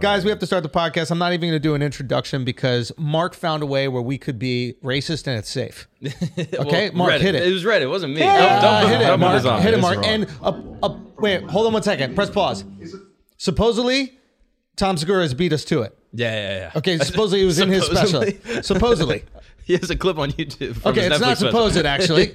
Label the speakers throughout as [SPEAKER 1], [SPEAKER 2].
[SPEAKER 1] Guys, we have to start the podcast. I'm not even going to do an introduction because Mark found a way where we could be racist and it's safe. Okay, Mark,
[SPEAKER 2] Reddit.
[SPEAKER 1] hit it.
[SPEAKER 2] It was red. It wasn't me.
[SPEAKER 1] Yeah,
[SPEAKER 2] Don't- don't put-
[SPEAKER 1] hit it,
[SPEAKER 2] don't put
[SPEAKER 1] Mark.
[SPEAKER 2] this on.
[SPEAKER 1] Hit it,
[SPEAKER 2] It's
[SPEAKER 1] Mark.
[SPEAKER 2] wrong.
[SPEAKER 1] And up, up, wait, hold on one second. Press pause. Supposedly, Tom Segura has beat us to it.
[SPEAKER 2] yeah, yeah, yeah.
[SPEAKER 1] Okay, supposedly it was in his special.
[SPEAKER 2] Supposedly.
[SPEAKER 1] Supposedly.
[SPEAKER 2] He has a clip on YouTube. From
[SPEAKER 1] Okay,
[SPEAKER 2] his
[SPEAKER 1] it's
[SPEAKER 2] Netflix
[SPEAKER 1] not
[SPEAKER 2] special.
[SPEAKER 1] supposed it actually.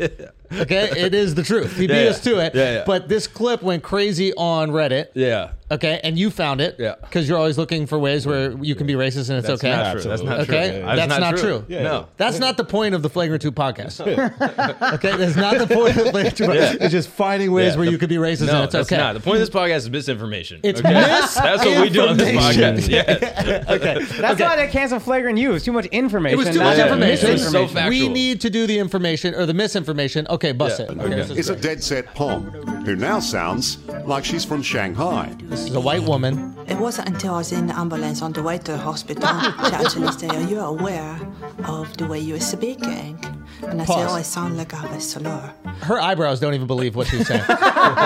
[SPEAKER 1] Okay, it is the truth. He beat
[SPEAKER 2] Yeah,
[SPEAKER 1] us to it.
[SPEAKER 2] yeah, yeah.
[SPEAKER 1] But this clip went crazy on Reddit.
[SPEAKER 2] Yeah,
[SPEAKER 1] Okay, and you found it.
[SPEAKER 2] Yeah.
[SPEAKER 1] Because you're always looking for ways where you can be racist and it's
[SPEAKER 2] that's
[SPEAKER 1] okay.
[SPEAKER 2] not true. That's not
[SPEAKER 1] Okay,
[SPEAKER 2] true.
[SPEAKER 1] that's not true.
[SPEAKER 2] Yeah. No.
[SPEAKER 1] That's not the point of the Flagrant 2 podcast. okay, that's not the point of the Flagrant 2 podcast. It's just finding ways
[SPEAKER 2] Yeah,
[SPEAKER 1] where
[SPEAKER 2] the-
[SPEAKER 1] you could be racist
[SPEAKER 2] No,
[SPEAKER 1] and it's
[SPEAKER 2] that's
[SPEAKER 1] okay.
[SPEAKER 2] not. The point of this podcast is misinformation.
[SPEAKER 1] It's
[SPEAKER 2] That's what we do on this podcast.
[SPEAKER 1] misinformation.
[SPEAKER 2] Yeah.
[SPEAKER 3] That's why they canceled flagrant you. It was too much information.
[SPEAKER 1] It was too
[SPEAKER 3] not
[SPEAKER 1] much
[SPEAKER 2] Yeah,
[SPEAKER 1] information.
[SPEAKER 2] it was so
[SPEAKER 3] misinformation.
[SPEAKER 2] factual.
[SPEAKER 1] we need to do the information or the misinformation. Okay, bust
[SPEAKER 2] Yeah,
[SPEAKER 1] it.
[SPEAKER 2] okay.
[SPEAKER 1] this, is,
[SPEAKER 4] It's a dead set Pom, who now sounds like she's from Shanghai.
[SPEAKER 1] this is a white woman.
[SPEAKER 5] It wasn't until I was in the ambulance on the way to the hospital she actually said, Are you aware of the way you're speaking? And I said,
[SPEAKER 1] Pause.
[SPEAKER 5] Oh, I sound like I have a slur.
[SPEAKER 1] Her eyebrows don't even believe what she's saying.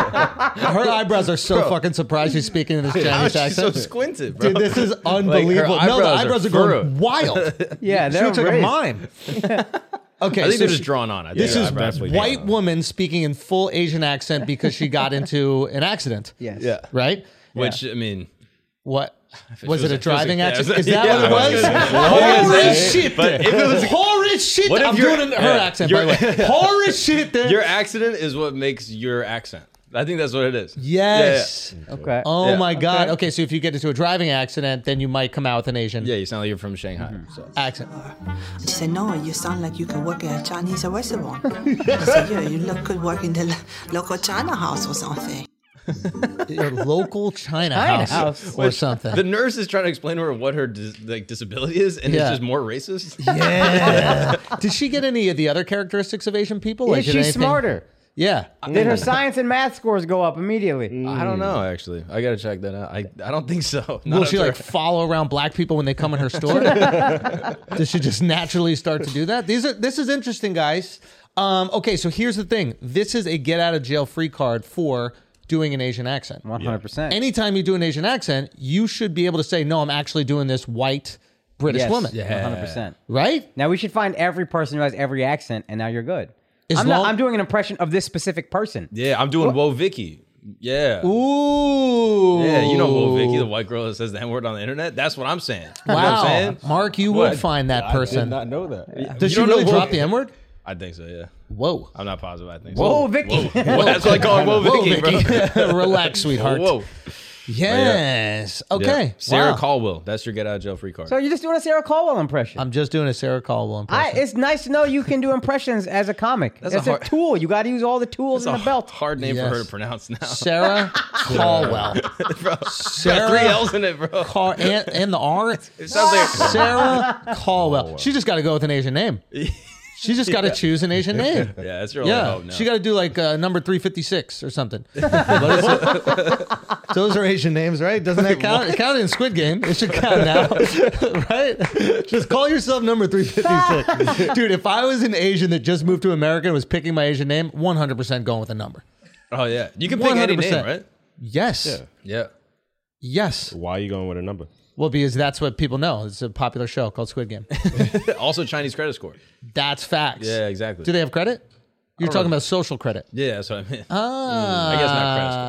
[SPEAKER 1] her eyebrows are so fucking surprised she's speaking in this
[SPEAKER 2] How is
[SPEAKER 1] Chinese
[SPEAKER 2] she so
[SPEAKER 1] accent.
[SPEAKER 2] squinted, bro?
[SPEAKER 1] Dude, this is unbelievable. no, the eyebrows
[SPEAKER 2] eyebrows are
[SPEAKER 1] are, going
[SPEAKER 2] furrowed.
[SPEAKER 1] wild.
[SPEAKER 3] Yeah,
[SPEAKER 1] she
[SPEAKER 3] they're
[SPEAKER 1] looks like a
[SPEAKER 3] raised.
[SPEAKER 1] mime. Okay,
[SPEAKER 2] I think
[SPEAKER 1] so
[SPEAKER 2] they're just
[SPEAKER 1] she-
[SPEAKER 2] drawn on. I think
[SPEAKER 1] This
[SPEAKER 2] her
[SPEAKER 1] is
[SPEAKER 2] eyebrows.
[SPEAKER 1] white woman speaking in full Asian accent because she got into an accident.
[SPEAKER 3] Yes.
[SPEAKER 2] Yeah.
[SPEAKER 1] Right?
[SPEAKER 2] Which I mean,
[SPEAKER 1] What? Was
[SPEAKER 2] was
[SPEAKER 1] it a
[SPEAKER 2] a
[SPEAKER 1] driving
[SPEAKER 2] physics- yeah,
[SPEAKER 1] accident?
[SPEAKER 2] it
[SPEAKER 1] Is
[SPEAKER 2] was-
[SPEAKER 1] that
[SPEAKER 2] yeah, I
[SPEAKER 1] what
[SPEAKER 2] was
[SPEAKER 1] it was?
[SPEAKER 2] gonna say.
[SPEAKER 1] Holy
[SPEAKER 2] Yeah.
[SPEAKER 1] shit!
[SPEAKER 2] But if it was a-
[SPEAKER 1] Holy shit!
[SPEAKER 2] What if
[SPEAKER 1] I'm
[SPEAKER 2] your-
[SPEAKER 1] doing it- her
[SPEAKER 2] yeah,
[SPEAKER 1] accent, by
[SPEAKER 2] your-
[SPEAKER 1] the way. Holy shit! there.
[SPEAKER 2] your accident is what makes your accent. I think that's what it is.
[SPEAKER 1] yes.
[SPEAKER 3] Okay.
[SPEAKER 1] Oh
[SPEAKER 2] Yeah.
[SPEAKER 1] my god. Okay.
[SPEAKER 3] Okay.
[SPEAKER 1] so if you get into a driving accident, then you might come out with an Asian
[SPEAKER 2] Yeah, yeah. You sound like you're from Shanghai.
[SPEAKER 3] Mm-hmm.
[SPEAKER 2] So.
[SPEAKER 1] accent.
[SPEAKER 5] She said, No, you sound like you could work at a Chinese restaurant. I said, Yeah, you look, could work in the lo- local China house or something.
[SPEAKER 1] Your local China,
[SPEAKER 3] China
[SPEAKER 1] house,
[SPEAKER 3] house.
[SPEAKER 1] or something.
[SPEAKER 2] The nurse is trying to explain to her what her dis- like disability is, and
[SPEAKER 1] Yeah.
[SPEAKER 2] it's just more racist.
[SPEAKER 1] yeah. Did she get any of the other characteristics of Asian people?
[SPEAKER 3] Is
[SPEAKER 1] did
[SPEAKER 3] she
[SPEAKER 1] anything-
[SPEAKER 3] smarter?
[SPEAKER 1] Yeah.
[SPEAKER 3] Did her science and math scores go up immediately?
[SPEAKER 1] Mm.
[SPEAKER 2] I don't know. Actually, I gotta check that out. I, I don't think so. Not
[SPEAKER 1] Will
[SPEAKER 2] if
[SPEAKER 1] she
[SPEAKER 2] they're-
[SPEAKER 1] like follow around black people when they come in her store? Does she just naturally start to do that? These are this is interesting, guys. Um, okay, so here's the thing. This is a get out of jail free card for doing an Asian accent.
[SPEAKER 3] One hundred percent.
[SPEAKER 1] Anytime you do an Asian accent, you should be able to say, "No, I'm actually doing this white British woman."
[SPEAKER 3] One hundred percent.
[SPEAKER 1] Right?
[SPEAKER 3] Now we should find every person who has every accent, and now you're good.
[SPEAKER 1] As
[SPEAKER 3] I'm,
[SPEAKER 1] long-
[SPEAKER 3] not, I'm doing an impression of this specific person.
[SPEAKER 2] yeah, I'm doing whoa Vicky. Yeah.
[SPEAKER 1] Ooh.
[SPEAKER 2] Yeah, you know whoa Vicky, the white girl that says the N word on the internet. That's what I'm saying. You know what
[SPEAKER 1] Wow,
[SPEAKER 2] I'm saying?
[SPEAKER 1] Mark, you will
[SPEAKER 2] What?
[SPEAKER 1] find that person.
[SPEAKER 6] I know that.
[SPEAKER 1] Does
[SPEAKER 2] You
[SPEAKER 1] she
[SPEAKER 2] don't know
[SPEAKER 1] really
[SPEAKER 2] whoa-
[SPEAKER 1] drop the N word?
[SPEAKER 2] I think so. Yeah.
[SPEAKER 1] Whoa.
[SPEAKER 2] I'm not positive. I think.
[SPEAKER 3] Whoa,
[SPEAKER 2] so.
[SPEAKER 3] Vicky.
[SPEAKER 2] Whoa, that's what I call her, whoa
[SPEAKER 1] Whoa,
[SPEAKER 2] Vicky, bro.
[SPEAKER 1] Vicky. Relax, sweetheart.
[SPEAKER 2] Whoa.
[SPEAKER 1] Yes.
[SPEAKER 2] Yeah.
[SPEAKER 1] Okay.
[SPEAKER 2] Sarah
[SPEAKER 1] Wow.
[SPEAKER 2] Caldwell. That's your get out of jail free card.
[SPEAKER 3] So you're just doing a Sarah Caldwell impression.
[SPEAKER 1] I'm just doing a Sarah Caldwell
[SPEAKER 3] I,
[SPEAKER 1] impression.
[SPEAKER 3] it's nice to know you can do impressions as a comic. That's,
[SPEAKER 2] a
[SPEAKER 3] a,
[SPEAKER 2] hard-
[SPEAKER 3] tool. You got to use all the tools
[SPEAKER 2] It's
[SPEAKER 3] in
[SPEAKER 2] a
[SPEAKER 3] the belt.
[SPEAKER 2] hard name for her
[SPEAKER 1] Yes.
[SPEAKER 2] to pronounce now.
[SPEAKER 1] Sarah Caldwell. Sarah
[SPEAKER 2] Three L's in it, bro.
[SPEAKER 1] Car- and, and the R.
[SPEAKER 2] It sounds like
[SPEAKER 1] Sarah Caldwell. She just got to go with an Asian name. She just got to choose an Asian name.
[SPEAKER 2] yeah, that's your only
[SPEAKER 1] Yeah,
[SPEAKER 2] hope now.
[SPEAKER 1] she got to do like uh, number three fifty six or something. Those are Asian names, right? Doesn't that count? It counted in Squid Game. It should count now, right? Just call yourself number three fifty six, dude. If I was an Asian that just moved to America and was picking my Asian name, one hundred percent going with a number.
[SPEAKER 2] oh yeah, you can pick any name,
[SPEAKER 1] 100%.
[SPEAKER 2] right?
[SPEAKER 1] Yes,
[SPEAKER 2] Yeah.
[SPEAKER 1] yes.
[SPEAKER 6] Why are you going with a number?
[SPEAKER 1] Well, because that's what people know. It's a popular show called Squid Game.
[SPEAKER 2] Also Chinese credit score.
[SPEAKER 1] That's facts.
[SPEAKER 2] Yeah, exactly.
[SPEAKER 1] Do they have credit? You're talking about social credit.
[SPEAKER 2] Yeah, that's what I meant.
[SPEAKER 1] Ah.
[SPEAKER 2] I guess not credit score.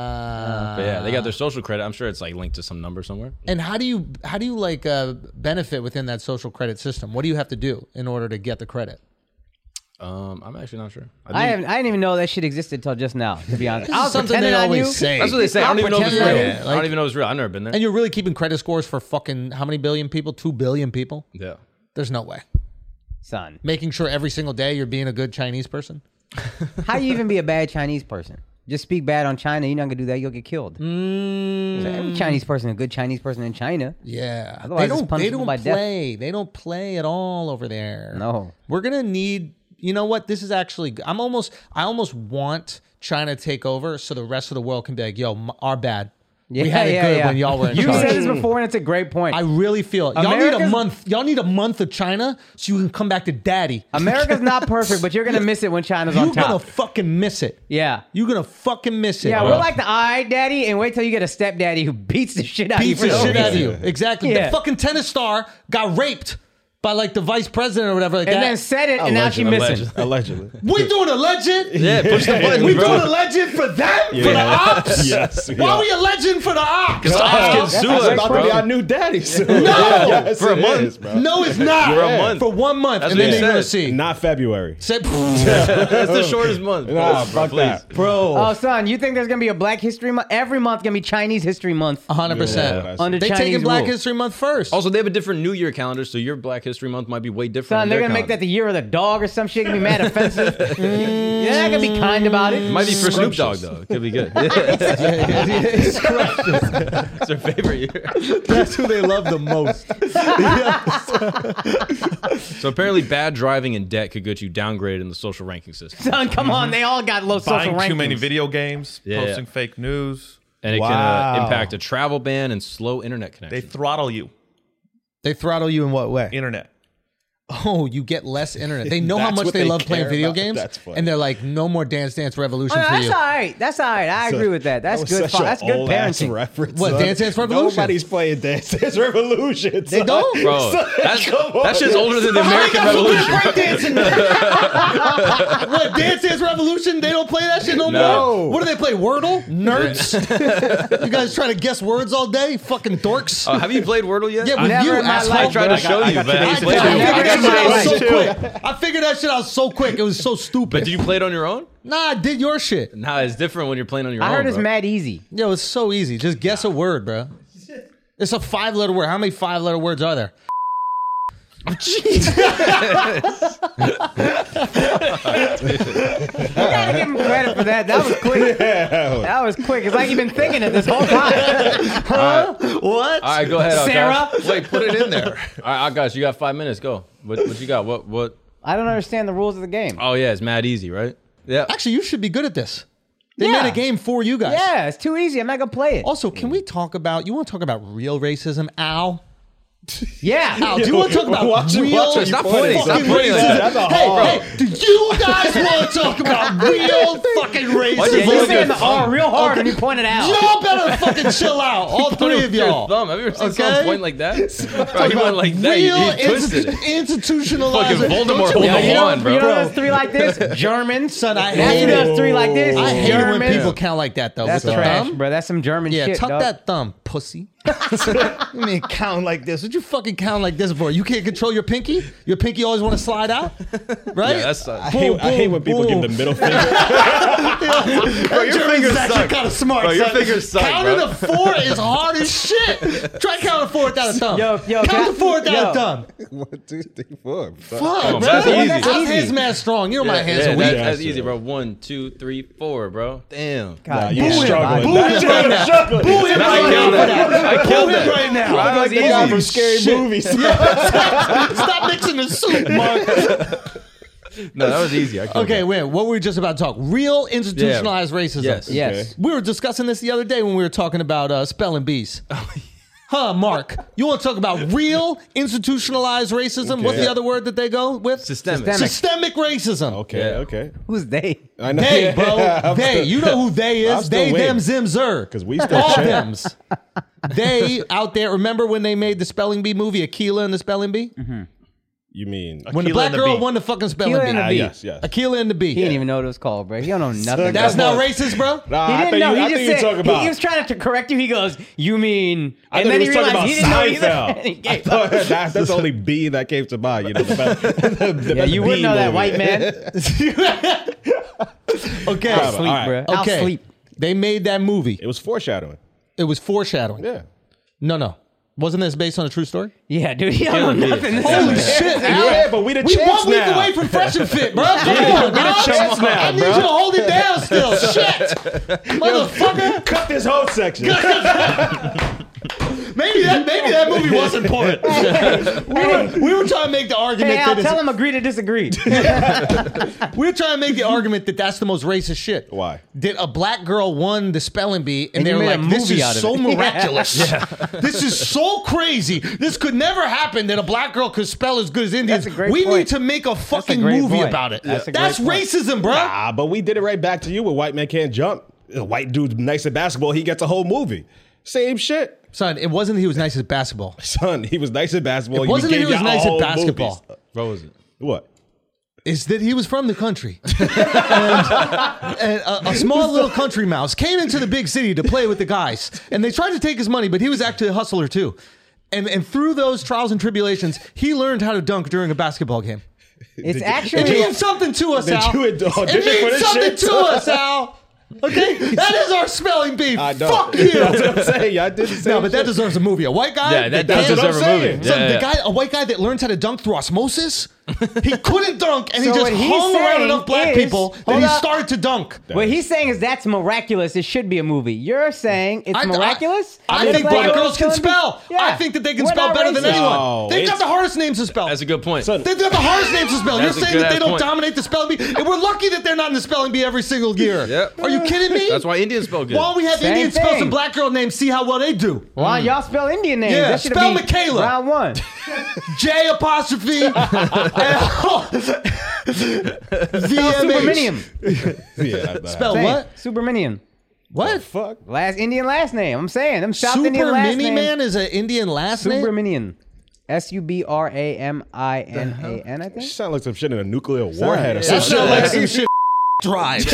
[SPEAKER 2] But yeah, they got their social credit. I'm sure it's like linked to some number somewhere.
[SPEAKER 1] And how do you how do you like uh, benefit within that social credit system? What do you have to do in order to get the credit?
[SPEAKER 2] Um, I'm actually not sure. I
[SPEAKER 3] I, haven't, I didn't even know that shit existed till just now. To be honest,
[SPEAKER 1] This is
[SPEAKER 3] I was
[SPEAKER 1] something
[SPEAKER 3] pretending
[SPEAKER 1] they
[SPEAKER 3] on you.
[SPEAKER 1] always say.
[SPEAKER 2] that's what they say. I don't even know if it's real.
[SPEAKER 1] pretending. Yeah,
[SPEAKER 2] I
[SPEAKER 1] like-
[SPEAKER 2] don't even know if it's real. I've never been there.
[SPEAKER 1] And you're really keeping credit scores for fucking how many billion people? Two billion people?
[SPEAKER 2] yeah.
[SPEAKER 1] There's no way.
[SPEAKER 3] son.
[SPEAKER 1] Making sure every single day you're being a good Chinese person.
[SPEAKER 3] How you even be a bad Chinese person? Just speak bad on China. You're not gonna do that. You'll get killed. So every Chinese person, a good Chinese person in China.
[SPEAKER 1] Mm. Yeah.
[SPEAKER 3] Otherwise,
[SPEAKER 1] they
[SPEAKER 3] it's
[SPEAKER 1] don't they
[SPEAKER 3] punishable
[SPEAKER 1] don't
[SPEAKER 3] by death.
[SPEAKER 1] play. They don't play at all over there.
[SPEAKER 3] No.
[SPEAKER 1] We're gonna need you know what? This is actually I'm almost I almost want China to take over so the rest of the world can be like, yo, m- our bad. we had it
[SPEAKER 3] yeah,
[SPEAKER 1] good
[SPEAKER 3] yeah.
[SPEAKER 1] when y'all were in
[SPEAKER 3] You
[SPEAKER 1] charge.
[SPEAKER 3] said this before, and it's a great point.
[SPEAKER 1] I really feel y'all need a
[SPEAKER 3] America's-
[SPEAKER 1] month. Y'all need a month of China so you can come back to daddy.
[SPEAKER 3] America's not perfect, but you're gonna miss it when China's
[SPEAKER 1] You're
[SPEAKER 3] on top.
[SPEAKER 1] gonna fucking miss it.
[SPEAKER 3] yeah.
[SPEAKER 1] You're gonna fucking miss it.
[SPEAKER 3] Yeah,
[SPEAKER 2] Wow.
[SPEAKER 3] we're like the eye daddy, and wait till you get a stepdaddy who beats the shit out of you.
[SPEAKER 1] beats
[SPEAKER 3] for
[SPEAKER 1] the
[SPEAKER 3] no
[SPEAKER 1] shit out of
[SPEAKER 3] reason.
[SPEAKER 1] you. Exactly.
[SPEAKER 3] Yeah.
[SPEAKER 1] The fucking tennis star got raped by like the vice president or whatever like
[SPEAKER 3] And
[SPEAKER 1] that. Oh.
[SPEAKER 3] then said it, and now she
[SPEAKER 2] Alleged-
[SPEAKER 3] missing.
[SPEAKER 2] alleged-
[SPEAKER 6] Allegedly.
[SPEAKER 1] we doing a legend?
[SPEAKER 2] Yeah, push the button,
[SPEAKER 1] We
[SPEAKER 2] bro.
[SPEAKER 1] doing a legend for them? For the
[SPEAKER 2] Yeah.
[SPEAKER 1] ops?
[SPEAKER 6] Yes,
[SPEAKER 1] Why
[SPEAKER 6] yeah.
[SPEAKER 1] we a legend for the ops?
[SPEAKER 2] The ops
[SPEAKER 6] That's
[SPEAKER 2] can sue
[SPEAKER 6] actually
[SPEAKER 2] us,
[SPEAKER 6] about
[SPEAKER 2] bro.
[SPEAKER 6] to be our new daddy soon. No,
[SPEAKER 2] For a month.
[SPEAKER 6] bro.
[SPEAKER 1] No, it's not.
[SPEAKER 2] For a month.
[SPEAKER 1] For one month.
[SPEAKER 2] That's
[SPEAKER 1] and
[SPEAKER 2] what
[SPEAKER 1] then
[SPEAKER 2] he
[SPEAKER 1] they're going to
[SPEAKER 2] said.
[SPEAKER 1] see.
[SPEAKER 6] not February.
[SPEAKER 1] Said-
[SPEAKER 2] That's the shortest month.
[SPEAKER 6] Nah,
[SPEAKER 2] bro,
[SPEAKER 6] fuck
[SPEAKER 2] please.
[SPEAKER 6] that,
[SPEAKER 1] Bro.
[SPEAKER 3] Oh, son, you think there's gonna be a Black History Month? Every month gonna be Chinese History Month
[SPEAKER 1] 100%.
[SPEAKER 6] Yeah.
[SPEAKER 3] under
[SPEAKER 1] They
[SPEAKER 3] Chinese
[SPEAKER 1] taking Black
[SPEAKER 3] rule.
[SPEAKER 1] History Month first.
[SPEAKER 2] Also, they have a different New Year calendar, so your Black History Month might be way different.
[SPEAKER 3] Son,
[SPEAKER 2] than
[SPEAKER 3] they're
[SPEAKER 2] their
[SPEAKER 3] gonna make that
[SPEAKER 2] calendar.
[SPEAKER 3] the year of the dog or some shit. Gonna be mad offensive. They're not gonna be kind about it.
[SPEAKER 2] It might be for Snoop Dogg though. It could be good. it's their favorite year.
[SPEAKER 1] that's who they love the most.
[SPEAKER 2] So apparently, bad driving and debt could get you downgraded in the social ranking system,
[SPEAKER 3] Son, come on, they all got low social
[SPEAKER 7] Buying
[SPEAKER 3] rankings.
[SPEAKER 7] too many video games,
[SPEAKER 2] Yeah, yeah.
[SPEAKER 7] posting fake news.
[SPEAKER 2] and it can uh,
[SPEAKER 6] Wow.
[SPEAKER 2] impact a travel ban and slow internet
[SPEAKER 7] They
[SPEAKER 2] connection.
[SPEAKER 7] throttle you,
[SPEAKER 1] They throttle you in what way?
[SPEAKER 7] internet.
[SPEAKER 1] Oh, you get less internet. They know how
[SPEAKER 6] That's
[SPEAKER 1] much
[SPEAKER 6] what
[SPEAKER 1] they,
[SPEAKER 6] they
[SPEAKER 1] love playing
[SPEAKER 6] care
[SPEAKER 1] video
[SPEAKER 6] about.
[SPEAKER 1] games,
[SPEAKER 6] That's funny.
[SPEAKER 1] and they're like, "No more Dance Dance Revolution
[SPEAKER 3] Oh, no,
[SPEAKER 1] for
[SPEAKER 3] that's
[SPEAKER 1] you."
[SPEAKER 3] all right. That's all right. I agree with that. That's
[SPEAKER 6] was
[SPEAKER 3] good.
[SPEAKER 6] such
[SPEAKER 3] Fo-
[SPEAKER 6] a
[SPEAKER 3] that's good
[SPEAKER 6] old-ass
[SPEAKER 3] parenting.
[SPEAKER 6] Reference,
[SPEAKER 1] What,
[SPEAKER 6] son.
[SPEAKER 1] Dance Dance Revolution?
[SPEAKER 6] Nobody's playing Dance Dance Revolution.
[SPEAKER 1] They don't?
[SPEAKER 2] Bro, that's, that shit's older than the American
[SPEAKER 1] That's what
[SPEAKER 2] Revolution.
[SPEAKER 1] they're breakdancing. what Dance Dance Revolution? They don't play that shit no,
[SPEAKER 2] No.
[SPEAKER 1] more. What do they play? Wordle? Nerds? you guys trying to guess words all day? Fucking dorks.
[SPEAKER 2] Uh, have you played Wordle yet?
[SPEAKER 1] Yeah,
[SPEAKER 2] I,
[SPEAKER 1] with
[SPEAKER 3] never
[SPEAKER 1] you
[SPEAKER 3] in my
[SPEAKER 1] asshole.
[SPEAKER 2] I
[SPEAKER 3] life,
[SPEAKER 2] tried
[SPEAKER 3] bro.
[SPEAKER 2] to show
[SPEAKER 7] I
[SPEAKER 2] you,
[SPEAKER 7] got
[SPEAKER 2] but I
[SPEAKER 1] I,
[SPEAKER 7] today's
[SPEAKER 2] didn't
[SPEAKER 1] did-
[SPEAKER 2] play
[SPEAKER 1] I
[SPEAKER 2] it.
[SPEAKER 3] today.
[SPEAKER 1] figured
[SPEAKER 3] I
[SPEAKER 1] that shit
[SPEAKER 3] got
[SPEAKER 1] out so quick. I figured that shit out so quick. It was so
[SPEAKER 2] But
[SPEAKER 1] stupid.
[SPEAKER 2] did you play it on your own?
[SPEAKER 1] nah, I did your shit.
[SPEAKER 2] Nah, it's different when you're playing on your
[SPEAKER 3] I
[SPEAKER 2] own.
[SPEAKER 3] heard it's
[SPEAKER 2] bro.
[SPEAKER 3] mad easy.
[SPEAKER 1] Yo, it's so easy. Just guess a word, bro. It's a five-letter word. How many five-letter words are there?
[SPEAKER 3] You gotta give him credit for that. That was quick. That was quick. It's like you've been thinking it this whole time.
[SPEAKER 1] What?
[SPEAKER 2] All right, go ahead,
[SPEAKER 3] Sarah?
[SPEAKER 2] Akash. Wait, put it in there. All right, Akash, you got five minutes. Go. What, what you got? What? What?
[SPEAKER 3] I don't understand the rules of the game.
[SPEAKER 2] Oh yeah, it's mad easy, right? Yeah.
[SPEAKER 1] Actually, you should be good at this. They
[SPEAKER 3] Yeah.
[SPEAKER 1] made a game for you guys.
[SPEAKER 3] Yeah, it's too easy. I'm not gonna play it.
[SPEAKER 1] Also, can we talk about? You want to talk about real racism? Al,
[SPEAKER 3] Yeah.
[SPEAKER 1] Al, Oh, do you want to talk about
[SPEAKER 6] Watch it,
[SPEAKER 1] real?
[SPEAKER 6] watch it. Stop
[SPEAKER 1] fucking
[SPEAKER 6] pointing,
[SPEAKER 2] stop pointing like
[SPEAKER 1] racism?
[SPEAKER 2] that.
[SPEAKER 6] That's a
[SPEAKER 1] hey,
[SPEAKER 6] hard-
[SPEAKER 1] hey, do you guys want to talk about real fucking
[SPEAKER 2] Why'd you
[SPEAKER 1] racism?
[SPEAKER 2] look
[SPEAKER 3] You're
[SPEAKER 2] at your
[SPEAKER 3] saying the R real hard when you point it out.
[SPEAKER 1] Y'all better fucking chill out, all three of
[SPEAKER 2] Your
[SPEAKER 1] y'all.
[SPEAKER 2] thumb. Have you ever seen someone
[SPEAKER 1] Okay?
[SPEAKER 2] point like that? Bro, he
[SPEAKER 1] Talk
[SPEAKER 2] went
[SPEAKER 1] about
[SPEAKER 2] like that. He,
[SPEAKER 1] Real
[SPEAKER 2] he twisted
[SPEAKER 1] institu-
[SPEAKER 2] it.
[SPEAKER 1] institutionalized.
[SPEAKER 2] Fucking Voldemort
[SPEAKER 1] Don't you-
[SPEAKER 2] holding
[SPEAKER 1] Yeah,
[SPEAKER 2] the
[SPEAKER 1] you know-
[SPEAKER 2] wand, bro.
[SPEAKER 3] You know those three like this? German.
[SPEAKER 1] Son, I
[SPEAKER 3] That's
[SPEAKER 1] hate
[SPEAKER 3] who does
[SPEAKER 1] it.
[SPEAKER 3] three like this.
[SPEAKER 1] I hate it
[SPEAKER 3] German.
[SPEAKER 1] when people count like that though.
[SPEAKER 3] That's
[SPEAKER 1] with the
[SPEAKER 3] trash,
[SPEAKER 1] thumb.
[SPEAKER 3] bro. That's some German
[SPEAKER 1] Yeah,
[SPEAKER 3] shit.
[SPEAKER 1] tuck
[SPEAKER 3] dog.
[SPEAKER 1] that thumb, pussy. you mean count like this? What you fucking count like this for? You can't control your pinky. Your pinky always want to slide out, right?
[SPEAKER 2] Yeah, that sucks.
[SPEAKER 6] I hate, I hate when people give the middle finger.
[SPEAKER 1] Bro,
[SPEAKER 2] your fingers suck.
[SPEAKER 1] kind of smart.
[SPEAKER 2] Bro, your
[SPEAKER 1] son.
[SPEAKER 2] fingers suck,
[SPEAKER 1] Counting
[SPEAKER 2] bro.
[SPEAKER 1] to four is hard as shit. Try counting to four without a thumb.
[SPEAKER 3] Yo, yo,
[SPEAKER 1] count
[SPEAKER 3] can
[SPEAKER 1] to
[SPEAKER 3] I-
[SPEAKER 1] four without
[SPEAKER 3] yo.
[SPEAKER 1] a thumb.
[SPEAKER 6] One, two, three, four.
[SPEAKER 1] Fuck, bro.
[SPEAKER 2] that's easy. That's
[SPEAKER 1] I'm
[SPEAKER 3] easy.
[SPEAKER 1] hands man strong. You know my hands
[SPEAKER 2] yeah,
[SPEAKER 1] are
[SPEAKER 2] that-
[SPEAKER 1] weak.
[SPEAKER 2] that's
[SPEAKER 6] Yeah,
[SPEAKER 2] easy,
[SPEAKER 6] sure.
[SPEAKER 2] bro. One, two, three, four, bro. Damn.
[SPEAKER 6] Nah,
[SPEAKER 3] God,
[SPEAKER 6] you're
[SPEAKER 3] damn.
[SPEAKER 6] struggling.
[SPEAKER 1] Boo
[SPEAKER 6] That's
[SPEAKER 1] him right now. Boo him
[SPEAKER 2] I
[SPEAKER 1] right
[SPEAKER 2] killed
[SPEAKER 1] now.
[SPEAKER 2] that. I killed
[SPEAKER 1] Boo him
[SPEAKER 2] that.
[SPEAKER 1] right now.
[SPEAKER 2] Bro,
[SPEAKER 6] like
[SPEAKER 2] that's
[SPEAKER 6] the guy
[SPEAKER 2] easy.
[SPEAKER 6] from scary
[SPEAKER 1] Shit.
[SPEAKER 6] movies.
[SPEAKER 1] Stop mixing the soup, Mark.
[SPEAKER 2] No, that was easy. I killed
[SPEAKER 1] Okay,
[SPEAKER 2] that.
[SPEAKER 1] wait. What were we just about to talk? Real institutionalized racism.
[SPEAKER 2] Yes.
[SPEAKER 3] Yes.
[SPEAKER 1] We were discussing this the other day when we were talking about uh, spelling bees. huh, Mark? You want to talk about real institutionalized racism? What's the
[SPEAKER 6] Yeah.
[SPEAKER 1] other word that they go with?
[SPEAKER 2] Systemic.
[SPEAKER 3] Systemic.
[SPEAKER 1] Systemic racism.
[SPEAKER 6] Okay,
[SPEAKER 2] Yeah.
[SPEAKER 6] okay.
[SPEAKER 3] Who's they?
[SPEAKER 6] I know.
[SPEAKER 1] They, bro.
[SPEAKER 6] I'm
[SPEAKER 1] they.
[SPEAKER 6] still-
[SPEAKER 1] You know who they
[SPEAKER 6] I'm
[SPEAKER 1] is?
[SPEAKER 6] still
[SPEAKER 1] They,
[SPEAKER 6] waiting.
[SPEAKER 1] them, zim, zer.
[SPEAKER 6] Because we still
[SPEAKER 1] all
[SPEAKER 6] check.
[SPEAKER 1] thems. they out there. Remember when they made the spelling bee movie, Aquila and the spelling bee?
[SPEAKER 6] You mean?
[SPEAKER 1] When the
[SPEAKER 7] Aquila
[SPEAKER 1] black
[SPEAKER 7] and the
[SPEAKER 1] girl
[SPEAKER 7] Bee.
[SPEAKER 1] won the fucking spelling
[SPEAKER 3] Aquila
[SPEAKER 1] bee.
[SPEAKER 3] and
[SPEAKER 6] Ah,
[SPEAKER 3] the Bee.
[SPEAKER 6] yes, yes.
[SPEAKER 1] Aquila and the bee.
[SPEAKER 3] He didn't even know what it was called, bro. He don't know nothing.
[SPEAKER 1] That's
[SPEAKER 3] about
[SPEAKER 1] not
[SPEAKER 3] it.
[SPEAKER 1] racist, bro.
[SPEAKER 6] Nah,
[SPEAKER 3] He
[SPEAKER 6] I
[SPEAKER 3] didn't
[SPEAKER 6] think,
[SPEAKER 3] know.
[SPEAKER 6] you-
[SPEAKER 3] He
[SPEAKER 6] I
[SPEAKER 3] just
[SPEAKER 6] think you're
[SPEAKER 3] said
[SPEAKER 6] talking about.
[SPEAKER 3] he was trying to correct you. He goes, "You mean?"
[SPEAKER 6] I
[SPEAKER 3] and
[SPEAKER 6] thought
[SPEAKER 3] then
[SPEAKER 6] he
[SPEAKER 3] he
[SPEAKER 6] was talking
[SPEAKER 3] realized
[SPEAKER 6] about
[SPEAKER 3] he didn't know either.
[SPEAKER 6] Seinfeld.
[SPEAKER 3] And he
[SPEAKER 6] I
[SPEAKER 3] gave
[SPEAKER 6] thought
[SPEAKER 3] up.
[SPEAKER 6] that's, that's the only B that came to mind. You know, the best, the, the
[SPEAKER 3] Yeah,
[SPEAKER 6] best
[SPEAKER 3] you wouldn't
[SPEAKER 6] bee
[SPEAKER 3] know that,
[SPEAKER 6] movie.
[SPEAKER 3] white man.
[SPEAKER 1] Okay.
[SPEAKER 6] Bravo.
[SPEAKER 3] Sleep,
[SPEAKER 6] All right.
[SPEAKER 3] bro. I'll
[SPEAKER 1] Okay.
[SPEAKER 3] sleep.
[SPEAKER 1] They made that movie.
[SPEAKER 6] It was foreshadowing.
[SPEAKER 1] It was foreshadowing.
[SPEAKER 6] Yeah.
[SPEAKER 1] No, no. Wasn't this based on a true story?
[SPEAKER 3] Yeah, dude. He don't know
[SPEAKER 2] Dude.
[SPEAKER 3] nothing.
[SPEAKER 1] Holy shit, Al.
[SPEAKER 6] Yeah, but we the
[SPEAKER 1] We
[SPEAKER 6] champs
[SPEAKER 1] one week
[SPEAKER 6] now.
[SPEAKER 1] away from Fresh and Fit, bro. Come on,
[SPEAKER 6] we the
[SPEAKER 1] dog.
[SPEAKER 6] champs now,
[SPEAKER 1] I need
[SPEAKER 6] bro.
[SPEAKER 1] you to hold it down still. shit. Motherfucker.
[SPEAKER 6] Cut this whole section.
[SPEAKER 1] Maybe that maybe that movie wasn't porn. we, were, we were trying to make the argument
[SPEAKER 3] Hey, Al,
[SPEAKER 1] that it's-
[SPEAKER 3] tell him agree to disagree.
[SPEAKER 1] we were trying to make the argument that that's the most racist shit.
[SPEAKER 6] Why?
[SPEAKER 1] Did a black girl won the spelling bee and,
[SPEAKER 3] And
[SPEAKER 1] they
[SPEAKER 3] you
[SPEAKER 1] were
[SPEAKER 3] made a
[SPEAKER 1] like, this
[SPEAKER 3] movie
[SPEAKER 1] is
[SPEAKER 3] out of
[SPEAKER 1] so
[SPEAKER 3] it."
[SPEAKER 1] miraculous. This is so crazy. This could never happen that a black girl could spell as good as Indians.
[SPEAKER 3] a great
[SPEAKER 1] we need
[SPEAKER 3] point.
[SPEAKER 1] to make a fucking
[SPEAKER 3] great
[SPEAKER 1] movie
[SPEAKER 3] point.
[SPEAKER 1] about it.
[SPEAKER 3] That's
[SPEAKER 1] That's,
[SPEAKER 3] a great point.
[SPEAKER 1] racism, bro.
[SPEAKER 6] Ah, but we did it right back to you with White Man Can't Jump. A white dude nice at basketball, he gets a whole movie. Same shit.
[SPEAKER 1] Son, it wasn't that he was nice at basketball.
[SPEAKER 6] Son, he was nice at basketball.
[SPEAKER 1] It wasn't that he was
[SPEAKER 6] became y'all
[SPEAKER 1] nice at
[SPEAKER 6] whole
[SPEAKER 1] basketball.
[SPEAKER 6] movies.
[SPEAKER 2] What was it?
[SPEAKER 6] What?
[SPEAKER 1] It's that he was from the country. and and a, a small little country mouse came into the big city to play with the guys. And they tried to take his money, but he was actually a hustler too. And, and through those trials and tribulations, he learned how to dunk during a basketball game.
[SPEAKER 3] It's
[SPEAKER 1] It
[SPEAKER 3] actually
[SPEAKER 1] means something to us,
[SPEAKER 6] Did
[SPEAKER 1] Al.
[SPEAKER 6] you
[SPEAKER 1] It
[SPEAKER 6] audition for
[SPEAKER 1] means
[SPEAKER 6] this
[SPEAKER 1] something
[SPEAKER 6] shit?
[SPEAKER 1] to us, Al. Okay? That is our spelling bee.
[SPEAKER 6] I know.
[SPEAKER 1] Fuck you.
[SPEAKER 6] That's what I'm saying. Y'all did the same
[SPEAKER 1] No, but that
[SPEAKER 6] shit.
[SPEAKER 1] deserves a movie. A white guy.
[SPEAKER 2] Yeah, that
[SPEAKER 1] can't-
[SPEAKER 2] does
[SPEAKER 6] what I'm
[SPEAKER 2] deserve a
[SPEAKER 6] saying.
[SPEAKER 2] movie.
[SPEAKER 1] So
[SPEAKER 2] Yeah,
[SPEAKER 1] the
[SPEAKER 2] yeah.
[SPEAKER 1] guy, a white guy that learns how to dunk through osmosis, he couldn't dunk, and he
[SPEAKER 3] So what
[SPEAKER 1] just
[SPEAKER 3] he's
[SPEAKER 1] hung around
[SPEAKER 3] saying
[SPEAKER 1] enough black
[SPEAKER 3] is-
[SPEAKER 1] people that
[SPEAKER 3] Hold
[SPEAKER 1] he
[SPEAKER 3] up.
[SPEAKER 1] started to dunk.
[SPEAKER 3] what he's saying is that's miraculous. It should be a movie. You're saying it's
[SPEAKER 1] I- I-
[SPEAKER 3] miraculous.
[SPEAKER 1] I,
[SPEAKER 3] It's
[SPEAKER 1] think
[SPEAKER 3] like
[SPEAKER 1] black
[SPEAKER 3] a
[SPEAKER 1] girls can
[SPEAKER 3] killing bee-
[SPEAKER 1] spell.
[SPEAKER 3] Yeah.
[SPEAKER 1] I think that they can
[SPEAKER 3] We're
[SPEAKER 1] spell
[SPEAKER 3] not
[SPEAKER 1] better than
[SPEAKER 3] racist.
[SPEAKER 1] anyone.
[SPEAKER 6] No,
[SPEAKER 1] They've got
[SPEAKER 6] it's-
[SPEAKER 1] the hardest names to spell.
[SPEAKER 2] That's a good point.
[SPEAKER 6] Son,
[SPEAKER 1] They've got the hardest names to spell. You're
[SPEAKER 2] That's a
[SPEAKER 1] saying that they
[SPEAKER 2] good-ass
[SPEAKER 1] don't
[SPEAKER 2] point.
[SPEAKER 1] dominate the spelling bee, and we're lucky that they're not in the spelling bee every single year.
[SPEAKER 2] Yep.
[SPEAKER 1] Are you kidding me?
[SPEAKER 2] That's why Indians spell good.
[SPEAKER 1] Why don't we have
[SPEAKER 3] Same
[SPEAKER 1] Indian spell
[SPEAKER 3] thing.
[SPEAKER 1] some black girl names? See how well they do.
[SPEAKER 3] Why y'all spell Indian names?
[SPEAKER 1] Yeah,
[SPEAKER 3] That should've
[SPEAKER 1] spell
[SPEAKER 3] been
[SPEAKER 1] Michaela.
[SPEAKER 3] Round one.
[SPEAKER 1] J apostrophe L
[SPEAKER 3] Superminium.
[SPEAKER 1] VMH.
[SPEAKER 6] Yeah, I- I-
[SPEAKER 1] Spell
[SPEAKER 3] Same.
[SPEAKER 1] what?
[SPEAKER 3] Superminium.
[SPEAKER 1] What?
[SPEAKER 6] Fuck.
[SPEAKER 3] Last Indian last name. I'm saying. I'm South Indian
[SPEAKER 1] Super
[SPEAKER 3] last
[SPEAKER 1] Mini
[SPEAKER 3] name.
[SPEAKER 1] Man is an Indian last name.
[SPEAKER 3] Subramanian. S U B R A M I N A N, I think.
[SPEAKER 6] Sound like some shit in a nuclear warhead or
[SPEAKER 1] That
[SPEAKER 6] something.
[SPEAKER 1] sounds like some shit. Drives.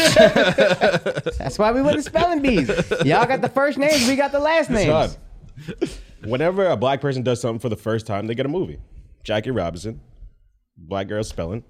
[SPEAKER 3] That's why we went to spelling bees. Y'all got the first names, we got the last names.
[SPEAKER 6] Son, whenever a black person does something for the first time, they get a movie. Jackie Robinson, black girl spelling,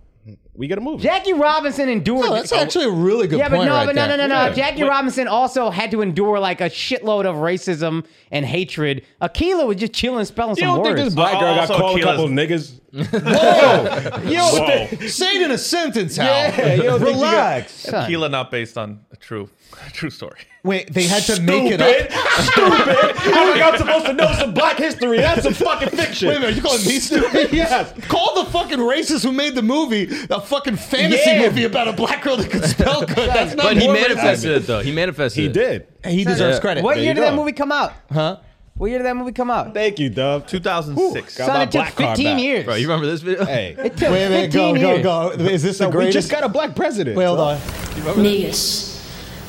[SPEAKER 6] we get a movie.
[SPEAKER 3] Jackie Robinson endured.
[SPEAKER 1] Oh, that's actually a really good
[SPEAKER 3] yeah,
[SPEAKER 1] point.
[SPEAKER 3] but no,
[SPEAKER 1] right
[SPEAKER 3] but no, no,
[SPEAKER 1] there.
[SPEAKER 3] no, no.
[SPEAKER 6] Yeah.
[SPEAKER 3] Jackie Robinson also had to endure like a shitload of racism and hatred. Akilah was just chilling, spelling
[SPEAKER 6] you
[SPEAKER 3] some
[SPEAKER 6] don't
[SPEAKER 3] words.
[SPEAKER 6] think this black girl got
[SPEAKER 7] Also,
[SPEAKER 6] called a couple niggas? Whoa! you don't think-
[SPEAKER 1] Say it in a sentence, Hal.
[SPEAKER 6] Yeah, you don't think you got-
[SPEAKER 1] Relax.
[SPEAKER 3] Son.
[SPEAKER 7] Keela not based on a true, true story.
[SPEAKER 1] Wait, they had to make it up.
[SPEAKER 6] Stupid! I think I'm supposed to know some black history. That's some fucking fiction.
[SPEAKER 1] Wait a minute, you calling me stupid?
[SPEAKER 6] Yes.
[SPEAKER 1] Call the fucking racist who made the movie a fucking fantasy
[SPEAKER 6] Yeah.
[SPEAKER 1] movie about a black girl that could spell good. That's not
[SPEAKER 2] But he
[SPEAKER 1] more
[SPEAKER 2] manifested it though. He manifested.
[SPEAKER 6] He
[SPEAKER 2] it.
[SPEAKER 6] did.
[SPEAKER 1] racist. He deserves
[SPEAKER 2] Yeah.
[SPEAKER 1] credit.
[SPEAKER 3] What
[SPEAKER 6] There
[SPEAKER 3] year
[SPEAKER 6] you
[SPEAKER 3] did that
[SPEAKER 6] go.
[SPEAKER 3] movie come out?
[SPEAKER 1] Huh?
[SPEAKER 3] What year did that movie come out?
[SPEAKER 6] Thank you, Dove.
[SPEAKER 7] 2006.
[SPEAKER 6] Whew, got
[SPEAKER 3] Son,
[SPEAKER 6] my
[SPEAKER 3] it took
[SPEAKER 6] black card
[SPEAKER 3] 15
[SPEAKER 6] back.
[SPEAKER 3] years.
[SPEAKER 2] Bro, you remember this video?
[SPEAKER 6] Hey,
[SPEAKER 3] It took
[SPEAKER 1] Wait a minute,
[SPEAKER 3] 15
[SPEAKER 1] go,
[SPEAKER 3] years.
[SPEAKER 1] go, go. Is this the
[SPEAKER 6] we
[SPEAKER 1] greatest? uh,
[SPEAKER 6] just got a black president.
[SPEAKER 1] Wait, hold on.
[SPEAKER 8] Negus.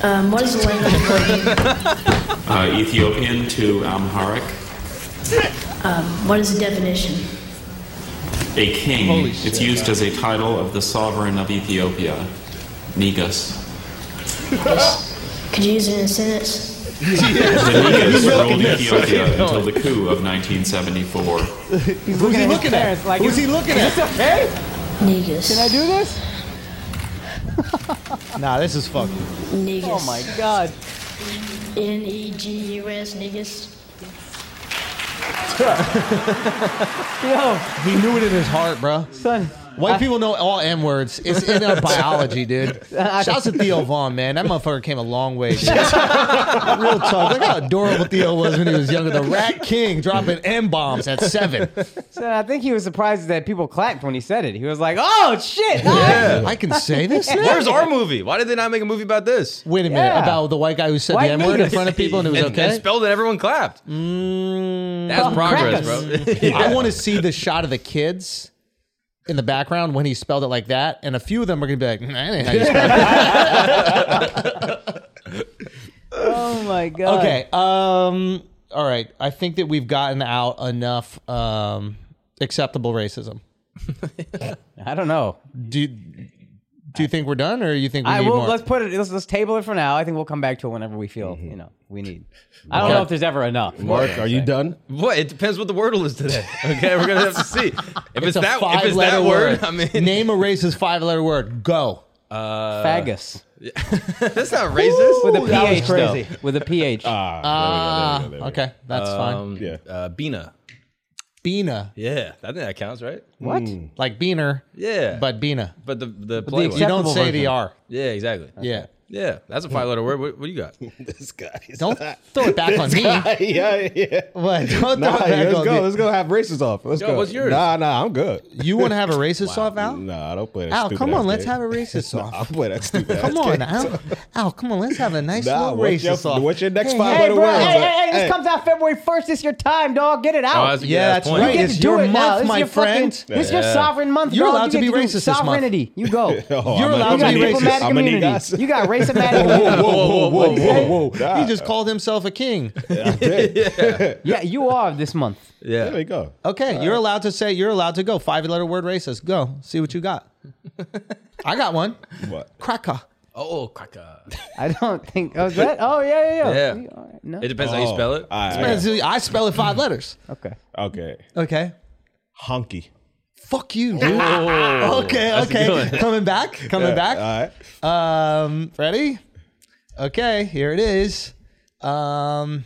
[SPEAKER 8] Um, what is the language according?
[SPEAKER 9] uh, Ethiopian to Amharic.
[SPEAKER 8] um, What is the definition?
[SPEAKER 9] A king. it's used as a title of the sovereign of Ethiopia, Negus.
[SPEAKER 8] Could you use it in a sentence?
[SPEAKER 9] The Negus ruled Ethiopia until the coup of 1974.
[SPEAKER 3] He's
[SPEAKER 1] Who's he
[SPEAKER 3] his
[SPEAKER 1] looking at?
[SPEAKER 3] parents Like,
[SPEAKER 1] Who's he looking
[SPEAKER 3] Is
[SPEAKER 1] at?
[SPEAKER 3] this okay?
[SPEAKER 8] Negus.
[SPEAKER 3] Can I do this?
[SPEAKER 1] Nah, this is fucked.
[SPEAKER 8] Negus.
[SPEAKER 3] Oh my god.
[SPEAKER 8] N E G U S. Negus.
[SPEAKER 3] Yo,
[SPEAKER 1] He knew it in his heart, bro.
[SPEAKER 3] son.
[SPEAKER 1] White people know all M words. It's in our biology, dude. Shouts to Theo Vaughn, man. That motherfucker came a long way, dude. Real talk. Look how adorable Theo was when he was younger. The Rat King dropping M bombs at seven.
[SPEAKER 3] Son, I think he was surprised that people clapped when he said it. He was like, "Oh shit!" all right."
[SPEAKER 1] I can say this. now?
[SPEAKER 2] Where's our movie? Why did they not make a movie about this?
[SPEAKER 1] Wait a minute
[SPEAKER 3] Yeah.
[SPEAKER 1] about the white guy who said
[SPEAKER 3] White
[SPEAKER 1] the M word in
[SPEAKER 3] niggas.
[SPEAKER 1] front of people and it was
[SPEAKER 2] and,
[SPEAKER 1] okay. Mm,
[SPEAKER 2] and spelled it, everyone clapped. That's
[SPEAKER 3] Oh,
[SPEAKER 2] progress,
[SPEAKER 3] crackers.
[SPEAKER 2] bro.
[SPEAKER 1] I want to see the shot of the kids in the background when he spelled it like that, and a few of them are gonna be like, "Nah, that ain't how you spell it."
[SPEAKER 3] Oh my god.
[SPEAKER 1] okay. Um, all right. I think that we've gotten out enough um, acceptable racism.
[SPEAKER 3] I don't know.
[SPEAKER 1] Do you, do you think we're done, or you think we
[SPEAKER 3] I
[SPEAKER 1] need
[SPEAKER 3] will.
[SPEAKER 1] more?
[SPEAKER 3] Let's put it. Let's, let's table it for now. I think we'll come back to it whenever we feel
[SPEAKER 1] Mm-hmm.
[SPEAKER 3] you know we need. I don't
[SPEAKER 1] Okay.
[SPEAKER 3] know if there's ever enough.
[SPEAKER 6] Mark, are you done?
[SPEAKER 2] What? It depends what the wordle is today. Okay, we're gonna have to see. If it's,
[SPEAKER 1] a
[SPEAKER 2] that, if it's
[SPEAKER 1] five-letter
[SPEAKER 2] that word, I mean, Uh,
[SPEAKER 1] name a racist five-letter word. Go.
[SPEAKER 3] Faggus
[SPEAKER 2] that's not racist.
[SPEAKER 3] with a
[SPEAKER 1] Ooh, that was
[SPEAKER 3] ph though.
[SPEAKER 1] crazy.
[SPEAKER 3] With a ph.
[SPEAKER 6] Ah, there we go, there we go, there we go.
[SPEAKER 1] Okay, that's fine.
[SPEAKER 6] Yeah.
[SPEAKER 2] Uh, Bina.
[SPEAKER 1] Bina,
[SPEAKER 2] Yeah, I think that counts, right?
[SPEAKER 6] Hmm.
[SPEAKER 3] what?
[SPEAKER 1] like Beaner,
[SPEAKER 2] Hmm. Yeah,
[SPEAKER 1] but Bina.
[SPEAKER 2] but the the play
[SPEAKER 3] the
[SPEAKER 2] one.
[SPEAKER 1] You don't
[SPEAKER 3] Acceptable
[SPEAKER 1] say the
[SPEAKER 3] version.
[SPEAKER 1] R.
[SPEAKER 2] Yeah, exactly.
[SPEAKER 1] Yeah.
[SPEAKER 2] Yeah, that's a five letter word. What, what do you got?
[SPEAKER 6] This guy. is-
[SPEAKER 1] Don't throw it back on me.
[SPEAKER 6] yeah, yeah.
[SPEAKER 1] What? Don't
[SPEAKER 6] Nah,
[SPEAKER 1] throw it back
[SPEAKER 6] let's
[SPEAKER 1] on
[SPEAKER 6] go.
[SPEAKER 1] me.
[SPEAKER 6] Let's go have races off. Let's
[SPEAKER 2] Yo,
[SPEAKER 6] go.
[SPEAKER 2] what's yours?
[SPEAKER 6] Nah, nah, I'm good.
[SPEAKER 1] You want to have a racist off, Al?
[SPEAKER 6] Nah, I don't play that.
[SPEAKER 1] Al,
[SPEAKER 6] stupid
[SPEAKER 1] come
[SPEAKER 6] ass
[SPEAKER 1] on, let's
[SPEAKER 6] game.
[SPEAKER 1] have a racist
[SPEAKER 6] Nah, I'll
[SPEAKER 1] off.
[SPEAKER 6] play that stupid.
[SPEAKER 1] Come
[SPEAKER 6] ass
[SPEAKER 1] on,
[SPEAKER 6] game.
[SPEAKER 1] Al. Al, come on, let's have a nice
[SPEAKER 6] Nah,
[SPEAKER 1] little
[SPEAKER 6] what's your,
[SPEAKER 1] racist off.
[SPEAKER 6] what's your next
[SPEAKER 1] Hey,
[SPEAKER 6] five
[SPEAKER 1] hey,
[SPEAKER 6] letter
[SPEAKER 1] bro,
[SPEAKER 6] word?
[SPEAKER 1] hey,
[SPEAKER 3] Hey, hey, this comes out February 1st. It's your time, dog. Get it
[SPEAKER 2] Oh,
[SPEAKER 3] out.
[SPEAKER 2] that's a
[SPEAKER 1] Yeah,
[SPEAKER 2] good-ass
[SPEAKER 1] that's
[SPEAKER 2] point.
[SPEAKER 1] right.
[SPEAKER 3] You get
[SPEAKER 1] It's
[SPEAKER 3] to do
[SPEAKER 1] your
[SPEAKER 3] it now.
[SPEAKER 1] month,
[SPEAKER 3] This is
[SPEAKER 1] my
[SPEAKER 3] your fucking-
[SPEAKER 1] friend.
[SPEAKER 3] This is your
[SPEAKER 2] Yeah.
[SPEAKER 3] sovereign month.
[SPEAKER 1] You're
[SPEAKER 3] dog.
[SPEAKER 1] allowed
[SPEAKER 3] you
[SPEAKER 1] to
[SPEAKER 3] get
[SPEAKER 1] be
[SPEAKER 3] do
[SPEAKER 1] racist this month.
[SPEAKER 3] Sovereignty. You go.
[SPEAKER 6] Oh,
[SPEAKER 1] You're
[SPEAKER 6] I'm
[SPEAKER 1] allowed to be racist.
[SPEAKER 6] I'm gonna need this.
[SPEAKER 3] diplomatic
[SPEAKER 6] I'm gonna need
[SPEAKER 3] immunity.
[SPEAKER 6] this.
[SPEAKER 3] You got diplomatic immunity.
[SPEAKER 1] whoa, whoa, whoa, whoa, whoa. He
[SPEAKER 6] Nah.
[SPEAKER 1] just called himself a king.
[SPEAKER 3] Yeah, you are this month.
[SPEAKER 6] There
[SPEAKER 2] Yeah.
[SPEAKER 6] you go.
[SPEAKER 1] Okay, you're allowed to say, you're allowed to go. Five letter word racist. Go. See what you got. I got one.
[SPEAKER 6] What?
[SPEAKER 1] Cracker.
[SPEAKER 2] Oh, cracker.
[SPEAKER 3] I don't think. Oh, is that? Oh, yeah, yeah, yeah.
[SPEAKER 2] Yeah.
[SPEAKER 3] You- all right, No.
[SPEAKER 2] It depends how you
[SPEAKER 6] Oh,
[SPEAKER 2] spell it.
[SPEAKER 6] all right,
[SPEAKER 1] Man, I spell it five letters.
[SPEAKER 3] Okay.
[SPEAKER 6] Okay.
[SPEAKER 1] Okay.
[SPEAKER 6] Honky.
[SPEAKER 1] Fuck you, dude. okay,
[SPEAKER 2] that's a
[SPEAKER 1] okay.
[SPEAKER 2] good one.
[SPEAKER 1] Coming back, coming back.
[SPEAKER 6] All right.
[SPEAKER 1] Um, ready? Okay, here it is. Um,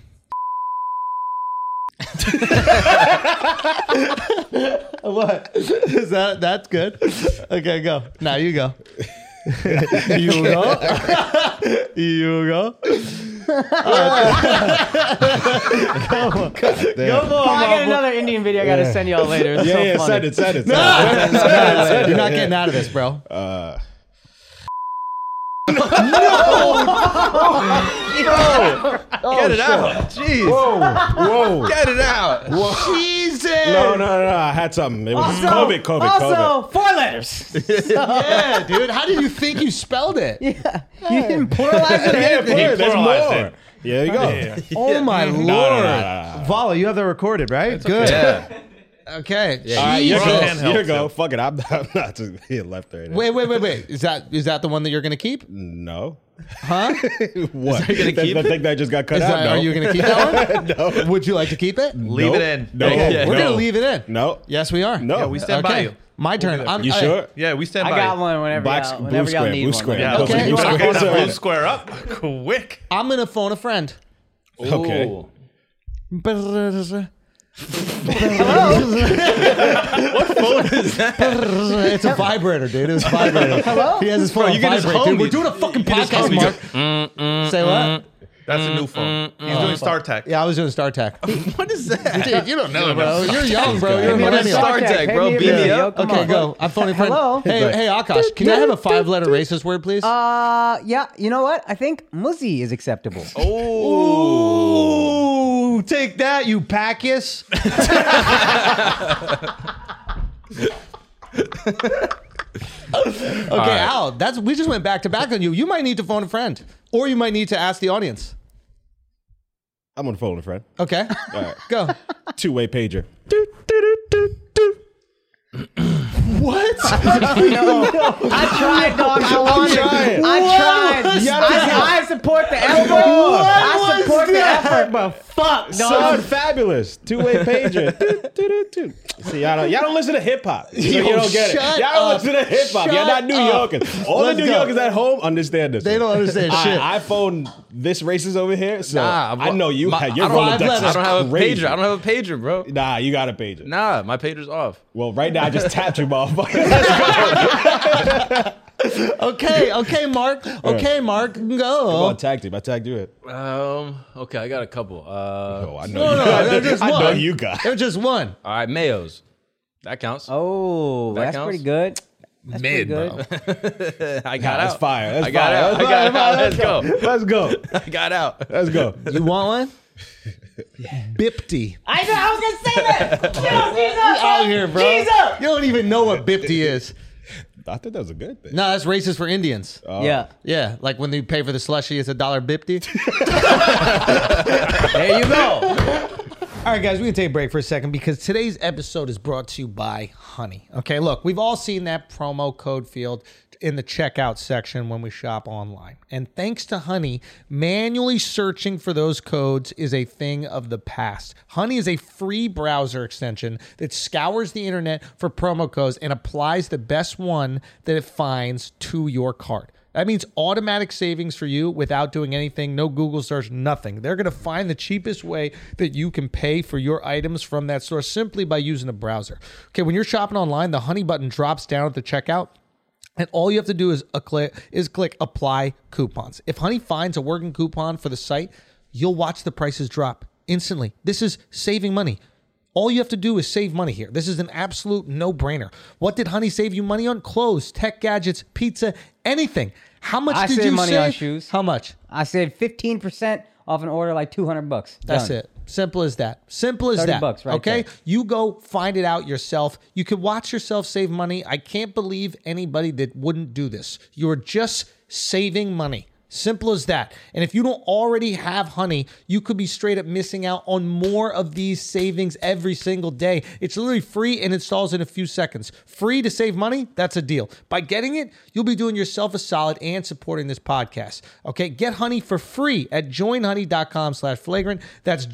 [SPEAKER 1] what is that? That's good. Okay, go. Now you go. you go. you go.
[SPEAKER 6] Damn.
[SPEAKER 3] Oh, I got another Indian video I gotta send y'all later. It's
[SPEAKER 6] Yeah,
[SPEAKER 3] so
[SPEAKER 6] yeah.
[SPEAKER 3] funny.
[SPEAKER 6] Send it. Send it. Send it.
[SPEAKER 1] You're not getting out of this, bro.
[SPEAKER 6] Uh,
[SPEAKER 1] Oh,
[SPEAKER 2] Get it out. Jeez.
[SPEAKER 6] whoa. Whoa.
[SPEAKER 2] Get it out.
[SPEAKER 1] Jesus.
[SPEAKER 6] No, no, no. I had something. It was
[SPEAKER 3] Also,
[SPEAKER 6] COVID. COVID. COVID.
[SPEAKER 3] also four letters.
[SPEAKER 1] Yeah, dude. How did you think you spelled it?
[SPEAKER 3] You didn't pluralize it.
[SPEAKER 6] Yeah,
[SPEAKER 7] He
[SPEAKER 6] There's
[SPEAKER 7] pluralized
[SPEAKER 6] more.
[SPEAKER 7] it.
[SPEAKER 6] Yeah, you go.
[SPEAKER 1] Oh my lord.
[SPEAKER 6] No, no, no, no, no.
[SPEAKER 1] Vala, you have that recorded, right? Good.
[SPEAKER 2] Yeah.
[SPEAKER 1] Okay.
[SPEAKER 2] All right,
[SPEAKER 6] You
[SPEAKER 2] you're
[SPEAKER 1] Jesus.
[SPEAKER 2] good.
[SPEAKER 7] Can't
[SPEAKER 6] go.
[SPEAKER 7] help
[SPEAKER 6] You go. Fuck it. I'm not, I'm not just he left there.
[SPEAKER 1] Wait, wait, wait, wait. Is that is that the one that you're gonna keep? Is
[SPEAKER 6] No. Huh? what?
[SPEAKER 2] that gonna
[SPEAKER 6] That's
[SPEAKER 2] keep
[SPEAKER 6] the
[SPEAKER 2] it?
[SPEAKER 6] thing that just got cut out.
[SPEAKER 1] that,
[SPEAKER 6] no.
[SPEAKER 1] Are you gonna keep that one? no. Would you like to keep it?
[SPEAKER 7] Leave
[SPEAKER 6] Nope.
[SPEAKER 7] it in.
[SPEAKER 6] No.
[SPEAKER 7] Yeah,
[SPEAKER 2] yeah.
[SPEAKER 1] We're
[SPEAKER 6] no.
[SPEAKER 1] gonna leave it in.
[SPEAKER 6] No.
[SPEAKER 1] Yes, we are.
[SPEAKER 6] No.
[SPEAKER 7] Yeah, we stand by you.
[SPEAKER 1] My turn. I'm,
[SPEAKER 6] You
[SPEAKER 1] I-
[SPEAKER 6] sure?
[SPEAKER 7] Yeah, we stand
[SPEAKER 3] I
[SPEAKER 7] by
[SPEAKER 3] got
[SPEAKER 7] you.
[SPEAKER 3] one whenever
[SPEAKER 6] Box-
[SPEAKER 3] y'all,
[SPEAKER 6] blue
[SPEAKER 3] whenever y'all
[SPEAKER 6] square,
[SPEAKER 3] need
[SPEAKER 6] blue
[SPEAKER 3] one.
[SPEAKER 6] square.
[SPEAKER 7] Yeah,
[SPEAKER 6] Okay.
[SPEAKER 7] okay.
[SPEAKER 1] Okay.
[SPEAKER 7] you want to get
[SPEAKER 6] Okay.
[SPEAKER 7] that blue square up quick.
[SPEAKER 1] I'm gonna phone a friend.
[SPEAKER 6] Okay.
[SPEAKER 1] It's a vibrator, dude. It was a vibrator. Hello? He has his phone on
[SPEAKER 7] you can just
[SPEAKER 1] vibrate, dude.
[SPEAKER 7] home
[SPEAKER 1] We're
[SPEAKER 7] it.
[SPEAKER 1] doing a fucking
[SPEAKER 7] You just
[SPEAKER 1] podcast,
[SPEAKER 7] home it.
[SPEAKER 1] Mark.
[SPEAKER 6] Mm,
[SPEAKER 1] Say what?
[SPEAKER 7] That's a new phone. He's doing StarTech.
[SPEAKER 1] Yeah, I was doing StarTech.
[SPEAKER 2] Mm, What is that?
[SPEAKER 1] Dude, you don't know, bro. You're young, bro. You're a
[SPEAKER 3] Hit me up at
[SPEAKER 1] millennial.
[SPEAKER 2] Star Tech,
[SPEAKER 3] Hit
[SPEAKER 2] bro.
[SPEAKER 3] me
[SPEAKER 2] Beat me
[SPEAKER 3] yo.
[SPEAKER 2] up.
[SPEAKER 3] Come
[SPEAKER 1] Okay,
[SPEAKER 3] on.
[SPEAKER 1] go. I'm phoning friend.
[SPEAKER 3] Hello?
[SPEAKER 1] Hey, hey, Akash. Can I have a five letter racist word, please?
[SPEAKER 3] Uh, yeah. You know what? I think Muzzy is acceptable. Oh,
[SPEAKER 1] Ooh, take that, you packus. okay,
[SPEAKER 2] right.
[SPEAKER 1] Al. That's we just went back to back on you. You might need to phone a friend, or you might need to ask the audience.
[SPEAKER 6] I'm on the phone, friend.
[SPEAKER 1] Okay,
[SPEAKER 6] All right.
[SPEAKER 1] go.
[SPEAKER 6] Two way pager.
[SPEAKER 1] What?
[SPEAKER 3] I tried, dog. I wanted.
[SPEAKER 6] trying.
[SPEAKER 3] I tried.
[SPEAKER 1] was
[SPEAKER 3] I, I support the effort. I
[SPEAKER 1] was
[SPEAKER 3] support the
[SPEAKER 1] that?
[SPEAKER 3] effort, but fuck,
[SPEAKER 6] Son,
[SPEAKER 3] dog.
[SPEAKER 6] fabulous. Two way pager. Doot, doot, doot, doot. See, y'all don't, y'all don't listen to hip hop. So you don't get it.
[SPEAKER 1] shut
[SPEAKER 6] Y'all
[SPEAKER 1] up.
[SPEAKER 6] listen to hip hop. Y'all
[SPEAKER 1] Shut
[SPEAKER 6] not New
[SPEAKER 1] up.
[SPEAKER 6] Yorkers. All
[SPEAKER 1] Let's
[SPEAKER 6] the New
[SPEAKER 1] go.
[SPEAKER 6] Yorkers at home understand this.
[SPEAKER 1] they
[SPEAKER 6] one.
[SPEAKER 1] don't understand shit.
[SPEAKER 6] I, I phone this racist over here, so
[SPEAKER 2] Nah, I've-
[SPEAKER 6] I know you.
[SPEAKER 2] my-
[SPEAKER 6] have your
[SPEAKER 2] I don't-
[SPEAKER 1] I've
[SPEAKER 6] Rolodex
[SPEAKER 1] let
[SPEAKER 6] is
[SPEAKER 1] it.
[SPEAKER 2] I don't have a
[SPEAKER 6] crazy.
[SPEAKER 2] pager. I don't have a pager, bro.
[SPEAKER 6] Nah, you got a pager.
[SPEAKER 2] Nah, my pager's off.
[SPEAKER 6] Well, right now I just tapped you, motherfucker. Let's go.
[SPEAKER 1] okay, okay, Mark. Okay, Mark.
[SPEAKER 6] Come
[SPEAKER 1] Go.
[SPEAKER 6] on, tag team. I tagged you it.
[SPEAKER 2] Um. Okay, I got a couple. Uh.
[SPEAKER 6] Oh, I know.
[SPEAKER 1] No,
[SPEAKER 6] you.
[SPEAKER 1] no,
[SPEAKER 6] I
[SPEAKER 1] no,
[SPEAKER 6] know-
[SPEAKER 1] just
[SPEAKER 6] I
[SPEAKER 1] one.
[SPEAKER 6] know you got.
[SPEAKER 1] It was just one.
[SPEAKER 2] All right, Mayos. That counts.
[SPEAKER 3] Oh,
[SPEAKER 2] That
[SPEAKER 3] that's
[SPEAKER 2] counts?
[SPEAKER 3] pretty good. That's
[SPEAKER 7] Mid,
[SPEAKER 3] pretty good.
[SPEAKER 2] I got
[SPEAKER 6] That's
[SPEAKER 2] out.
[SPEAKER 6] fire. That's
[SPEAKER 2] I got
[SPEAKER 6] fire.
[SPEAKER 2] out.
[SPEAKER 6] That's
[SPEAKER 2] I got
[SPEAKER 6] fire.
[SPEAKER 2] out. Let's go.
[SPEAKER 6] Let's go.
[SPEAKER 2] I got out.
[SPEAKER 6] Let's go.
[SPEAKER 1] You want one? Bipty.
[SPEAKER 3] I know. I was gonna say that. Yo, he's up.
[SPEAKER 1] out here, bro.
[SPEAKER 3] Cheese up.
[SPEAKER 1] You don't even know what Bipti is.
[SPEAKER 6] I think that was a good thing.
[SPEAKER 1] No, that's racist for Indians.
[SPEAKER 3] Yeah.
[SPEAKER 1] Yeah, like when you pay for the slushy, it's a dollar Bipti.
[SPEAKER 3] There you go.
[SPEAKER 1] All right, guys, we can take a break for a second because today's episode is brought to you by Honey. Okay, look, we've all seen that promo code field in the checkout section when we shop online. And thanks to Honey, manually searching for those codes is a thing of the past. Honey is a free browser extension that scours the internet for promo codes and applies the best one that it finds to your cart. That means automatic savings for you without doing anything, no Google search, nothing. They're going to find the cheapest way that you can pay for your items from that store simply by using a browser. Okay, when you're shopping online, the honey button drops down at the checkout And all you have to do is a click is click apply coupons. If Honey finds a working coupon for the site, you'll watch the prices drop instantly. This is saving money. All you have to do is save money here. This is an absolute no-brainer. What did Honey save you money on? Clothes, tech gadgets, pizza, anything. How much
[SPEAKER 3] I
[SPEAKER 1] did
[SPEAKER 3] saved
[SPEAKER 1] you
[SPEAKER 3] money
[SPEAKER 1] save?
[SPEAKER 3] on shoes.
[SPEAKER 1] How much?
[SPEAKER 3] I said fifteen percent off an order like two hundred bucks.
[SPEAKER 1] That's
[SPEAKER 3] Done.
[SPEAKER 1] it. Simple as that. Simple as
[SPEAKER 3] 30
[SPEAKER 1] that.
[SPEAKER 3] bucks right
[SPEAKER 1] okay?
[SPEAKER 3] there.
[SPEAKER 1] You go find it out yourself. You could watch yourself save money. I can't believe anybody that wouldn't do this. You're just saving money. Simple as that. And if you don't already have honey, you could be straight up missing out on more of these savings every single day. It's literally free and installs in a few seconds. Free to save money? That's a deal. By getting it, you'll be doing yourself a solid and supporting this podcast. Okay, get honey for free at joinhoney.com slash flagrant. That's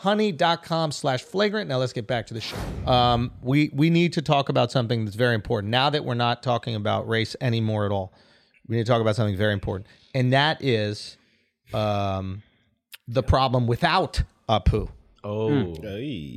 [SPEAKER 1] joinhoney.com slash flagrant. Now let's get back to the show. Um, we we need to talk about something that's very important. Now that we're not talking about race anymore at all, we need to talk about something very important. And that is um, the problem without Apu.
[SPEAKER 2] Oh,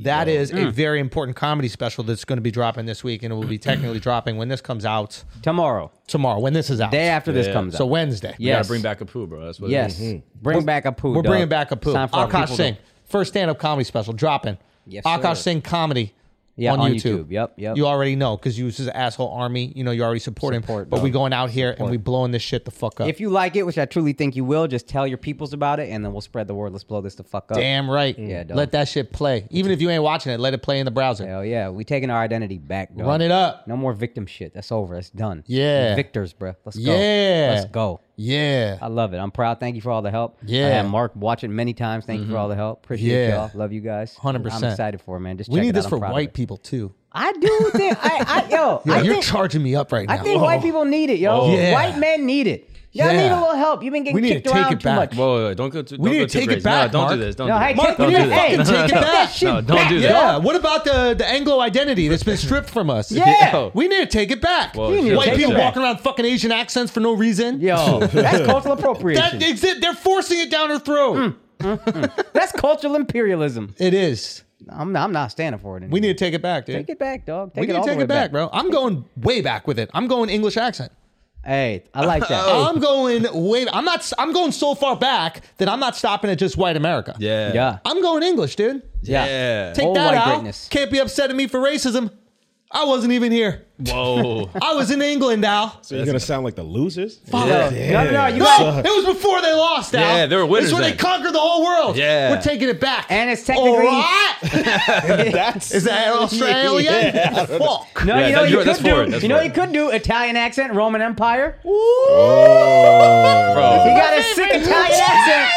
[SPEAKER 1] That is a very important comedy special that's going to be dropping this week, and it will be technically dropping when this comes out
[SPEAKER 3] Tomorrow,
[SPEAKER 1] tomorrow. When this is out,
[SPEAKER 3] day after this comes
[SPEAKER 1] so
[SPEAKER 3] out.
[SPEAKER 1] Wednesday.
[SPEAKER 2] yeah.
[SPEAKER 3] yes,
[SPEAKER 2] Bring back a poo, bro. That's what. it
[SPEAKER 3] Yes,
[SPEAKER 2] is. Mm-hmm.
[SPEAKER 3] bring back a poo.
[SPEAKER 1] we're
[SPEAKER 3] dog.
[SPEAKER 1] bringing back a poo.
[SPEAKER 3] It's time for our
[SPEAKER 1] Akash
[SPEAKER 3] people to-
[SPEAKER 1] Singh, first stand-up comedy special dropping.
[SPEAKER 3] Yes, sir.
[SPEAKER 1] Akash Singh comedy.
[SPEAKER 3] Yeah,
[SPEAKER 1] on,
[SPEAKER 3] on
[SPEAKER 1] YouTube.
[SPEAKER 3] YouTube. Yep, yep.
[SPEAKER 1] You already know because you was his asshole army. You know you already support, him,
[SPEAKER 3] Support,
[SPEAKER 1] but
[SPEAKER 3] dog.
[SPEAKER 1] we going out here and we blowing this shit the fuck up.
[SPEAKER 3] If you like it, which I truly think you will, just tell your peoples about it, and then we'll spread the word. Let's blow this the fuck up.
[SPEAKER 1] Damn right.
[SPEAKER 3] Yeah, dog.
[SPEAKER 1] let that shit play. Even if you ain't watching it, let it play in the browser.
[SPEAKER 3] Hell yeah, we taking our identity back. Dog.
[SPEAKER 1] Run it up.
[SPEAKER 3] No more victim shit. That's over. That's done.
[SPEAKER 1] Yeah.
[SPEAKER 3] We're victors, bruh. Let's go.
[SPEAKER 1] Yeah.
[SPEAKER 3] let's go.
[SPEAKER 1] Yeah.
[SPEAKER 3] I love it. I'm proud. Thank you for all the help.
[SPEAKER 1] Yeah. Mm-hmm.
[SPEAKER 3] I had Mark watch it many times. Thank you for all the help. Appreciate
[SPEAKER 1] Yeah.
[SPEAKER 3] y'all. Love you guys.
[SPEAKER 1] 100%.
[SPEAKER 3] I'm excited for it, man. Just
[SPEAKER 1] we
[SPEAKER 3] check
[SPEAKER 1] need
[SPEAKER 3] it
[SPEAKER 1] this
[SPEAKER 3] out.
[SPEAKER 1] for
[SPEAKER 3] I'm proud of
[SPEAKER 1] white
[SPEAKER 3] it.
[SPEAKER 1] people too.
[SPEAKER 3] I do think I, I yo.
[SPEAKER 1] Yeah,
[SPEAKER 3] I
[SPEAKER 1] you're
[SPEAKER 3] think,
[SPEAKER 1] charging me up right now.
[SPEAKER 3] I think white people need it, yo.
[SPEAKER 1] Whoa. Yeah.
[SPEAKER 3] White men need it. Y'all
[SPEAKER 1] Yeah.
[SPEAKER 3] need a little help. You've been
[SPEAKER 1] We
[SPEAKER 3] getting
[SPEAKER 1] need
[SPEAKER 3] kicked
[SPEAKER 1] to take
[SPEAKER 3] around
[SPEAKER 1] it
[SPEAKER 3] too
[SPEAKER 1] back.
[SPEAKER 3] much.
[SPEAKER 2] Whoa, whoa, whoa, don't go. Too,
[SPEAKER 1] We
[SPEAKER 2] don't
[SPEAKER 1] need
[SPEAKER 2] go
[SPEAKER 1] to
[SPEAKER 2] too
[SPEAKER 1] take it
[SPEAKER 2] crazy.
[SPEAKER 1] back,
[SPEAKER 2] No, don't
[SPEAKER 1] Mark.
[SPEAKER 2] do this. Don't
[SPEAKER 3] No,
[SPEAKER 2] do
[SPEAKER 3] hey,
[SPEAKER 2] this.
[SPEAKER 1] Mark,
[SPEAKER 3] take
[SPEAKER 1] we
[SPEAKER 3] it
[SPEAKER 1] need to
[SPEAKER 3] back. Hey,
[SPEAKER 1] fucking take it
[SPEAKER 3] take
[SPEAKER 1] back.
[SPEAKER 3] that shit
[SPEAKER 2] No, don't do
[SPEAKER 3] back,
[SPEAKER 2] that.
[SPEAKER 3] yo.
[SPEAKER 1] Yeah. What about the the Anglo identity that's been stripped from us?
[SPEAKER 3] Yeah.
[SPEAKER 2] Yo.
[SPEAKER 1] We need to take it back.
[SPEAKER 2] Whoa,
[SPEAKER 3] You need to
[SPEAKER 1] white
[SPEAKER 3] take
[SPEAKER 1] people
[SPEAKER 3] it back.
[SPEAKER 1] walking around fucking Asian accents for no reason.
[SPEAKER 3] Yo, that's cultural appropriation.
[SPEAKER 1] That exist. They're forcing it down our throat.
[SPEAKER 3] Mm. that's cultural imperialism.
[SPEAKER 1] It is.
[SPEAKER 3] I'm not, I'm not standing for it. Anymore.
[SPEAKER 1] We need to take it back, dude.
[SPEAKER 3] take it back, dog. Take it
[SPEAKER 1] we need
[SPEAKER 3] all
[SPEAKER 1] to
[SPEAKER 3] the
[SPEAKER 1] take
[SPEAKER 3] way
[SPEAKER 1] it back, bro. I'm going way back with it. I'm going English accent.
[SPEAKER 3] Hey, I like that.
[SPEAKER 2] Oh.
[SPEAKER 1] I'm going way. I'm not. I'm going so far back that I'm not stopping at just white America.
[SPEAKER 2] Yeah.
[SPEAKER 3] yeah,
[SPEAKER 1] I'm going English, dude.
[SPEAKER 2] Yeah.
[SPEAKER 1] Take
[SPEAKER 3] Whole
[SPEAKER 1] that
[SPEAKER 3] white
[SPEAKER 1] out.
[SPEAKER 3] Oh, greatness.
[SPEAKER 1] Can't be upset at me for racism. I wasn't even here.
[SPEAKER 2] Whoa.
[SPEAKER 1] I was in England, Al.
[SPEAKER 6] So you're gonna sound like the losers?
[SPEAKER 3] No, no, no. You
[SPEAKER 1] No, it was before they lost. Al.
[SPEAKER 2] Yeah, they were winners
[SPEAKER 1] It's when
[SPEAKER 2] then.
[SPEAKER 1] they conquered the whole world.
[SPEAKER 2] Yeah.
[SPEAKER 1] we're taking it back.
[SPEAKER 3] And it's technically-
[SPEAKER 1] All right.
[SPEAKER 6] That's
[SPEAKER 1] Is that Australian?
[SPEAKER 3] No,
[SPEAKER 1] Fuck.
[SPEAKER 2] Yeah,
[SPEAKER 3] you
[SPEAKER 2] that-
[SPEAKER 3] know you
[SPEAKER 2] you're-
[SPEAKER 3] could
[SPEAKER 2] that's forward,
[SPEAKER 3] do.
[SPEAKER 2] that's
[SPEAKER 3] You know what you
[SPEAKER 2] forward.
[SPEAKER 3] could do Italian accent, Roman Empire. You
[SPEAKER 6] Oh.
[SPEAKER 2] Bro.
[SPEAKER 3] got a sick Italian accent.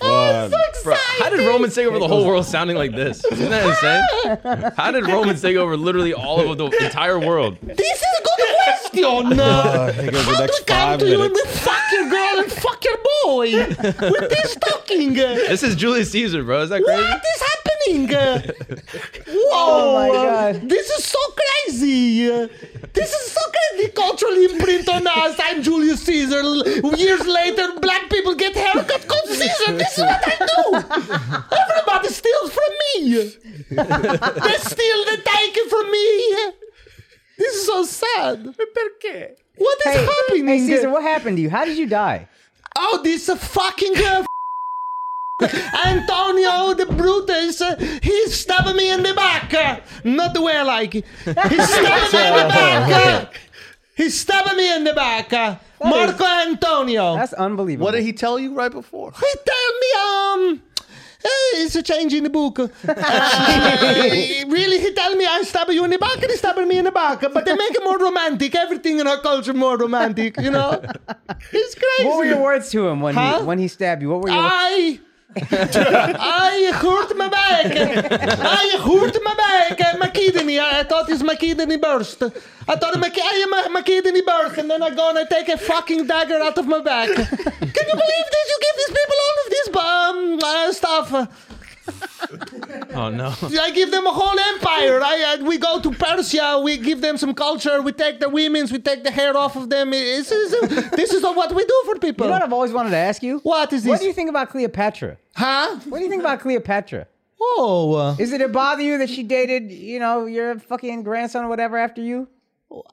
[SPEAKER 6] Oh, fuck.
[SPEAKER 2] Bro, how did Romans take over the whole world sounding like this? Isn't that insane? How did Romans take over literally all of the entire world?
[SPEAKER 1] This is a good question.
[SPEAKER 6] Uh, here goes the next five minutes.
[SPEAKER 1] fuck your girl and fuck your boy with this uh, talking?
[SPEAKER 2] This is Julius Caesar, bro. Is that crazy?
[SPEAKER 1] What is happening? Whoa!
[SPEAKER 3] Oh
[SPEAKER 1] uh,
[SPEAKER 3] my God.
[SPEAKER 1] This is so crazy. Uh, This is so crazy. Cultural imprint on us. I'm Julius Caesar. Years later, black people get haircut called Caesar. This is what I do. Everybody steals from me. They steal. They take it from me. This is so sad. What is
[SPEAKER 3] Hey,
[SPEAKER 1] happening?
[SPEAKER 3] hey, Caesar, what happened to you? How did you die?
[SPEAKER 1] Oh, this fucking uh, Antonio the Brutus, uh, he stabbed me in the back. uh, Not the way I like it. He stabbed me in the back. uh, He stabbed me in the back. uh, Marco Antonio.
[SPEAKER 3] That's unbelievable.
[SPEAKER 7] What did he tell you right before?
[SPEAKER 1] He tell me, um, hey, it's a change in the book. Uh, really, he tell me I stab you in the back and he stabbed me in the back. But they make it more romantic. Everything in our culture more romantic, you know? It's crazy.
[SPEAKER 3] What were your words to him when
[SPEAKER 1] Huh? Ah,
[SPEAKER 3] he when he stabbed you? What were your
[SPEAKER 1] I I e hurt my back. I e hurt my back. My kidney. I I thought it's my kidney burst. I thought my, ki- I am my, my kidney burst, and then I'm gonna take a fucking dagger out of my back. Can you believe this? You give these people all of this um, uh, stuff.
[SPEAKER 2] Oh no.
[SPEAKER 1] I give them a whole empire. I, uh, we go to Persia. We give them some culture. We take the women's. We take the hair off of them. It's- it's- this is what we do for people.
[SPEAKER 3] You know what I've always wanted to ask you?
[SPEAKER 1] What is
[SPEAKER 3] What
[SPEAKER 1] this?
[SPEAKER 3] do you think about Cleopatra?
[SPEAKER 1] huh?
[SPEAKER 3] What do you think about Cleopatra?
[SPEAKER 1] Well, Whoa.
[SPEAKER 3] Is it it bother you that she dated, you know, your fucking grandson or whatever after you?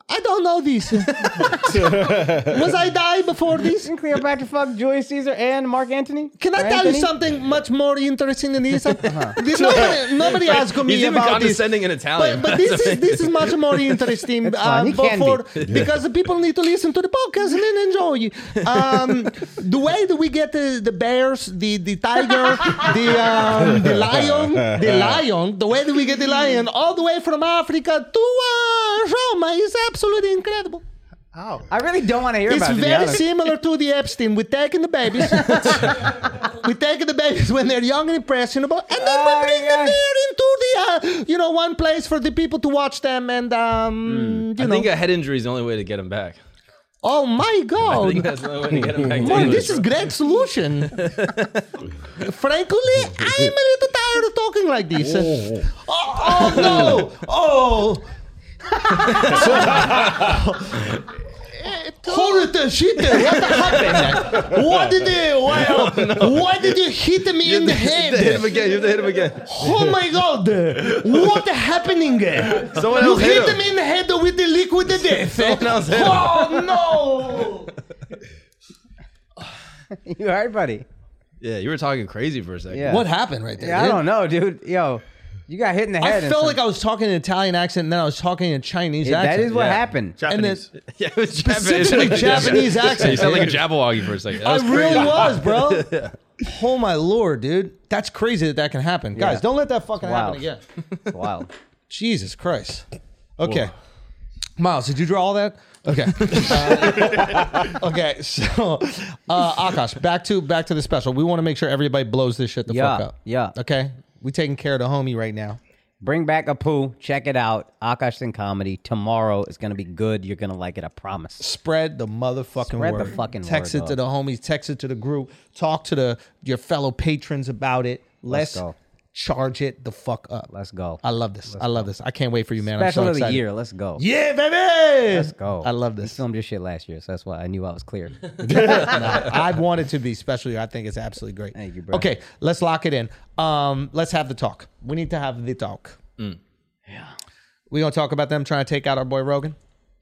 [SPEAKER 1] I don't know this. Was I die before this?
[SPEAKER 3] Isn't Cleopatra fuck Julius Caesar and Mark Antony?
[SPEAKER 1] Can I
[SPEAKER 3] Or
[SPEAKER 1] tell
[SPEAKER 3] Anthony? Uh-huh.
[SPEAKER 1] you something much more interesting than this? This- Nobody, nobody asked me
[SPEAKER 2] He's even
[SPEAKER 1] about this.
[SPEAKER 2] condescending in Italian.
[SPEAKER 1] But, but this is this is much more interesting
[SPEAKER 3] That's fine.
[SPEAKER 1] uh,
[SPEAKER 3] He can
[SPEAKER 1] before, because the people need to listen to the podcast and then Oh, enjoy. Um, the way that we get the, the bears, the the tiger, the um, the lion, the lion, the way that we get the lion all the way from Africa to uh, Roma is absolutely incredible.
[SPEAKER 2] Oh.
[SPEAKER 3] I really don't want to hear
[SPEAKER 1] It's
[SPEAKER 3] about it. to be
[SPEAKER 1] very
[SPEAKER 3] honest.
[SPEAKER 1] similar to the Epstein. We're taking the babies. we're taking the babies when they're young and impressionable, and then
[SPEAKER 3] Oh,
[SPEAKER 1] we bring
[SPEAKER 3] yeah.
[SPEAKER 1] them there into the, uh, you know, one place for the people to watch them. And, um, you
[SPEAKER 2] Mm. I
[SPEAKER 1] know,
[SPEAKER 2] think a head injury is the only way to get him back.
[SPEAKER 1] oh my
[SPEAKER 2] I think
[SPEAKER 1] God.
[SPEAKER 2] that's the only way to get him back. to
[SPEAKER 1] Man,
[SPEAKER 2] English,
[SPEAKER 1] this is
[SPEAKER 2] bro.
[SPEAKER 1] great solution. Frankly, I'm a little tired of talking like this. Oh, oh no! Oh, Holy shit! What happened? What did you? Why, why did you hit me in the
[SPEAKER 2] You have to hit him
[SPEAKER 1] head?
[SPEAKER 2] again. You have to hit him again.
[SPEAKER 1] Oh my god! What happening?
[SPEAKER 2] Someone
[SPEAKER 1] you
[SPEAKER 2] else hit
[SPEAKER 1] hit
[SPEAKER 2] him.
[SPEAKER 1] me in the head with the liquid death.
[SPEAKER 2] Someone else hit him.
[SPEAKER 1] Oh no!
[SPEAKER 3] You all right, buddy?
[SPEAKER 2] Yeah, you were talking crazy for a second.
[SPEAKER 3] Yeah.
[SPEAKER 1] What happened right there?
[SPEAKER 3] Yeah, I
[SPEAKER 1] dude?
[SPEAKER 3] don't know, dude. Yo, you got hit in the
[SPEAKER 1] I
[SPEAKER 3] head. and
[SPEAKER 1] felt
[SPEAKER 3] some-
[SPEAKER 1] like I was talking an Italian accent, and then I was talking in Chinese
[SPEAKER 3] Yeah,
[SPEAKER 1] accent.
[SPEAKER 3] That is what
[SPEAKER 2] Yeah.
[SPEAKER 3] happened.
[SPEAKER 1] and then
[SPEAKER 7] Japanese.
[SPEAKER 2] Yeah, it was
[SPEAKER 1] Specifically Japanese accent,
[SPEAKER 2] You sound like a
[SPEAKER 1] dude.
[SPEAKER 2] Jabberwocky for a second. That
[SPEAKER 1] I
[SPEAKER 2] was
[SPEAKER 1] really
[SPEAKER 2] crazy.
[SPEAKER 1] was, bro. Oh my lord, dude, that's crazy that that can happen, guys.
[SPEAKER 3] Yeah.
[SPEAKER 1] Don't let that fucking happen again.
[SPEAKER 3] wild. Wow.
[SPEAKER 1] Jesus Christ. Okay, Miles, did you draw all that? Okay. Uh, okay, so uh, Akash, back to back to the special. We want to make sure everybody blows this shit the
[SPEAKER 3] Yeah,
[SPEAKER 1] fuck up.
[SPEAKER 3] yeah.
[SPEAKER 1] Okay, we taking care of the homie right now.
[SPEAKER 3] Bring back a poo. Check it out. Akash Singh comedy tomorrow is gonna be good. You're gonna like it. I promise.
[SPEAKER 1] spread the motherfucking
[SPEAKER 3] Spread the
[SPEAKER 1] word.
[SPEAKER 3] fucking
[SPEAKER 1] text
[SPEAKER 3] word,
[SPEAKER 1] it to the homies, text it to the group, talk to the your fellow patrons about it.
[SPEAKER 3] Let's
[SPEAKER 1] Let's,
[SPEAKER 3] go.
[SPEAKER 1] charge it the fuck up.
[SPEAKER 3] Let's go.
[SPEAKER 1] I love this. I love this. I can't wait for you, man.
[SPEAKER 3] Special
[SPEAKER 1] I'm so
[SPEAKER 3] of the
[SPEAKER 1] excited.
[SPEAKER 3] year. Let's go.
[SPEAKER 1] Yeah, baby.
[SPEAKER 3] Let's go.
[SPEAKER 1] I love
[SPEAKER 3] We
[SPEAKER 1] this.
[SPEAKER 3] filmed this shit last year, so that's why I knew I was clear.
[SPEAKER 1] I want it to be special year. I think it's absolutely great.
[SPEAKER 3] Thank you, bro.
[SPEAKER 1] Okay, let's lock it in. Um, let's have the talk. We need to have the talk. Yeah.
[SPEAKER 3] Mm.
[SPEAKER 1] We gonna talk about them trying to take out our boy Rogan?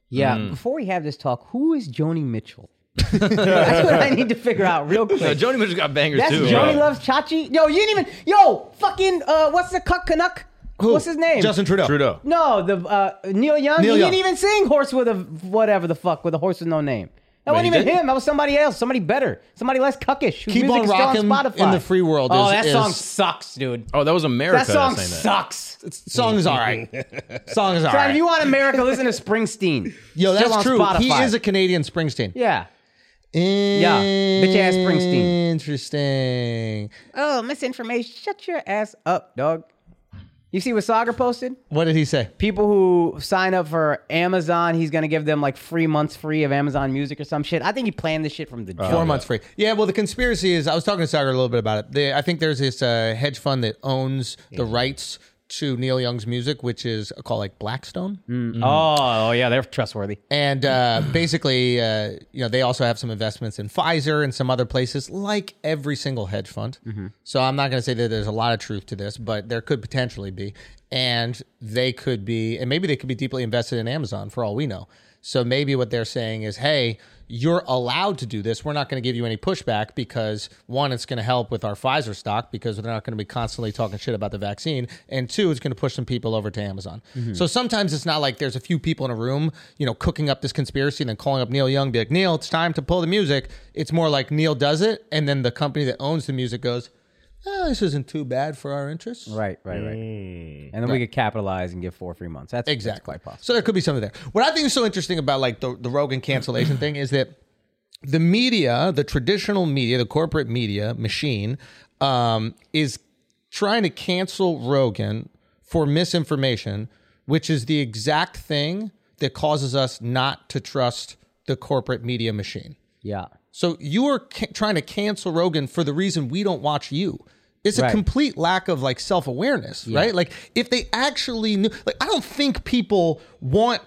[SPEAKER 3] yeah.
[SPEAKER 1] Mm.
[SPEAKER 3] Before we have this talk, who is Joni Mitchell? that's what I need to figure out real quick.
[SPEAKER 2] No, Joni Mitchell got bangers
[SPEAKER 3] That's
[SPEAKER 2] too.
[SPEAKER 3] Joni
[SPEAKER 2] bro.
[SPEAKER 3] loves Chachi. Yo, you didn't even. Yo, fucking. Uh, what's the cuck canuck? What's his name?
[SPEAKER 1] Justin Trudeau.
[SPEAKER 2] Trudeau.
[SPEAKER 3] No, the uh, Neil Young.
[SPEAKER 1] Neil
[SPEAKER 3] he
[SPEAKER 1] Young.
[SPEAKER 3] didn't even sing "Horse with a Whatever the Fuck" with a horse with no name. That
[SPEAKER 2] Wait,
[SPEAKER 3] wasn't
[SPEAKER 2] he
[SPEAKER 3] even
[SPEAKER 2] didn't?
[SPEAKER 3] him. That was somebody else. Somebody better. Somebody less cuckish. whose
[SPEAKER 1] Keep
[SPEAKER 3] music
[SPEAKER 1] on
[SPEAKER 3] is still
[SPEAKER 1] Rockin'
[SPEAKER 3] on Spotify.
[SPEAKER 1] in the free world
[SPEAKER 3] Oh,
[SPEAKER 1] is-
[SPEAKER 3] that song
[SPEAKER 1] is-
[SPEAKER 3] sucks, dude.
[SPEAKER 2] Oh, that was America.
[SPEAKER 3] that song
[SPEAKER 2] saying that.
[SPEAKER 3] sucks.
[SPEAKER 1] Song is all right. Song is all
[SPEAKER 3] So
[SPEAKER 1] right.
[SPEAKER 3] if you want America, listen to Springsteen. Still
[SPEAKER 1] Yo, that's
[SPEAKER 3] on
[SPEAKER 1] true. He
[SPEAKER 3] Spotify.
[SPEAKER 1] is a Canadian Springsteen.
[SPEAKER 3] yeah.
[SPEAKER 1] Yeah,
[SPEAKER 3] bitch-ass Springsteen.
[SPEAKER 1] Interesting.
[SPEAKER 3] Oh, misinformation. Shut your ass up, dog. You see what Sagar posted?
[SPEAKER 1] What did he say?
[SPEAKER 3] people who sign up for Amazon, he's gonna give them like three months free of Amazon Music or some shit. I think he planned this shit from the
[SPEAKER 1] Oh, Four
[SPEAKER 3] jump.
[SPEAKER 1] months free. Yeah, well, the conspiracy is I was talking to Sagar a little bit about it. They, I think there's this uh, hedge fund that owns the rights to Neil Young's music, which is called like Blackstone.
[SPEAKER 3] Oh, oh yeah, they're trustworthy.
[SPEAKER 1] And uh, basically, uh, you know, they also have some investments in Pfizer and some other places, like every single hedge fund.
[SPEAKER 3] Mm-hmm.
[SPEAKER 1] So I'm not going to say that there's a lot of truth to this, but there could potentially be. And they could be, and maybe they could be deeply invested in Amazon for all we know. So maybe what they're saying is, hey, you're allowed to do this. We're not going to give you any pushback because one, it's going to help with our Pfizer stock because they're not going to be constantly talking shit about the vaccine, and two, it's going to push some people over to Amazon.
[SPEAKER 3] Mm-hmm.
[SPEAKER 1] So sometimes it's not like there's a few people in a room, you know, cooking up this conspiracy and then calling up Neil Young, be like, Neil, it's time to pull the music. It's more like Neil does it, and then the company that owns the music goes, oh, this isn't too bad for our interests.
[SPEAKER 3] Right, right, right.
[SPEAKER 1] Mm.
[SPEAKER 3] And then we could capitalize and give four free months. That's that's
[SPEAKER 1] Exactly.
[SPEAKER 3] quite possible.
[SPEAKER 1] So there could be something there. What I think is so interesting about like the, the Rogan cancellation thing is that the media, the traditional media, the corporate media machine, um, is trying to cancel Rogan for misinformation, which is the exact thing that causes us not to trust the corporate media machine.
[SPEAKER 3] Yeah.
[SPEAKER 1] So you are ca- trying to cancel Rogan for the reason we don't watch you. It's a
[SPEAKER 3] Right.
[SPEAKER 1] complete lack of like self awareness, right? Like if they actually knew, like I don't think people want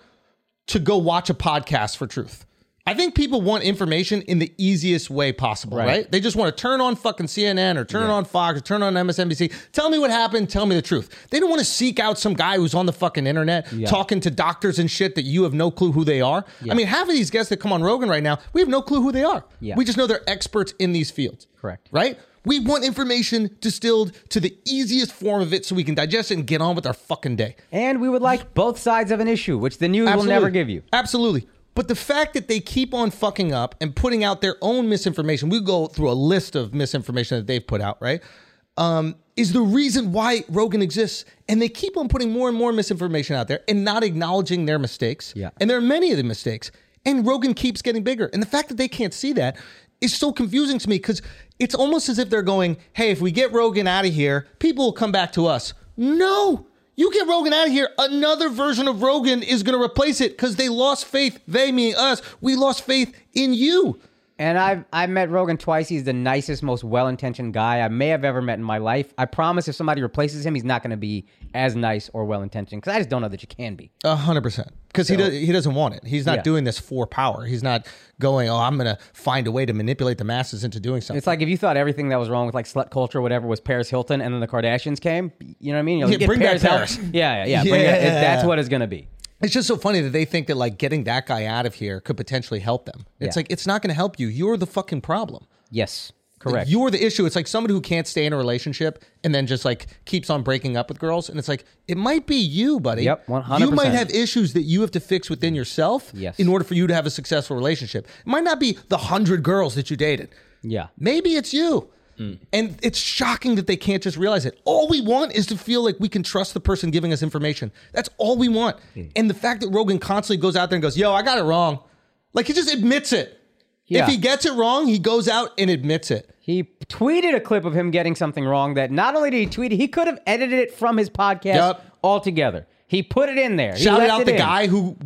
[SPEAKER 1] to go watch a podcast for truth. I think people want information in the easiest way possible, right? They just want to turn on fucking CNN or turn on Fox or turn on MSNBC. Tell me what happened. Tell me the truth. They don't want to seek out some guy who's on the fucking internet talking to doctors and shit that you have no clue who they are. I mean, half of these guests that come on Rogan right now, we have no clue who they are.
[SPEAKER 3] Yeah.
[SPEAKER 1] We just know they're experts in these fields.
[SPEAKER 3] Correct.
[SPEAKER 1] Right? We want information distilled to the easiest form of it so we can digest it and get on with our fucking day.
[SPEAKER 3] And we would like both sides of an issue, which the news will never give you.
[SPEAKER 1] Absolutely. But the fact that they keep on fucking up and putting out their own misinformation, we go through a list of misinformation that they've put out, right? Um, is the reason why Rogan exists. And they keep on putting more and more misinformation out there and not acknowledging their mistakes.
[SPEAKER 3] Yeah.
[SPEAKER 1] And there are many of the mistakes. And Rogan keeps getting bigger. And the fact that they can't see that is so confusing to me because it's almost as if they're going, hey, if we get Rogan out of here, people will come back to us. No. You get Rogan out of here, another version of Rogan is going to replace it because they lost faith. They, meaning us, we lost faith in you.
[SPEAKER 3] And I've I met Rogan twice. He's the nicest, most well-intentioned guy I may have ever met in my life. I promise, if somebody replaces him, he's not going to be as nice or well-intentioned because I just don't know that you can be.
[SPEAKER 1] A hundred percent. Because he does, he doesn't want it. He's not
[SPEAKER 3] Yeah.
[SPEAKER 1] doing this for power. He's not going. Oh, I'm gonna find a way to manipulate the masses into doing something.
[SPEAKER 3] It's like if you thought everything that was wrong with like slut culture or whatever was Paris Hilton, and then the Kardashians came. You know what I mean? You're like,
[SPEAKER 1] Yeah,
[SPEAKER 3] get
[SPEAKER 1] bring back
[SPEAKER 3] Hilton.
[SPEAKER 1] Paris.
[SPEAKER 3] Yeah, yeah, yeah. bring
[SPEAKER 1] Yeah.
[SPEAKER 3] it- it- that's what it's going to be.
[SPEAKER 1] It's just so funny that they think that like getting that guy out of here could potentially help them. It's
[SPEAKER 3] Yeah.
[SPEAKER 1] like it's not gonna help you. You're the fucking problem.
[SPEAKER 3] Yes,
[SPEAKER 1] Like,
[SPEAKER 3] correct.
[SPEAKER 1] You're the issue. It's like somebody who can't stay in a relationship and then just like keeps on breaking up with girls. And it's like, it might be you, buddy.
[SPEAKER 3] Yep,
[SPEAKER 1] You might
[SPEAKER 3] 100%.
[SPEAKER 1] have issues that you have to fix within yourself
[SPEAKER 3] Yes.
[SPEAKER 1] in order for you to have a successful relationship. It might not be the hundred girls that you dated.
[SPEAKER 3] yeah. Mm.
[SPEAKER 1] Maybe it's you. And it's shocking that they can't just realize it. All we want is to feel like we can trust the person giving us information. That's all we want.
[SPEAKER 3] Mm.
[SPEAKER 1] And the fact that Rogan constantly goes out there and goes, yo, I got it wrong. Like he just admits it.
[SPEAKER 3] Yeah.
[SPEAKER 1] If he gets it wrong, he goes out and admits it.
[SPEAKER 3] He tweeted a clip of him getting something wrong that not only did he tweet it, he could have edited it from his podcast
[SPEAKER 1] Yep.
[SPEAKER 3] altogether. He put it in there. He
[SPEAKER 1] Shouted
[SPEAKER 3] left
[SPEAKER 1] out
[SPEAKER 3] it
[SPEAKER 1] the
[SPEAKER 3] in.
[SPEAKER 1] guy who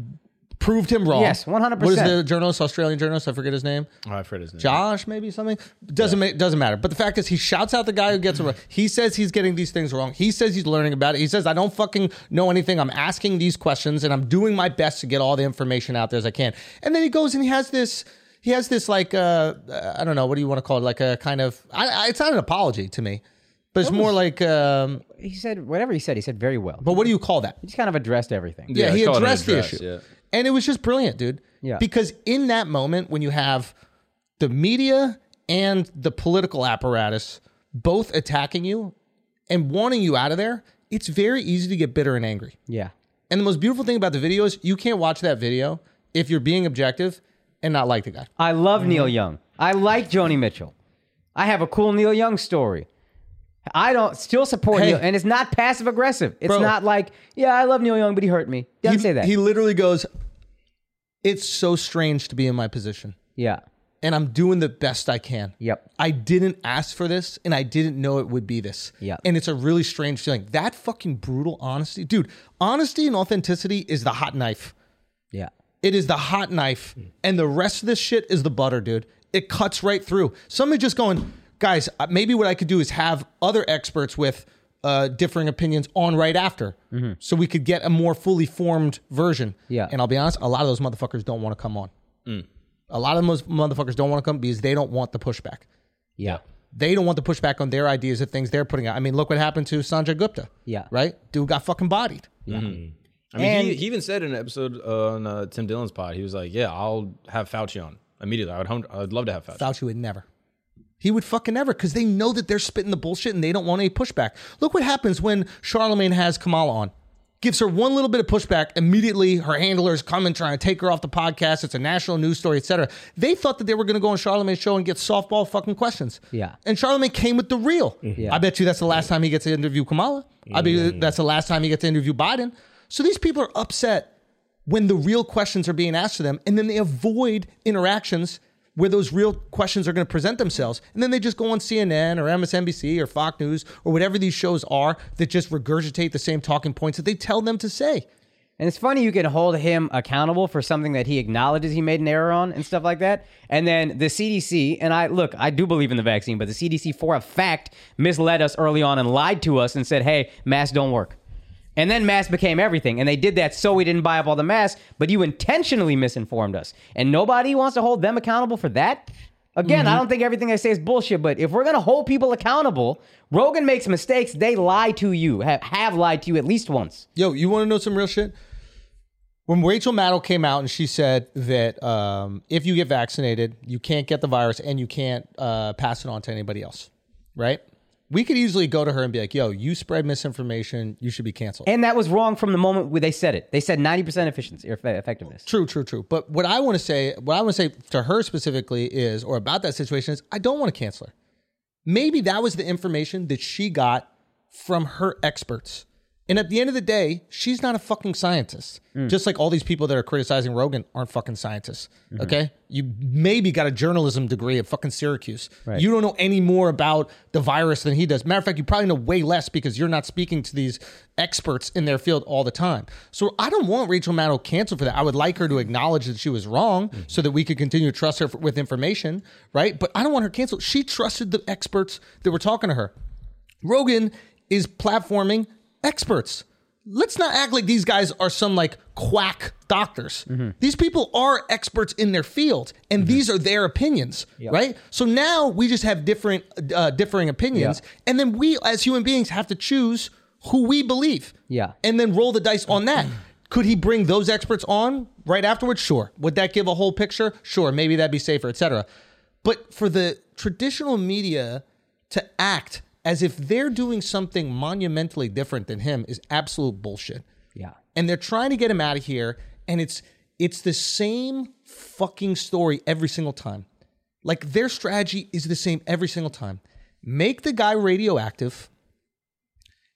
[SPEAKER 1] proved him wrong.
[SPEAKER 3] Yes, 100%.
[SPEAKER 1] What is the journalist, Australian journalist? I forget his name.
[SPEAKER 7] Oh, I've heard his name.
[SPEAKER 1] Josh, maybe something. Doesn't ma- doesn't matter. But the fact is, he shouts out the guy who gets it wrong. He says he's getting these things wrong. He says he's learning about it. He says I don't fucking know anything. I'm asking these questions and I'm doing my best to get all the information out there as I can. And then he goes and he has this. He has this like uh, uh, I don't know what do you want to call it like a kind of I, I, it's not an apology to me, but it's more like um,
[SPEAKER 3] He said whatever he said. He said very well.
[SPEAKER 1] but what do you call that?
[SPEAKER 3] he just kind of addressed everything.
[SPEAKER 1] Yeah,
[SPEAKER 2] Yeah,
[SPEAKER 1] he
[SPEAKER 2] it's called an
[SPEAKER 1] addressed the
[SPEAKER 2] address,
[SPEAKER 1] issue.
[SPEAKER 2] yeah.
[SPEAKER 1] And it was just brilliant, dude.
[SPEAKER 3] Yeah.
[SPEAKER 1] Because in that moment, when you have the media and the political apparatus both attacking you and wanting you out of there, it's very easy to get bitter and angry.
[SPEAKER 3] Yeah.
[SPEAKER 1] And the most beautiful thing about the video is you can't watch that video if you're being objective and not like the guy.
[SPEAKER 3] I love Neil Young. I like Joni Mitchell. I have a cool Neil Young story. I don't still support
[SPEAKER 1] Hey.
[SPEAKER 3] Neil, and it's not passive aggressive. It's
[SPEAKER 1] Bro.
[SPEAKER 3] not like, yeah, I love Neil Young, but he hurt me. Doesn't
[SPEAKER 1] he,
[SPEAKER 3] say that.
[SPEAKER 1] He literally goes, It's so strange to be in my position.
[SPEAKER 3] yeah,
[SPEAKER 1] and I'm doing the best I can.
[SPEAKER 3] Yep.
[SPEAKER 1] I didn't ask for this and I didn't know it would be this.
[SPEAKER 3] Yeah.
[SPEAKER 1] And it's a really strange feeling. That fucking brutal honesty. Dude, honesty and authenticity is the hot knife.
[SPEAKER 3] yeah.
[SPEAKER 1] It is the hot knife. And the rest of this shit is the butter, dude. It cuts right through. Somebody just going, guys, uh, maybe what I could do is have other experts with uh, differing opinions on right after so we could get a more fully formed version.
[SPEAKER 3] Mm-hmm. Yeah.
[SPEAKER 1] And I'll be honest, a lot of those motherfuckers don't want to come on.
[SPEAKER 2] Mm.
[SPEAKER 1] A lot of those motherfuckers don't want to come because they don't want the pushback.
[SPEAKER 3] Yeah.
[SPEAKER 1] They don't want the pushback on their ideas of things they're putting out. I mean, look what happened to Sanjay Gupta.
[SPEAKER 3] Yeah.
[SPEAKER 1] Right? Dude got fucking bodied.
[SPEAKER 2] I mean,
[SPEAKER 3] And-
[SPEAKER 2] he, he even said in an episode on uh, Tim Dillon's pod, he was like, "Yeah, I'll have Fauci on immediately. I would, hun- I'd love to have Fauci."
[SPEAKER 1] Fauci would never. He would fucking never because they know that they're spitting the bullshit and they don't want any pushback. Look what happens when Charlemagne has Kamala on. Gives her one little bit of pushback. Immediately, her handlers come and try and take her off the podcast. It's a national news story, etc. They thought that they were going to go on Charlemagne's show and get softball fucking questions.
[SPEAKER 3] Yeah.
[SPEAKER 1] And Charlemagne came with the real. I bet you that's the last time he gets to interview Kamala. I bet you that's the last time he gets to interview Biden. So these people are upset when the real questions are being asked to them, and then they avoid interactions where those real questions are going to present themselves, and then they just go on CNN or MSNBC or Fox News or whatever these shows are that just regurgitate the same talking points that they tell them to say.
[SPEAKER 3] And it's funny you can hold him accountable for something that he acknowledges he made an error on and stuff like that. And then the CDC, and I look, I do believe in the vaccine, but the CDC for a fact misled us early on and lied to us and said, hey, masks don't work. And then masks became everything. And they did that so we didn't buy up all the masks, but you intentionally misinformed us. And nobody wants to hold them accountable for that. Again, I don't think everything I say is bullshit, but if we're going to hold people accountable, Rogan makes mistakes. They lie to you, have, have lied to you at least once.
[SPEAKER 1] Yo, you want to know some real shit? When Rachel Maddow came out and she said that um, if you get vaccinated, you can't get the virus and you can't uh, pass it on to anybody else, right? We could easily go to her and be like, yo, you spread misinformation. You should be canceled.
[SPEAKER 3] And that was wrong from the moment where they said it. They said 90% efficiency or effe- effectiveness.
[SPEAKER 1] True, true, true. But what I want to say, what I want to say to her specifically is, or about that situation is, I don't want to cancel her. Maybe that was the information that she got from her experts. And at the end of the day, she's not a fucking scientist. Just like all these people that are criticizing Rogan aren't fucking scientists. Okay? You maybe got a journalism degree at fucking Syracuse. You don't know any more about the virus than he does. Matter of fact, you probably know way less because you're not speaking to these experts in their field all the time. So I don't want Rachel Maddow canceled for that. I would like her to acknowledge that she was wrong so that we could continue to trust her f- with information, right? But I don't want her canceled. She trusted the experts that were talking to her. Rogan is platforming experts. Let's not act like these guys are some like quack doctors. These people are experts in their field, and these are their opinions, right? So now we just have different, uh, differing opinions, and then we as human beings have to choose who we believe.
[SPEAKER 3] Yeah.
[SPEAKER 1] and then roll the dice on that. Could he bring those experts on right afterwards? Sure. Would that give a whole picture? Sure. Maybe that'd be safer, etc. But for the traditional media to act as if they're doing something monumentally different than him is absolute bullshit.
[SPEAKER 3] Yeah.
[SPEAKER 1] And they're trying to get him out of here, and it's it's the same fucking story every single time. Like their strategy is the same every single time. Make the guy radioactive.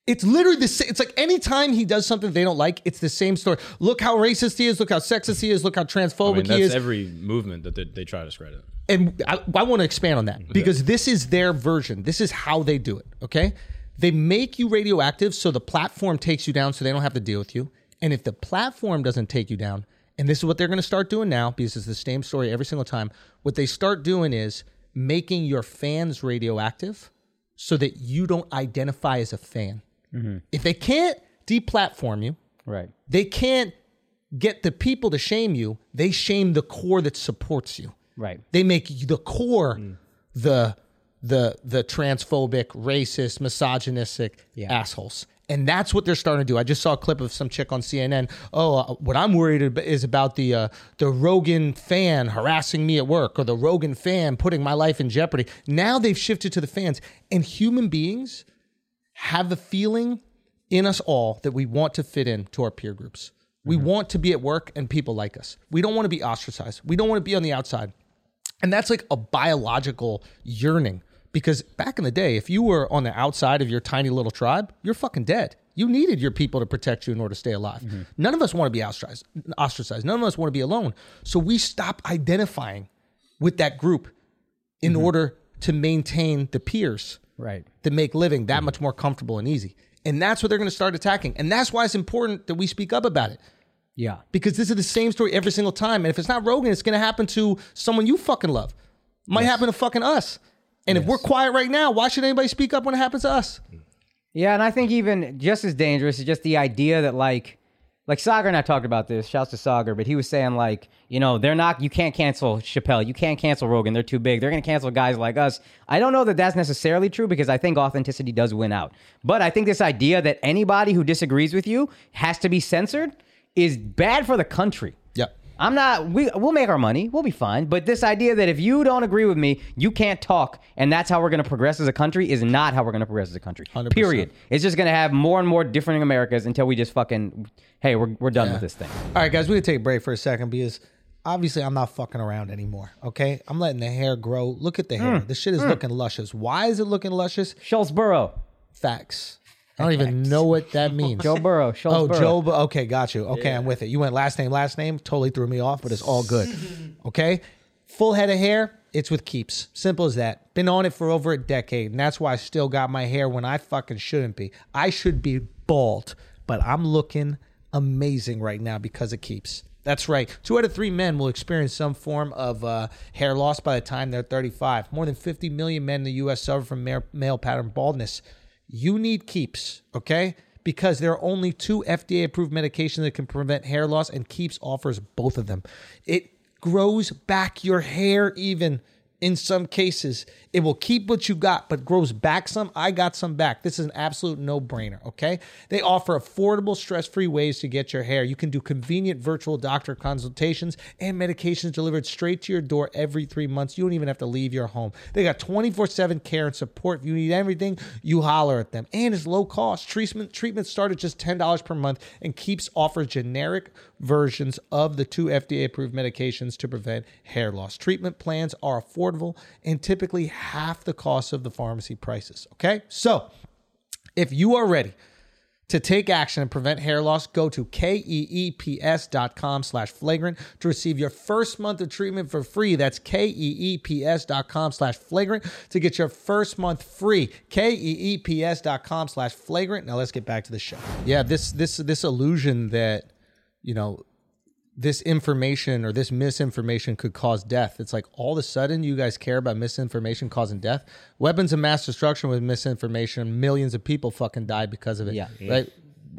[SPEAKER 1] It's literally the same. It's like anytime he does something they don't like, it's the same story. Look how racist he is. Look how sexist he is. Look how
[SPEAKER 2] I
[SPEAKER 1] transphobic
[SPEAKER 2] mean,
[SPEAKER 1] Oh, he
[SPEAKER 2] that's
[SPEAKER 1] is
[SPEAKER 2] every movement that they, they try to spread it.
[SPEAKER 1] and I, I want to expand on that because this is their version. This is how they do it. Okay, they make you radioactive so the platform takes you down, so they don't have to deal with you. And if the platform doesn't take you down, and this is what they're going to start doing now because it's the same story every single time. What they start doing is making your fans radioactive so that you don't identify as a fan. If they can't deplatform you,
[SPEAKER 3] Right.
[SPEAKER 1] they can't get the people to shame you. They shame the core that supports you.
[SPEAKER 3] Right. Mm.
[SPEAKER 1] They make you- the core the the the transphobic, racist, misogynistic assholes. And that's what they're starting to do. I just saw a clip of some chick on CNN. Oh, uh, what I'm worried ab- is about the uh, the Rogan fan harassing me at work, or the Rogan fan putting my life in jeopardy. Now they've shifted to the fans, and human beings have a feeling in us all that we want to fit in to our peer groups. We want to be at work and people like us. We don't want to be ostracized. We don't want to be on the outside. And that's like a biological yearning because back in the day, if you were on the outside of your tiny little tribe, you're fucking dead. You needed your people to protect you in order to stay alive. None of us want to be ostracized, ostracized. None of us want to be alone. So we stop identifying with that group in order to maintain the peers
[SPEAKER 3] Mm-hmm. Right. Mm-hmm.
[SPEAKER 1] that make living that much more comfortable and easy. And that's what they're going to start attacking. And that's why it's important that we speak up about it
[SPEAKER 3] Yeah.
[SPEAKER 1] because this is the same story every single time. And if it's not Rogan, it's going to happen to someone you fucking love. Might happen to fucking us. And if we're quiet right now, why should anybody speak up when it happens to us?
[SPEAKER 3] Yeah, and I think even just as dangerous is just the idea that like like Sagar and I talked about this. Shouts to Sagar, but he was saying like, you know, they're not. You can't cancel Chappelle. You can't cancel Rogan. They're too big. They're gonna cancel guys like us. I don't know that that's necessarily true because I think authenticity does win out. But I think this idea that anybody who disagrees with you has to be censored is bad for the country.
[SPEAKER 1] Yep.
[SPEAKER 3] I'm not. We we'll make our money. We'll be fine. But this idea that if you don't agree with me, you can't talk, and that's how we're going to progress as a country is not how we're going to progress as a country.
[SPEAKER 1] 100%.
[SPEAKER 3] Period. It's just going to have more and more different Americas until we just fucking hey, we're we're done with this thing.
[SPEAKER 1] All right, guys, we're going to take a break for a second because obviously I'm not fucking around anymore. Okay. I'm letting the hair grow. Look at the hair.
[SPEAKER 3] Mm.
[SPEAKER 1] This shit is looking luscious. Why is it looking luscious?
[SPEAKER 3] Schultz Burrow,
[SPEAKER 1] Facts. I don't even know what that means.
[SPEAKER 3] Joe Burrow, Schultz
[SPEAKER 1] Oh,
[SPEAKER 3] Burrow.
[SPEAKER 1] Joe. Bu- Okay, got you. Okay, I'm with it. You went last name, last name. Totally threw me off, but it's all good. Mm. Okay, full head of hair. It's with keeps. Simple as that. Been on it for over a decade, and that's why I still got my hair when I fucking shouldn't be. I should be bald, but I'm looking amazing right now because it keeps. That's right. Two out of three men will experience some form of uh, hair loss by the time they're 35. More than 50 million men in the U.S. suffer from male, male pattern baldness. You need keeps, okay? because there are only two FDA approved medications that can prevent hair loss, and Keeps offers both of them. It grows back your hair even in some cases. It will keep what you got, but grows back some. I got some back. This is an absolute no brainer, okay? They offer affordable, stress free ways to get your hair. You can do convenient virtual doctor consultations and medications delivered straight to your door every three months. You don't even have to leave your home. They got 24 7 care and support. If you need everything, you holler at them. And it's low cost. Treatment, treatments start at just $10 per month, and Keeps offers generic versions of the two FDA approved medications to prevent hair loss. Treatment plans are affordable and typically half the cost of the pharmacy prices. Okay? So, if you are ready to take action and prevent hair loss, go to E keeps.com slash flagrant to receive your first month of treatment for free. That's E keeps.com slash flagrant to get your first month free. E keeps.com slash flagrant. Now let's get back to the show. Yeah, this this this illusion that you know this information or this misinformation could cause death. It's like all of a sudden you guys care about misinformation causing death. Weapons of mass destruction with misinformation, millions of people fucking died because of it.
[SPEAKER 3] Yeah.
[SPEAKER 1] Right.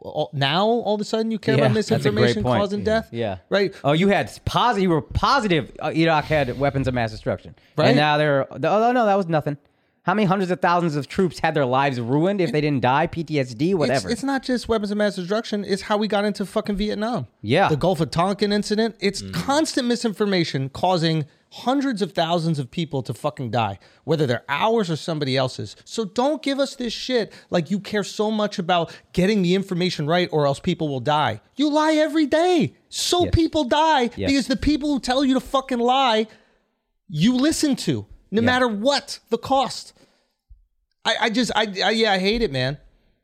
[SPEAKER 1] All- Now all of a sudden you care
[SPEAKER 3] Yeah,
[SPEAKER 1] about
[SPEAKER 3] that's a great
[SPEAKER 1] misinformation
[SPEAKER 3] point.
[SPEAKER 1] causing death.
[SPEAKER 3] Yeah.
[SPEAKER 1] Right.
[SPEAKER 3] Oh, you had positive. You were positive. Uh, Iraq had weapons of mass destruction.
[SPEAKER 1] Right.
[SPEAKER 3] And now they're. Oh no, no, that was nothing. How many hundreds of thousands of troops had their lives ruined if they didn't die? PTSD,
[SPEAKER 1] It's-
[SPEAKER 3] whatever.
[SPEAKER 1] It's, not just weapons of mass destruction. It's how we got into fucking Vietnam.
[SPEAKER 3] Yeah. Mm.
[SPEAKER 1] The Gulf of Tonkin incident. It's constant misinformation causing hundreds of thousands of people to fucking die, whether they're ours or somebody else's. So don't give us this shit like you care so much about getting the information right or else people will die. You lie every day. So people die
[SPEAKER 3] Yes.
[SPEAKER 1] because the people who tell you to fucking lie, you listen to, no matter what the cost. I, I just, I, I, yeah, I hate it, man.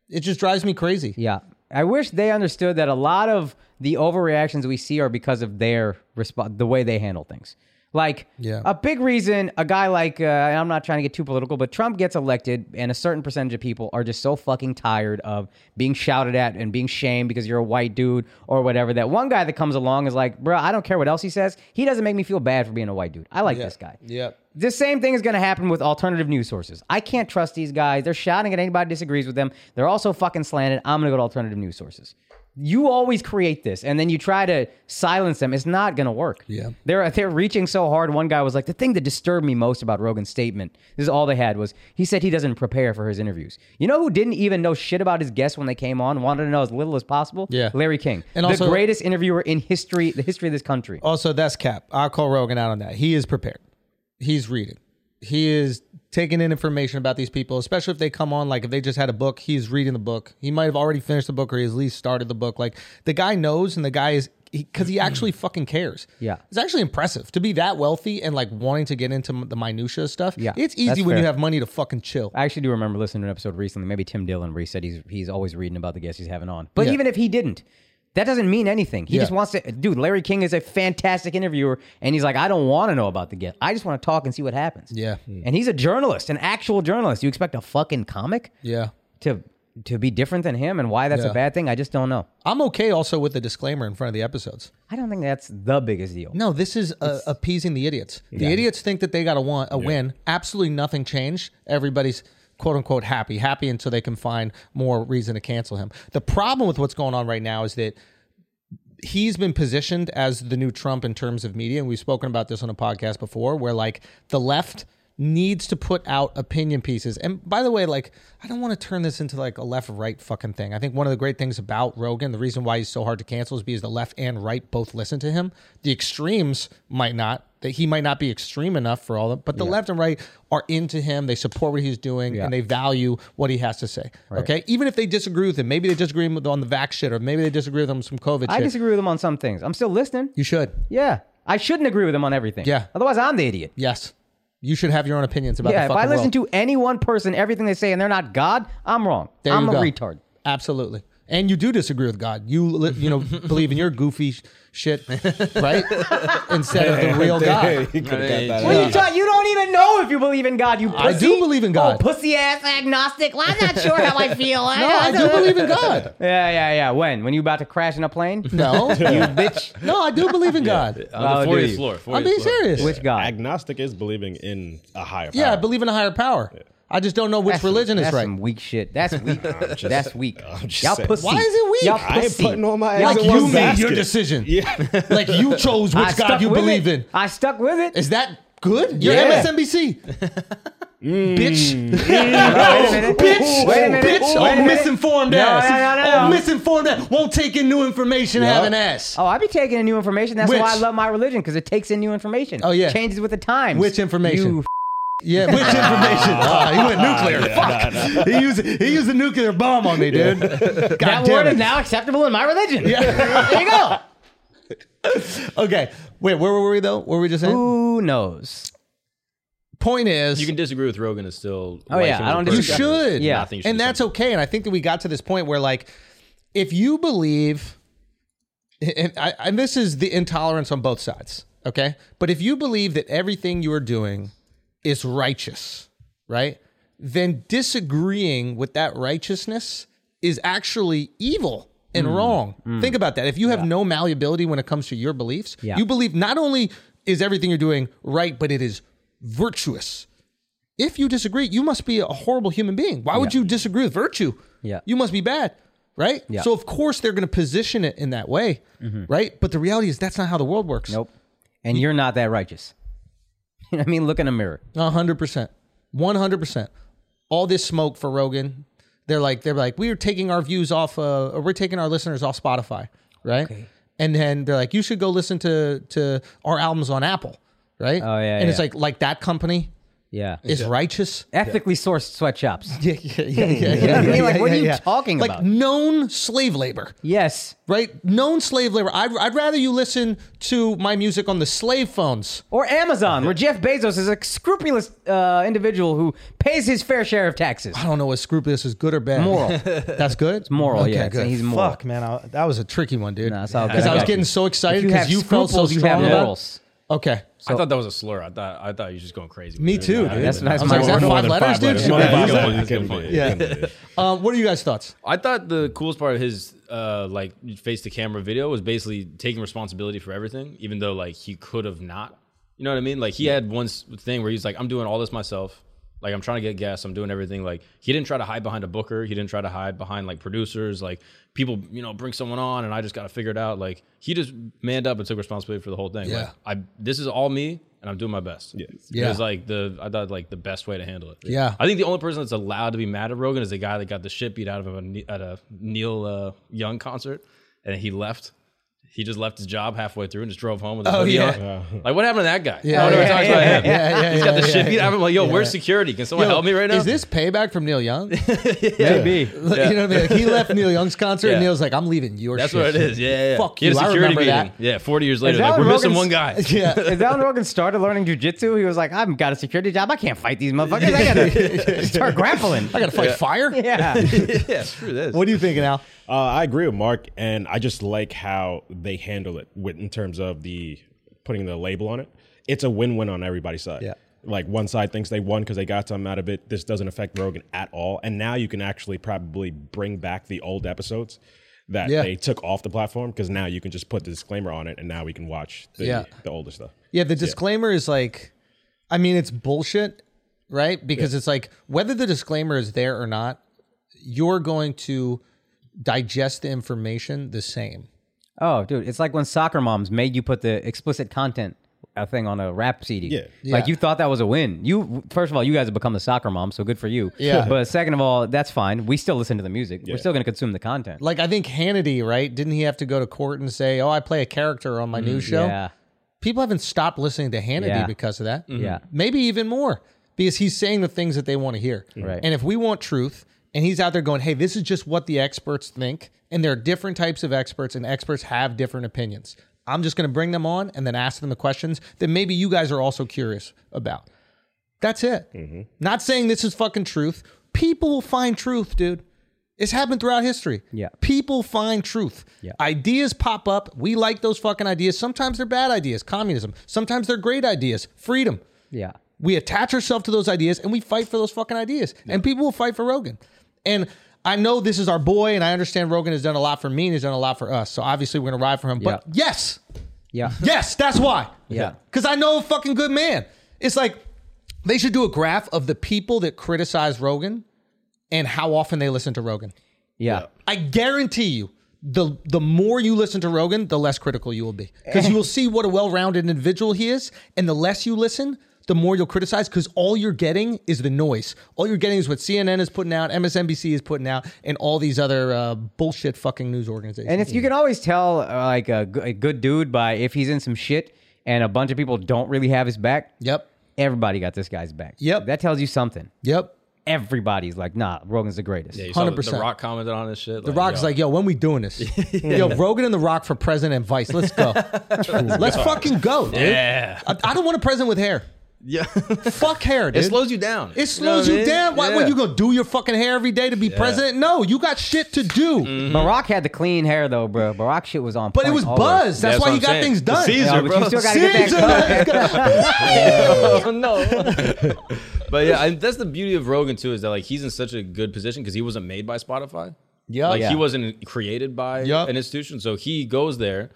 [SPEAKER 1] It just drives me crazy.
[SPEAKER 3] Yeah. I wish they understood that a lot of the overreactions we see are because of their response, the way they handle things. Like,
[SPEAKER 1] Yeah.
[SPEAKER 3] a big reason a guy like, uh, and I'm not trying to get too political, but Trump gets elected, and a certain percentage of people are just so fucking tired of being shouted at and being shamed because you're a white dude or whatever. That one guy that comes along is like, bro, I don't care what else he says. He doesn't make me feel bad for being a white dude. I like this guy.
[SPEAKER 1] Yep.
[SPEAKER 3] The same thing is going to happen with alternative news sources. I can't trust these guys. They're shouting at anybody who disagrees with them. They're also fucking slanted. I'm going to go to alternative news sources. You always create this, and then you try to silence them. It's not going to work.
[SPEAKER 1] Yeah.
[SPEAKER 3] they're they're reaching so hard. One guy was like, "The thing that disturbed me most about Rogan's statement. This is all they had was he said he doesn't prepare for his interviews. You know who didn't even know shit about his guests when they came on? Wanted to know as little as possible.
[SPEAKER 1] Yeah.
[SPEAKER 3] Larry King,
[SPEAKER 1] And
[SPEAKER 3] the
[SPEAKER 1] also-
[SPEAKER 3] greatest interviewer in history, the history of this country.
[SPEAKER 1] Also, that's Cap. I'll call Rogan out on that. He is prepared. He's reading. He is taking in information about these people, especially if they come on. Like if they just had a book, he's reading the book. He might have already finished the book, or he at least started the book. Like the guy knows, and the guy is because he, actually fucking cares.
[SPEAKER 3] Yeah.
[SPEAKER 1] it's actually impressive to be that wealthy and like wanting to get into the minutia of stuff.
[SPEAKER 3] Yeah,
[SPEAKER 1] it's
[SPEAKER 3] that's
[SPEAKER 1] easy when you
[SPEAKER 3] fair.
[SPEAKER 1] have money to fucking chill.
[SPEAKER 3] I actually do remember listening to an episode recently. Maybe Tim Dillon, where he said he's he's always reading about the guests he's having on. But
[SPEAKER 1] Yeah.
[SPEAKER 3] even if he didn't, that doesn't mean anything. He
[SPEAKER 1] Yeah.
[SPEAKER 3] just wants to. Dude, Larry King is a fantastic interviewer, and he's like, I don't want to know about the guest. I just want to talk and see what happens.
[SPEAKER 1] Yeah.
[SPEAKER 3] and he's a journalist, an actual journalist. You expect a fucking comic
[SPEAKER 1] Yeah.
[SPEAKER 3] to to be different than him, and why that's
[SPEAKER 1] Yeah.
[SPEAKER 3] a bad thing, I just don't know.
[SPEAKER 1] I'm okay also with the disclaimer in front of the episodes.
[SPEAKER 3] I don't think that's the biggest deal.
[SPEAKER 1] No, this is uh, appeasing the idiots. The idiots think that they got a, want, a win. Absolutely nothing changed. Everybody's quote unquote happy, happy until they can find more reason to cancel him. The problem with what's going on right now is that he's been positioned as the new Trump in terms of media. And we've spoken about this on a podcast before where like the left needs to put out opinion pieces. And by the way, like I don't want to turn this into like a left right fucking thing. I think one of the great things about Rogan, the reason why he's so hard to cancel is because the left and right both listen to him. The extremes might not that he might not be extreme enough for all of them, but the left and right are into him. They support what he's doing and they value what he has to say. Okay. Even if they disagree with him, maybe they disagree with on the vax shit or maybe they disagree with him on some COVID
[SPEAKER 3] I
[SPEAKER 1] shit.
[SPEAKER 3] disagree with him on some things. I'm still listening.
[SPEAKER 1] You should.
[SPEAKER 3] Yeah, I shouldn't agree with him on everything.
[SPEAKER 1] Yeah.
[SPEAKER 3] otherwise I'm the idiot.
[SPEAKER 1] Yes. You should have your own opinions about
[SPEAKER 3] yeah,
[SPEAKER 1] the
[SPEAKER 3] if I
[SPEAKER 1] fucking
[SPEAKER 3] listen
[SPEAKER 1] world.
[SPEAKER 3] to any one person, everything they say, and they're not God, I'm wrong.
[SPEAKER 1] There
[SPEAKER 3] I'm
[SPEAKER 1] you
[SPEAKER 3] a
[SPEAKER 1] go.
[SPEAKER 3] retard.
[SPEAKER 1] Absolutely. And you do disagree with God. You li- you know believe in your goofy sh- shit, right? Instead of the real God.
[SPEAKER 6] he could have got
[SPEAKER 3] What
[SPEAKER 6] that.
[SPEAKER 3] are you talking? You don't even know if you believe in God. You pussy.
[SPEAKER 1] I do believe in God.
[SPEAKER 3] Oh, pussy ass agnostic. Well, I'm not sure how I feel.
[SPEAKER 1] No, I do believe in God.
[SPEAKER 3] Yeah, yeah, yeah. When? When you about to crash in a plane?
[SPEAKER 1] No, you bitch. No, I do believe in God.
[SPEAKER 2] On the
[SPEAKER 3] Oh,
[SPEAKER 2] 40th
[SPEAKER 3] dude.
[SPEAKER 2] floor. 40th
[SPEAKER 1] I'm being
[SPEAKER 2] floor.
[SPEAKER 1] serious.
[SPEAKER 3] Which God?
[SPEAKER 6] Agnostic is believing in a higher power.
[SPEAKER 1] Yeah, I believe in a higher power. I just don't know which
[SPEAKER 3] That's some-
[SPEAKER 1] religion is
[SPEAKER 3] that's
[SPEAKER 1] right.
[SPEAKER 3] some weak shit. That's weak.
[SPEAKER 6] just-
[SPEAKER 3] that's weak.
[SPEAKER 6] I'm just
[SPEAKER 3] Y'all
[SPEAKER 6] saying.
[SPEAKER 3] pussy.
[SPEAKER 1] Why is it weak?
[SPEAKER 3] Y'all
[SPEAKER 1] I
[SPEAKER 6] ain't
[SPEAKER 3] pussy.
[SPEAKER 6] putting all my
[SPEAKER 3] Y'all
[SPEAKER 6] eggs in
[SPEAKER 3] pussy.
[SPEAKER 1] you
[SPEAKER 6] one
[SPEAKER 1] made
[SPEAKER 6] basket.
[SPEAKER 1] your decision.
[SPEAKER 6] Yeah.
[SPEAKER 1] like you chose
[SPEAKER 3] I
[SPEAKER 1] which
[SPEAKER 3] stuck
[SPEAKER 1] God you
[SPEAKER 3] with
[SPEAKER 1] believe
[SPEAKER 3] it.
[SPEAKER 1] in.
[SPEAKER 3] I stuck with it.
[SPEAKER 1] Is that good? You're
[SPEAKER 3] Yeah. Mm.
[SPEAKER 1] MSNBC. Bitch.
[SPEAKER 3] wait a minute.
[SPEAKER 1] Bitch.
[SPEAKER 3] Wait a minute. Wait
[SPEAKER 1] Bitch.
[SPEAKER 3] a
[SPEAKER 1] oh,
[SPEAKER 3] minute.
[SPEAKER 1] misinformed
[SPEAKER 3] No,
[SPEAKER 1] ass.
[SPEAKER 3] no, no, no,
[SPEAKER 1] Oh,
[SPEAKER 3] no.
[SPEAKER 1] misinformed ass. Won't take in new information, have an ass.
[SPEAKER 3] Oh, I be taking in new information. That's
[SPEAKER 1] Which?
[SPEAKER 3] why I love my religion because it takes in new information.
[SPEAKER 1] Oh, yeah.
[SPEAKER 3] changes with the times.
[SPEAKER 1] Which information?
[SPEAKER 3] You
[SPEAKER 1] Yeah, which information? Ah, he went nuclear. Fuck. He used he used a nuclear bomb on me, dude. God
[SPEAKER 3] that
[SPEAKER 1] damn
[SPEAKER 3] word
[SPEAKER 1] it.
[SPEAKER 3] is now acceptable in my religion. there you go.
[SPEAKER 1] Okay. Wait, where were we though? What were we just saying?
[SPEAKER 3] Oh. Who knows?
[SPEAKER 1] Point is,
[SPEAKER 2] You can disagree with Rogan is still.
[SPEAKER 3] Oh, yeah,
[SPEAKER 2] life and
[SPEAKER 3] I don't
[SPEAKER 2] liberty.
[SPEAKER 1] you
[SPEAKER 3] disagree.
[SPEAKER 1] should.
[SPEAKER 3] Yeah.
[SPEAKER 2] I think you should
[SPEAKER 1] and that's
[SPEAKER 2] disagree.
[SPEAKER 1] okay. And I think that we got to this point where, like, if you believe, and, I, and this is the intolerance on both sides, okay? But if you believe that everything you are doing is righteous, right? Then disagreeing with that righteousness is actually evil and wrong. Think about that. If you have no malleability when it comes to your beliefs,
[SPEAKER 3] Yeah.
[SPEAKER 1] you believe not only is everything you're doing right, but it is virtuous if you disagree, you must be a horrible human being. Why would you disagree with virtue?
[SPEAKER 3] Yeah.
[SPEAKER 1] You must be bad, right?
[SPEAKER 3] Yeah. Mm-hmm.
[SPEAKER 1] So of course they're going to position it in that way, right? But the reality is that's not how the world works.
[SPEAKER 3] Nope. And you're not that righteous. You know what I mean? Look in a mirror.
[SPEAKER 1] A hundred percent, one hundred percent. All this smoke for Rogan. They're like they're like we are taking our views off. Uh, or we're taking our listeners off Spotify, right? And then they're like, you should go listen to to our albums on Apple, right?
[SPEAKER 3] Oh, yeah,
[SPEAKER 1] And it's
[SPEAKER 3] yeah.
[SPEAKER 1] like like that company
[SPEAKER 3] Yeah.
[SPEAKER 1] is righteous.
[SPEAKER 3] Ethically sourced sweatshops.
[SPEAKER 1] Yeah, yeah, yeah, yeah,
[SPEAKER 3] You know what I mean? Like, what are you
[SPEAKER 1] yeah.
[SPEAKER 3] talking
[SPEAKER 1] like
[SPEAKER 3] about?
[SPEAKER 1] known slave labor
[SPEAKER 3] Yes.
[SPEAKER 1] right known slave labor I'd, I'd rather you listen to my music on the slave phones
[SPEAKER 3] Or Amazon, where Jeff Bezos is a scrupulous uh, individual who pays his fair share of taxes.
[SPEAKER 1] i don't know what scrupulous is good or bad
[SPEAKER 3] Moral.
[SPEAKER 1] that's good it's
[SPEAKER 3] Moral,
[SPEAKER 1] okay,
[SPEAKER 3] yeah.
[SPEAKER 1] good.
[SPEAKER 3] He's moral.
[SPEAKER 1] fuck man I, that was a tricky one dude
[SPEAKER 3] Nah, it's all good.
[SPEAKER 1] because
[SPEAKER 3] I
[SPEAKER 1] i was
[SPEAKER 3] got
[SPEAKER 1] getting
[SPEAKER 3] you.
[SPEAKER 1] so excited
[SPEAKER 3] If you
[SPEAKER 1] because
[SPEAKER 3] have
[SPEAKER 1] you, felt so
[SPEAKER 3] scruples, you have
[SPEAKER 1] strong about
[SPEAKER 3] morals.
[SPEAKER 1] okay
[SPEAKER 2] I thought that was a slur. I thought I thought you were just going crazy. with
[SPEAKER 1] me
[SPEAKER 2] it.
[SPEAKER 1] too
[SPEAKER 2] I
[SPEAKER 1] dude.
[SPEAKER 3] That's-
[SPEAKER 2] didn't.
[SPEAKER 3] that's
[SPEAKER 1] I was
[SPEAKER 3] my
[SPEAKER 1] like, is
[SPEAKER 3] word.
[SPEAKER 1] that
[SPEAKER 3] More
[SPEAKER 1] five
[SPEAKER 6] than
[SPEAKER 1] letters
[SPEAKER 6] five
[SPEAKER 1] dude
[SPEAKER 6] letters.
[SPEAKER 1] Too
[SPEAKER 6] More
[SPEAKER 1] bad.
[SPEAKER 6] than five
[SPEAKER 2] Good
[SPEAKER 6] letters.
[SPEAKER 2] point,
[SPEAKER 6] That's
[SPEAKER 2] good
[SPEAKER 6] good
[SPEAKER 2] point.
[SPEAKER 6] point.
[SPEAKER 1] yeah um, what are you guys thoughts
[SPEAKER 2] I thought the coolest part of his uh, like face to camera video was basically taking responsibility for everything, even though like he could have not. You know what I mean? Like he had one s- thing where he's like, "I'm doing all this myself. Like I'm trying to get gas. I'm doing everything." Like he didn't try to hide behind a booker. He didn't try to hide behind like producers. Like people, you know, bring someone on, and I just got to figure it out. Like he just manned up and took responsibility for the whole thing.
[SPEAKER 1] Yeah.
[SPEAKER 2] Like, I this is all me, and I'm doing my best. Yeah,
[SPEAKER 1] Yeah.
[SPEAKER 2] It was like the I thought like the best way to handle it.
[SPEAKER 1] Yeah.
[SPEAKER 2] I think the only person that's allowed to be mad at Rogan is the guy that got the shit beat out of him at a Neil uh, Young concert, and he left. He just left his job halfway through and just drove home with his
[SPEAKER 1] Oh,
[SPEAKER 2] hoodie
[SPEAKER 1] yeah.
[SPEAKER 2] on. Like, what happened to that guy?
[SPEAKER 1] Yeah,
[SPEAKER 2] Yeah, no one ever
[SPEAKER 1] yeah,
[SPEAKER 2] talks
[SPEAKER 1] yeah,
[SPEAKER 2] about him.
[SPEAKER 1] yeah, yeah, yeah,
[SPEAKER 2] He's got the
[SPEAKER 1] yeah,
[SPEAKER 2] shit beat
[SPEAKER 1] yeah.
[SPEAKER 2] out of him. Like, yo, where's security? Can someone
[SPEAKER 1] Yo,
[SPEAKER 2] help me right now?
[SPEAKER 1] is this payback from neil young
[SPEAKER 3] Maybe.
[SPEAKER 1] You know what I mean? Like, he left Neil Young's concert,
[SPEAKER 2] Yeah.
[SPEAKER 1] and Neil's like, "I'm leaving your
[SPEAKER 2] that's
[SPEAKER 1] shit."
[SPEAKER 2] what it is. Yeah, yeah, yeah.
[SPEAKER 1] Fuck
[SPEAKER 2] He had
[SPEAKER 1] you.
[SPEAKER 2] a
[SPEAKER 1] I
[SPEAKER 2] security
[SPEAKER 1] remember
[SPEAKER 2] meeting. Yeah, 40 years later,
[SPEAKER 3] that
[SPEAKER 2] like, we're
[SPEAKER 3] what
[SPEAKER 2] missing
[SPEAKER 3] Rogan's-
[SPEAKER 2] one guy.
[SPEAKER 1] that. Yeah.
[SPEAKER 3] Is that when Rogan started learning jujitsu? He was like, I've got a security job. I can't fight these motherfuckers. I gotta start grappling.
[SPEAKER 1] I gotta fight fire.
[SPEAKER 3] Yeah.
[SPEAKER 2] yeah, screw this.
[SPEAKER 1] What are you thinking, Al?
[SPEAKER 6] Uh, I agree with Mark, and I just like how they handle it with, in terms of the putting the label on it. It's a win-win on everybody's side.
[SPEAKER 1] Yeah.
[SPEAKER 6] Like one side thinks they won because they got something out of it. This doesn't affect Rogan at all, and now you can actually probably bring back the old episodes that
[SPEAKER 1] Yeah.
[SPEAKER 6] they took off the platform because now you can just put the disclaimer on it, and now we can watch the,
[SPEAKER 1] Yeah.
[SPEAKER 6] the older stuff.
[SPEAKER 1] Yeah, the disclaimer is like, I mean, it's bullshit, right? Because it's like whether the disclaimer is there or not, you're going to digest the information the same.
[SPEAKER 3] Oh, dude, it's like when soccer moms made you put the explicit content uh, thing on a rap CD.
[SPEAKER 6] Yeah.
[SPEAKER 3] Like
[SPEAKER 1] Yeah.
[SPEAKER 3] you thought that was a win. You first of all, you guys have become the soccer mom, so good for you.
[SPEAKER 1] Yeah.
[SPEAKER 3] But second of all, that's fine. We still listen to the music. We're still going to consume the content.
[SPEAKER 1] Like I think Hannity, right? Didn't he have to go to court and say, "Oh, I play a character on my new show"?
[SPEAKER 3] Mm, Yeah.
[SPEAKER 1] People haven't stopped listening to Hannity
[SPEAKER 3] Yeah. Mm-hmm.
[SPEAKER 1] because of that.
[SPEAKER 3] Yeah.
[SPEAKER 1] maybe even more because he's saying the things that they want to hear.
[SPEAKER 3] Mm-hmm. Right.
[SPEAKER 1] And if we want truth and he's out there going, hey, this is just what the experts think, and there are different types of experts and experts have different opinions. I'm just going to bring them on and then ask them the questions that maybe you guys are also curious about. That's it.
[SPEAKER 3] Mm-hmm.
[SPEAKER 1] Not saying this is fucking truth. People will find truth, dude. It's happened throughout history.
[SPEAKER 3] Yeah.
[SPEAKER 1] People find truth.
[SPEAKER 3] Yeah.
[SPEAKER 1] Ideas pop up. We like those fucking ideas. Sometimes they're bad ideas, communism. Sometimes they're great ideas, freedom.
[SPEAKER 3] Yeah.
[SPEAKER 1] We attach ourselves to those ideas and we fight for those fucking ideas. And people will fight for Rogan. And I know this is our boy, and I understand Rogan has done a lot for me and he's done a lot for us. So obviously we're gonna ride for him. But yes,
[SPEAKER 3] Yeah.
[SPEAKER 1] yes, that's why.
[SPEAKER 3] Yeah.
[SPEAKER 1] Because I know a fucking good man. It's like They should do a graph of the people that criticize Rogan and how often they listen to Rogan.
[SPEAKER 3] Yeah.
[SPEAKER 1] I guarantee you, the the more you listen to Rogan, the less critical you will be because you will see what a well-rounded individual he is, and the less you listen, the more you'll criticize because all you're getting is the noise. All you're getting is what CNN is putting out, MSNBC is putting out, and all these other uh, bullshit fucking news organizations.
[SPEAKER 3] And it's you can always tell uh, like a, g- a good dude by if he's in some shit and a bunch of people don't really have his back.
[SPEAKER 1] yep,
[SPEAKER 3] Everybody got this guy's back.
[SPEAKER 1] Yep.
[SPEAKER 3] That tells you something.
[SPEAKER 1] yep.
[SPEAKER 3] Everybody's like, nah, Rogan's the greatest.
[SPEAKER 2] Yeah, you saw the-
[SPEAKER 1] 100%.
[SPEAKER 2] The Rock commented on this shit.
[SPEAKER 1] The Rock's like, yo, when we doing this? Yo, Rogan and The Rock for president and vice. Let's go. Let's fucking go, dude.
[SPEAKER 2] yeah,
[SPEAKER 1] I, I don't want a president with hair.
[SPEAKER 2] yeah.
[SPEAKER 1] Fuck hair, dude.
[SPEAKER 2] it slows you down.
[SPEAKER 1] It slows you,
[SPEAKER 2] know what I mean?
[SPEAKER 1] down. Why, what,
[SPEAKER 2] Yeah.
[SPEAKER 1] you gonna do your fucking hair every day to be president? No, you got shit to do.
[SPEAKER 2] Mm-hmm.
[SPEAKER 3] Barack had the clean hair though, bro. Barack shit was on.
[SPEAKER 1] Mm-hmm. But it
[SPEAKER 3] point
[SPEAKER 1] was
[SPEAKER 3] always.
[SPEAKER 1] buzz. That's,
[SPEAKER 2] That's
[SPEAKER 1] why
[SPEAKER 2] what
[SPEAKER 1] he
[SPEAKER 2] I'm
[SPEAKER 1] got
[SPEAKER 2] saying.
[SPEAKER 1] things
[SPEAKER 2] The
[SPEAKER 1] done.
[SPEAKER 2] Caesar,
[SPEAKER 3] Yeah, but you
[SPEAKER 2] bro.
[SPEAKER 3] still gotta get
[SPEAKER 1] Caesar,
[SPEAKER 3] that. cut.
[SPEAKER 2] Oh no. but yeah, I, that's the beauty of Rogan too is that like he's in such a good position because he wasn't made by Spotify.
[SPEAKER 1] Yeah.
[SPEAKER 2] like
[SPEAKER 1] Yeah.
[SPEAKER 2] he wasn't created by
[SPEAKER 1] Yup.
[SPEAKER 2] an institution, so he goes there,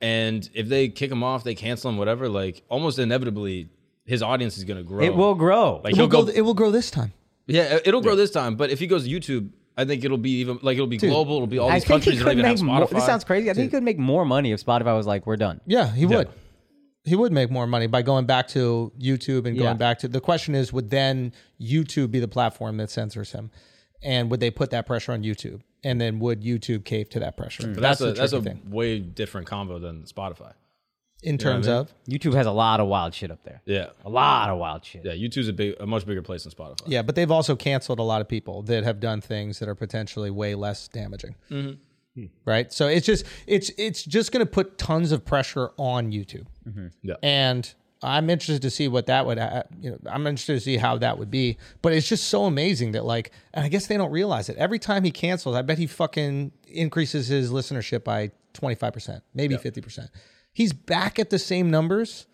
[SPEAKER 2] and if they kick him off, they cancel him, whatever. Like almost inevitably, his audience is gonna grow.
[SPEAKER 3] It will grow.
[SPEAKER 2] Like
[SPEAKER 1] It
[SPEAKER 2] he'll
[SPEAKER 1] will,
[SPEAKER 2] go.
[SPEAKER 1] grow, it will grow this time.
[SPEAKER 2] yeah, it'll grow this time. But if he goes to YouTube, I think it'll be even like it'll be global. It'll be all
[SPEAKER 3] I
[SPEAKER 2] these
[SPEAKER 3] think he
[SPEAKER 2] countries that
[SPEAKER 3] could
[SPEAKER 2] don't even
[SPEAKER 3] make
[SPEAKER 2] have
[SPEAKER 3] more.
[SPEAKER 2] Spotify.
[SPEAKER 3] This sounds crazy. I think he could make more money if Spotify was like, we're done.
[SPEAKER 1] Yeah, he would. He would make more money by going back to YouTube and going
[SPEAKER 3] Yeah.
[SPEAKER 1] back to the question is would then YouTube be the platform that censors him? And would they put that pressure on YouTube? And then would YouTube cave to that pressure?
[SPEAKER 2] But Mm. that's, a
[SPEAKER 1] the
[SPEAKER 2] that's a
[SPEAKER 1] tricky thing.
[SPEAKER 2] way different combo than Spotify.
[SPEAKER 1] In terms of
[SPEAKER 3] YouTube has a lot of wild shit up there.
[SPEAKER 2] Yeah,
[SPEAKER 3] A lot of wild shit.
[SPEAKER 2] yeah. YouTube's a big, a much bigger place than Spotify.
[SPEAKER 1] yeah, but they've also canceled a lot of people that have done things that are potentially way less damaging. Right? So it's just it's it's just going to put tons of pressure on YouTube.
[SPEAKER 2] Yeah.
[SPEAKER 1] and I'm interested to see what that would, uh, you know, I'm interested to see how that would be. But it's just so amazing that, like, and I guess they don't realize it. Every time he cancels, I bet he fucking increases his listenership by 25%, maybe 50%. He's back at the same numbers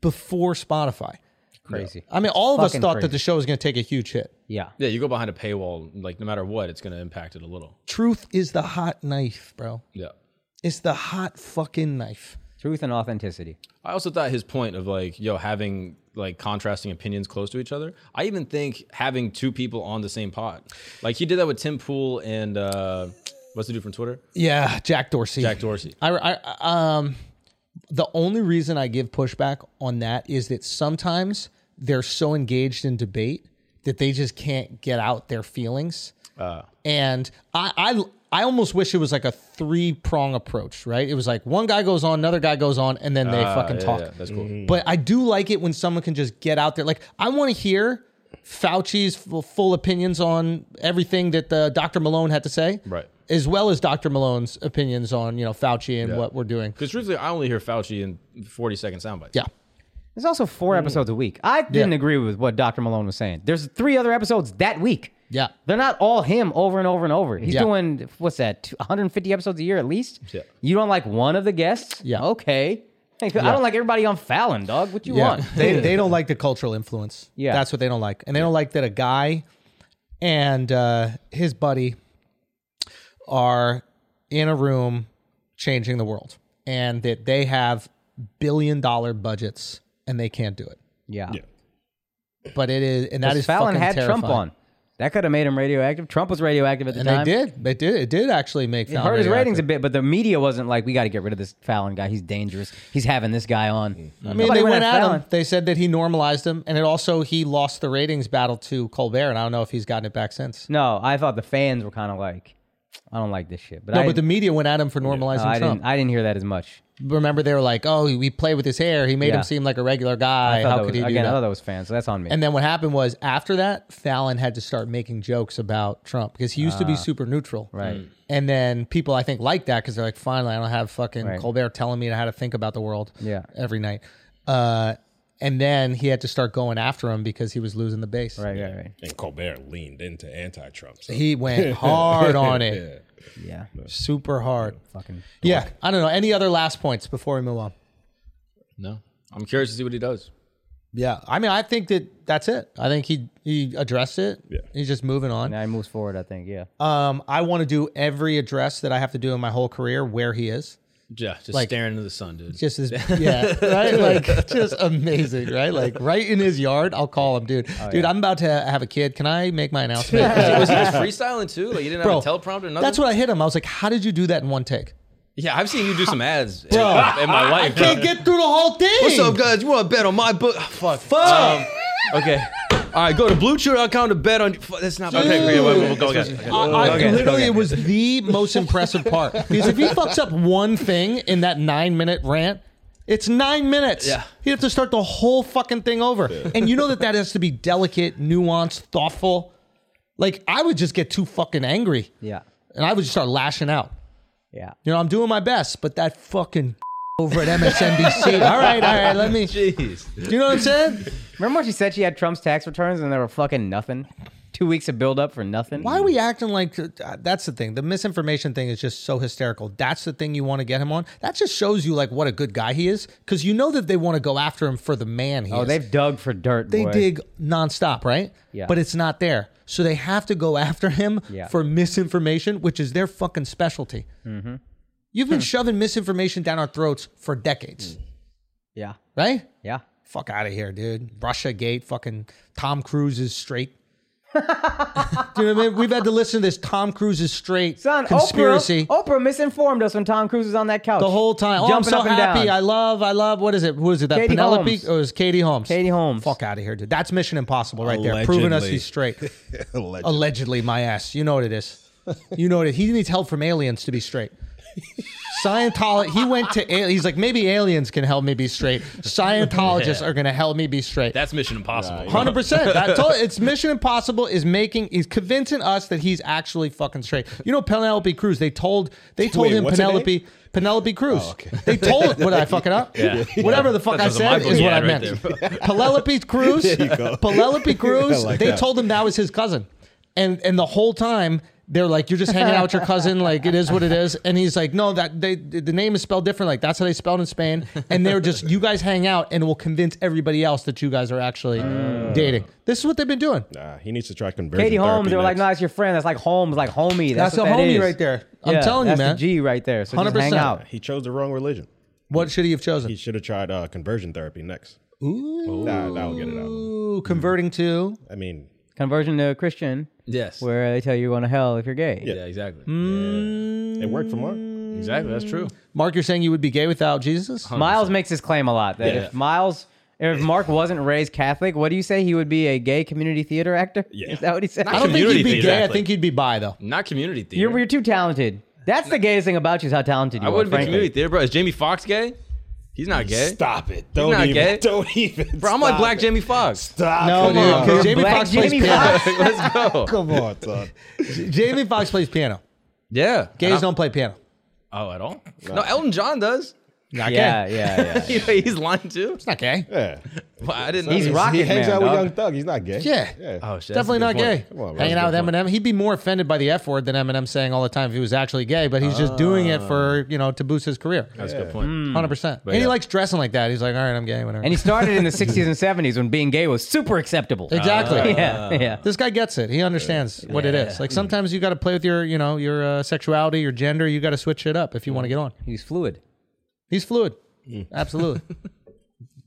[SPEAKER 1] before Spotify.
[SPEAKER 3] Crazy.
[SPEAKER 1] I mean, all of us
[SPEAKER 3] Fucking
[SPEAKER 1] thought that
[SPEAKER 3] crazy.
[SPEAKER 1] the show was going to take a huge hit.
[SPEAKER 3] Yeah.
[SPEAKER 2] Yeah, you go behind a paywall, like no matter what, it's gonna impact it a little.
[SPEAKER 1] Truth is the hot knife, bro.
[SPEAKER 2] Yeah.
[SPEAKER 1] It's the hot fucking knife.
[SPEAKER 3] Truth and authenticity.
[SPEAKER 2] I also thought his point of like, yo, having like contrasting opinions close to each other. I even think having two people on the same pod. Like he did that with Tim Pool and uh what's the dude from Twitter?
[SPEAKER 1] Yeah, Jack Dorsey.
[SPEAKER 2] Jack Dorsey.
[SPEAKER 1] I, I um the only reason I give pushback on that is that sometimes they're so engaged in debate that they just can't get out their feelings. and I, I I almost wish it was like a three prong approach, right? It was like one guy goes on, another guy goes on, and then they fucking
[SPEAKER 2] Uh, Yeah,
[SPEAKER 1] talk.
[SPEAKER 2] yeah, that's cool.
[SPEAKER 1] But I do like it when someone can just get out there. Like I want to hear Fauci's full, full opinions on everything that the Dr. Malone had to say,
[SPEAKER 2] Right.
[SPEAKER 1] As well as Dr. Malone's opinions on you know Fauci and what we're doing.
[SPEAKER 2] Because truthfully, I only hear Fauci in forty second sound bites.
[SPEAKER 1] Yeah,
[SPEAKER 3] There's also four
[SPEAKER 2] Mm.
[SPEAKER 3] episodes a week. I didn't agree with what Dr. Malone was saying. There's three other episodes that week.
[SPEAKER 1] Yeah.
[SPEAKER 3] They're not all him over and over and over. He's
[SPEAKER 1] Yeah.
[SPEAKER 3] doing, what's that, 150 episodes a year at least?
[SPEAKER 2] Yeah.
[SPEAKER 3] You don't like one of the guests?
[SPEAKER 1] Yeah.
[SPEAKER 3] Okay. Like, I don't like everybody on Fallon, dog. What you want?
[SPEAKER 1] they they don't like the cultural influence.
[SPEAKER 3] Yeah.
[SPEAKER 1] that's what they don't like, and they don't like that a guy and uh, his buddy are in a room changing the world, and that they have billion dollar budgets and they can't do it.
[SPEAKER 3] yeah.
[SPEAKER 6] Yeah.
[SPEAKER 1] But it is, and that
[SPEAKER 3] Because
[SPEAKER 1] is
[SPEAKER 3] Fallon
[SPEAKER 1] fucking
[SPEAKER 3] had
[SPEAKER 1] terrifying.
[SPEAKER 3] Trump on. That could have made him radioactive. Trump was radioactive at the
[SPEAKER 1] and
[SPEAKER 3] time.
[SPEAKER 1] they did, they did, it did actually make
[SPEAKER 3] It
[SPEAKER 1] Fallon
[SPEAKER 3] hurt his
[SPEAKER 1] radioactive.
[SPEAKER 3] ratings a bit, but the media wasn't like, we got to get rid of this Fallon guy. He's dangerous. He's having this guy on.
[SPEAKER 1] Mm-hmm. I mean, they went at him. They said that he normalized him, and it also he lost the ratings battle to Colbert, and I don't know if he's gotten it back since.
[SPEAKER 3] No, I thought the fans were kind of like, I don't like this shit. But
[SPEAKER 1] No,
[SPEAKER 3] I,
[SPEAKER 1] but the media went at him for normalizing
[SPEAKER 3] I
[SPEAKER 1] Trump.
[SPEAKER 3] didn't. I didn't hear that as much.
[SPEAKER 1] Remember, they were like, "Oh, we play with his hair. He made
[SPEAKER 3] Yeah.
[SPEAKER 1] him seem like a regular
[SPEAKER 3] I
[SPEAKER 1] guy.
[SPEAKER 3] thought
[SPEAKER 1] How
[SPEAKER 3] that
[SPEAKER 1] could
[SPEAKER 3] was,
[SPEAKER 1] he do
[SPEAKER 3] again, I
[SPEAKER 1] that?"
[SPEAKER 3] thought that was fans, so that's on me.
[SPEAKER 1] And then what happened was after that, Fallon had to start making jokes about Trump because he used to be super neutral.
[SPEAKER 3] Ah. right. Mm.
[SPEAKER 1] And then people, I think, like that because they're like, finally, I don't have fucking
[SPEAKER 3] Right.
[SPEAKER 1] Colbert telling me how to think about the world
[SPEAKER 3] Yeah.
[SPEAKER 1] every night. Uh, and then he had to start going after him because he was losing the base.
[SPEAKER 3] right, right, right.
[SPEAKER 6] And Colbert leaned into anti-Trump. So.
[SPEAKER 1] He went hard on it,
[SPEAKER 3] Yeah.
[SPEAKER 1] super hard.
[SPEAKER 3] Fucking.
[SPEAKER 1] Yeah. I don't know. Any other last points before we move on?
[SPEAKER 2] No. I'm curious to see what he does.
[SPEAKER 1] Yeah, I mean, I think that that's it. I think he he addressed it.
[SPEAKER 6] Yeah.
[SPEAKER 1] he's just moving on.
[SPEAKER 3] Now he moves forward. I think. Yeah.
[SPEAKER 1] Um, I want to do every address that I have to do in my whole career where he is.
[SPEAKER 2] Yeah, just
[SPEAKER 1] Like-
[SPEAKER 2] staring into the sun, dude.
[SPEAKER 1] Just this, yeah, right? Like, just amazing, right? Like, right in his yard. I'll call him, dude. dude, I'm about to have a kid. Can I make my announcement?
[SPEAKER 2] was Oh, he just freestyling too? Like you didn't
[SPEAKER 1] Bro,
[SPEAKER 2] have a teleprompter? Nothing?
[SPEAKER 1] That's what I hit him. I was like, "How did you do that in one take?"
[SPEAKER 2] Yeah, I've seen you do some ads in, in my life. bro.
[SPEAKER 1] Can't get through the whole thing.
[SPEAKER 2] What's up, guys? You want to bet on my book? fuck. Fuck. okay. All right, go to bluechew.com to bet on. Fuck, that's not
[SPEAKER 7] Okay, okay, wait, wait, we'll go again. Okay.
[SPEAKER 1] I, I-
[SPEAKER 7] Okay,
[SPEAKER 1] literally, it was the most impressive part because if he fucks up one thing in that nine minute rant, it's nine minutes.
[SPEAKER 2] Yeah.
[SPEAKER 1] he'd have to start the whole fucking thing over, and you know that that has to be delicate, nuanced, thoughtful. Like I would just get too fucking angry,
[SPEAKER 3] Yeah.
[SPEAKER 1] and I would just start lashing out.
[SPEAKER 3] Yeah.
[SPEAKER 1] You know, I'm doing my best, but that fucking over at MSNBC. all right, all right, let me.
[SPEAKER 2] Jeez.
[SPEAKER 1] You know what I'm saying?
[SPEAKER 3] Remember when she said she had Trump's tax returns and they were fucking nothing? Two weeks of build up for nothing?
[SPEAKER 1] Why are we acting like uh, that's the thing? The misinformation thing is just so hysterical. That's the thing you want to get him on. That just shows you like what a good guy he is because you know that they want to go after him for the man he
[SPEAKER 3] Oh,
[SPEAKER 1] is.
[SPEAKER 3] they've dug for dirt.
[SPEAKER 1] they
[SPEAKER 3] boy.
[SPEAKER 1] dig nonstop, right?
[SPEAKER 3] Yeah.
[SPEAKER 1] But it's not there. So they have to go after him
[SPEAKER 3] Yeah.
[SPEAKER 1] for misinformation, which is their fucking specialty.
[SPEAKER 3] Mm-hmm.
[SPEAKER 1] You've
[SPEAKER 3] Hmm.
[SPEAKER 1] been shoving misinformation down our throats for decades,
[SPEAKER 3] Yeah.
[SPEAKER 1] right?
[SPEAKER 3] Yeah.
[SPEAKER 1] Fuck out of here, dude. Russia Gate, fucking Tom Cruise is straight. Do you know what I mean? We've had to listen to this Tom Cruise is straight
[SPEAKER 3] Son,
[SPEAKER 1] conspiracy
[SPEAKER 3] Oprah, Oprah misinformed us when Tom Cruise was on that couch
[SPEAKER 1] the whole time. Oh, I'm
[SPEAKER 3] Jumping
[SPEAKER 1] so
[SPEAKER 3] up and
[SPEAKER 1] happy.
[SPEAKER 3] down.
[SPEAKER 1] I love, I love, what is it? Who is it? That
[SPEAKER 3] Katie
[SPEAKER 1] Penelope?
[SPEAKER 3] Holmes.
[SPEAKER 1] Or it was Katie Holmes.
[SPEAKER 3] Katie Holmes.
[SPEAKER 1] Fuck out of here, dude. That's Mission Impossible right there. Proving us
[SPEAKER 6] Allegedly.
[SPEAKER 1] he's straight.
[SPEAKER 6] Allegedly.
[SPEAKER 1] Allegedly, my ass. You know what it is. You know what it He needs help from aliens to be straight. Scientology. He went to. al- He's like, maybe aliens can help me be straight. Scientologists
[SPEAKER 2] Yeah.
[SPEAKER 1] are going to help me be straight.
[SPEAKER 2] That's Mission Impossible.
[SPEAKER 1] Hundred percent. That told, it's Mission Impossible is making is convincing us that he's actually fucking straight. You know Penelope Cruz. They told they told
[SPEAKER 6] Wait,
[SPEAKER 1] him
[SPEAKER 6] what's her
[SPEAKER 1] Penelope Penelope Cruz.
[SPEAKER 6] Oh,
[SPEAKER 1] They told what did I fuck it up.
[SPEAKER 2] Yeah.
[SPEAKER 1] Whatever the fuck
[SPEAKER 2] That
[SPEAKER 1] I
[SPEAKER 2] was a
[SPEAKER 1] said
[SPEAKER 2] Michael
[SPEAKER 1] is what I
[SPEAKER 2] Gambon
[SPEAKER 1] meant.
[SPEAKER 2] right
[SPEAKER 1] Penelope Cruz. Penelope Cruz.
[SPEAKER 6] like
[SPEAKER 1] they
[SPEAKER 6] that.
[SPEAKER 1] told him that was his cousin, and and the whole time. They're like, you're just hanging out with your cousin. Like it is what it is. And he's like, no, that they the name is spelled different. Like that's how they spelled in Spain. And they're just, you guys hang out, and it will convince everybody else that you guys are actually
[SPEAKER 2] Uh.
[SPEAKER 1] dating. This is what they've been doing.
[SPEAKER 6] Nah, he needs to try conversion.
[SPEAKER 3] Katie
[SPEAKER 6] therapy
[SPEAKER 3] Holmes, they were like,
[SPEAKER 6] next.
[SPEAKER 3] no, that's your friend. That's like Holmes, like homie. That's,
[SPEAKER 1] That's a
[SPEAKER 3] what that
[SPEAKER 1] homie
[SPEAKER 3] is.
[SPEAKER 1] right there. I'm
[SPEAKER 3] Yeah,
[SPEAKER 1] telling you,
[SPEAKER 3] that's the
[SPEAKER 1] man.
[SPEAKER 3] G right there. So just
[SPEAKER 1] 100%.
[SPEAKER 3] hang out.
[SPEAKER 6] He chose the wrong religion.
[SPEAKER 1] What should he have chosen?
[SPEAKER 6] He should have tried uh, conversion therapy next. Ooh, nah, that'll get it out.
[SPEAKER 1] Ooh, converting to
[SPEAKER 6] I mean,
[SPEAKER 3] Conversion to Christian,
[SPEAKER 2] Yes.
[SPEAKER 3] where they tell you you're going to hell if you're gay.
[SPEAKER 2] yeah, exactly.
[SPEAKER 1] Mm.
[SPEAKER 6] it worked for Mark.
[SPEAKER 2] Yeah, exactly. That's true.
[SPEAKER 1] Mark. You're saying you would be gay without Jesus?
[SPEAKER 3] Miles makes this claim a lot that
[SPEAKER 2] Yeah.
[SPEAKER 3] if Miles, if Mark wasn't raised Catholic, what do you say? He would be a gay community theater actor?
[SPEAKER 6] Yeah.
[SPEAKER 3] Is that what he said?
[SPEAKER 1] I don't think you'd be
[SPEAKER 2] Community
[SPEAKER 1] gay. I
[SPEAKER 2] exactly.
[SPEAKER 1] think you'd be bi though.
[SPEAKER 2] Not community theater.
[SPEAKER 3] You're, you're too talented. That's the gayest thing about you is how talented you
[SPEAKER 2] I
[SPEAKER 3] are.
[SPEAKER 2] wouldn't be
[SPEAKER 3] frankly.
[SPEAKER 2] community theater, bro. Is Jamie Foxx gay? He's not gay.
[SPEAKER 6] Stop it! Don't
[SPEAKER 2] not
[SPEAKER 6] even.
[SPEAKER 2] gay.
[SPEAKER 6] Don't even.
[SPEAKER 2] Bro, I'm like
[SPEAKER 6] stop
[SPEAKER 2] Black
[SPEAKER 6] it.
[SPEAKER 2] Jamie Foxx.
[SPEAKER 6] Stop.
[SPEAKER 1] No,
[SPEAKER 6] come
[SPEAKER 1] dude,
[SPEAKER 6] on.
[SPEAKER 1] 'cause Jamie
[SPEAKER 3] Black
[SPEAKER 1] Fox plays
[SPEAKER 3] Jamie
[SPEAKER 1] piano.
[SPEAKER 3] Foxx.
[SPEAKER 2] Let's go.
[SPEAKER 6] Come on, son.
[SPEAKER 1] Jamie Foxx plays piano.
[SPEAKER 2] Yeah.
[SPEAKER 1] Gays don't play piano.
[SPEAKER 2] Oh, at all? No, Elton John does.
[SPEAKER 1] Not
[SPEAKER 3] Yeah,
[SPEAKER 1] gay.
[SPEAKER 3] yeah, yeah.
[SPEAKER 2] You know, he's lying too.
[SPEAKER 1] Not gay.
[SPEAKER 6] Yeah.
[SPEAKER 2] Well, I didn't.
[SPEAKER 3] He's Rocket
[SPEAKER 6] he hangs
[SPEAKER 3] Man,
[SPEAKER 6] out with
[SPEAKER 3] dog.
[SPEAKER 6] Young Thug. He's not gay.
[SPEAKER 1] Yeah.
[SPEAKER 2] Oh shit. that's a
[SPEAKER 1] Definitely
[SPEAKER 2] good
[SPEAKER 1] not
[SPEAKER 2] point.
[SPEAKER 1] gay.
[SPEAKER 6] on, bro,
[SPEAKER 1] Hanging
[SPEAKER 6] that's
[SPEAKER 1] out with
[SPEAKER 6] a good
[SPEAKER 1] Eminem, he'd be more offended by the F word than Eminem saying all the time if he was actually gay. But he's just doing it for
[SPEAKER 3] Ah.
[SPEAKER 1] you know to boost his career.
[SPEAKER 2] That's a good point.
[SPEAKER 1] Hundred percent. And he
[SPEAKER 2] yeah.
[SPEAKER 1] likes dressing like that. He's like, all right, I'm gay. Whatever.
[SPEAKER 3] Hmm. And he started in the 60s and 70s when being gay was super acceptable.
[SPEAKER 1] exactly.
[SPEAKER 2] Ah.
[SPEAKER 3] yeah, yeah. Hmm.
[SPEAKER 1] This guy gets it. He understands what it is. Like sometimes you got to play with your, you know, your uh, sexuality, your gender. You got to switch it up if you want to get on.
[SPEAKER 3] He's fluid. Hmm.
[SPEAKER 1] He's fluid. Absolutely.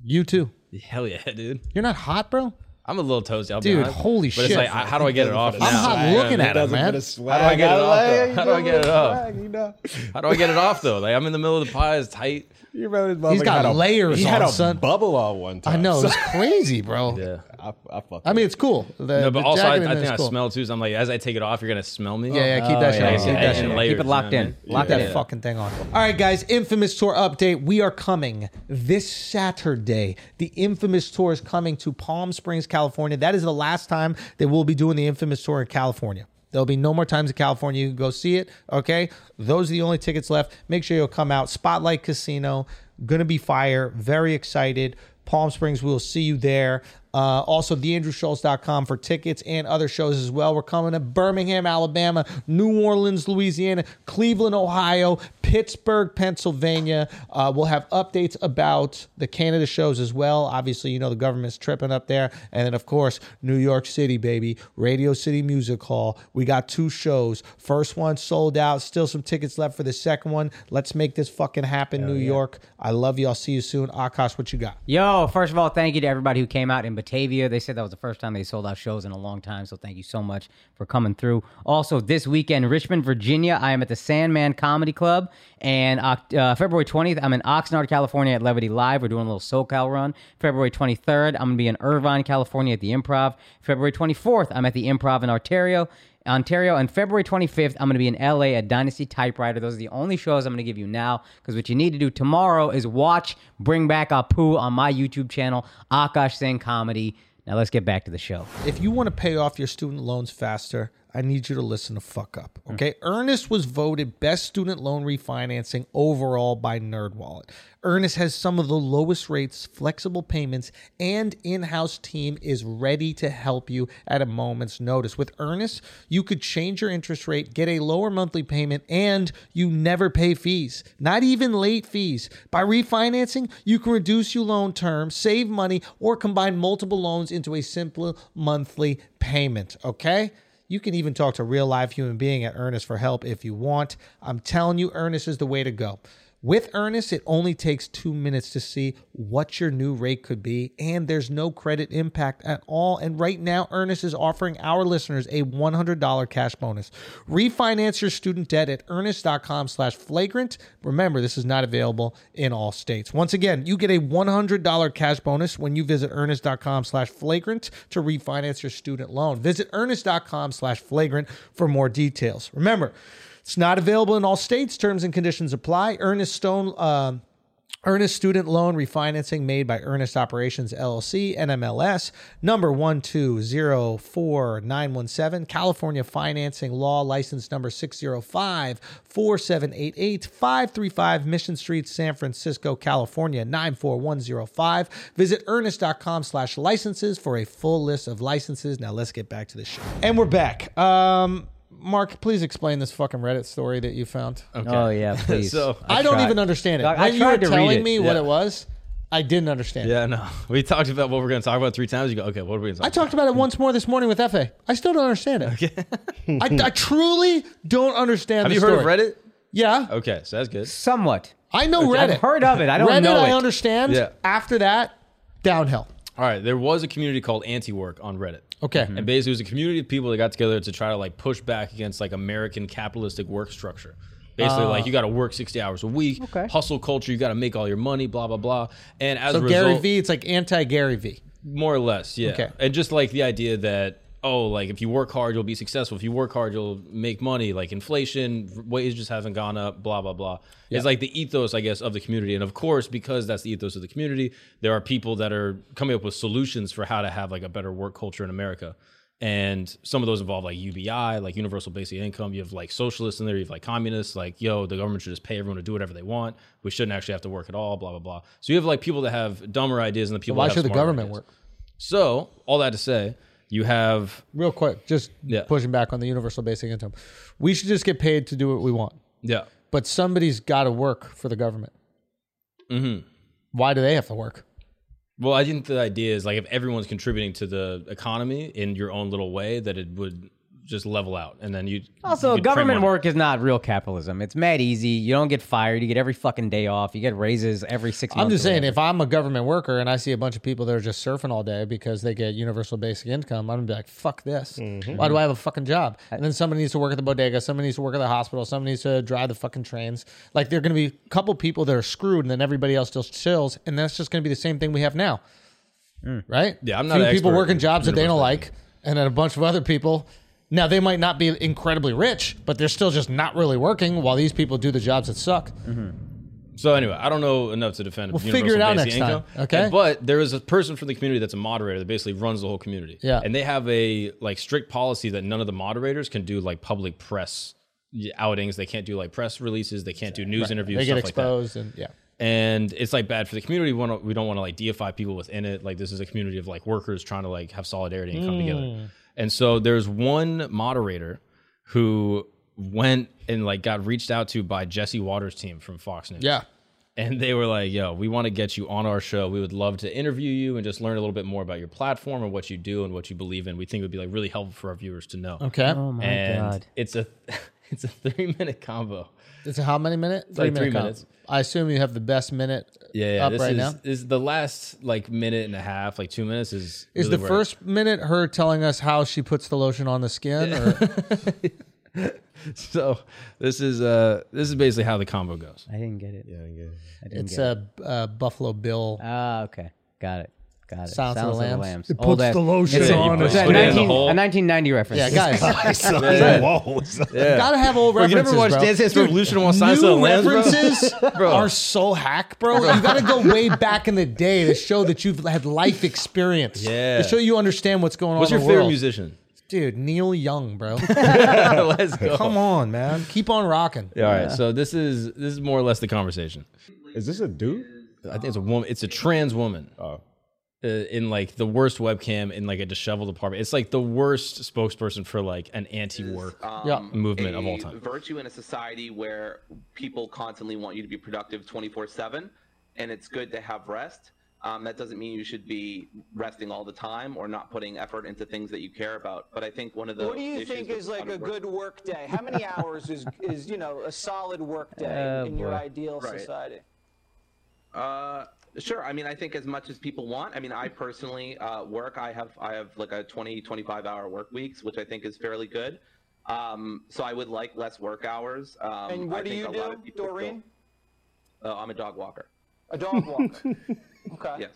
[SPEAKER 1] you too.
[SPEAKER 2] Hell yeah, dude.
[SPEAKER 1] You're not hot, bro.
[SPEAKER 2] I'm a little toasty. I'll be
[SPEAKER 1] Dude,
[SPEAKER 2] honest.
[SPEAKER 1] holy
[SPEAKER 2] but
[SPEAKER 1] shit.
[SPEAKER 2] It's like, I- how do I get it off?
[SPEAKER 6] I'm
[SPEAKER 2] now?
[SPEAKER 1] I'm hot
[SPEAKER 2] Like,
[SPEAKER 1] looking
[SPEAKER 2] uh,
[SPEAKER 1] at him, man.
[SPEAKER 2] How do I get it off? Though? How do I get it off?
[SPEAKER 6] You know,
[SPEAKER 2] How do I get it off though? Like I'm in the middle of the pie. It's tight.
[SPEAKER 6] you remember this
[SPEAKER 1] He's
[SPEAKER 6] motherfucker
[SPEAKER 1] got
[SPEAKER 6] had a-
[SPEAKER 1] layers
[SPEAKER 6] He had
[SPEAKER 1] on,
[SPEAKER 6] a
[SPEAKER 1] son.
[SPEAKER 6] bubble on one time.
[SPEAKER 1] I know.
[SPEAKER 6] So
[SPEAKER 1] It's crazy, bro.
[SPEAKER 2] Yeah.
[SPEAKER 6] I, I, fuck
[SPEAKER 1] I mean, it's cool. The,
[SPEAKER 2] No,
[SPEAKER 1] the
[SPEAKER 2] but also I,
[SPEAKER 1] jacket in
[SPEAKER 2] I
[SPEAKER 1] there
[SPEAKER 2] think
[SPEAKER 1] is
[SPEAKER 2] I
[SPEAKER 1] cool.
[SPEAKER 2] smell too. So I'm like, as I take it off, you're gonna smell me.
[SPEAKER 1] Yeah, yeah, keep that shit
[SPEAKER 2] Oh, yeah,
[SPEAKER 1] on.
[SPEAKER 2] yeah,
[SPEAKER 1] Keep
[SPEAKER 2] yeah,
[SPEAKER 1] that
[SPEAKER 2] yeah,
[SPEAKER 1] shit on.
[SPEAKER 2] yeah.
[SPEAKER 3] Keep it locked in. Lock
[SPEAKER 1] Get
[SPEAKER 3] it
[SPEAKER 1] that
[SPEAKER 3] in.
[SPEAKER 1] fucking thing on. All right, guys, Infamous Tour update. We are coming this Saturday. The Infamous Tour is coming to Palm Springs, California. That is the last time that we'll be doing the Infamous Tour in California. There'll be no more times in California. You can go see it. Okay. Those are the only tickets left. Make sure you'll come out. Spotlight Casino. Gonna be fire. Very excited. Palm Springs, we'll see you there. Uh, also, theandrewschultz.com for tickets and other shows as well. We're coming to Birmingham, Alabama, New Orleans, Louisiana, Cleveland, Ohio, Pittsburgh, Pennsylvania. Uh, we'll have updates about the Canada shows as well. Obviously, you know the government's tripping up there, and then of course New York City, baby, Radio City Music Hall. We got two shows. First one sold out. Still some tickets left for the second one. Let's make this fucking happen, New York. I love you. I'll see you soon. Akash, what you got?
[SPEAKER 3] Yo, first of all, thank you to everybody who came out in Batavia. They said that was the first time they sold out shows in a long time, so thank you so much for coming through. Also, this weekend, Richmond, Virginia, I am at the Sandman Comedy Club, and Oct- uh, February 20th, I'm in Oxnard, California at Levity Live. We're doing a little SoCal run. February 23rd, I'm going to be in Irvine, California at the Improv. February 24th, I'm at the Improv in Ontario. Ontario. And February 25th, I'm going to be in LA at Dynasty Typewriter. Those are the only shows I'm going to give you now because what you need to do tomorrow is watch Bring Back Apu on my YouTube channel, Akash Singh Comedy. Now let's get back to the show.
[SPEAKER 1] if you want to pay off your student loans faster, I need you to listen to fuck up. Okay. Earnest was voted best student loan refinancing overall by NerdWallet. Earnest has some of the lowest rates, flexible payments, and in-house team is ready to help you at a moment's notice. With Earnest, you could change your interest rate, get a lower monthly payment, and you never pay fees, not even late fees. By refinancing, you can reduce your loan term, save money, or combine multiple loans into a simple monthly payment. Okay? You can even talk to a real live human being at Earnest for help if you want. I'm telling you, Earnest is the way to go. With Earnest, it only takes two minutes to see what your new rate could be, and there's no credit impact at all. And right now, Earnest is offering our listeners a $100 cash bonus. Refinance your student debt at earnest.com slash flagrant. Remember, this is not available in all states. Once again, you get a $100 cash bonus when you visit earnest.com slash flagrant to refinance your student loan. Visit earnest.com slash flagrant for more details. Remember, it's not available in all states. Terms and conditions apply. Ernest Stone, um, Earnest Student Loan Refinancing made by Earnest Operations LLC, NMLS, number 1204917, California Financing Law, license number 605 4788, 535 Mission Street, San Francisco, California, 94105. Visit earnest.com slash licenses for a full list of licenses. Now let's get back to the show. And we're back. Um, Mark, please explain this fucking Reddit story that you found.
[SPEAKER 3] Oh, yeah, please.
[SPEAKER 2] So-
[SPEAKER 1] I, don't
[SPEAKER 3] tried.
[SPEAKER 1] even understand it.
[SPEAKER 3] Doc, I
[SPEAKER 1] when you were
[SPEAKER 3] tried to read
[SPEAKER 1] telling
[SPEAKER 3] it.
[SPEAKER 1] me what
[SPEAKER 2] Yeah.
[SPEAKER 1] it was, I didn't understand.
[SPEAKER 2] Yeah, no. We talked about what we're going to talk about three times. You go, okay, what are we going to talk
[SPEAKER 1] I talked about it once more this morning with FA. I still don't understand it. I, I truly don't understand.
[SPEAKER 2] Have
[SPEAKER 1] the
[SPEAKER 2] you heard of
[SPEAKER 1] story.
[SPEAKER 2] Reddit?
[SPEAKER 1] Yeah,
[SPEAKER 2] Okay, so that's good.
[SPEAKER 3] Somewhat.
[SPEAKER 1] I know Reddit.
[SPEAKER 3] I've heard of it. I don't
[SPEAKER 1] Reddit,
[SPEAKER 3] know
[SPEAKER 1] I
[SPEAKER 3] it.
[SPEAKER 1] understand.
[SPEAKER 2] Yeah.
[SPEAKER 1] After that, downhill.
[SPEAKER 2] All right, there was a community called Anti-Work on Reddit.
[SPEAKER 1] Okay.
[SPEAKER 2] And basically, it was a community of people that got together to try to like push back against like American capitalistic work structure. Basically,
[SPEAKER 1] Ah.
[SPEAKER 2] like you got to work sixty hours a week,
[SPEAKER 3] Okay.
[SPEAKER 2] hustle culture. You got to make all your money, blah blah blah. And as
[SPEAKER 1] So
[SPEAKER 2] a
[SPEAKER 1] Gary
[SPEAKER 2] result,
[SPEAKER 1] V, it's like anti Gary V.
[SPEAKER 2] more or less, yeah.
[SPEAKER 1] Okay.
[SPEAKER 2] And just like the idea that oh, like if you work hard, you'll be successful. If you work hard, you'll make money. Like inflation, wages just haven't gone up. Blah blah blah. It's like the ethos, I guess, of the community. And of course, because that's the ethos of the community, there are people that are coming up with solutions for how to have like a better work culture in America. And some of those involve like UBI, like universal basic income. You have like socialists in there, you have like communists, like, yo, the government should just pay everyone to do whatever they want. We shouldn't actually have to work at all, blah, blah, blah. So you have like people that have dumber ideas and the people
[SPEAKER 1] Why
[SPEAKER 2] that have
[SPEAKER 1] should the
[SPEAKER 2] smarter
[SPEAKER 1] government
[SPEAKER 2] ideas.
[SPEAKER 1] work?
[SPEAKER 2] So, all that to say, you have
[SPEAKER 1] Real quick, just
[SPEAKER 2] Yeah.
[SPEAKER 1] pushing back on the universal basic income. We should just get paid to do what we want,
[SPEAKER 2] yeah.
[SPEAKER 1] but somebody's got to work for the government. Mm-hmm. Why do they have to work?
[SPEAKER 2] Well, I think the idea is like if everyone's contributing to the economy in your own little way, that it would just level out, and then you
[SPEAKER 3] Also,
[SPEAKER 2] you could print
[SPEAKER 3] government
[SPEAKER 2] money.
[SPEAKER 3] work is not real capitalism. It's mad easy. You don't get fired. You get every fucking day off. You get raises every six months.
[SPEAKER 1] I'm just
[SPEAKER 3] or
[SPEAKER 1] saying,
[SPEAKER 3] whatever.
[SPEAKER 1] if I'm a government worker and I see a bunch of people that are just surfing all day because they get universal basic income, I'm gonna be like, fuck this.
[SPEAKER 2] Mm-hmm.
[SPEAKER 1] Why do I have a fucking job? And then somebody needs to work at the bodega, somebody needs to work at the hospital, somebody needs to drive the fucking trains. Like, there are gonna be a couple people that are screwed and then everybody else still chills. And that's just gonna be the same thing we have now. Right?
[SPEAKER 2] Mm. Yeah, I'm not
[SPEAKER 1] Few
[SPEAKER 2] an
[SPEAKER 1] people
[SPEAKER 2] expert
[SPEAKER 1] working
[SPEAKER 2] in
[SPEAKER 1] jobs that they don't like,
[SPEAKER 2] universal
[SPEAKER 1] and then a bunch of other people. Now they might not be incredibly rich, but they're still just not really working while these people do the jobs that suck.
[SPEAKER 3] Mm-hmm.
[SPEAKER 2] So anyway, I don't know enough to defend.
[SPEAKER 1] We'll
[SPEAKER 2] universal
[SPEAKER 1] figure it out
[SPEAKER 2] basic
[SPEAKER 1] next
[SPEAKER 2] income,
[SPEAKER 1] time, okay?
[SPEAKER 2] And- but there is a person from the community that's a moderator that basically runs the whole community.
[SPEAKER 1] Yeah.
[SPEAKER 2] and they have a like strict policy that none of the moderators can do like public press outings. They can't do like press releases. They can't do news interviews.
[SPEAKER 1] They get
[SPEAKER 2] stuff Like that.
[SPEAKER 1] exposed and yeah.
[SPEAKER 2] and it's like bad for the community. We, wanna, we don't want to like deify people within it. Like this is a community of like workers trying to
[SPEAKER 1] Mm.
[SPEAKER 2] like have solidarity and come together. And so there's one moderator who went and like got reached out to by Jesse Waters' team from Fox News.
[SPEAKER 1] Yeah.
[SPEAKER 2] And they were like, yo, we want to get you on our show. We would love to interview you and just learn a little bit more about your platform and what you do and what you believe in. We think it would be like really helpful for our viewers to know.
[SPEAKER 1] Okay.
[SPEAKER 3] Oh my
[SPEAKER 2] and
[SPEAKER 3] god.
[SPEAKER 2] it's a it's a three minute combo.
[SPEAKER 1] It's a how many minute?
[SPEAKER 2] like three
[SPEAKER 1] count.
[SPEAKER 2] minutes.
[SPEAKER 1] I assume you have the best minute
[SPEAKER 2] Yeah, yeah.
[SPEAKER 1] up
[SPEAKER 2] this
[SPEAKER 1] right
[SPEAKER 2] is,
[SPEAKER 1] now.
[SPEAKER 2] is the last like minute and a half, like two minutes is
[SPEAKER 1] Is
[SPEAKER 2] really
[SPEAKER 1] the
[SPEAKER 2] where-
[SPEAKER 1] first minute her telling us how she puts the lotion on the skin? Or,
[SPEAKER 2] so this is uh this is basically how the combo goes.
[SPEAKER 3] I didn't get it. Yeah, I didn't
[SPEAKER 1] it's
[SPEAKER 3] get it.
[SPEAKER 1] a, uh Buffalo Bill.
[SPEAKER 3] Ah, okay. Got it. Got it.
[SPEAKER 1] Silence of the Lambs. It
[SPEAKER 3] Old
[SPEAKER 1] puts
[SPEAKER 3] ass-
[SPEAKER 1] the lotion
[SPEAKER 3] It's a-
[SPEAKER 1] on
[SPEAKER 3] it's
[SPEAKER 2] it.
[SPEAKER 3] a
[SPEAKER 2] Put it in the
[SPEAKER 3] 19
[SPEAKER 2] hole.
[SPEAKER 3] a 1990 reference.
[SPEAKER 1] yeah, guys,
[SPEAKER 6] Whoa.
[SPEAKER 1] gotta have old
[SPEAKER 2] Bro, you
[SPEAKER 1] references.
[SPEAKER 2] never watched
[SPEAKER 1] bro.
[SPEAKER 2] Dance Dance Revolution on Science of the
[SPEAKER 1] New
[SPEAKER 2] Lambs, bro?
[SPEAKER 1] references
[SPEAKER 2] Bro.
[SPEAKER 1] are so hack, bro. You gotta go way back in the day to show that you've had life experience.
[SPEAKER 2] Yeah.
[SPEAKER 1] To show you understand what's going
[SPEAKER 2] What's
[SPEAKER 1] on.
[SPEAKER 2] your
[SPEAKER 1] in
[SPEAKER 2] favorite
[SPEAKER 1] the world.
[SPEAKER 2] musician?
[SPEAKER 1] Dude, Neil Young, bro.
[SPEAKER 2] Let's go.
[SPEAKER 1] Come on, man. Keep on rocking.
[SPEAKER 2] All right, so this is this is more or less the conversation.
[SPEAKER 6] Is this a dude?
[SPEAKER 2] I think it's a woman. It's a trans woman.
[SPEAKER 6] Oh.
[SPEAKER 2] Uh, in like the worst webcam in like a disheveled apartment. It's like the worst spokesperson for like an anti-work.
[SPEAKER 1] Yeah.
[SPEAKER 2] Um, movement of
[SPEAKER 10] um, a
[SPEAKER 2] all time.
[SPEAKER 10] Virtue in a society where people constantly want you to be productive 24 7, and it's good to have rest. Um, that doesn't mean you should be resting all the time or not putting effort into things that you care about. But I think one of the
[SPEAKER 11] What do you
[SPEAKER 10] issues
[SPEAKER 11] think
[SPEAKER 10] with
[SPEAKER 11] is
[SPEAKER 10] lot
[SPEAKER 11] like
[SPEAKER 10] of
[SPEAKER 11] a
[SPEAKER 10] work-
[SPEAKER 11] good work day? How many hours is is you know a solid work day
[SPEAKER 3] Oh,
[SPEAKER 11] in your
[SPEAKER 3] boy.
[SPEAKER 11] ideal
[SPEAKER 10] Right.
[SPEAKER 11] society?
[SPEAKER 10] Uh, sure. I mean, I think as much as people want. I mean, I personally uh, work. I have I have like a 20, 25 hour work weeks, which I think is fairly good. Um, so I would like less work hours. Um,
[SPEAKER 11] And
[SPEAKER 10] I
[SPEAKER 11] what do
[SPEAKER 10] think
[SPEAKER 11] you
[SPEAKER 10] a lot
[SPEAKER 11] do,
[SPEAKER 10] of people feel-
[SPEAKER 11] Doreen?
[SPEAKER 10] Uh, I'm a dog walker.
[SPEAKER 11] A dog walker. okay.
[SPEAKER 10] Yes.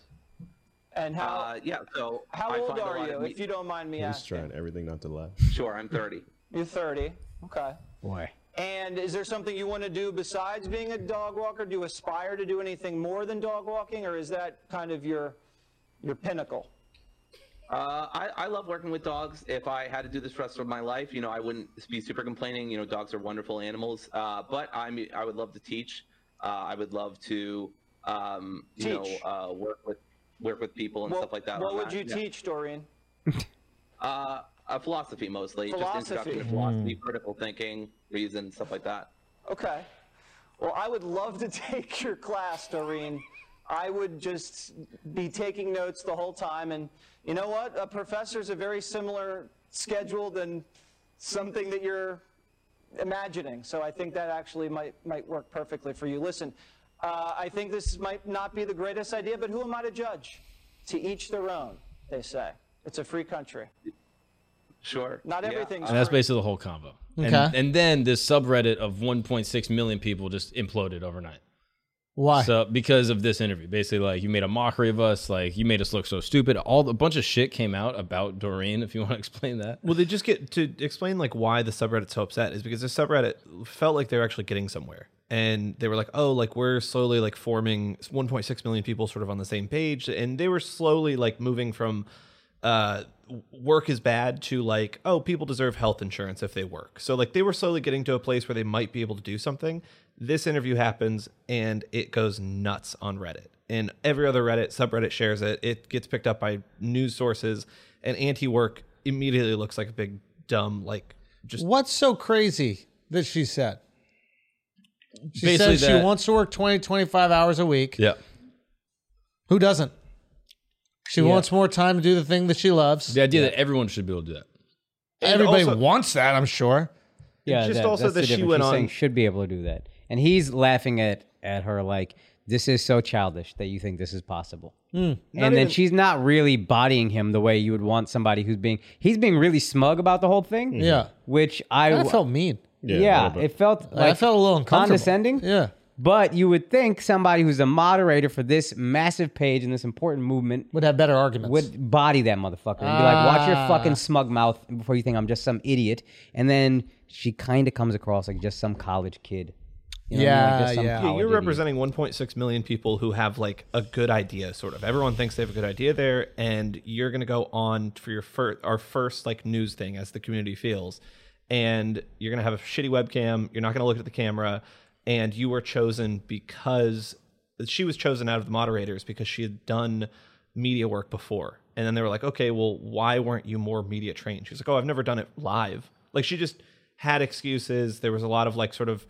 [SPEAKER 11] And how
[SPEAKER 10] Uh, yeah. So
[SPEAKER 11] how
[SPEAKER 10] I
[SPEAKER 11] old
[SPEAKER 10] find a
[SPEAKER 11] are
[SPEAKER 10] lot
[SPEAKER 11] you,
[SPEAKER 10] of
[SPEAKER 11] if you don't mind me
[SPEAKER 6] He's
[SPEAKER 11] asking?
[SPEAKER 6] trying everything not to laugh.
[SPEAKER 10] Sure, I'm 30.
[SPEAKER 11] You're 30. Okay.
[SPEAKER 3] Boy.
[SPEAKER 11] And is there something you want to do besides being a dog walker? Do you aspire to do anything more than dog walking, or is that kind of your your pinnacle?
[SPEAKER 10] Uh, I, I love working with dogs. If I had to do this for the rest of my life, you know, I wouldn't be super complaining. You know, dogs are wonderful animals. Uh, but I'm, I would love to teach. Uh, I would love to, um, you
[SPEAKER 11] Teach.
[SPEAKER 10] know, uh, work with work with people and
[SPEAKER 11] What-
[SPEAKER 10] stuff like that.
[SPEAKER 11] What
[SPEAKER 10] on
[SPEAKER 11] would
[SPEAKER 10] that.
[SPEAKER 11] you
[SPEAKER 10] Yeah.
[SPEAKER 11] teach, Doreen?
[SPEAKER 10] Uh, uh, philosophy mostly, just introduction to
[SPEAKER 11] Philosophy.
[SPEAKER 10] philosophy, critical thinking, reason, stuff like that.
[SPEAKER 11] Okay. Well, I would love to take your class, Doreen. I would just be taking notes the whole time. And you know what? A professor's a very similar schedule than something that you're imagining. So I think that actually might, might work perfectly for you. Listen, uh, I think this might not be the greatest idea, but who am I to judge? To each their own, they say. It's a free country.
[SPEAKER 10] Sure.
[SPEAKER 11] Not
[SPEAKER 10] Yeah.
[SPEAKER 11] everything's
[SPEAKER 2] And that's
[SPEAKER 11] free.
[SPEAKER 2] basically the whole combo. And,
[SPEAKER 1] Okay.
[SPEAKER 2] and then this subreddit of 1.6 million people just imploded overnight.
[SPEAKER 1] Why?
[SPEAKER 2] So because of this interview, basically, like you made a mockery of us, like you made us look so stupid. All a bunch of shit came out about Doreen. If you want to explain that,
[SPEAKER 7] Well, they just get to explain like why the subreddit's so upset is because the subreddit felt like they were actually getting somewhere, and they were like, "Oh, like we're slowly like forming 1.6 million people sort of on the same page," and they were slowly like moving from uh, w- work is bad to like, "Oh, people deserve health insurance if they work." So like they were slowly getting to a place where they might be able to do something. This interview happens, and it goes nuts on Reddit, and every other Reddit subreddit shares it. It gets picked up by news sources, and anti-work immediately looks like a big dumb like just
[SPEAKER 1] What's so crazy that she said? She
[SPEAKER 2] Basically
[SPEAKER 1] says
[SPEAKER 2] that-
[SPEAKER 1] she wants to work 20, 25 hours a week.
[SPEAKER 2] yeah,
[SPEAKER 1] Who doesn't? She wants more time to do the thing that she loves.
[SPEAKER 2] the idea that everyone should be able to do that.
[SPEAKER 1] Everybody
[SPEAKER 7] also-
[SPEAKER 1] wants that, I'm sure.
[SPEAKER 3] Yeah,
[SPEAKER 7] just also
[SPEAKER 3] that's
[SPEAKER 7] that
[SPEAKER 3] the
[SPEAKER 7] she
[SPEAKER 3] difference.
[SPEAKER 7] went
[SPEAKER 3] She's saying
[SPEAKER 7] on-
[SPEAKER 3] should be able to do that, and he's laughing at at her like this is so childish that you think this is possible.
[SPEAKER 1] Hmm.
[SPEAKER 6] Hmm,
[SPEAKER 3] And then she's not really bodying him the way you would want somebody who's being he's being really smug about the whole thing.
[SPEAKER 1] Yeah.
[SPEAKER 3] which I
[SPEAKER 1] I felt mean.
[SPEAKER 3] yeah,
[SPEAKER 6] a little bit.
[SPEAKER 3] it felt like
[SPEAKER 1] I felt a little uncomfortable.
[SPEAKER 3] condescending.
[SPEAKER 1] Yeah.
[SPEAKER 3] But you would think somebody who's a moderator for this massive page and this important movement
[SPEAKER 1] Would have better arguments. Ah.
[SPEAKER 3] would body that motherfucker and be like, "Watch your fucking smug mouth before you think I'm just some idiot." And then she kind of comes across like just some college kid. You what I mean?
[SPEAKER 1] Yeah, yeah. Yeah,
[SPEAKER 7] Yeah,
[SPEAKER 3] college
[SPEAKER 7] you're
[SPEAKER 3] idiot.
[SPEAKER 7] representing 1.6 million people who have like a good idea, sort of. Everyone thinks they have a good idea there, and you're gonna go on for your first, our first like news thing as the community feels, and you're gonna have a shitty webcam. You're not gonna look at the camera, and you were chosen because she was chosen out of the moderators because she had done media work before, and then they were like, okay, well, why weren't you more media trained? She's like, oh, I've never done it live. Like she just had excuses. There was a lot of like sort of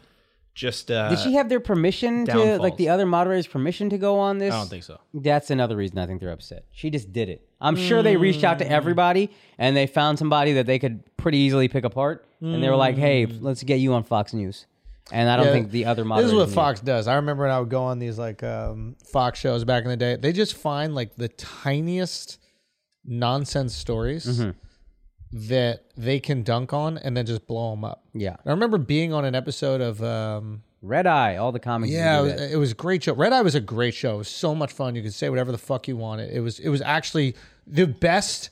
[SPEAKER 7] just. Uh,
[SPEAKER 3] Did she have their permission to, like
[SPEAKER 7] downfalls.
[SPEAKER 3] the other moderator's permission to go on this?
[SPEAKER 7] I don't think so.
[SPEAKER 3] That's another reason I think they're upset. She just did it. I'm sure they reached out to
[SPEAKER 1] Hmm.
[SPEAKER 3] everybody and they found somebody that they could pretty easily pick apart. And they were like, hey, let's get you on Fox News. And I don't
[SPEAKER 1] Hmm. Yeah,
[SPEAKER 3] think the other
[SPEAKER 1] This
[SPEAKER 3] moderators.
[SPEAKER 1] is what
[SPEAKER 3] knew.
[SPEAKER 1] Fox does. I remember when I would go on these like um, Fox shows back in the day. They just find like the tiniest nonsense stories
[SPEAKER 3] Mm-hmm.
[SPEAKER 1] that they can dunk on and then just blow them up.
[SPEAKER 3] Yeah.
[SPEAKER 1] I remember being on an episode of um,
[SPEAKER 3] Red Eye, all the comics.
[SPEAKER 1] yeah, it
[SPEAKER 3] do
[SPEAKER 1] was,
[SPEAKER 3] that.
[SPEAKER 1] it was a great show. Red Eye was a great show. It was so much fun. You could say whatever the fuck you wanted. It was it was actually the best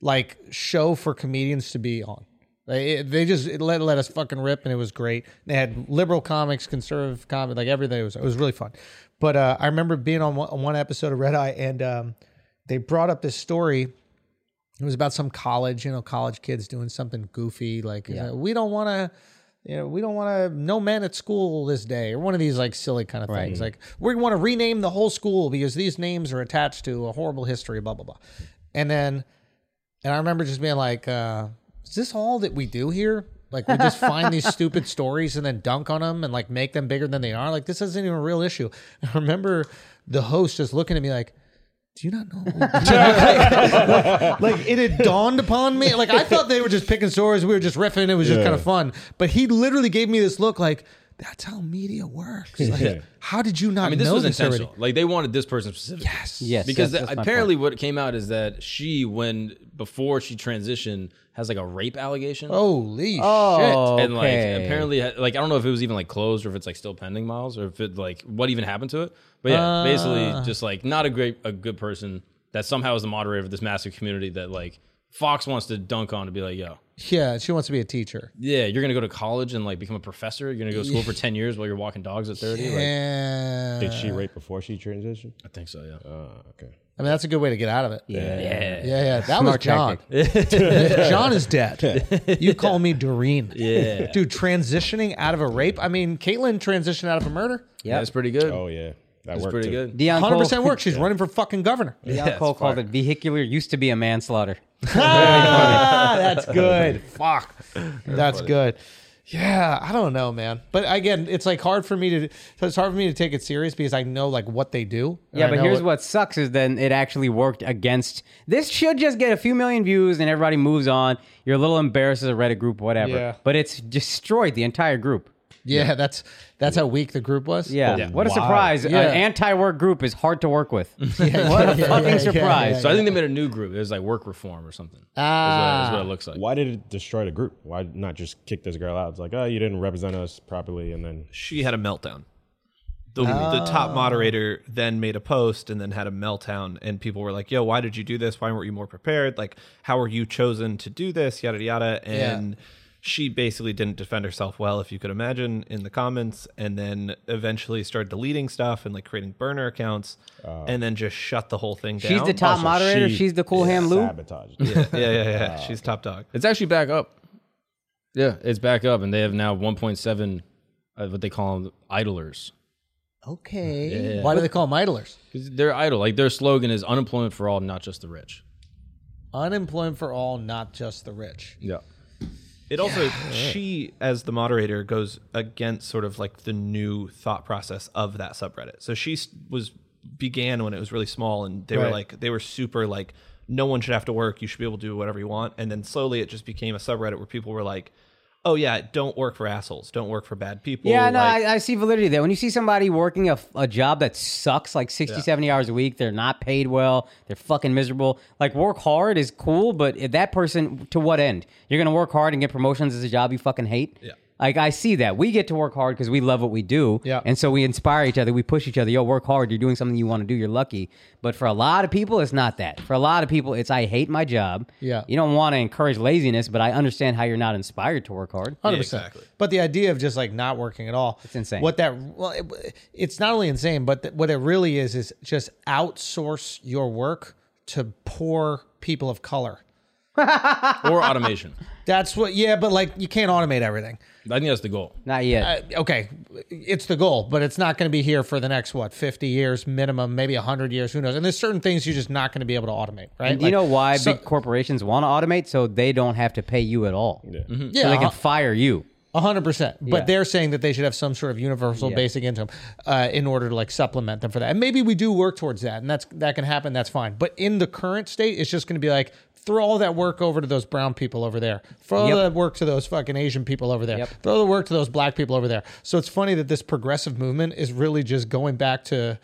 [SPEAKER 1] like show for comedians to be on. They it- they just it let let us fucking rip, and it was great. They had liberal comics, conservative comics, like everything. It was it was really fun. But uh, I remember being on one, on one episode of Red Eye, and um, they brought up this story. It was about some college, you know, college kids doing something goofy, like
[SPEAKER 3] Yeah.
[SPEAKER 1] uh, we don't want to you know, we don't want to no men at school this day, or one of these like silly kind of
[SPEAKER 3] Right.
[SPEAKER 1] things. Like we want to rename the whole school because these names are attached to a horrible history, blah blah blah. And then, and I remember just being like, uh, "Is this all that we do here? Like we just find these stupid stories and then dunk on them and like make them bigger than they are? Like this isn't even a real issue." I remember the host just looking at me like. Do you not know? like, like, it had dawned upon me. Like I thought they were just picking stories. We were just riffing. It was just
[SPEAKER 6] Yeah.
[SPEAKER 1] kind of fun. But he literally gave me this look like, that's how media works. Like,
[SPEAKER 6] Yeah.
[SPEAKER 1] How did you not
[SPEAKER 2] I mean, this
[SPEAKER 1] know
[SPEAKER 2] was
[SPEAKER 1] this
[SPEAKER 2] intentional.
[SPEAKER 1] already?
[SPEAKER 2] Like they wanted this person specifically.
[SPEAKER 1] Yes.
[SPEAKER 3] Yes,
[SPEAKER 2] because
[SPEAKER 3] that's- that's my
[SPEAKER 2] apparently what came out is that she, when before she transitioned, has like a rape allegation.
[SPEAKER 1] Holy
[SPEAKER 3] Oh,
[SPEAKER 1] shit.
[SPEAKER 2] and like
[SPEAKER 3] okay.
[SPEAKER 2] apparently, like I don't know if it was even like closed or if it's like still pending, Miles, or if it like what even happened to it. But yeah,
[SPEAKER 3] Ah.
[SPEAKER 2] basically, just like not a great, a good person that somehow is the moderator of this massive community that like Fox wants to dunk on to be like, yo,
[SPEAKER 1] Yeah, she wants to be a teacher.
[SPEAKER 2] yeah, you're gonna go to college and like become a professor. You're gonna go to school for ten years while you're walking dogs at thirty. Like,
[SPEAKER 1] Yeah.
[SPEAKER 6] Did she rape before she transitioned?
[SPEAKER 2] I think so. Yeah.
[SPEAKER 6] Oh, okay.
[SPEAKER 1] I mean, that's a good way to get out of it.
[SPEAKER 3] Yeah.
[SPEAKER 1] Yeah, yeah. That was John. John is dead. You call me Doreen.
[SPEAKER 2] Yeah.
[SPEAKER 1] Dude, transitioning out of a rape. I mean, Caitlyn transitioned out of a murder.
[SPEAKER 3] Yep.
[SPEAKER 2] That's pretty good.
[SPEAKER 6] Oh yeah, that
[SPEAKER 2] That's
[SPEAKER 6] worked
[SPEAKER 2] pretty
[SPEAKER 6] too.
[SPEAKER 2] good.
[SPEAKER 3] Deion Cole-
[SPEAKER 1] 100% work. She's running for fucking governor.
[SPEAKER 3] Deion Cole called it vehicular used to be a manslaughter.
[SPEAKER 1] Ah, that's good. Fuck. That's good. Yeah, I don't know, man. But again, it's like hard for me to so it's hard for me to take it serious because I know like what they do. and
[SPEAKER 3] Yeah,
[SPEAKER 1] I
[SPEAKER 3] but
[SPEAKER 1] know
[SPEAKER 3] here's what, sucks is then it actually worked against. This should just get a few million views and everybody moves on. You're a little embarrassed as a Reddit group, whatever.
[SPEAKER 1] Yeah.
[SPEAKER 3] But it's destroyed the entire group.
[SPEAKER 1] Yeah, Oh, that's that's how weak the group was.
[SPEAKER 3] Yeah.
[SPEAKER 6] Yeah.
[SPEAKER 3] What a
[SPEAKER 6] Wow.
[SPEAKER 3] surprise. Uh,
[SPEAKER 1] Yeah.
[SPEAKER 3] An anti work group is hard to work with. what a
[SPEAKER 1] yeah,
[SPEAKER 3] fucking
[SPEAKER 1] yeah, yeah,
[SPEAKER 3] surprise.
[SPEAKER 1] yeah,
[SPEAKER 2] So I think they made a new group. It was like work reform or something. Ah, is what, is what it looks like.
[SPEAKER 6] Why did it destroy the group? Why not just kick this girl out? It's like, oh, you didn't represent us properly, and then
[SPEAKER 7] she had a meltdown. The, the
[SPEAKER 3] Oh.
[SPEAKER 7] top moderator then made a post and then had a meltdown, and people were like, "Yo, why did you do this? Why weren't you more prepared? Like, how were you chosen to do this? Yada yada." And she basically didn't defend herself well, if you could imagine, in the comments, and then eventually started deleting stuff and like creating burner accounts, and then just shut the whole thing down.
[SPEAKER 3] She's the top
[SPEAKER 6] Oh. Also,
[SPEAKER 3] moderator.
[SPEAKER 6] she Oh.
[SPEAKER 3] She's the cool hand Lou.
[SPEAKER 6] sabotaged.
[SPEAKER 7] Yeah, yeah, yeah. yeah. She's top dog.
[SPEAKER 2] It's actually back up. Yeah, it's back up, and they have now 1.7, uh, what they call them, idlers.
[SPEAKER 1] Okay. Why do they call them idlers?
[SPEAKER 2] 'Cause they're idle. Like their slogan is unemployment for all, not just the rich.
[SPEAKER 1] Unemployment for all, not just the rich.
[SPEAKER 2] Yeah.
[SPEAKER 7] It also she as the moderator goes against sort of like the new thought process of that subreddit. So she s- was began when it was really small and they were
[SPEAKER 1] Right.
[SPEAKER 7] like they were super like no one should have to work, you should be able to do whatever you want and then slowly it just became a subreddit where people were like Oh yeah, don't work for assholes. Don't work for bad people.
[SPEAKER 3] Yeah, no,
[SPEAKER 7] like-
[SPEAKER 3] I, I see validity there. When you see somebody working a, f- a job that sucks, like 60, 70 hours a week, they're not paid well, they're fucking miserable. Like, work hard is cool, but if that person, to what end? You're going to work hard and get promotions as a job you fucking hate? Yeah. Like, I see that. We get to work hard because we love what we do.
[SPEAKER 1] Yeah.
[SPEAKER 3] And so we inspire each other. We push each other. Yo, work hard. You're doing something you want to do. You're lucky. But for a lot of people, it's not that. For a lot of people, it's I hate my job.
[SPEAKER 1] Yeah.
[SPEAKER 3] You don't want to encourage laziness, but I understand how you're not inspired to work hard.
[SPEAKER 1] Hundred percent. But the idea of just like not working at all—it's
[SPEAKER 3] insane.
[SPEAKER 1] What that well, it, it's not only insane, but th- what it really is is just outsource your work to poor people of color.
[SPEAKER 2] Or automation.
[SPEAKER 1] That's what. Yeah, but like you can't automate everything.
[SPEAKER 2] I think that's the goal.
[SPEAKER 3] Not yet.
[SPEAKER 1] Uh, okay, it's the goal, but it's not going to be here for the next what fifty years minimum, maybe hundred years. Who knows? And there's certain things you're just not going to be able to automate, right?
[SPEAKER 3] And do you know why big corporations want to automate? So they don't have to pay you at all. Yeah,
[SPEAKER 1] Yeah,
[SPEAKER 3] so they can
[SPEAKER 1] uh-huh.
[SPEAKER 3] fire you.
[SPEAKER 1] hundred percent. But
[SPEAKER 3] Yeah.
[SPEAKER 1] they're saying that they should have some sort of universal
[SPEAKER 3] Yeah.
[SPEAKER 1] basic income uh, in order to like supplement them for that. And maybe we do work towards that, and that's that can happen. That's fine. But in the current state, it's just going to be like. Throw all that work over to those brown people over there. Throw all
[SPEAKER 3] Yep.
[SPEAKER 1] that work to those fucking Asian people over there.
[SPEAKER 3] Yep.
[SPEAKER 1] Throw the work to those black people over there. So it's funny that this progressive movement is really just going back to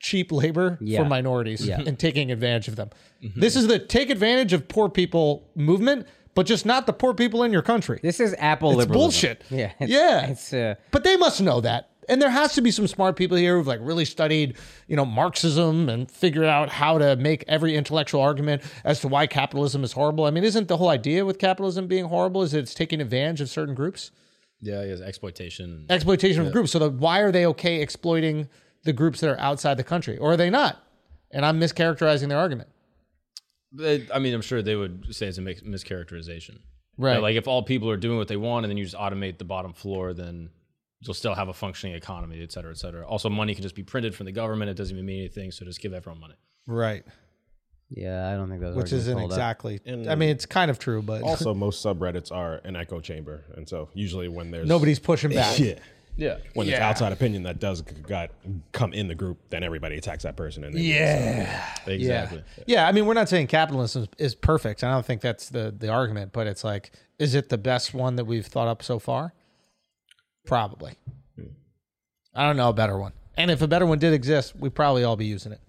[SPEAKER 1] cheap labor
[SPEAKER 3] Yeah.
[SPEAKER 1] for minorities
[SPEAKER 3] Yeah.
[SPEAKER 1] and taking advantage of them.
[SPEAKER 3] Mm-hmm.
[SPEAKER 1] This is the take advantage of poor people movement, but just not the poor people in your country.
[SPEAKER 3] This is Apple
[SPEAKER 1] It's
[SPEAKER 3] liberalism.
[SPEAKER 1] bullshit.
[SPEAKER 3] Yeah, it's-
[SPEAKER 1] yeah.
[SPEAKER 3] It's uh,
[SPEAKER 1] but they must know that. And there has to be some smart people here who've like really studied, you know, Marxism and figured out how to make every intellectual argument as to why capitalism is horrible. I mean, isn't the whole idea with capitalism being horrible is that it's taking advantage of certain groups?
[SPEAKER 2] Yeah, yeah, exploitation.
[SPEAKER 3] Mm-hmm.
[SPEAKER 1] exploitation of groups. So the, why are they okay exploiting the groups that are outside the country, or are they not? And I'm mischaracterizing their argument.
[SPEAKER 2] They- I mean, I'm sure they would say it's a mis- mischaracterization.
[SPEAKER 1] Right.
[SPEAKER 2] That, like if all people are doing what they want and then you just automate the bottom floor, then you'll still have a functioning economy, et cetera, et cetera. Also, money can just be printed from the government. It doesn't even mean anything. So just give everyone money.
[SPEAKER 1] Right,
[SPEAKER 3] yeah. I don't think those.
[SPEAKER 1] which
[SPEAKER 3] arguments
[SPEAKER 1] isn't
[SPEAKER 3] hold up.
[SPEAKER 1] exactly.
[SPEAKER 6] And-
[SPEAKER 1] I mean, it's kind of true, but
[SPEAKER 6] Also, most subreddits are an echo chamber, and so usually when there's
[SPEAKER 1] nobody's pushing back.
[SPEAKER 6] yeah.
[SPEAKER 2] Yeah.
[SPEAKER 6] When there's
[SPEAKER 1] Yeah.
[SPEAKER 6] outside opinion that does g- got come in the group, then everybody attacks that person. And they-
[SPEAKER 1] Yeah.
[SPEAKER 2] Exactly.
[SPEAKER 1] Yeah. yeah, I mean, we're not saying capitalism is, is perfect. I don't think that's the the argument, but it's like, is it the best one that we've thought up so far? Probably. I don't know a better one. And if a better one did exist, we'd probably all be using it.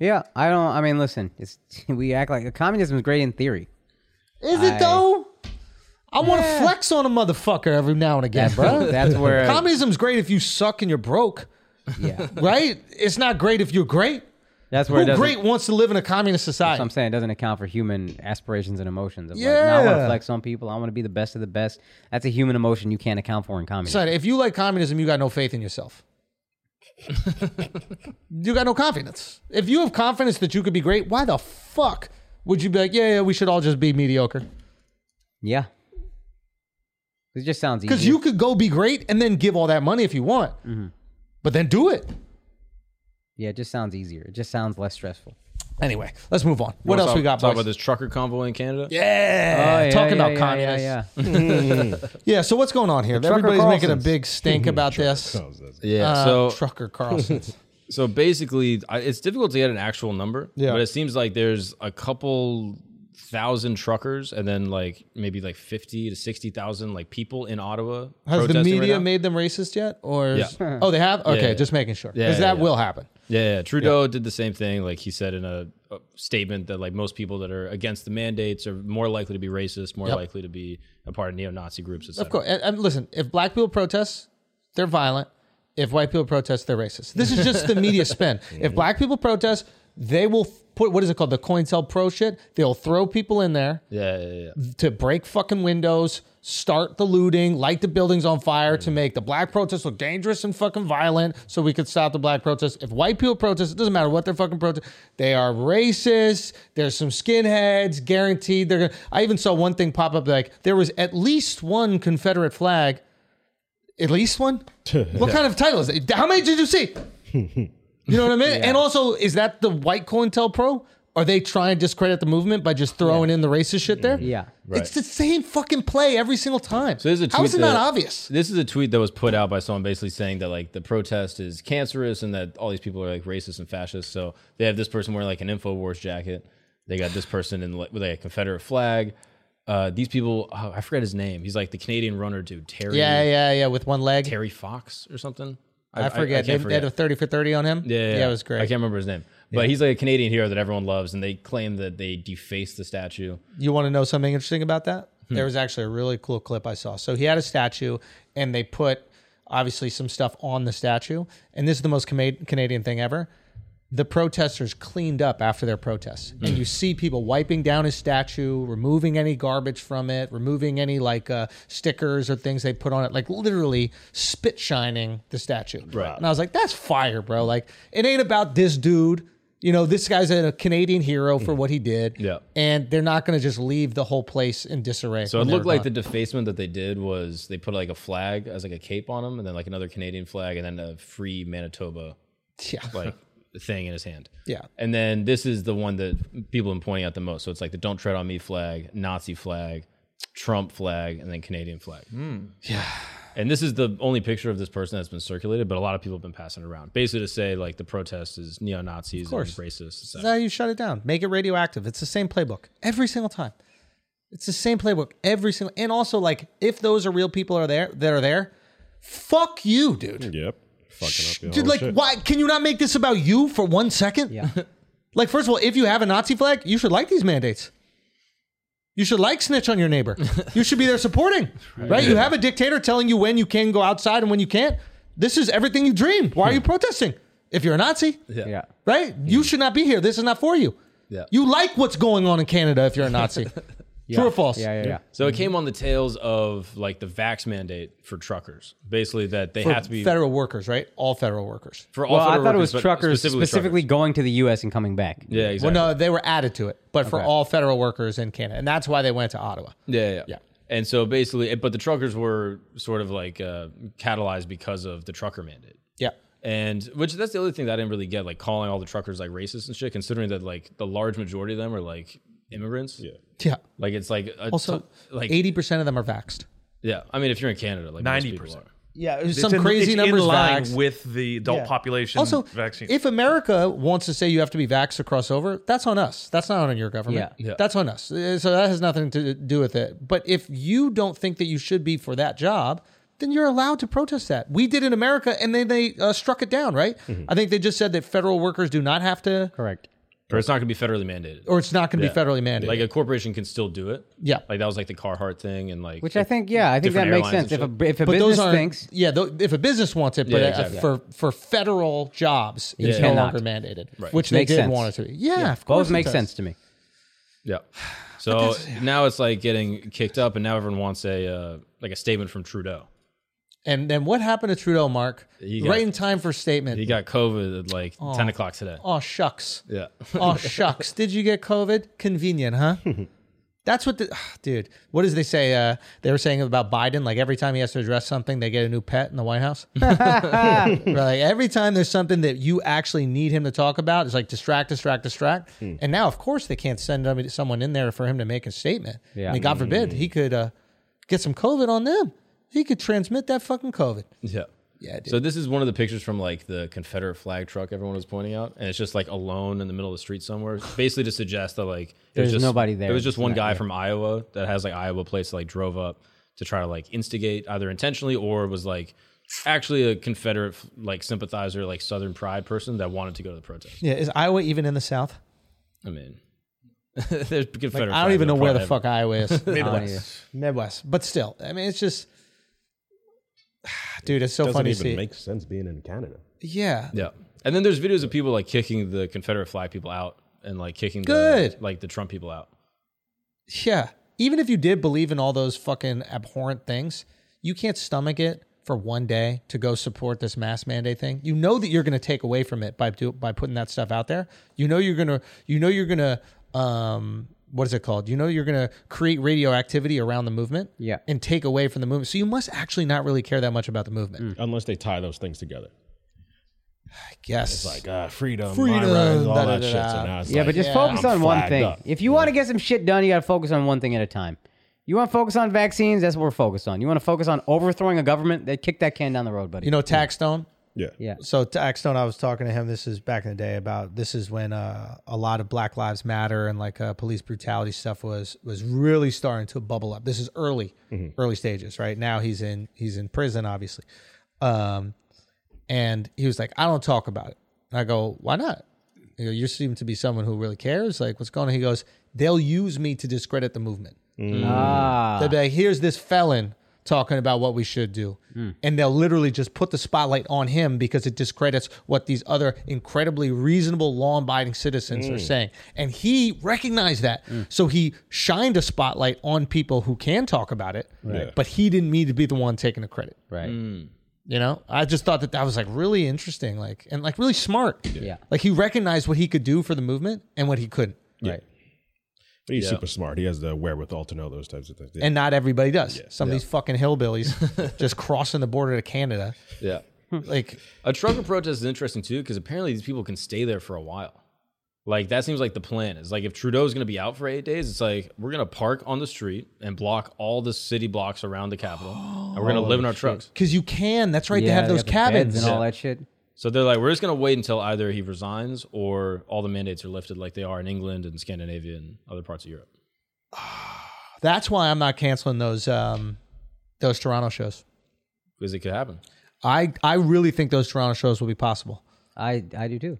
[SPEAKER 3] Yeah, I don't. I mean, listen, it's we act like communism is great in theory.
[SPEAKER 1] Is it
[SPEAKER 3] I-
[SPEAKER 1] though? I want to flex on a motherfucker every now and again, bro.
[SPEAKER 3] That's where-
[SPEAKER 1] communism's great if you suck and you're broke,
[SPEAKER 3] Yeah,
[SPEAKER 1] right? It's not great if you're great.
[SPEAKER 3] that's where it
[SPEAKER 1] Who
[SPEAKER 3] doesn't.
[SPEAKER 1] great wants to live in a communist
[SPEAKER 3] So I'm
[SPEAKER 1] society?
[SPEAKER 3] saying it doesn't account for human aspirations and emotions. Of like, no, I want
[SPEAKER 1] Yeah.
[SPEAKER 3] to flex on people. I want to be the best of the best. That's a human emotion you can't account for in communism.
[SPEAKER 1] Son, if you like communism, you got no faith in yourself. you got no confidence. If you have confidence that you could be great, why the fuck would you be like, yeah, yeah, we should all just be mediocre?
[SPEAKER 3] yeah, it just sounds easy.
[SPEAKER 1] Because you could go be great and then give all that money if you want,
[SPEAKER 3] Mm-hmm.
[SPEAKER 1] but then do it.
[SPEAKER 3] yeah, it just sounds easier. It just sounds less stressful.
[SPEAKER 1] Anyway, let's move on. What
[SPEAKER 2] Wanna
[SPEAKER 1] else
[SPEAKER 2] talk-
[SPEAKER 1] we got,
[SPEAKER 2] Talk
[SPEAKER 1] boys?
[SPEAKER 2] about this trucker convoy in Canada.
[SPEAKER 1] Yeah,
[SPEAKER 3] Oh, yeah,
[SPEAKER 1] talking
[SPEAKER 3] yeah,
[SPEAKER 1] about
[SPEAKER 3] yeah, Yeah,
[SPEAKER 1] communists.
[SPEAKER 3] yeah.
[SPEAKER 1] Yeah, so what's going on here?
[SPEAKER 3] Trucker
[SPEAKER 1] Everybody's making a
[SPEAKER 3] Carlsons.
[SPEAKER 1] big stink about this.
[SPEAKER 2] Yeah.
[SPEAKER 1] Uh,
[SPEAKER 2] so
[SPEAKER 1] Trucker Carlson's.
[SPEAKER 2] So basically, I, it's difficult to get an actual number.
[SPEAKER 1] Yeah.
[SPEAKER 2] But it seems like there's a couple thousand truckers, and then like maybe like fifty to sixty thousand like people in Ottawa.
[SPEAKER 1] Has the
[SPEAKER 2] protesting right
[SPEAKER 1] media
[SPEAKER 2] now.
[SPEAKER 1] made them racist yet? Or is-
[SPEAKER 2] Yeah.
[SPEAKER 1] oh, they have. Okay,
[SPEAKER 2] yeah.
[SPEAKER 1] just making sure
[SPEAKER 2] Yeah,
[SPEAKER 1] because
[SPEAKER 2] yeah,
[SPEAKER 1] that
[SPEAKER 2] yeah.
[SPEAKER 1] will happen.
[SPEAKER 2] Yeah, yeah. Trudeau did the same thing. Like he said in a, a statement that like most people that are against the mandates are more likely to be racist, more
[SPEAKER 1] Yep.
[SPEAKER 2] likely to be a part of neo-Nazi groups. Et
[SPEAKER 1] Of
[SPEAKER 2] cetera.
[SPEAKER 1] course. And, and listen, if black people protest, they're violent. If white people protest, they're racist. This is just the media spin. If black people protest, they will f- put what is it called the COINTEL Pro shit. They'll throw people in there.
[SPEAKER 2] Yeah, yeah, yeah.
[SPEAKER 1] to break fucking windows, start the looting, light the buildings on fire
[SPEAKER 2] Mm.
[SPEAKER 1] to make the black protests look dangerous and fucking violent so we could stop the black protests. If white people protest, it doesn't matter what they're fucking protest. They are racist. There's some skinheads, guaranteed. They're gonna, I even saw one thing pop up like there was at least one Confederate flag. At least one? what kind of title is it? How many did you see? You know what I mean? And also, is that the white COINTELPRO? Are they trying to discredit the movement by just throwing in the racist shit there?
[SPEAKER 3] Yeah.
[SPEAKER 1] It's the same fucking play every single time.
[SPEAKER 2] So this is a tweet
[SPEAKER 1] How is it not
[SPEAKER 2] that-
[SPEAKER 1] obvious?
[SPEAKER 2] This is a tweet that was put out by someone basically saying that like the protest is cancerous and that all these people are like racist and fascist. So they have this person wearing like an Infowars jacket. They got this person in like, with like, a Confederate flag. Uh, these people, oh, I forget his name. He's like the Canadian runner dude, Terry.
[SPEAKER 1] Yeah, yeah, yeah. With one leg.
[SPEAKER 2] Terry Fox or something.
[SPEAKER 1] I forget. they,
[SPEAKER 2] can't
[SPEAKER 1] they had a 30 for 30 on him.
[SPEAKER 2] yeah,
[SPEAKER 1] it was
[SPEAKER 2] I
[SPEAKER 1] great.
[SPEAKER 2] can't remember his name, but he's like a Canadian hero that everyone loves, and they claim that they defaced the statue.
[SPEAKER 1] You want to know something interesting about that?
[SPEAKER 2] Hmm.
[SPEAKER 1] There was actually a really cool clip I saw. So he had a statue, and they put obviously some stuff on the statue. And this is the most Cama- Canadian thing ever. The protesters cleaned up after their protests, and you see people wiping down his statue, removing any garbage from it, removing any like uh, stickers or things they put on it, like literally spit shining the statue. Right. And I was like, "That's fire, bro! Like it ain't about this dude." you know, this guy's a Canadian hero for what he did.
[SPEAKER 2] Yeah.
[SPEAKER 1] And they're not going to just leave the whole place in disarray.
[SPEAKER 2] So it
[SPEAKER 1] when they're
[SPEAKER 2] looked like the
[SPEAKER 1] gone.
[SPEAKER 2] defacement that they did was they put like a flag as like a cape on him, and then like another Canadian flag, and then a free Manitoba
[SPEAKER 1] Yeah.
[SPEAKER 2] like thing in his hand.
[SPEAKER 1] Yeah.
[SPEAKER 2] And then this is the one that people have been pointing out the most. So it's like the "Don't Tread on Me" flag, Nazi flag, Trump flag, and then Canadian flag.
[SPEAKER 1] Yeah.
[SPEAKER 2] And this is the only picture of this person that's been circulated, but a lot of people have been passing it around, basically to say like the protest is neo Nazis and
[SPEAKER 1] course.
[SPEAKER 2] racist.
[SPEAKER 1] This is how you shut it down. Make it radioactive. It's the same playbook every single time. It's the same playbook every single. And also, like, if those are real people are there that are there, fuck you, dude.
[SPEAKER 6] Yep. Fucking up. the
[SPEAKER 1] Dude,
[SPEAKER 6] whole
[SPEAKER 1] like,
[SPEAKER 6] shit.
[SPEAKER 1] why can you not make this about you for one second? Yeah. like, first of all, if you have a Nazi flag, you should like these mandates. You should like snitch on your neighbor. you should be there supporting, right? You have a dictator telling you when you can go outside and when you can't. This is everything you dreamed. Why are
[SPEAKER 2] Hmm.
[SPEAKER 1] you protesting? If you're a Nazi,
[SPEAKER 3] Yeah.
[SPEAKER 1] right? You should not be here. This is not for you.
[SPEAKER 2] Yeah.
[SPEAKER 1] You like what's going on in Canada if you're a Nazi. True or false? Mm-hmm.
[SPEAKER 3] Yeah, yeah, yeah.
[SPEAKER 2] So it came on the tails of like the vax mandate for truckers, basically that they
[SPEAKER 1] For
[SPEAKER 2] have to be
[SPEAKER 1] federal workers, right? All federal workers.
[SPEAKER 2] for all.
[SPEAKER 3] Well, I
[SPEAKER 2] federal
[SPEAKER 3] thought it was
[SPEAKER 2] workers, but
[SPEAKER 3] truckers specifically,
[SPEAKER 2] specifically, truckers.
[SPEAKER 3] going to the U.S. and coming back.
[SPEAKER 2] Yeah, exactly.
[SPEAKER 1] Well, no, they were added to it, but for
[SPEAKER 3] Okay.
[SPEAKER 1] all federal workers in Canada, and that's why they went to Ottawa.
[SPEAKER 2] Yeah, yeah,
[SPEAKER 1] Yeah.
[SPEAKER 2] And so basically, eh, but the truckers were sort of like uh, catalyzed because of the trucker mandate,
[SPEAKER 1] Yeah,
[SPEAKER 2] and which that's the other thing that I didn't really get, like calling all the truckers like racist and shit, considering that like the large majority of them are like immigrants. Yeah.
[SPEAKER 1] yeah.
[SPEAKER 2] Like it's like a
[SPEAKER 1] Also,
[SPEAKER 2] t- Uh, like
[SPEAKER 1] eighty percent of them are vaxxed.
[SPEAKER 2] Yeah, I mean, if you're in Canada, like ninety
[SPEAKER 12] 90%.
[SPEAKER 2] percent.
[SPEAKER 1] Yeah,
[SPEAKER 12] It's
[SPEAKER 1] some
[SPEAKER 12] in-
[SPEAKER 1] crazy
[SPEAKER 12] it's
[SPEAKER 1] numbers
[SPEAKER 12] in line
[SPEAKER 1] vaxxed.
[SPEAKER 12] with the adult
[SPEAKER 1] Yeah.
[SPEAKER 12] population
[SPEAKER 1] Also,
[SPEAKER 12] vaccine.
[SPEAKER 1] if America wants to say you have to be vaxxed to cross over, that's on us. That's not on your government.
[SPEAKER 2] Yeah. Yeah.
[SPEAKER 1] That's on us. Uh, So that has nothing to do with it. But if you don't think that you should be for that job, then you're allowed to protest that. We did in America, and then they uh, struck it down, right? I think they just said that federal workers do not have to,
[SPEAKER 3] Mm-hmm. Correct.
[SPEAKER 2] Or it's not going to be federally mandated.
[SPEAKER 1] or it's not going to
[SPEAKER 2] Yeah.
[SPEAKER 1] be federally mandated.
[SPEAKER 2] Like a corporation can still do it.
[SPEAKER 1] Yeah.
[SPEAKER 2] Like that was like the Carhartt thing and like
[SPEAKER 3] Which I think, yeah, I think that
[SPEAKER 2] different
[SPEAKER 3] makes
[SPEAKER 2] airlines
[SPEAKER 3] sense. If a
[SPEAKER 2] and
[SPEAKER 3] if a
[SPEAKER 1] but
[SPEAKER 3] business
[SPEAKER 1] those are
[SPEAKER 3] thinks,
[SPEAKER 1] yeah. Though, if a business wants it, but
[SPEAKER 2] Yeah,
[SPEAKER 1] uh,
[SPEAKER 2] exactly.
[SPEAKER 1] for for federal jobs, it's no
[SPEAKER 3] cannot.
[SPEAKER 1] longer mandated,
[SPEAKER 2] Right.
[SPEAKER 1] which
[SPEAKER 3] Makes
[SPEAKER 1] they did
[SPEAKER 3] sense.
[SPEAKER 1] want it to be. Yeah, of course,
[SPEAKER 3] both
[SPEAKER 1] it
[SPEAKER 3] make
[SPEAKER 1] does.
[SPEAKER 3] sense to me.
[SPEAKER 2] Yeah. So now it's like getting kicked up, and now everyone wants a uh, like a statement from Trudeau.
[SPEAKER 1] And then what happened to Trudeau, Mark?
[SPEAKER 2] He got-
[SPEAKER 1] right in time for statement.
[SPEAKER 2] He got COVID at like ten o'clock today.
[SPEAKER 1] oh shucks.
[SPEAKER 2] Yeah.
[SPEAKER 1] oh shucks. Did you get COVID? Convenient, huh? That's what the ah, dude. What does they say? Uh, they were saying about Biden. Like every time he has to address something, they get a new pet in the White House. Right, like every time there's something that you actually need him to talk about, it's like distract, distract, distract.
[SPEAKER 2] Hmm.
[SPEAKER 1] And now, of course, they can't send somebody- someone in there for him to make a statement.
[SPEAKER 3] Yeah.
[SPEAKER 1] I mean, God forbid
[SPEAKER 2] Hmm.
[SPEAKER 1] he could uh, get some COVID on them. He could transmit that fucking COVID.
[SPEAKER 2] yeah.
[SPEAKER 1] Yeah, dude.
[SPEAKER 2] So this is one of the pictures from like the Confederate flag truck everyone was pointing out, and it's just like alone in the middle of the street somewhere, basically to suggest that like it was
[SPEAKER 3] There's
[SPEAKER 2] just,
[SPEAKER 3] nobody there.
[SPEAKER 2] It was just one
[SPEAKER 3] Right,
[SPEAKER 2] guy
[SPEAKER 3] yeah.
[SPEAKER 2] from Iowa that has like Iowa place that like drove up to try to like instigate either intentionally or was like actually a Confederate like sympathizer, like Southern pride person that wanted to go to the protest.
[SPEAKER 1] yeah, is Iowa even in the South?
[SPEAKER 2] I mean, there's Confederate.
[SPEAKER 1] Like, I
[SPEAKER 2] flags
[SPEAKER 1] don't even know
[SPEAKER 2] on
[SPEAKER 1] where the
[SPEAKER 2] front
[SPEAKER 1] fuck Iowa is.
[SPEAKER 3] Midwest.
[SPEAKER 1] Midwest. But still, I mean, it's just, dude, it's so
[SPEAKER 6] doesn't
[SPEAKER 1] funny to
[SPEAKER 6] even
[SPEAKER 1] see.
[SPEAKER 6] make sense being in Canada.
[SPEAKER 1] yeah.
[SPEAKER 2] Yeah. And then there's videos of people like kicking the Confederate flag people out and like kicking
[SPEAKER 1] Good.
[SPEAKER 2] the like the Trump people out.
[SPEAKER 1] Yeah. Even if you did believe in all those fucking abhorrent things, you can't stomach it for one day to go support this mass mandate thing. You know that you're going to take away from it by do, by putting that stuff out there. You know you're going to you know you're going to um what is it called? You know you're going to create radioactivity around the movement
[SPEAKER 3] Yeah.
[SPEAKER 1] and take away from the movement. So you must actually not really care that much about the movement.
[SPEAKER 6] Unless they tie those things together.
[SPEAKER 1] I guess.
[SPEAKER 6] It's like uh, freedom,
[SPEAKER 1] Freedom,
[SPEAKER 6] freedom, rights, all
[SPEAKER 1] da, da,
[SPEAKER 6] that
[SPEAKER 1] da,
[SPEAKER 6] shit.
[SPEAKER 1] da.
[SPEAKER 6] So now it's
[SPEAKER 3] Yeah,
[SPEAKER 6] like,
[SPEAKER 3] but just
[SPEAKER 1] yeah,
[SPEAKER 3] focus
[SPEAKER 6] I'm
[SPEAKER 3] on one
[SPEAKER 6] flagged
[SPEAKER 3] thing.
[SPEAKER 6] up.
[SPEAKER 3] If you want to get some shit done, you got to focus on one thing at a time. You want to focus on vaccines? That's what we're focused on. You want to focus on overthrowing a government? They kick that can down the road, buddy.
[SPEAKER 1] you know tax stone?
[SPEAKER 6] Yeah.
[SPEAKER 3] yeah.
[SPEAKER 1] So Taxstone, I was talking to him. This is back in the day about this is when uh, a lot of Black Lives Matter and like uh, police brutality stuff was was really starting to bubble up. This is early, early stages, right? Now he's in he's in prison, obviously. Um, and he was like, I don't talk about it. And I go, why not? You, go, you seem to be someone who really cares. Like, what's going on? He goes, they'll use me to discredit the movement.
[SPEAKER 3] Ah,
[SPEAKER 1] They'll be like, here's this felon talking about what we should do. And they'll literally just put the spotlight on him because it discredits what these other incredibly reasonable, law abiding citizens are saying. And he recognized that. So he shined a spotlight on people who can talk about it,
[SPEAKER 6] Right.
[SPEAKER 2] Hmm.
[SPEAKER 1] but he didn't need to be the one taking the credit. Hmm.
[SPEAKER 3] right.
[SPEAKER 1] You know, I just thought that that was like really interesting, like and like really smart. Yeah, like he recognized what he could do for the movement and what he couldn't.
[SPEAKER 6] Right. But he's
[SPEAKER 1] Yeah.
[SPEAKER 6] super smart. He has the wherewithal to know those types of things.
[SPEAKER 1] And not everybody does. Some
[SPEAKER 6] Yeah.
[SPEAKER 1] of these fucking hillbillies just crossing the border to Canada.
[SPEAKER 2] Yeah.
[SPEAKER 1] Hmm. Like
[SPEAKER 2] a trucker protest is interesting too because apparently these people can stay there for a while. Like that seems like the plan is like if Trudeau's going to be out for eight days, it's like we're going to park on the street and block all the city blocks around the Capitol, and we're going to live in our trucks.
[SPEAKER 1] Because you can. That's right. they have those cabins
[SPEAKER 3] shit.
[SPEAKER 2] So they're like, we're just going to wait until either he resigns or all the mandates are lifted, like they are in England and Scandinavia and other parts of Europe.
[SPEAKER 1] That's why I'm not canceling those um those Toronto shows.
[SPEAKER 2] Because it could happen.
[SPEAKER 1] I I really think those Toronto shows will be possible.
[SPEAKER 3] I I do too.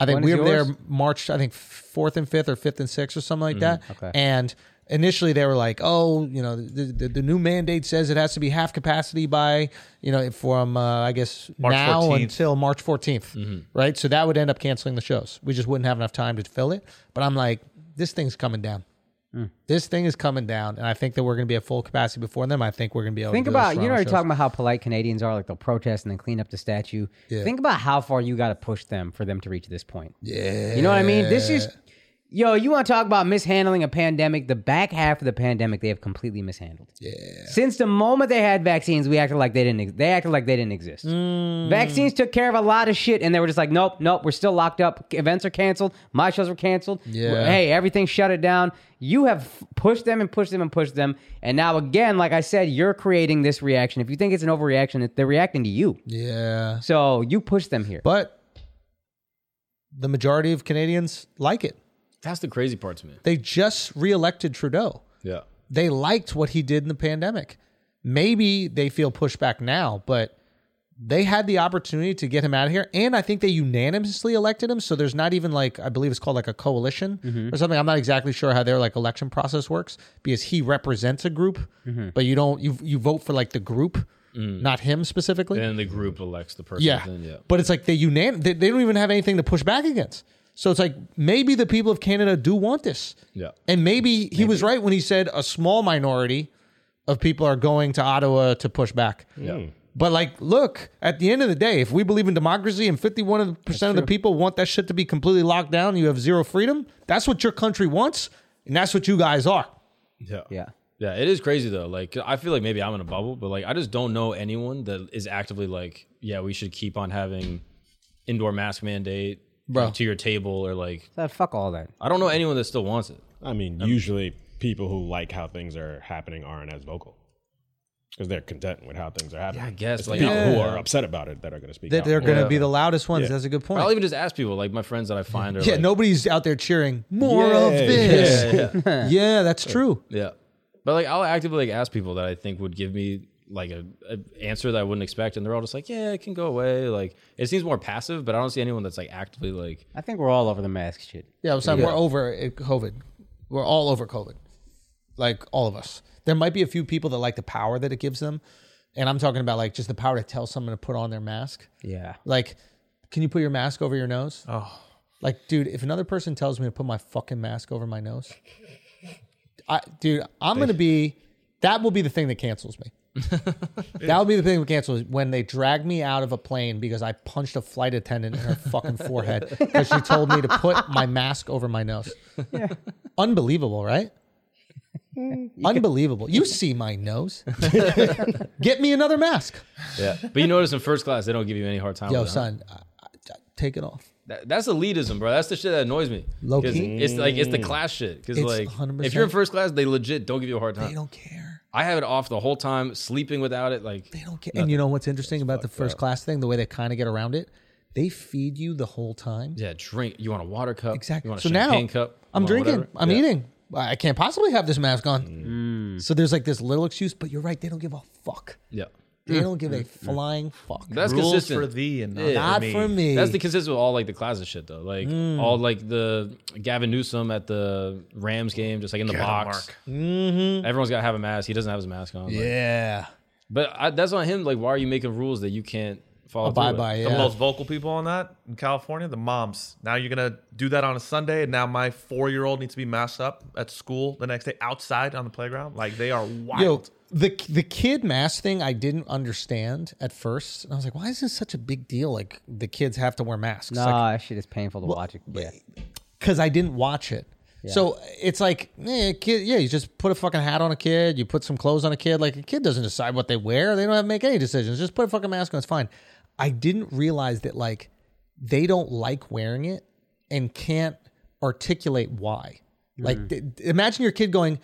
[SPEAKER 1] I think
[SPEAKER 3] When
[SPEAKER 1] we
[SPEAKER 3] is
[SPEAKER 1] were there
[SPEAKER 3] yours?
[SPEAKER 1] March, I think fourth and fifth, or fifth and sixth, or something like
[SPEAKER 3] Mhm.
[SPEAKER 1] that.
[SPEAKER 3] Okay.
[SPEAKER 1] And initially they were like, "Oh, you know, the, the, the new mandate says it has to be half capacity by, you know, from uh, I guess
[SPEAKER 7] March
[SPEAKER 1] now
[SPEAKER 7] 14th.
[SPEAKER 1] until March 14th,
[SPEAKER 7] Mhm.
[SPEAKER 1] right? So that would end up canceling the shows. We just wouldn't have enough time to fill it. But I'm like, this thing's coming down.
[SPEAKER 3] Hmm.
[SPEAKER 1] This thing is coming down, and I think that we're going to be at full capacity before them. I think we're going to be able.
[SPEAKER 3] Think
[SPEAKER 1] to do those
[SPEAKER 3] about you know
[SPEAKER 1] Toronto
[SPEAKER 3] you're
[SPEAKER 1] shows.
[SPEAKER 3] talking about how polite Canadians are, like they'll protest and then clean up the statue.
[SPEAKER 1] Yeah.
[SPEAKER 3] Think about how far you got to push them for them to reach this point. Yeah, you know what I mean. This is, yo, you want to talk about mishandling a pandemic? The back half of the pandemic, they have completely mishandled.
[SPEAKER 1] Yeah.
[SPEAKER 3] Since the moment they had vaccines, we acted like they didn't. Ex- they acted like they didn't exist.
[SPEAKER 1] Mm.
[SPEAKER 3] Vaccines took care of a lot of shit, and they were just like, nope, nope, we're still locked up. Events are canceled. My shows were canceled.
[SPEAKER 1] Yeah.
[SPEAKER 3] Hey, everything shut it down. You have f- pushed them and pushed them and pushed them, and now again, like I said, you're creating this reaction. If you think it's an overreaction, it- they're reacting to you.
[SPEAKER 1] Yeah.
[SPEAKER 3] So you push them here.
[SPEAKER 1] But the majority of Canadians like it.
[SPEAKER 2] That's the crazy part to me.
[SPEAKER 1] They just reelected Trudeau.
[SPEAKER 2] Yeah.
[SPEAKER 1] They liked what he did in the pandemic. Maybe they feel pushback now, but they had the opportunity to get him out of here. And I think they unanimously elected him. So there's not even like, I believe it's called like a coalition
[SPEAKER 2] Mm-hmm.
[SPEAKER 1] or something. I'm not exactly sure how their like election process works because he represents a group,
[SPEAKER 2] Mhm.
[SPEAKER 1] but you don't, you, you vote for like the group,
[SPEAKER 2] Mm.
[SPEAKER 1] not him specifically.
[SPEAKER 2] Then the group elects the person.
[SPEAKER 1] Yeah.
[SPEAKER 2] Then, yeah.
[SPEAKER 1] But it's like they unan they, they don't even have anything to push back against. So it's like maybe the people of Canada do want this.
[SPEAKER 2] Yeah.
[SPEAKER 1] And maybe he was right when he said a small minority of people are going to Ottawa to push back.
[SPEAKER 6] Hmm.
[SPEAKER 2] Yeah.
[SPEAKER 1] But like, look, at the end of the day, if we believe in democracy and 51% of the people want that shit to be completely locked down, you have zero freedom, that's what your country wants, and that's what you guys are.
[SPEAKER 2] Yeah.
[SPEAKER 3] Yeah.
[SPEAKER 2] Yeah, it is crazy though. Like I feel like maybe I'm in a bubble, but like I just don't know anyone that is actively like, yeah, we should keep on having indoor mask mandate
[SPEAKER 3] Bro.
[SPEAKER 2] to your table or like
[SPEAKER 3] So fuck all that.
[SPEAKER 2] I don't know anyone that still wants it.
[SPEAKER 6] I mean, usually people who like how things are happening aren't as vocal because they're content with how things are happening.
[SPEAKER 2] I guess,
[SPEAKER 6] It's the
[SPEAKER 2] like-
[SPEAKER 6] people who
[SPEAKER 2] Yeah.
[SPEAKER 6] are upset about it that are going to speak.
[SPEAKER 1] That
[SPEAKER 6] out.
[SPEAKER 1] they're going to
[SPEAKER 2] Yeah.
[SPEAKER 1] be the loudest ones.
[SPEAKER 6] Yeah.
[SPEAKER 1] That's a good
[SPEAKER 2] I'll
[SPEAKER 1] point.
[SPEAKER 2] even just ask people, like my friends that I find are
[SPEAKER 1] Yeah,
[SPEAKER 2] like,
[SPEAKER 1] nobody's out there cheering, more of
[SPEAKER 2] Yeah,
[SPEAKER 1] this.
[SPEAKER 2] yeah, yeah.
[SPEAKER 1] yeah, that's true.
[SPEAKER 2] Yeah. But like I'll actively like ask people that I think would give me like a, a answer that I wouldn't expect and they're all just like, Yeah, it can go away. Like it seems more passive, but I don't see anyone that's like actively like
[SPEAKER 3] I think we're all over the mask shit.
[SPEAKER 1] Yeah, I'm saying
[SPEAKER 2] Yeah.
[SPEAKER 1] we're over it, COVID. We're all over COVID, like all of us. There might be a few people that like the power that it gives them, and I'm talking about like just the power to tell someone to put on their mask.
[SPEAKER 3] Yeah.
[SPEAKER 1] Like, can you put your mask over your nose? Oh, like, dude, if another person tells me to put my fucking mask over my nose, I, dude, I'm gonna be. That will be the thing that cancels me. that will be the thing that cancels me, when they drag me out of a plane because I punched a flight attendant in her fucking forehead because she told me to put my mask over my nose. Unbelievable, right?
[SPEAKER 3] Mm.
[SPEAKER 1] Unbelievable. You see my nose. Get me another mask.
[SPEAKER 2] Yeah. But you notice in first class they don't give you any hard time.
[SPEAKER 1] Yo,
[SPEAKER 2] with it, huh?
[SPEAKER 1] son, I, I, take it off.
[SPEAKER 2] That, that's elitism, bro. That's the shit that annoys me.
[SPEAKER 1] Low
[SPEAKER 2] 'Cause
[SPEAKER 1] key.
[SPEAKER 2] It's like it's the
[SPEAKER 3] Mm.
[SPEAKER 2] class shit. Because
[SPEAKER 1] It's
[SPEAKER 2] like
[SPEAKER 1] 100%.
[SPEAKER 2] if you're in first class, they legit don't give you a hard time.
[SPEAKER 1] They don't care.
[SPEAKER 2] I have it off the whole time, sleeping without it. Like they
[SPEAKER 1] don't And you know what's interesting about the first class thing, the way they kind of get around it? They feed you the whole time.
[SPEAKER 2] Yeah, drink. You want a water cup?
[SPEAKER 1] Exactly.
[SPEAKER 2] You want a
[SPEAKER 1] so now
[SPEAKER 2] champagne cup? You
[SPEAKER 1] I'm
[SPEAKER 2] want
[SPEAKER 1] drinking.
[SPEAKER 2] whatever.
[SPEAKER 1] I'm
[SPEAKER 2] Yeah. Mm.
[SPEAKER 1] eating. I can't possibly have this mask on. So there's like this little excuse, but you're right. They don't give a fuck.
[SPEAKER 2] Yeah.
[SPEAKER 1] They don't
[SPEAKER 2] Mm.
[SPEAKER 1] give a flying fuck.
[SPEAKER 2] That's
[SPEAKER 7] Rules
[SPEAKER 2] consistent
[SPEAKER 7] for thee and not
[SPEAKER 1] Not for me. for me.
[SPEAKER 2] That's the consistent with all like the classes shit though. Like
[SPEAKER 1] Mm.
[SPEAKER 2] all like the Gavin Newsom at the Rams game, just like in the
[SPEAKER 1] Get a
[SPEAKER 2] box.
[SPEAKER 1] Mhm.
[SPEAKER 2] Everyone's gotta have a mask. He doesn't have his mask on. like-
[SPEAKER 1] Yeah.
[SPEAKER 2] but I, that's on him. Like, why are you making rules that you can't follow? through with?
[SPEAKER 7] The most vocal people on that in California, the moms. Now you're gonna do that on a Sunday, and now my four year old needs to be masked up at school the next day outside on the playground. Like they are wild.
[SPEAKER 1] Yo, the the kid mask thing I didn't understand at first. And I was like, why is this such a big deal? Like the kids have to wear masks.
[SPEAKER 3] No,
[SPEAKER 1] like,
[SPEAKER 3] that shit is painful to watch. It. Yeah.
[SPEAKER 1] because I didn't watch it. So it's like, eh, kid, yeah, you just put a fucking hat on a kid, you put some clothes on a kid. Like a kid doesn't decide what they wear; they don't have to make any decisions. Just put a fucking mask on; it's fine. I didn't realize that like they don't like wearing it and can't articulate why. Like, d- d- imagine your kid going,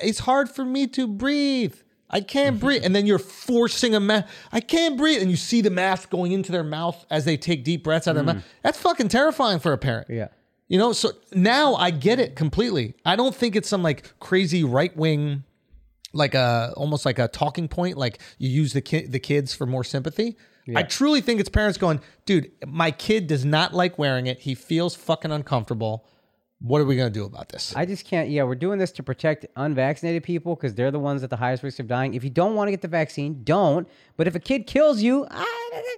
[SPEAKER 1] "It's hard for me to breathe." I can't breathe, and then you're forcing a mask. I can't breathe, and you see the mask going into their mouth as they take deep breaths out of
[SPEAKER 2] Mm.
[SPEAKER 1] their mouth. That's fucking terrifying for a parent.
[SPEAKER 3] Yeah.
[SPEAKER 1] You know, so now I get it completely. I don't think it's some like crazy right wing, like a almost like a talking point. Like you use the ki- the kids for more sympathy. I truly think it's parents going, dude, my kid does not like wearing it. He feels fucking uncomfortable. What are we gonna do about this?
[SPEAKER 3] I just can't. Yeah, we're doing this to protect unvaccinated people because they're the ones at the highest risk of dying. If you don't want to get the vaccine, don't. But if a kid kills you, I,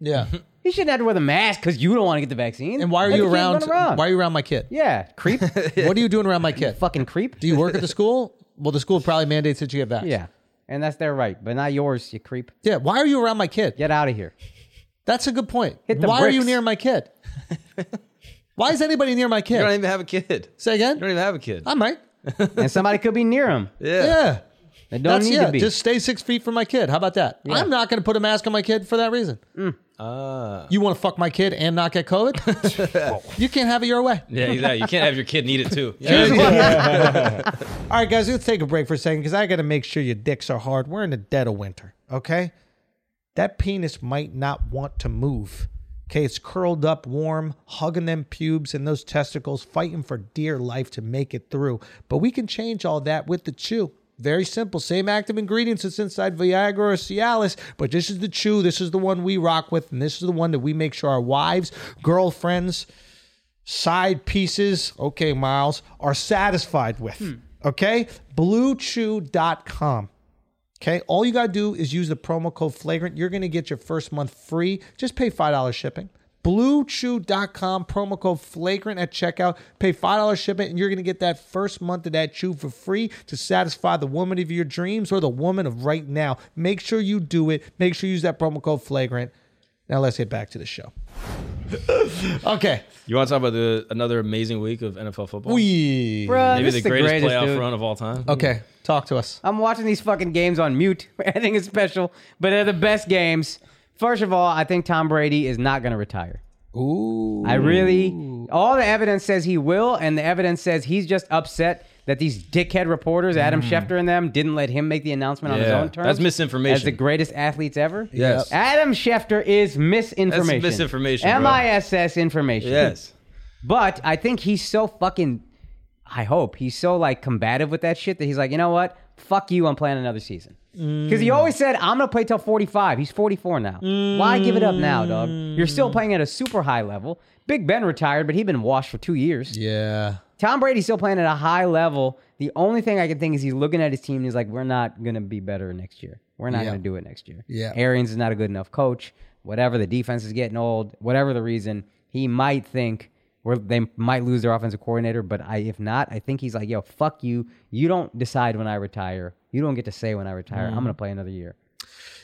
[SPEAKER 1] Yeah.
[SPEAKER 3] he shouldn't have to wear the mask because you don't want to get the vaccine.
[SPEAKER 1] And why are
[SPEAKER 3] Let
[SPEAKER 1] you
[SPEAKER 3] the kid
[SPEAKER 1] around,
[SPEAKER 3] run around?
[SPEAKER 1] Why are you around my kid?
[SPEAKER 3] yeah, creep.
[SPEAKER 1] What are you doing around my kid?
[SPEAKER 3] fucking creep.
[SPEAKER 1] Do you work at the school? Well, the school probably mandates that you get vax.
[SPEAKER 3] Yeah, and that's their right, but not yours. You creep.
[SPEAKER 1] Yeah. Why are you around my kid?
[SPEAKER 3] Get out of here.
[SPEAKER 1] That's a good point.
[SPEAKER 3] Hit the
[SPEAKER 1] Why are you
[SPEAKER 3] bricks.
[SPEAKER 1] near my kid? Why is anybody near my
[SPEAKER 2] You don't
[SPEAKER 1] kid?
[SPEAKER 2] even have a kid.
[SPEAKER 1] Say
[SPEAKER 2] You
[SPEAKER 1] again.
[SPEAKER 2] don't even have a kid.
[SPEAKER 1] I might.
[SPEAKER 3] and somebody could be near him.
[SPEAKER 2] yeah.
[SPEAKER 1] Yeah.
[SPEAKER 3] They don't
[SPEAKER 1] That's
[SPEAKER 3] need
[SPEAKER 1] yeah.
[SPEAKER 3] to be.
[SPEAKER 1] Just stay six feet from my kid. How about that? I'm not going to put a mask on my kid for that reason.
[SPEAKER 3] Mm.
[SPEAKER 2] Ah.
[SPEAKER 1] you want to fuck my kid and not get COVID? you can't have it your way.
[SPEAKER 2] Yeah, exactly. You can't have your kid need it too.
[SPEAKER 1] All right, guys, let's take a break for a second because I got to make sure your dicks are hard. We're in the dead of winter, okay? That penis might not want to move. Okay, it's curled up, warm, hugging them pubes and those testicles, fighting for dear life to make it through. But we can change all that with the chew. Very simple. Same active ingredients that's inside Viagra or Cialis, but this is the chew. This is the one we rock with, and this is the one that we make sure our wives, girlfriends, side pieces, okay, Miles, are satisfied with. Okay? Bluechew.com. Okay? All you got to do is use the promo code flagrant. You're going to get your first month free. Just pay $5 shipping. Bluechew.com, promo code flagrant at checkout. Pay $5 shipping, and you're going to get that first month of that chew for free to satisfy the woman of your dreams or the woman of right now. Make sure you do it. Make sure you use that promo code flagrant. Now let's get back to the show. okay.
[SPEAKER 2] You want to talk about the another amazing week of NFL football?
[SPEAKER 1] We.
[SPEAKER 3] Bruh,
[SPEAKER 2] Maybe
[SPEAKER 3] this
[SPEAKER 2] the
[SPEAKER 3] is
[SPEAKER 2] greatest, playoff
[SPEAKER 3] dude.
[SPEAKER 2] run of all time.
[SPEAKER 1] Okay, talk to us.
[SPEAKER 3] I'm watching these fucking games on mute. I think it's special, but they're the best games. First of all, I think Tom Brady is not going to retire.
[SPEAKER 1] Ooh.
[SPEAKER 3] I really, all the evidence says he will, and the evidence says he's just upset that these dickhead reporters, Adam Schefter and them, didn't let him make the announcement on his
[SPEAKER 2] Mm. Yeah,
[SPEAKER 3] own terms.
[SPEAKER 2] that's misinformation.
[SPEAKER 3] As the greatest athletes ever.
[SPEAKER 2] Yes.
[SPEAKER 3] Adam Schefter is misinformation.
[SPEAKER 2] That's misinformation, bro.
[SPEAKER 3] M I S S information.
[SPEAKER 2] Yes.
[SPEAKER 3] But I think he's so fucking. I hope he's so like combative with that shit that he's like, you know what? Fuck you. I'm playing another season. Because
[SPEAKER 2] Mm.
[SPEAKER 3] he always said, I'm gonna play till 45. He's 44 now. Why give it up now, dog? You're still playing at a super high level. Big Ben retired, but he'd been washed for two years.
[SPEAKER 1] Yeah.
[SPEAKER 3] Tom Brady's still playing at a high level. The only thing I can think is he's looking at his team and he's like, we're not going to be better next year. We're not
[SPEAKER 1] Yeah.
[SPEAKER 3] going to do it next year.
[SPEAKER 1] Yeah.
[SPEAKER 3] Arians is not a good enough coach. Whatever the defense is getting old, whatever the reason, he might think or they might lose their offensive coordinator. But I, if not, I think he's like, yo, fuck you. You don't decide when I retire. You don't get to say when I retire. I'm going
[SPEAKER 6] Mm-hmm.
[SPEAKER 3] to play another year.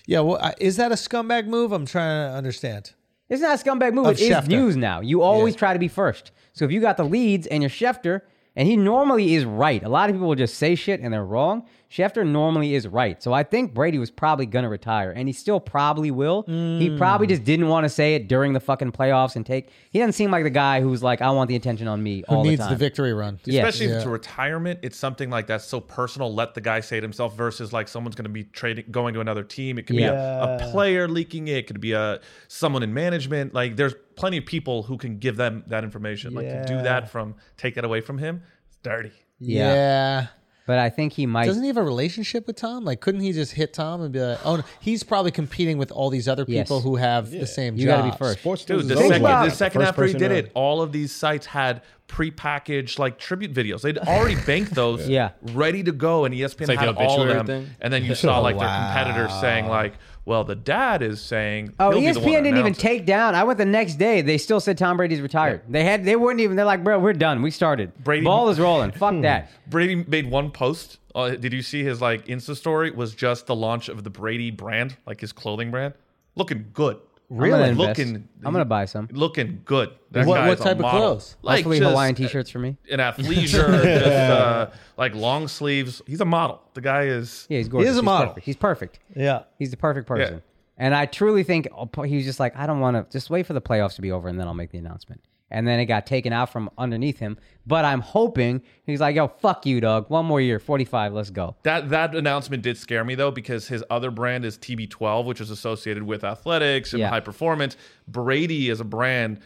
[SPEAKER 1] Yeah. Well, I- is that a scumbag move? I'm trying to understand.
[SPEAKER 3] It's not a scumbag move.
[SPEAKER 1] Of
[SPEAKER 3] It is
[SPEAKER 1] Schefter.
[SPEAKER 3] news now. Oh, You always try to be first. So if you got the leads and you're Schefter, and he normally is right. A lot of people will just say shit and they're wrong. Schefter normally is right. So I think Brady was probably going to retire, and he still probably will.
[SPEAKER 1] Hmm.
[SPEAKER 3] He probably just didn't want to say it during the fucking playoffs and take. He doesn't seem like the guy who's like, I want the attention on me
[SPEAKER 1] Who
[SPEAKER 3] all
[SPEAKER 1] needs
[SPEAKER 3] the
[SPEAKER 1] the,
[SPEAKER 3] time.
[SPEAKER 1] victory run?
[SPEAKER 3] Yeah.
[SPEAKER 12] Especially if it's
[SPEAKER 1] Yeah.
[SPEAKER 12] a retirement, it's something like that's so personal. Let the guy say it himself. Versus like someone's going to be trading, going to another team. It could be a, a player leaking it. It could be a someone in management. Like there's plenty of people who can give them that information. Like to do that from take that away from him, it's dirty.
[SPEAKER 1] Yeah.
[SPEAKER 3] Yeah. But I think he might.
[SPEAKER 1] Doesn't he have a relationship with Tom? Like, couldn't he just hit Tom and be like, "Oh, no, he's probably competing with all these other
[SPEAKER 3] Yes.
[SPEAKER 1] people who have the same
[SPEAKER 3] You
[SPEAKER 1] job."
[SPEAKER 3] gotta be first.
[SPEAKER 6] Sports
[SPEAKER 12] Dude,
[SPEAKER 6] news
[SPEAKER 12] the
[SPEAKER 6] is always
[SPEAKER 12] second,
[SPEAKER 6] like
[SPEAKER 12] the
[SPEAKER 6] that.
[SPEAKER 12] second
[SPEAKER 6] first
[SPEAKER 12] after he
[SPEAKER 6] person
[SPEAKER 12] did
[SPEAKER 6] out.
[SPEAKER 12] it, all of these sites had prepackaged like tribute videos. They'd already banked those,
[SPEAKER 3] Yeah.
[SPEAKER 12] ready to go, and E ESPN
[SPEAKER 2] It's like
[SPEAKER 12] had
[SPEAKER 2] the
[SPEAKER 12] all of
[SPEAKER 2] obituary
[SPEAKER 12] them.
[SPEAKER 2] thing?
[SPEAKER 12] And then you saw like their competitors saying like, well, the dad is saying.
[SPEAKER 3] Oh,
[SPEAKER 12] he'll be the one to
[SPEAKER 3] ESPN didn't even
[SPEAKER 12] announce it.
[SPEAKER 3] take down. I went the next day. They still said Tom Brady's retired. They had. They weren't even. They're like, bro, we're done. We started.
[SPEAKER 12] Brady- Hmm.
[SPEAKER 3] ball is rolling. Fuck that.
[SPEAKER 12] Brady made one post. Uh, did you see his like Insta story? Was just the launch of the Brady brand, like his clothing brand, looking good.
[SPEAKER 3] Really? I'm gonna invest.
[SPEAKER 12] looking.
[SPEAKER 3] I'm gonna buy some.
[SPEAKER 12] Looking good.
[SPEAKER 3] What-
[SPEAKER 12] guy
[SPEAKER 3] what
[SPEAKER 12] is a
[SPEAKER 3] type of
[SPEAKER 12] model.
[SPEAKER 3] clothes? Hopefully
[SPEAKER 12] just
[SPEAKER 3] Hawaiian t-shirts for me.
[SPEAKER 12] An athleisure, just, uh, like long sleeves. He's a model. The guy is.
[SPEAKER 3] Yeah, he's gorgeous. he's Perfect. He's perfect.
[SPEAKER 1] Yeah.
[SPEAKER 3] He's the perfect person. And I truly think oh, he was just like, I don't want to just wait for the playoffs to be over and then I'll make the announcement. And then it got taken out from underneath him. But I'm hoping he's like, yo, fuck you, dog. One more year, 45, let's go.
[SPEAKER 12] That that announcement did scare me though because his other brand is TB12, which is associated with athletics and
[SPEAKER 3] Yeah.
[SPEAKER 12] high performance. Brady is a brand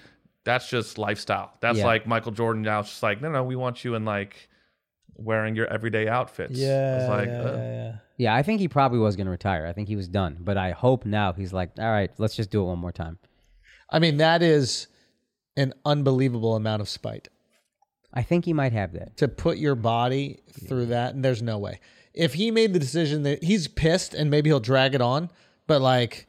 [SPEAKER 12] that's just lifestyle. That's
[SPEAKER 13] Yeah.
[SPEAKER 12] like Michael Jordan now. It's just like no, no, we want you in like wearing your everyday outfits.
[SPEAKER 13] Yeah,
[SPEAKER 12] it's like
[SPEAKER 13] yeah,
[SPEAKER 12] uh,
[SPEAKER 13] yeah,
[SPEAKER 3] Yeah, I think he probably was going to retire. I think he was done. But I hope now he's like, all right, let's just do it one more time.
[SPEAKER 1] I mean, that is an unbelievable amount of spite.
[SPEAKER 3] I think he might have that.
[SPEAKER 1] To put your body through that, and there's no way. If he made the decision that he's pissed and maybe he'll drag it on, but like,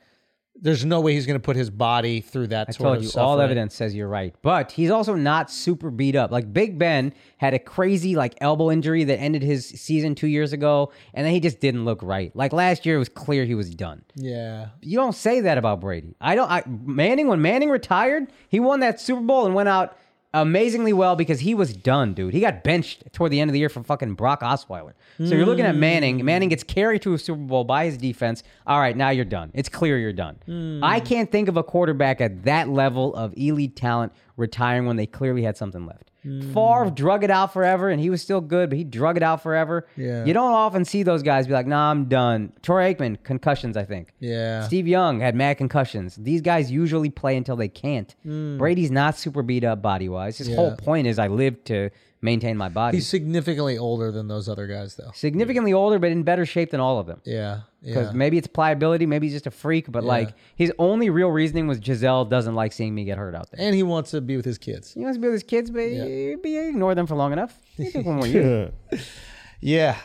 [SPEAKER 1] there's no way he's going to put his body through that
[SPEAKER 3] I
[SPEAKER 1] sort
[SPEAKER 3] told
[SPEAKER 1] of
[SPEAKER 3] you, all
[SPEAKER 1] suffering.
[SPEAKER 3] evidence says you're right. But he's also not super beat up. Like Big Ben had a crazy like elbow injury that ended his season two years ago, and then he just didn't look right. Like last year, it was clear he was done.
[SPEAKER 1] Yeah.
[SPEAKER 3] You don't say that about Brady. I don't. I, Manning, when Manning retired, he won that Super Bowl and went out amazingly well because he was done, dude. He got benched toward the end of the year from fucking Brock Osweiler. So you're looking at
[SPEAKER 13] Mm.
[SPEAKER 3] Manning. Manning gets carried to a Super Bowl by his defense. All right, now you're done. It's clear you're done.
[SPEAKER 13] Mm.
[SPEAKER 3] I can't think of a quarterback at that level of elite talent retiring when they clearly had something left.
[SPEAKER 13] Mm.
[SPEAKER 3] Favre drug it out forever, and he was still good, but he drug it out forever.
[SPEAKER 13] Yeah.
[SPEAKER 3] You don't often see those guys be like, "Nah, I'm done." Troy Aikman concussions, I think.
[SPEAKER 1] Yeah.
[SPEAKER 3] Steve Young had mad concussions. These guys usually play until they can't.
[SPEAKER 1] Mm.
[SPEAKER 3] Brady's not super beat up body wise. His
[SPEAKER 1] Yeah.
[SPEAKER 3] whole point is I live to maintain my body.
[SPEAKER 1] He's significantly older than those other guys, though.
[SPEAKER 3] significantly older, but in better shape than all of them.
[SPEAKER 1] Yeah.
[SPEAKER 3] Because
[SPEAKER 1] Yeah.
[SPEAKER 3] maybe it's pliability, maybe he's just a freak, but
[SPEAKER 1] Yeah.
[SPEAKER 3] like his only real reasoning was Giselle doesn't like seeing me get hurt out there.
[SPEAKER 1] And he wants to be with his kids.
[SPEAKER 3] He wants to be with his kids, but you be- you ignore them for long enough. You think one more year.
[SPEAKER 1] yeah.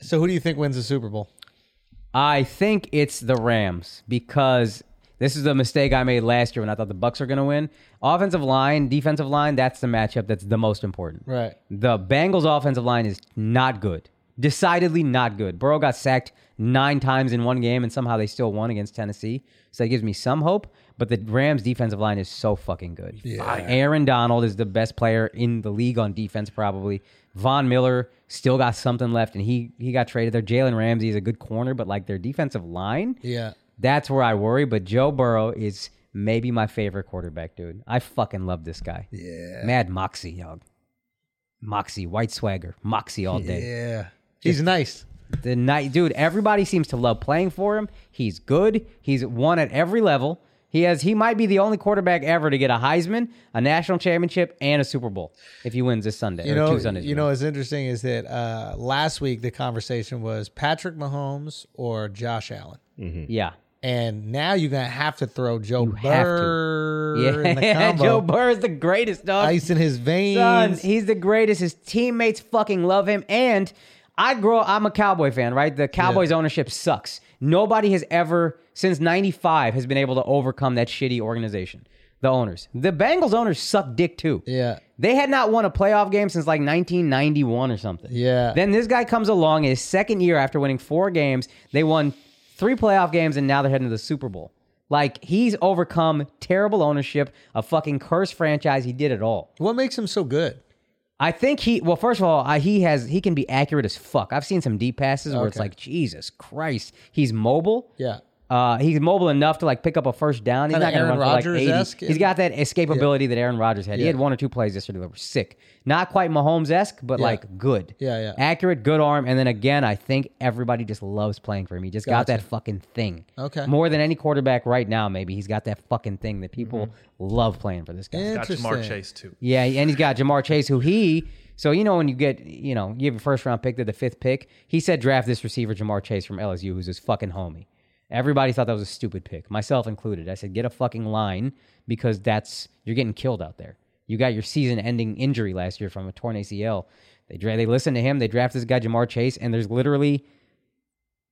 [SPEAKER 1] So who do you think wins the Super Bowl?
[SPEAKER 3] I think it's the Rams because this is the mistake I made last year when I thought the Bucks are going to win. Offensive line, defensive line, that's the matchup that's the most important.
[SPEAKER 1] Right.
[SPEAKER 3] The Bengals offensive line is not good. Decidedly not good. Burrow got sacked 9 times in one game and somehow they still won against Tennessee. So that gives me some hope, but the Rams defensive line is so fucking good.
[SPEAKER 13] Yeah.
[SPEAKER 3] Uh, Aaron Donald is the best player in the league on defense, probably. Von Miller still got something left, and he he got traded there. Jalen Ramsey is a good corner, but like their defensive line,
[SPEAKER 1] Yeah.
[SPEAKER 3] that's where I worry. But Joe Burrow is maybe my favorite quarterback, dude. I fucking love this guy.
[SPEAKER 1] Yeah.
[SPEAKER 3] Mad Moxie, dog. Moxie, white swagger, Moxie all day.
[SPEAKER 1] Yeah. He's nice.
[SPEAKER 3] The night, dude. Everybody seems to love playing for him. He's good. He's one at every level. He has. He might be the only quarterback ever to get a Heisman, a national championship, and a Super Bowl if he wins this Sunday
[SPEAKER 1] You
[SPEAKER 3] or
[SPEAKER 1] know,
[SPEAKER 3] two Sundays.
[SPEAKER 1] you know what's interesting is that uh, last week the conversation was Patrick Mahomes or Josh Allen.
[SPEAKER 3] Yeah.
[SPEAKER 1] And now you're gonna have to throw Joe
[SPEAKER 3] have to.
[SPEAKER 1] Burr in the
[SPEAKER 3] Yeah,
[SPEAKER 1] combo.
[SPEAKER 3] Joe Burr is the greatest dog.
[SPEAKER 1] Ice in his veins.
[SPEAKER 3] Son, he's the greatest. His teammates fucking love him. And I grow. I'm a Cowboy fan, right? The Cowboys ownership sucks. Nobody has ever since '95 has been able to overcome that shitty organization. The owners, the Bengals owners, suck dick too.
[SPEAKER 1] Yeah,
[SPEAKER 3] they had not won a playoff game since like 1991 or something.
[SPEAKER 1] Yeah.
[SPEAKER 3] Then this guy comes along in his second year after winning four games. They won three playoff games and now they're heading to the Super Bowl. Like he's overcome terrible ownership, a fucking cursed franchise. He did it all.
[SPEAKER 1] What makes him so good?
[SPEAKER 3] I think he. Well, first of all, I, he has he can be accurate as fuck. I've seen some deep passes where it's
[SPEAKER 1] Okay.
[SPEAKER 3] like Jesus Christ, he's mobile.
[SPEAKER 1] Yeah.
[SPEAKER 3] Uh, he's mobile enough to like pick up a first down. He's
[SPEAKER 1] Kinda
[SPEAKER 3] not going to
[SPEAKER 1] Aaron
[SPEAKER 3] run for like
[SPEAKER 1] Rodgers-esque
[SPEAKER 3] eighty. He's got that escapability that Aaron Rodgers had. He
[SPEAKER 1] Yeah.
[SPEAKER 3] had one or two plays yesterday that were sick. Not quite Mahomes esque, but
[SPEAKER 1] Yeah.
[SPEAKER 3] like good.
[SPEAKER 1] Yeah, yeah.
[SPEAKER 3] Accurate, good arm, and then again, I think everybody just loves playing for him. He just got
[SPEAKER 1] Gotcha.
[SPEAKER 3] that fucking thing.
[SPEAKER 1] Okay.
[SPEAKER 3] More than any quarterback right now, maybe he's got that fucking thing that people
[SPEAKER 1] Mm-hmm.
[SPEAKER 3] love playing for this guy.
[SPEAKER 12] He's got Jamar Chase too.
[SPEAKER 3] Yeah, and he's got Jamar Chase, who he. So you know when you get you know you have a first round pick, they're the fifth pick. He said draft this receiver Jamar Chase from LSU, who's his fucking homie. Everybody thought that was a stupid pick, myself included. I said get a fucking line because that's you're getting killed out there. You got your season ending injury last year from a torn ACL. They dra- they listened to him. They draft this guy Jamar Chase, and there's literally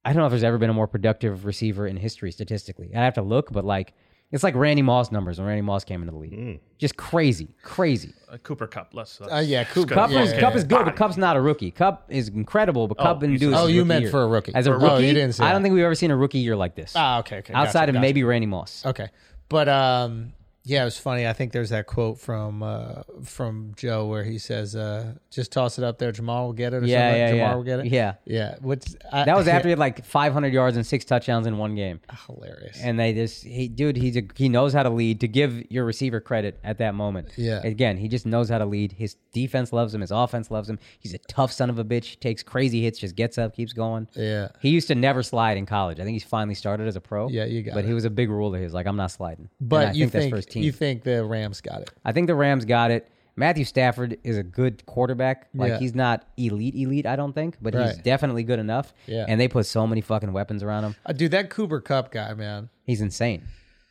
[SPEAKER 3] I don't know if there's ever been a more productive receiver in history statistically. I have to look, but like it's like Randy Moss numbers when Randy Moss came into the league.
[SPEAKER 12] Mm.
[SPEAKER 3] Just crazy, crazy.
[SPEAKER 12] Uh, Cooper Cup. Let's.
[SPEAKER 1] Uh, yeah,
[SPEAKER 12] let's
[SPEAKER 1] Cooper,
[SPEAKER 12] go.
[SPEAKER 1] yeah,
[SPEAKER 3] Cup is, Cup is good, but Cup's not a rookie. Cup is incredible, but
[SPEAKER 12] Ah. Oh,
[SPEAKER 3] Cup didn't
[SPEAKER 12] he's-
[SPEAKER 3] do. this
[SPEAKER 1] Oh,
[SPEAKER 3] his
[SPEAKER 1] you
[SPEAKER 3] rookie
[SPEAKER 1] meant
[SPEAKER 3] year.
[SPEAKER 1] for a rookie.
[SPEAKER 3] As a
[SPEAKER 1] For a
[SPEAKER 3] rookie,
[SPEAKER 1] rookie. Oh, you didn't say
[SPEAKER 3] I
[SPEAKER 1] that.
[SPEAKER 3] don't think we've ever seen a rookie year like this.
[SPEAKER 1] Ah, okay, okay,
[SPEAKER 3] Outside
[SPEAKER 1] gotcha,
[SPEAKER 3] of
[SPEAKER 1] gotcha.
[SPEAKER 3] maybe Randy Moss.
[SPEAKER 1] Okay, but um, yeah, it was funny. I think there's that quote from uh, from Joe where he says, uh, "Just toss it up there. Jamal will get it." Or
[SPEAKER 3] Yeah,
[SPEAKER 1] something.
[SPEAKER 3] yeah,
[SPEAKER 1] Jamal
[SPEAKER 3] yeah.
[SPEAKER 1] will get it.
[SPEAKER 3] Yeah.
[SPEAKER 1] yeah. What's I, Ah,
[SPEAKER 3] that was after he had like 500 yards and six touchdowns in one game.
[SPEAKER 1] Hilarious.
[SPEAKER 3] And they just, he, dude, he's a, he knows how to lead. To give your receiver credit at that moment,
[SPEAKER 1] Yeah.
[SPEAKER 3] Again, he just knows how to lead. His defense loves him. His offense loves him. He's a tough son of a bitch. Takes crazy hits, just gets up, keeps going.
[SPEAKER 1] Yeah.
[SPEAKER 3] He used to never slide in college. I think he's finally started as a pro.
[SPEAKER 1] Yeah, you got
[SPEAKER 3] But
[SPEAKER 1] it.
[SPEAKER 3] he was a big rule of his. Like I'm not sliding. And
[SPEAKER 1] But
[SPEAKER 3] I
[SPEAKER 1] you
[SPEAKER 3] that's
[SPEAKER 1] think,
[SPEAKER 3] for his team.
[SPEAKER 1] you think the Rams got it?
[SPEAKER 3] I think the Rams got it. Matthew Stafford is a good quarterback. Like
[SPEAKER 1] Yeah.
[SPEAKER 3] he's not elite, elite. I don't think, but he's
[SPEAKER 1] Right.
[SPEAKER 3] definitely good enough.
[SPEAKER 1] Yeah.
[SPEAKER 3] And they put so many fucking weapons around him.
[SPEAKER 1] Uh, dude, that Cooper Cup guy, man.
[SPEAKER 3] He's insane.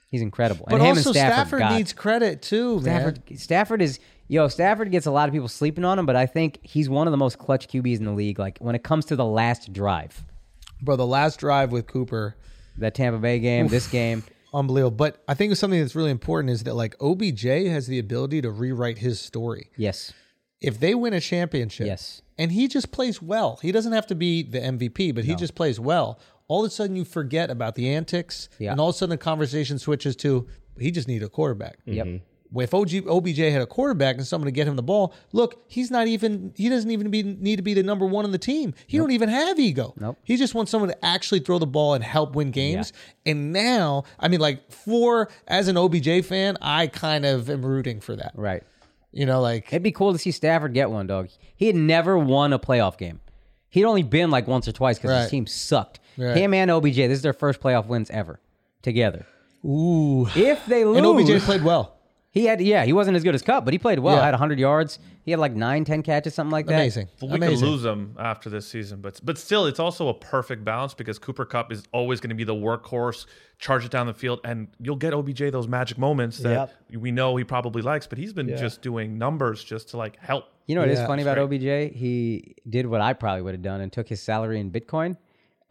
[SPEAKER 3] He's incredible.
[SPEAKER 1] But
[SPEAKER 3] and him
[SPEAKER 1] also,
[SPEAKER 3] and Stafford,
[SPEAKER 1] Stafford,
[SPEAKER 3] got-
[SPEAKER 1] needs credit too,
[SPEAKER 3] Stafford. Stafford is yo. Stafford gets a lot of people sleeping on him, but I think he's one of the most clutch QBs in the league. Like when it comes to the last drive,
[SPEAKER 1] man. Bro, the last drive with Cooper,
[SPEAKER 3] that Tampa Bay game,
[SPEAKER 1] Oof.
[SPEAKER 3] this game.
[SPEAKER 1] unbelievable. But I think something that's really important is that like OBJ has the ability to rewrite his story.
[SPEAKER 3] Yes.
[SPEAKER 1] If they win a championship,
[SPEAKER 3] Yes.
[SPEAKER 1] and he just plays well, he doesn't have to be the MVP, but he
[SPEAKER 3] No.
[SPEAKER 1] just plays well. All of a sudden, you forget about the antics,
[SPEAKER 3] Yeah.
[SPEAKER 1] and all of a sudden, the conversation switches to he just needed a quarterback.
[SPEAKER 3] Yep.
[SPEAKER 1] If OG, OBJ had a quarterback and someone to get him the ball, look, he's not even. He doesn't even be, need to be the number one on the team. He don't even have ego.
[SPEAKER 3] Nope.
[SPEAKER 1] He just wants someone to actually throw the ball and help win games. And now, I mean, like for as an OBJ fan, I kind of am rooting for that.
[SPEAKER 3] Right.
[SPEAKER 1] You know, like
[SPEAKER 3] It'd be cool to see Stafford get one, dog. He had never won a playoff game. He'd only been like once or twice because
[SPEAKER 1] Right.
[SPEAKER 3] his team sucked.
[SPEAKER 1] Right.
[SPEAKER 3] Him and OBJ, this is their first playoff wins ever together.
[SPEAKER 1] ooh,
[SPEAKER 3] If they lose,
[SPEAKER 1] and OBJ played well.
[SPEAKER 3] He had yeah, he wasn't as good as Cup, but he played well.
[SPEAKER 1] Yeah.
[SPEAKER 3] Had 100 yards. He had like nine, 10 catches, something like that.
[SPEAKER 1] Amazing.
[SPEAKER 12] But we
[SPEAKER 1] Amazing.
[SPEAKER 12] could lose him after this season, but but still, it's also a perfect balance because Cooper Cup is always going to be the workhorse, charge it down the field, and you'll get OBJ those magic moments that we know he probably likes. But he's been
[SPEAKER 6] Yeah.
[SPEAKER 12] just doing numbers just to like help.
[SPEAKER 3] You know what is
[SPEAKER 1] Yeah.
[SPEAKER 3] funny about OBJ? He did what I probably would have done and took his salary in Bitcoin.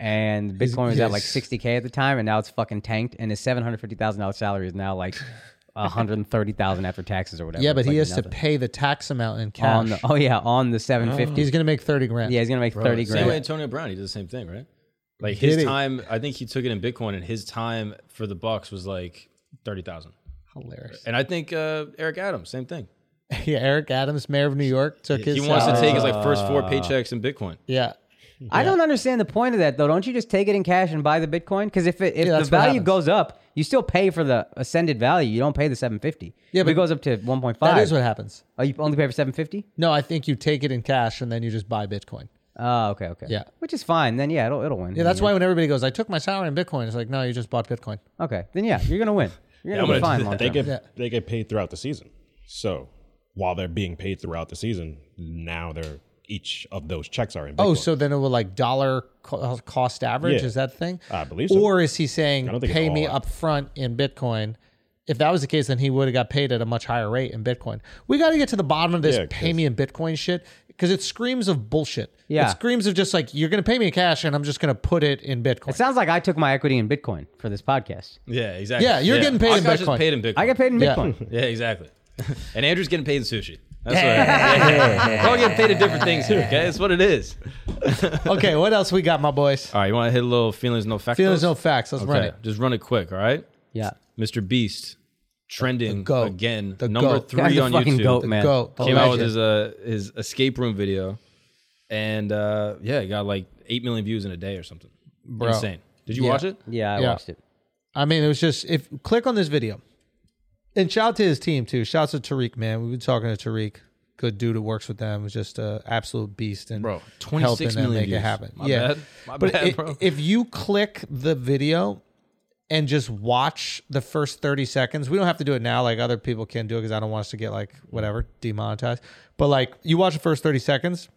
[SPEAKER 3] And Bitcoin was at like
[SPEAKER 1] yes.
[SPEAKER 3] 60K at the time, and now it's fucking tanked. And his $750,000 salary is now like 130000 after taxes or whatever.
[SPEAKER 1] Yeah, but
[SPEAKER 3] It's
[SPEAKER 1] he
[SPEAKER 3] like
[SPEAKER 1] has to
[SPEAKER 3] nothing.
[SPEAKER 1] pay the tax amount in cash.
[SPEAKER 3] On the, oh, yeah, on the 750
[SPEAKER 1] He's going to make 30 grand.
[SPEAKER 3] Yeah, he's going to make 30
[SPEAKER 2] Same way
[SPEAKER 3] grand.
[SPEAKER 2] Antonio Brown, he did the same thing, right? Like
[SPEAKER 1] Did
[SPEAKER 2] his
[SPEAKER 1] he?
[SPEAKER 2] time, I think he took it in Bitcoin, and his time for the Bucks was like thirty thousand.
[SPEAKER 1] Hilarious.
[SPEAKER 2] And I think uh, Eric Adams, same thing.
[SPEAKER 1] Yeah, Eric Adams, mayor of New York, took his.
[SPEAKER 2] He wants to
[SPEAKER 1] salary.
[SPEAKER 2] take his like first four paychecks in Bitcoin.
[SPEAKER 1] Yeah.
[SPEAKER 3] I don't understand the point of that, though. Don't you just take it in cash and buy the Bitcoin? Because if, it, if
[SPEAKER 1] Yeah,
[SPEAKER 3] the
[SPEAKER 1] that's what
[SPEAKER 3] value
[SPEAKER 1] happens.
[SPEAKER 3] goes up, you still pay for the ascended value. You don't pay the 750
[SPEAKER 1] Yeah,
[SPEAKER 3] If it
[SPEAKER 1] but
[SPEAKER 3] goes up to 1.5.
[SPEAKER 1] That is what happens.
[SPEAKER 3] Oh, you only pay for 750
[SPEAKER 1] No, I think you take it in cash and then you just buy Bitcoin.
[SPEAKER 3] Oh, okay, okay.
[SPEAKER 1] Yeah.
[SPEAKER 3] Which is fine. Then, yeah, it'll, it'll win.
[SPEAKER 1] Yeah, that's why when everybody goes, I took my salary in Bitcoin, it's like, no, you just bought Bitcoin.
[SPEAKER 3] Okay, then yeah, you're gonna win. You're
[SPEAKER 2] Yeah,
[SPEAKER 3] gonna
[SPEAKER 2] I'm
[SPEAKER 3] be
[SPEAKER 2] gonna-
[SPEAKER 3] fine long
[SPEAKER 6] They
[SPEAKER 3] term.
[SPEAKER 6] get
[SPEAKER 1] Yeah.
[SPEAKER 6] they get paid throughout the season. So while they're being paid throughout the season, now they're each of those checks are in.
[SPEAKER 1] Oh,
[SPEAKER 6] Bitcoin.
[SPEAKER 1] so then it will like dollar co- uh, cost average?
[SPEAKER 6] Yeah.
[SPEAKER 1] Is that the thing?
[SPEAKER 6] I believe so.
[SPEAKER 1] Or is he
[SPEAKER 6] I
[SPEAKER 1] saying,
[SPEAKER 6] don't think
[SPEAKER 1] pay
[SPEAKER 6] it's
[SPEAKER 1] me
[SPEAKER 6] all-
[SPEAKER 1] up front in Bitcoin? If that was the case, then he would have got paid at a much higher rate in Bitcoin. We got to get to the bottom of this
[SPEAKER 6] Yeah,
[SPEAKER 1] pay
[SPEAKER 6] 'cause-
[SPEAKER 1] me in Bitcoin shit because it screams of bullshit.
[SPEAKER 3] Yeah.
[SPEAKER 1] It screams of just like, you're going to pay me in cash and I'm just going to put it in Bitcoin.
[SPEAKER 3] It sounds like I took my equity in Bitcoin for this podcast.
[SPEAKER 2] Yeah, exactly.
[SPEAKER 1] Yeah, you're getting paid
[SPEAKER 2] I
[SPEAKER 1] in
[SPEAKER 2] got just
[SPEAKER 1] Bitcoin.
[SPEAKER 2] paid in Bitcoin.
[SPEAKER 3] I get paid in
[SPEAKER 1] Yeah.
[SPEAKER 3] Bitcoin.
[SPEAKER 2] Yeah, exactly. and Andrew's getting paid in sushi. That's what. We're all getting paid in different things here. Okay, it's what it is.
[SPEAKER 1] okay, what else we got, my boys?
[SPEAKER 2] All right, you want to hit a little feelings no facts.
[SPEAKER 1] Feelings, no facts. Let's run it.
[SPEAKER 2] Just run it quick. All right.
[SPEAKER 3] Yeah.
[SPEAKER 2] Mr. Beast trending
[SPEAKER 1] The goat.
[SPEAKER 2] again,
[SPEAKER 1] The
[SPEAKER 2] number
[SPEAKER 1] goat.
[SPEAKER 2] three
[SPEAKER 3] Guy's a
[SPEAKER 2] on
[SPEAKER 3] fucking
[SPEAKER 2] YouTube.
[SPEAKER 3] goat, man.
[SPEAKER 1] Goat.
[SPEAKER 2] Came out
[SPEAKER 1] Legend.
[SPEAKER 2] with his uh, his escape room video, and uh, yeah, it got like eight million views in a day or something.
[SPEAKER 1] Bro.
[SPEAKER 2] Insane. Did you
[SPEAKER 1] Yeah.
[SPEAKER 2] watch it?
[SPEAKER 3] Yeah, I
[SPEAKER 1] Yeah.
[SPEAKER 3] watched it.
[SPEAKER 1] I mean, it was just if click on this video, and shout out to his team too. Shouts to Tariq, man. We've been talking to Tariq, good dude that works with them. Was just an absolute beast and
[SPEAKER 2] Bro, 26
[SPEAKER 1] helping them
[SPEAKER 2] million
[SPEAKER 1] make it
[SPEAKER 2] views.
[SPEAKER 1] happen.
[SPEAKER 2] My
[SPEAKER 1] yeah,
[SPEAKER 2] bad. My
[SPEAKER 1] but
[SPEAKER 2] bad,
[SPEAKER 1] i-
[SPEAKER 2] bro.
[SPEAKER 1] if you click the video and just watch the first 30 seconds. We don't have to do it now like other people can do it because I don't want us to get like whatever demonetized. But like you watch the first 30 seconds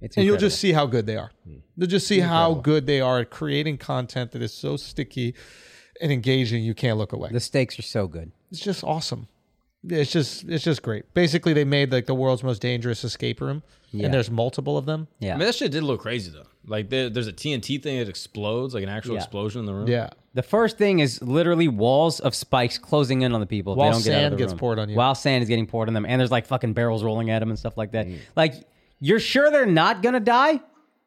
[SPEAKER 3] It's
[SPEAKER 1] and
[SPEAKER 3] incredible.
[SPEAKER 1] you'll
[SPEAKER 3] Hmm.
[SPEAKER 1] just see how good they are. You'll just see how good they are at creating content that is so sticky and engaging you can't look away.
[SPEAKER 3] the stakes are so good.
[SPEAKER 1] It's just awesome. It's just it's just great. Basically they made like the world's most dangerous escape room
[SPEAKER 3] Yeah.
[SPEAKER 1] and there's multiple of them.
[SPEAKER 2] I
[SPEAKER 3] Yeah,
[SPEAKER 2] mean, that shit did look crazy though. Like there, there's a TNT thing that explodes, like an actual
[SPEAKER 3] Yeah.
[SPEAKER 2] explosion in the room.
[SPEAKER 3] The first thing is literally walls of spikes closing in on the people. if
[SPEAKER 1] While
[SPEAKER 3] they don't get out of
[SPEAKER 1] sand
[SPEAKER 3] the
[SPEAKER 1] gets
[SPEAKER 3] room.
[SPEAKER 1] poured on you.
[SPEAKER 3] While sand is getting poured on them, and there's like fucking barrels rolling at them and stuff like that.
[SPEAKER 1] Mm.
[SPEAKER 3] Like you're sure they're not gonna die.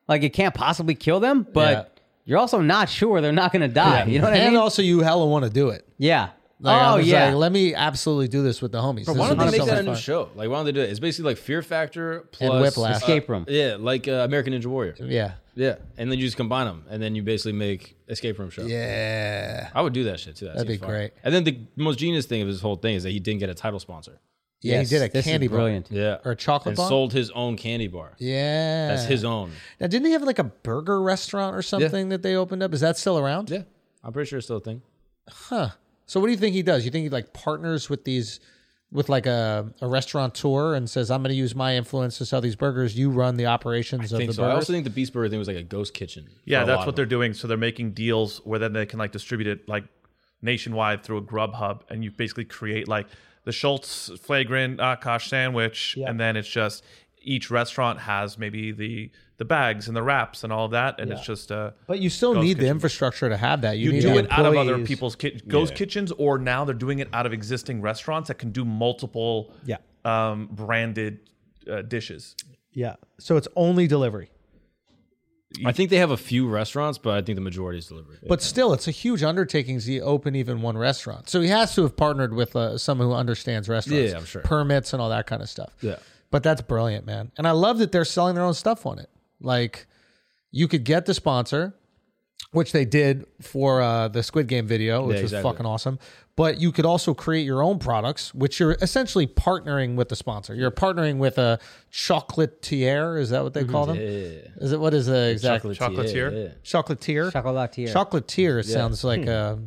[SPEAKER 3] Like it can't possibly kill them, but
[SPEAKER 1] Yeah.
[SPEAKER 3] you're also not sure they're not gonna die. You know what
[SPEAKER 1] and
[SPEAKER 3] I mean?
[SPEAKER 1] also, you hella want to do it.
[SPEAKER 3] yeah.
[SPEAKER 1] Like, I
[SPEAKER 3] oh
[SPEAKER 1] was
[SPEAKER 3] yeah.
[SPEAKER 1] like, let me absolutely do this with the homies.
[SPEAKER 2] Bro,
[SPEAKER 1] This
[SPEAKER 2] why don't
[SPEAKER 1] is
[SPEAKER 2] they make
[SPEAKER 1] so
[SPEAKER 2] that a
[SPEAKER 1] much
[SPEAKER 2] new
[SPEAKER 1] fun.
[SPEAKER 2] show? Like, why don't they do it? It's basically like Fear Factor plus
[SPEAKER 1] Whiplash. Escape Room.
[SPEAKER 2] Yeah, like uh, American Ninja Warrior.
[SPEAKER 1] Yeah.
[SPEAKER 2] yeah, and then you just combine them, and then you basically make Escape Room show.
[SPEAKER 1] Yeah.
[SPEAKER 2] I would do that shit too. That
[SPEAKER 1] That'd
[SPEAKER 2] seems
[SPEAKER 1] be
[SPEAKER 2] fun.
[SPEAKER 1] great.
[SPEAKER 2] And then the most genius thing of this whole thing is that he didn't get a title sponsor.
[SPEAKER 1] Yeah,
[SPEAKER 3] Yes,
[SPEAKER 1] he did a
[SPEAKER 3] this is
[SPEAKER 1] candy bar.
[SPEAKER 3] brilliant.
[SPEAKER 2] Yeah,
[SPEAKER 1] Or a chocolate
[SPEAKER 2] and
[SPEAKER 1] bar?
[SPEAKER 2] sold his own candy bar.
[SPEAKER 1] Yeah.
[SPEAKER 2] that's his own.
[SPEAKER 1] Now, didn't they have like a burger restaurant or something that they opened up? Is that still around?
[SPEAKER 2] Yeah. I'm pretty sure it's still a thing.
[SPEAKER 1] Huh. So what do you think he does? You think he like partners with these with like a, a restaurateur and says, I'm gonna use my influence to sell these burgers, you run the operations
[SPEAKER 2] I
[SPEAKER 1] of
[SPEAKER 2] think
[SPEAKER 1] the
[SPEAKER 2] so. I
[SPEAKER 1] burgers.
[SPEAKER 2] also think the Beast Burger thing was like a ghost kitchen.
[SPEAKER 12] Yeah, that's what they're doing. So they're making deals where then they can like distribute it like nationwide through a Grubhub, and you basically create like the Schultz flagrant Akash sandwich, and then it's just each restaurant has maybe the the bags and the wraps and all of that, and it's just uh
[SPEAKER 1] but you still
[SPEAKER 12] Ghost
[SPEAKER 1] need the
[SPEAKER 12] kitchen.
[SPEAKER 1] infrastructure to have that.
[SPEAKER 12] You,
[SPEAKER 1] You, need
[SPEAKER 12] do
[SPEAKER 1] the
[SPEAKER 12] it out of other
[SPEAKER 1] employees.
[SPEAKER 12] people's ki- ghost kitchens, or now they're doing it out of existing restaurants that can do multiple
[SPEAKER 13] Yeah.
[SPEAKER 12] um, branded uh, dishes.
[SPEAKER 13] Yeah. So it's only delivery.
[SPEAKER 2] I think they have a few restaurants, but I think the majority is delivery.
[SPEAKER 1] But still, it's a huge undertaking to open even one restaurant. So he has to have partnered with uh, someone who understands restaurants,
[SPEAKER 2] Yeah, I'm sure.
[SPEAKER 1] permits and all that kind of stuff.
[SPEAKER 2] Yeah.
[SPEAKER 1] But that's brilliant, man. And I love that they're selling their own stuff on it. Like you could get the sponsor, which they did for uh, the Squid Game video, which
[SPEAKER 2] Yeah,
[SPEAKER 1] was
[SPEAKER 2] exactly.
[SPEAKER 1] fucking awesome. But you could also create your own products, which you're essentially partnering with the sponsor. You're partnering with a chocolatier. Is that what they call them?
[SPEAKER 2] Mm-hmm. Yeah.
[SPEAKER 1] Is it what is the exact
[SPEAKER 2] Chocolatier, Chocolatier? yeah.
[SPEAKER 1] Chocolatier.
[SPEAKER 3] Chocolatier. Hmm.
[SPEAKER 1] Chocolatier
[SPEAKER 2] Yeah.
[SPEAKER 1] sounds like a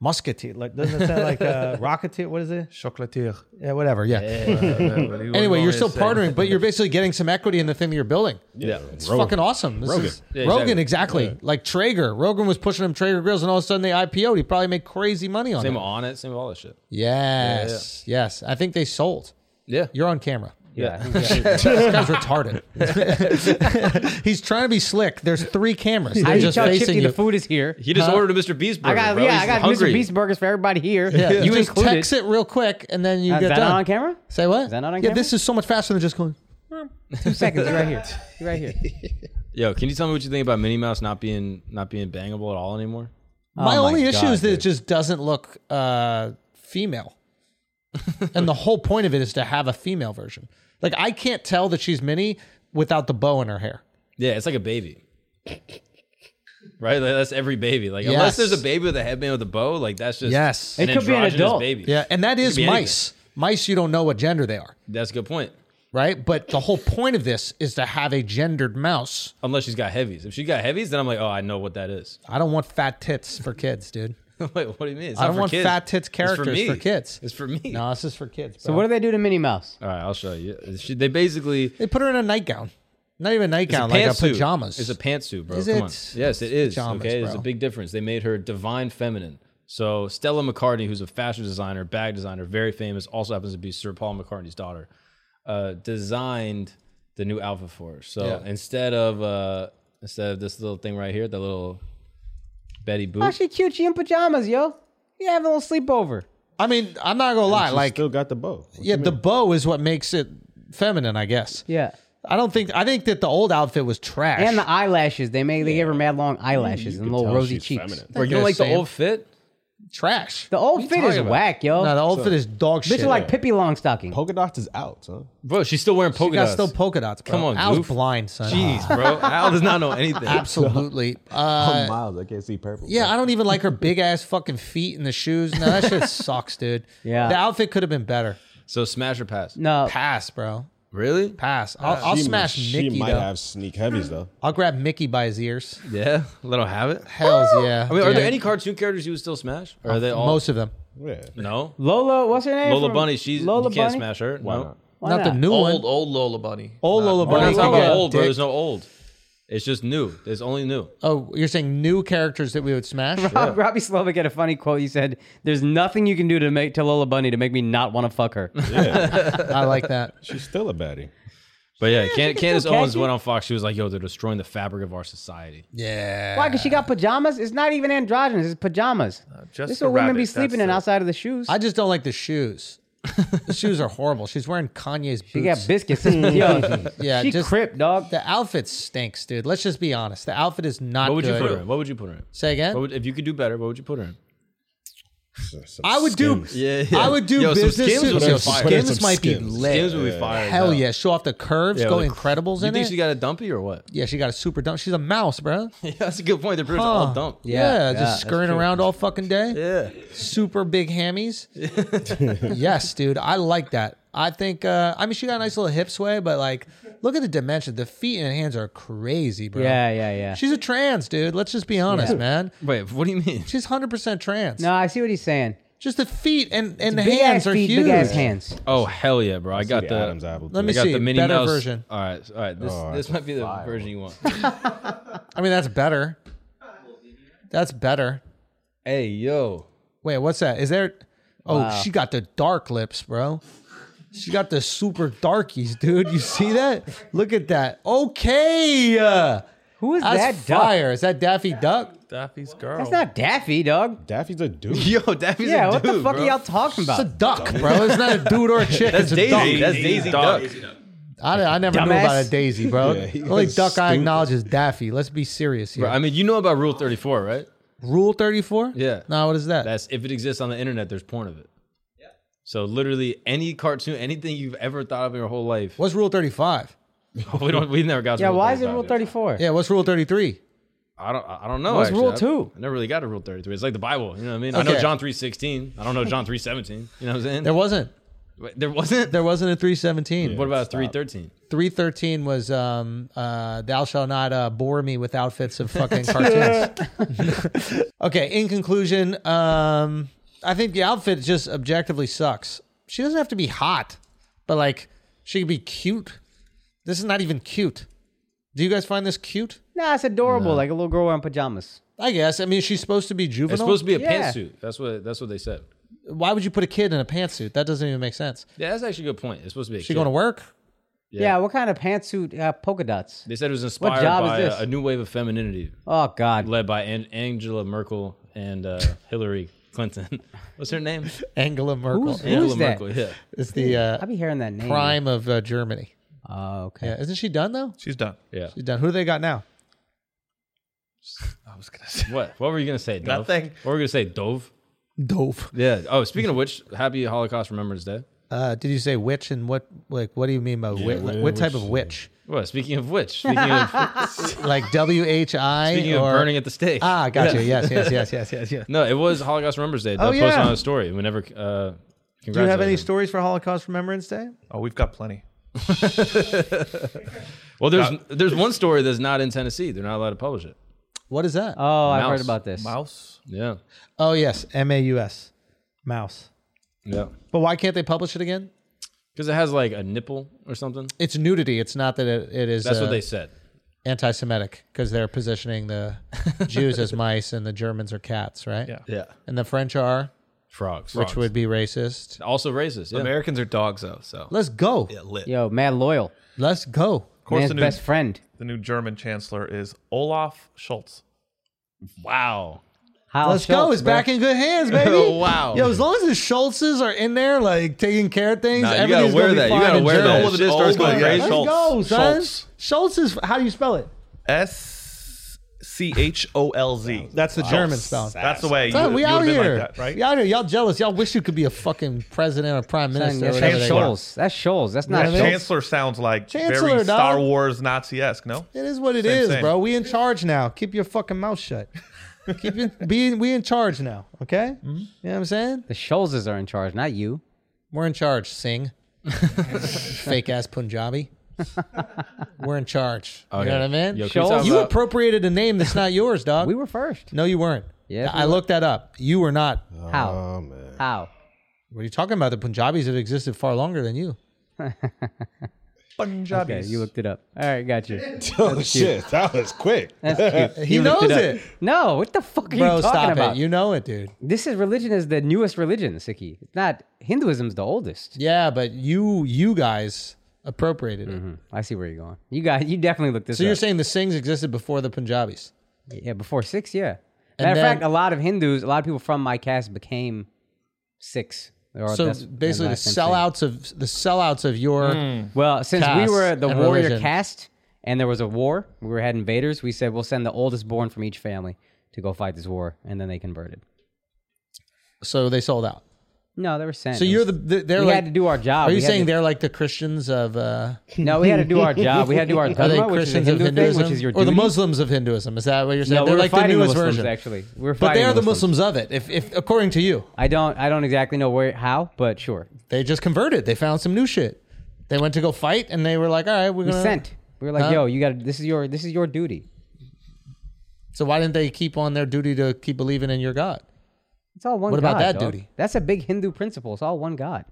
[SPEAKER 1] musketeer.
[SPEAKER 13] Like doesn't it sound like uh, rocketeer? What is it?
[SPEAKER 12] Chocolatier.
[SPEAKER 1] Yeah, whatever. Yeah.
[SPEAKER 12] whatever you
[SPEAKER 1] anyway,
[SPEAKER 12] want
[SPEAKER 1] you're
[SPEAKER 12] to
[SPEAKER 1] still
[SPEAKER 12] say.
[SPEAKER 1] partnering, but you're basically getting some equity in the thing that you're building.
[SPEAKER 2] Yeah.
[SPEAKER 1] It's fucking awesome. This
[SPEAKER 2] Rogan.
[SPEAKER 1] Is,
[SPEAKER 2] Yeah,
[SPEAKER 1] Rogan,
[SPEAKER 2] exactly.
[SPEAKER 1] exactly. Like Traeger. Rogan was pushing them Traeger grills, and all of a sudden they IPO'd. He probably made crazy money on
[SPEAKER 2] Same
[SPEAKER 1] it.
[SPEAKER 2] with on it, same with all that shit.
[SPEAKER 1] Yes. Yes. I think they sold.
[SPEAKER 2] Yeah.
[SPEAKER 1] You're on camera.
[SPEAKER 3] Yeah.
[SPEAKER 1] this guy's retarded. He's trying to be slick. There's three cameras.
[SPEAKER 3] How
[SPEAKER 1] They're
[SPEAKER 3] do you
[SPEAKER 1] just
[SPEAKER 3] tell Chipsy
[SPEAKER 1] facing you.
[SPEAKER 3] the food is here?
[SPEAKER 2] He just
[SPEAKER 1] Huh?
[SPEAKER 2] ordered a Mr. Beast burger.
[SPEAKER 3] I got
[SPEAKER 2] bro.
[SPEAKER 3] yeah,
[SPEAKER 2] He's
[SPEAKER 3] I got
[SPEAKER 2] hungry.
[SPEAKER 3] Mr. Beast burgers for everybody here.
[SPEAKER 1] Yeah,
[SPEAKER 3] You
[SPEAKER 1] just
[SPEAKER 3] included.
[SPEAKER 1] text it real quick, and then you
[SPEAKER 3] Uh, is
[SPEAKER 1] get
[SPEAKER 3] that
[SPEAKER 1] done.
[SPEAKER 3] on camera?
[SPEAKER 1] Say what?
[SPEAKER 3] Is that not on
[SPEAKER 1] yeah,
[SPEAKER 3] camera?
[SPEAKER 1] this is so much faster than just going.
[SPEAKER 3] Two seconds. You're right here. You're right here.
[SPEAKER 2] Yo, can you tell me what you think about Minnie Mouse not being not being bangable at all anymore?
[SPEAKER 1] My
[SPEAKER 3] Oh
[SPEAKER 1] only issue
[SPEAKER 3] God,
[SPEAKER 1] is that it just doesn't look uh, female, and the whole point of it is to have a female version. Like I can't tell that she's Minnie without the bow in her hair.
[SPEAKER 2] Yeah, it's like a baby. Right, like, that's every baby. Like
[SPEAKER 1] Yes.
[SPEAKER 2] unless there's a baby with a headband with a bow, like that's just
[SPEAKER 1] Yes.
[SPEAKER 2] an
[SPEAKER 1] It could be an
[SPEAKER 2] androgynous
[SPEAKER 1] adult.
[SPEAKER 2] baby.
[SPEAKER 1] Yeah, and that
[SPEAKER 2] It could
[SPEAKER 1] is
[SPEAKER 2] be anything.
[SPEAKER 1] mice. Mice, you don't know what gender they are,
[SPEAKER 2] That's a good point.
[SPEAKER 1] right? But the whole point of this is to have a gendered mouse.
[SPEAKER 2] Unless she's got heavies. If she got heavies, then I'm like, oh, I know what that is.
[SPEAKER 1] I don't want fat tits for kids, dude.
[SPEAKER 2] Wait, what do you mean? It's
[SPEAKER 1] I
[SPEAKER 2] not
[SPEAKER 1] don't
[SPEAKER 2] for
[SPEAKER 1] want
[SPEAKER 2] kids.
[SPEAKER 1] fat tits
[SPEAKER 2] It's for
[SPEAKER 1] characters
[SPEAKER 2] me.
[SPEAKER 1] for kids.
[SPEAKER 2] It's for me.
[SPEAKER 1] No, this is for kids.
[SPEAKER 3] So what do they do to Minnie Mouse?
[SPEAKER 2] All right, I'll show you. She, they basically
[SPEAKER 1] They put her in a nightgown. Not even a
[SPEAKER 2] it's
[SPEAKER 1] nightgown,
[SPEAKER 2] a
[SPEAKER 1] like a
[SPEAKER 2] pantsuit.
[SPEAKER 1] pajamas.
[SPEAKER 2] It's a pantsuit, bro.
[SPEAKER 1] Is
[SPEAKER 2] Come
[SPEAKER 1] it?
[SPEAKER 2] on. Yes, it is.
[SPEAKER 1] Pajamas,
[SPEAKER 2] okay, there's a
[SPEAKER 1] bro.
[SPEAKER 2] big difference. They made her divine feminine. So Stella McCartney, who's a fashion designer, bag designer, very famous, also happens to be Sir Paul McCartney's daughter, uh, designed the new outfit for her. So
[SPEAKER 1] Yeah.
[SPEAKER 2] instead of uh, instead of this little thing right here, the little Betty Boop.
[SPEAKER 3] Oh, she cute. She in pajamas, yo. You have a little sleepover.
[SPEAKER 1] I mean, I'm not gonna lie.
[SPEAKER 6] She's
[SPEAKER 1] Like,
[SPEAKER 6] still got the bow.
[SPEAKER 1] yeah, the bow is what makes it feminine, I guess.
[SPEAKER 3] Yeah.
[SPEAKER 1] I don't think. I think that the old outfit was trash.
[SPEAKER 3] And the eyelashes. They made they gave her mad
[SPEAKER 1] Mm,
[SPEAKER 3] long eyelashes and little
[SPEAKER 6] tell
[SPEAKER 3] rosy
[SPEAKER 6] she's
[SPEAKER 3] cheeks.
[SPEAKER 6] feminine.
[SPEAKER 2] Bro, you don't like the
[SPEAKER 1] Same.
[SPEAKER 2] old fit?
[SPEAKER 1] trash.
[SPEAKER 3] The old fit is
[SPEAKER 1] talking about?
[SPEAKER 3] whack, yo.
[SPEAKER 1] no, the old fit is dog
[SPEAKER 3] Bitch
[SPEAKER 1] shit.
[SPEAKER 3] is like Pippi Longstocking.
[SPEAKER 13] Polka dots is out, huh?
[SPEAKER 2] Bro, she's still wearing
[SPEAKER 1] you
[SPEAKER 2] polka
[SPEAKER 1] got
[SPEAKER 2] dots.
[SPEAKER 1] still polka dots. Bro.
[SPEAKER 2] Come on,
[SPEAKER 1] Al's
[SPEAKER 2] goof.
[SPEAKER 1] blind son.
[SPEAKER 2] Jeez, bro. Al does not know anything.
[SPEAKER 1] Absolutely.
[SPEAKER 13] Oh,
[SPEAKER 1] Uh,
[SPEAKER 13] miles. I can't see purple.
[SPEAKER 1] yeah, I don't even like her big ass fucking feet and the shoes. No, that shit sucks, dude.
[SPEAKER 3] Yeah.
[SPEAKER 1] the outfit could have been better.
[SPEAKER 2] So smash or pass?
[SPEAKER 3] No.
[SPEAKER 1] Pass, bro.
[SPEAKER 2] Really?
[SPEAKER 1] Pass. I'll, I'll
[SPEAKER 6] She m-
[SPEAKER 1] smash
[SPEAKER 6] She
[SPEAKER 1] Mickey
[SPEAKER 6] might
[SPEAKER 1] though.
[SPEAKER 6] have sneak heavies though.
[SPEAKER 1] I'll grab Mickey by his ears.
[SPEAKER 2] Yeah. Let him have it.
[SPEAKER 1] Hell's yeah.
[SPEAKER 2] I mean, are
[SPEAKER 1] dude.
[SPEAKER 2] there any cartoon characters you would still smash? Or are they all
[SPEAKER 1] Most of them.
[SPEAKER 6] Yeah.
[SPEAKER 2] No.
[SPEAKER 3] Lola, what's her name?
[SPEAKER 2] Lola
[SPEAKER 3] from-
[SPEAKER 2] Bunny. She's
[SPEAKER 3] Lola
[SPEAKER 2] you can't
[SPEAKER 3] Bunny?
[SPEAKER 2] smash her.
[SPEAKER 6] Why
[SPEAKER 2] no.
[SPEAKER 6] not?
[SPEAKER 3] Why
[SPEAKER 1] not, the new
[SPEAKER 12] Old,
[SPEAKER 1] one.
[SPEAKER 12] old Lola Bunny.
[SPEAKER 1] Old
[SPEAKER 12] Not-
[SPEAKER 1] Lola
[SPEAKER 2] We're
[SPEAKER 1] Bunny.
[SPEAKER 2] not talking
[SPEAKER 1] Yeah.
[SPEAKER 2] about old, bro.
[SPEAKER 1] Dick.
[SPEAKER 2] There's no old. It's just new. There's only new.
[SPEAKER 1] Oh, you're saying new characters that we would smash?
[SPEAKER 3] Rob, Robbie Slovak had a funny quote. He said, "There's nothing you can do to make to Lola Bunny to make me not want to fuck her."
[SPEAKER 1] I like that.
[SPEAKER 6] She's still a baddie.
[SPEAKER 2] But yeah, Can-
[SPEAKER 3] it's
[SPEAKER 2] Candace
[SPEAKER 3] okay.
[SPEAKER 2] Owens went on Fox. She was like, "Yo, they're destroying the fabric of our society."
[SPEAKER 1] Yeah.
[SPEAKER 3] Why? Because she got pajamas. It's not even androgynous. It's pajamas.
[SPEAKER 2] Uh, just
[SPEAKER 3] this is
[SPEAKER 2] the
[SPEAKER 3] what women
[SPEAKER 2] rabbit,
[SPEAKER 3] be
[SPEAKER 2] that's
[SPEAKER 3] sleeping in
[SPEAKER 2] the-
[SPEAKER 3] outside of the shoes.
[SPEAKER 1] I just don't like the shoes. the shoes are horrible. She's wearing Kanye's boots.
[SPEAKER 3] She got biscuits in the
[SPEAKER 1] yeah,
[SPEAKER 3] She
[SPEAKER 1] just,
[SPEAKER 3] crip, dog.
[SPEAKER 1] The outfit stinks, dude. Let's just be honest. The outfit is not
[SPEAKER 2] What would you
[SPEAKER 1] good.
[SPEAKER 2] put her in? What would you put her in?
[SPEAKER 1] Say again?
[SPEAKER 2] What would, if you could do better, what would you put her in?
[SPEAKER 1] I would do.
[SPEAKER 2] Yeah, yeah.
[SPEAKER 1] I would do
[SPEAKER 2] Yo, some
[SPEAKER 1] business.
[SPEAKER 2] Skims
[SPEAKER 1] suits.
[SPEAKER 2] would be
[SPEAKER 1] Yo,
[SPEAKER 2] fire.
[SPEAKER 1] Skims
[SPEAKER 2] Some
[SPEAKER 1] might be
[SPEAKER 2] Skims.
[SPEAKER 1] lit.
[SPEAKER 2] Skims would be fire as
[SPEAKER 1] Hell
[SPEAKER 2] hell.
[SPEAKER 1] yeah! Show off the curves.
[SPEAKER 2] Yeah,
[SPEAKER 1] go
[SPEAKER 2] like-
[SPEAKER 1] Incredibles
[SPEAKER 2] you
[SPEAKER 1] in
[SPEAKER 2] think
[SPEAKER 1] it.
[SPEAKER 2] she got a dumpy or what?
[SPEAKER 1] yeah, she got a super dump. She's a mouse, bro.
[SPEAKER 2] yeah, that's a good point. They're pretty much
[SPEAKER 1] Huh.
[SPEAKER 2] all dump.
[SPEAKER 1] Yeah,
[SPEAKER 3] yeah,
[SPEAKER 1] just
[SPEAKER 3] that's
[SPEAKER 1] scurrying
[SPEAKER 3] true.
[SPEAKER 1] around all fucking day.
[SPEAKER 2] Yeah.
[SPEAKER 1] Super big hammies. yes, dude. I like that. I think. Uh, I mean, she got a nice little hip sway, but like, look at the dimension. The feet and hands are crazy, bro.
[SPEAKER 3] Yeah, yeah, yeah.
[SPEAKER 1] She's a trans, dude. Let's just be honest,
[SPEAKER 3] Yeah.
[SPEAKER 1] man.
[SPEAKER 2] Wait, what do you mean?
[SPEAKER 1] She's hundred percent trans.
[SPEAKER 3] No, I see what he's saying.
[SPEAKER 1] Just the feet and and the
[SPEAKER 3] big
[SPEAKER 1] hands
[SPEAKER 3] ass
[SPEAKER 1] are
[SPEAKER 3] feet,
[SPEAKER 1] huge.
[SPEAKER 3] big ass hands.
[SPEAKER 2] Oh hell yeah, bro! I
[SPEAKER 6] see
[SPEAKER 2] got
[SPEAKER 6] the
[SPEAKER 2] the,
[SPEAKER 6] Adam's apple,
[SPEAKER 1] Let
[SPEAKER 2] I
[SPEAKER 1] me
[SPEAKER 2] got
[SPEAKER 1] see,
[SPEAKER 2] the mini
[SPEAKER 1] better
[SPEAKER 2] mouse.
[SPEAKER 1] version.
[SPEAKER 2] All right, all right. This
[SPEAKER 6] Oh,
[SPEAKER 2] this
[SPEAKER 6] that's
[SPEAKER 2] might be the
[SPEAKER 6] fire.
[SPEAKER 2] version you want.
[SPEAKER 1] I mean, that's better. That's better.
[SPEAKER 2] hey yo,
[SPEAKER 1] Wait, what's that? Is there? Oh,
[SPEAKER 2] Wow.
[SPEAKER 1] she got the dark lips, bro. She got the super darkies, dude. You see that? Look at that. Okay. uh,
[SPEAKER 3] Who is
[SPEAKER 1] That's
[SPEAKER 3] that duck?
[SPEAKER 1] fire. Is that Daffy Duck?
[SPEAKER 12] Daffy's girl.
[SPEAKER 3] That's not Daffy, dog.
[SPEAKER 6] Daffy's a dude.
[SPEAKER 2] yo, Daffy's
[SPEAKER 3] yeah,
[SPEAKER 2] a
[SPEAKER 3] what the
[SPEAKER 2] dude,
[SPEAKER 3] fuck
[SPEAKER 2] bro.
[SPEAKER 3] are y'all talking
[SPEAKER 1] It's
[SPEAKER 3] about?
[SPEAKER 1] a duck, bro. It's not a dude or a chick.
[SPEAKER 2] That's
[SPEAKER 1] it's a
[SPEAKER 2] Daisy.
[SPEAKER 1] duck.
[SPEAKER 2] That's Daisy Duck.
[SPEAKER 1] I, I never knew
[SPEAKER 3] Dumbass.
[SPEAKER 1] about a daisy, bro.
[SPEAKER 6] Yeah, he
[SPEAKER 1] The Only
[SPEAKER 6] was
[SPEAKER 1] duck I
[SPEAKER 6] stupid.
[SPEAKER 1] acknowledge is Daffy. Let's be serious here.
[SPEAKER 2] Bro, I mean, you know about Rule Thirty Four, right?
[SPEAKER 1] Rule 34?
[SPEAKER 2] Yeah.
[SPEAKER 1] No, what is that?
[SPEAKER 2] That's if it exists on the internet, there's porn of it. So literally any cartoon, anything you've ever thought of in your whole life,
[SPEAKER 1] What's Rule 35?
[SPEAKER 2] we don't, we never got. to
[SPEAKER 3] yeah,
[SPEAKER 2] Rule
[SPEAKER 3] why is it
[SPEAKER 2] 35.
[SPEAKER 3] Rule 34?
[SPEAKER 1] Yeah, what's Rule 33?
[SPEAKER 2] I don't. I don't know.
[SPEAKER 3] What's
[SPEAKER 2] actually.
[SPEAKER 3] Rule
[SPEAKER 2] I-
[SPEAKER 3] two?
[SPEAKER 2] I never really got a Rule Thirty Three. It's like the Bible. You know what I mean? I know
[SPEAKER 1] Okay.
[SPEAKER 2] John three sixteen. I don't know John three seventeen. You know what I'm saying?
[SPEAKER 1] There wasn't.
[SPEAKER 2] Wait, there wasn't.
[SPEAKER 1] There wasn't a 317.
[SPEAKER 2] what about three thirteen?
[SPEAKER 1] 313 was um, uh, Thou Shall Not uh, Bore Me with Outfits of Fucking Cartoons. okay, in conclusion, um, I think the outfit just objectively sucks. She doesn't have to be hot, but like she could be cute. This is not even cute. Do you guys find this cute?
[SPEAKER 3] Nah, it's adorable, like a little girl wearing pajamas.
[SPEAKER 1] I guess. I mean, she's supposed to be juvenile.
[SPEAKER 2] It's supposed to be a
[SPEAKER 3] Yeah.
[SPEAKER 2] pantsuit. That's what. That's what they said.
[SPEAKER 1] Why would you put a kid in a pantsuit? That doesn't even make sense.
[SPEAKER 2] Yeah, that's actually a good point. It's supposed to be. A
[SPEAKER 1] She going to work?
[SPEAKER 3] Yeah, what kind of pantsuit uh, polka dots?
[SPEAKER 2] They said it was inspired
[SPEAKER 3] job is
[SPEAKER 2] by
[SPEAKER 3] this?
[SPEAKER 2] A, a new wave of femininity
[SPEAKER 3] Oh God,
[SPEAKER 2] led by An- Angela Merkel and uh, Hillary Clinton. What's her name?
[SPEAKER 1] Angela Merkel.
[SPEAKER 3] who's,
[SPEAKER 2] Angela
[SPEAKER 3] who's that?
[SPEAKER 2] Merkel. Yeah.
[SPEAKER 1] It's the uh,
[SPEAKER 3] I be hearing that name.
[SPEAKER 1] prime of uh, Germany.
[SPEAKER 3] Oh, okay.
[SPEAKER 1] Yeah, isn't she done though?
[SPEAKER 12] She's done.
[SPEAKER 2] Yeah.
[SPEAKER 1] She's done. Who do they got now?
[SPEAKER 12] I was gonna say.
[SPEAKER 2] What? What were you gonna say? Dove?
[SPEAKER 12] Nothing.
[SPEAKER 2] What were you gonna say? Dove.
[SPEAKER 1] Dove.
[SPEAKER 2] Yeah. Oh, speaking of which, happy Holocaust Remembrance Day.
[SPEAKER 1] Uh, did you say witch and what? Like, what do you mean by witch? What, what type of witch?
[SPEAKER 2] What? Speaking of which, speaking of
[SPEAKER 1] Like W H I
[SPEAKER 2] speaking
[SPEAKER 1] or
[SPEAKER 2] of burning at the stake.
[SPEAKER 1] Ah, gotcha. Yes, yes, yes, yes, yes, yes.
[SPEAKER 2] No, it was Holocaust Remembrance Day. That
[SPEAKER 1] Oh,
[SPEAKER 2] posted
[SPEAKER 1] yeah.
[SPEAKER 2] on a story. We never. Uh,
[SPEAKER 13] Do you have any
[SPEAKER 2] congratulated them.
[SPEAKER 13] stories for Holocaust Remembrance Day?
[SPEAKER 12] Oh, we've got plenty.
[SPEAKER 2] Well, there's there's one story that's not in Tennessee. They're not allowed to publish it.
[SPEAKER 1] What is that?
[SPEAKER 3] Oh, I've
[SPEAKER 2] Mouse.
[SPEAKER 3] heard about this.
[SPEAKER 12] Mouse.
[SPEAKER 2] Yeah.
[SPEAKER 1] oh yes, M A U S, mouse.
[SPEAKER 2] Yeah.
[SPEAKER 1] But why can't they publish it again?
[SPEAKER 2] Because it has like a nipple or something.
[SPEAKER 1] It's nudity. It's not that it, it is.
[SPEAKER 2] That's
[SPEAKER 1] uh,
[SPEAKER 2] what they said.
[SPEAKER 1] anti-Semitic because they're positioning the Jews as mice and the Germans are cats, right?
[SPEAKER 12] Yeah.
[SPEAKER 7] Yeah.
[SPEAKER 1] And the French are,
[SPEAKER 2] Frogs.
[SPEAKER 1] which would be racist.
[SPEAKER 2] also racist. Yeah.
[SPEAKER 7] Americans are dogs though, so
[SPEAKER 1] Let's go.
[SPEAKER 7] yeah, lit.
[SPEAKER 3] Yo, mad loyal.
[SPEAKER 1] Let's go.
[SPEAKER 12] Of course,
[SPEAKER 3] Man's
[SPEAKER 12] the new,
[SPEAKER 3] best friend.
[SPEAKER 12] the new German chancellor is Olaf Scholz.
[SPEAKER 2] Wow.
[SPEAKER 3] Hal
[SPEAKER 1] Let's go.
[SPEAKER 3] Schultz,
[SPEAKER 1] It's
[SPEAKER 3] bro.
[SPEAKER 1] back in good hands, baby.
[SPEAKER 2] Wow.
[SPEAKER 1] Yo, as long as the Schultzes are in there, like taking care of things,
[SPEAKER 2] Nah, you gotta
[SPEAKER 1] everything's
[SPEAKER 2] wear
[SPEAKER 1] gonna
[SPEAKER 2] that.
[SPEAKER 1] be
[SPEAKER 2] You
[SPEAKER 1] fine
[SPEAKER 2] gotta
[SPEAKER 1] and
[SPEAKER 2] wear
[SPEAKER 1] good.
[SPEAKER 2] that. All of it
[SPEAKER 3] Oh
[SPEAKER 2] starts going
[SPEAKER 12] Olaf
[SPEAKER 2] crazy.
[SPEAKER 1] Let's
[SPEAKER 12] Scholz.
[SPEAKER 1] go, son.
[SPEAKER 12] Scholz.
[SPEAKER 1] Schultz is how do you spell it?
[SPEAKER 12] S C H O L Z.
[SPEAKER 1] That's the German spelling.
[SPEAKER 12] That's the way. You,
[SPEAKER 1] Son, we
[SPEAKER 12] you
[SPEAKER 1] out
[SPEAKER 12] would've been
[SPEAKER 1] here.
[SPEAKER 12] Like that, right?
[SPEAKER 1] We out here. Y'all jealous. Y'all wish you could be a fucking president or prime
[SPEAKER 3] Son,
[SPEAKER 1] minister. or
[SPEAKER 3] that's
[SPEAKER 1] whatever they are.
[SPEAKER 3] Schultz. That's Schultz. That's not
[SPEAKER 1] know what I mean?
[SPEAKER 3] Schultz.
[SPEAKER 12] Chancellor sounds like
[SPEAKER 1] Chancellor,
[SPEAKER 12] very
[SPEAKER 1] dog.
[SPEAKER 12] Star Wars Nazi esque. No,
[SPEAKER 1] It is what it is,
[SPEAKER 12] Same, same.
[SPEAKER 1] bro. We in charge now. Keep your fucking mouth shut. Keep it, be we in charge now, okay?
[SPEAKER 2] Mm-hmm.
[SPEAKER 1] You know what I'm saying?
[SPEAKER 3] The Schulzes are in charge, not you.
[SPEAKER 1] We're in charge. Sing, fake ass Punjabi. We're in charge. you know
[SPEAKER 2] yeah.
[SPEAKER 1] what I mean?
[SPEAKER 2] Yo, can you talk
[SPEAKER 1] you
[SPEAKER 2] about-
[SPEAKER 1] appropriated a name that's not yours, dog.
[SPEAKER 3] We were first.
[SPEAKER 1] No, you weren't.
[SPEAKER 3] Yes, we
[SPEAKER 1] I
[SPEAKER 3] were.
[SPEAKER 1] looked that up. You were not.
[SPEAKER 3] How?
[SPEAKER 6] Oh man.
[SPEAKER 3] How?
[SPEAKER 1] What are you talking about? The Punjabis have existed far longer than you.
[SPEAKER 12] Punjabis.
[SPEAKER 3] Okay, you looked it up. All right, got you.
[SPEAKER 6] Oh shit, that was quick.
[SPEAKER 3] That's cute.
[SPEAKER 1] He
[SPEAKER 3] You looked
[SPEAKER 1] knows
[SPEAKER 3] up.
[SPEAKER 1] it.
[SPEAKER 3] No, what the fuck are
[SPEAKER 1] Bro,
[SPEAKER 3] you talking
[SPEAKER 1] stop
[SPEAKER 3] about?
[SPEAKER 1] it. You know it, dude.
[SPEAKER 3] this is religion is the newest religion, Siki. It's not Hinduism's the oldest.
[SPEAKER 1] Yeah, but you you guys appropriated it.
[SPEAKER 3] Mm-hmm. I see where you're going. You got. You definitely looked this.
[SPEAKER 1] So you're
[SPEAKER 3] up.
[SPEAKER 1] saying the Singhs existed before the Punjabis?
[SPEAKER 3] Yeah, before six. Yeah.
[SPEAKER 1] And
[SPEAKER 3] Matter of
[SPEAKER 1] then-
[SPEAKER 3] fact, a lot of Hindus, a lot of people from my caste became six. Or
[SPEAKER 1] So
[SPEAKER 3] that's-
[SPEAKER 1] basically, the
[SPEAKER 3] that's what I'm saying.
[SPEAKER 1] sellouts of the sellouts of your
[SPEAKER 2] Hmm.
[SPEAKER 3] Well, since we
[SPEAKER 1] caste
[SPEAKER 3] were the
[SPEAKER 1] Hmm. and
[SPEAKER 3] warrior
[SPEAKER 1] religion.
[SPEAKER 3] caste and there was a war, we were had invaders, we said we'll send the oldest born from each family to go fight this war, and then they converted.
[SPEAKER 1] so they sold out.
[SPEAKER 3] No, they were sent.
[SPEAKER 1] So
[SPEAKER 3] It
[SPEAKER 1] you're the
[SPEAKER 3] was-
[SPEAKER 1] the- they're
[SPEAKER 3] we
[SPEAKER 1] like,
[SPEAKER 3] had to do our job.
[SPEAKER 1] Are you
[SPEAKER 3] We had
[SPEAKER 1] saying
[SPEAKER 3] to-
[SPEAKER 1] they're like the Christians of? uh
[SPEAKER 3] No, we had to do our job. We had to do our
[SPEAKER 1] Are they
[SPEAKER 3] dharma, which is a
[SPEAKER 1] Christians of
[SPEAKER 3] Hindu thing,
[SPEAKER 1] Hinduism,
[SPEAKER 3] which is your
[SPEAKER 1] or the
[SPEAKER 3] duty?
[SPEAKER 1] Muslims of Hinduism? Is that what you're saying?
[SPEAKER 3] No, we
[SPEAKER 1] they're
[SPEAKER 3] were
[SPEAKER 1] like the
[SPEAKER 3] fighting the
[SPEAKER 1] newest
[SPEAKER 3] Muslims,
[SPEAKER 1] version.
[SPEAKER 3] actually. We were
[SPEAKER 1] but they
[SPEAKER 3] fighting
[SPEAKER 1] are
[SPEAKER 3] the
[SPEAKER 1] the Muslims. of it. If, if according to you,
[SPEAKER 3] I don't. I don't exactly know where how, but sure.
[SPEAKER 1] they just converted. They found some new shit. They went to go fight, and they were like, "All right, we're
[SPEAKER 3] We
[SPEAKER 1] gonna
[SPEAKER 3] sent. We were like,
[SPEAKER 1] Huh?
[SPEAKER 3] yo, you got to this is your this is your duty.
[SPEAKER 1] So why didn't they keep on their duty to keep believing in your God?
[SPEAKER 3] It's all one.
[SPEAKER 1] What about
[SPEAKER 3] God,
[SPEAKER 1] that
[SPEAKER 3] dog.
[SPEAKER 1] duty?
[SPEAKER 3] That's a big Hindu principle. It's all one God.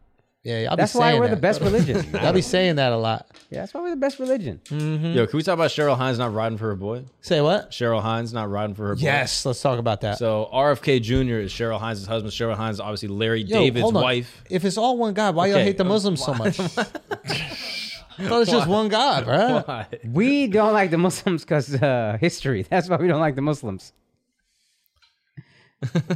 [SPEAKER 1] Yeah, yeah I'll
[SPEAKER 3] That's
[SPEAKER 1] be
[SPEAKER 3] why
[SPEAKER 1] saying
[SPEAKER 3] we're the
[SPEAKER 1] that.
[SPEAKER 3] best religion.
[SPEAKER 1] I'll be saying that a lot.
[SPEAKER 3] Yeah, that's why we're the best religion.
[SPEAKER 2] Yo, can we talk about Cheryl Hines not riding for her boy?
[SPEAKER 1] Mm-hmm. Say what?
[SPEAKER 2] Cheryl Hines not riding for her boy.
[SPEAKER 1] Yes, let's talk about that.
[SPEAKER 2] So RFK Jr. is Cheryl Hines' husband. Cheryl Hines is obviously Larry
[SPEAKER 1] Yo,
[SPEAKER 2] David's
[SPEAKER 1] hold on.
[SPEAKER 2] wife.
[SPEAKER 1] If it's all one God, why y'all
[SPEAKER 2] Okay.
[SPEAKER 1] hate the Muslims so much? I thought it's just one God, right?
[SPEAKER 3] We don't like the Muslims because uh, history. That's why we don't like the Muslims.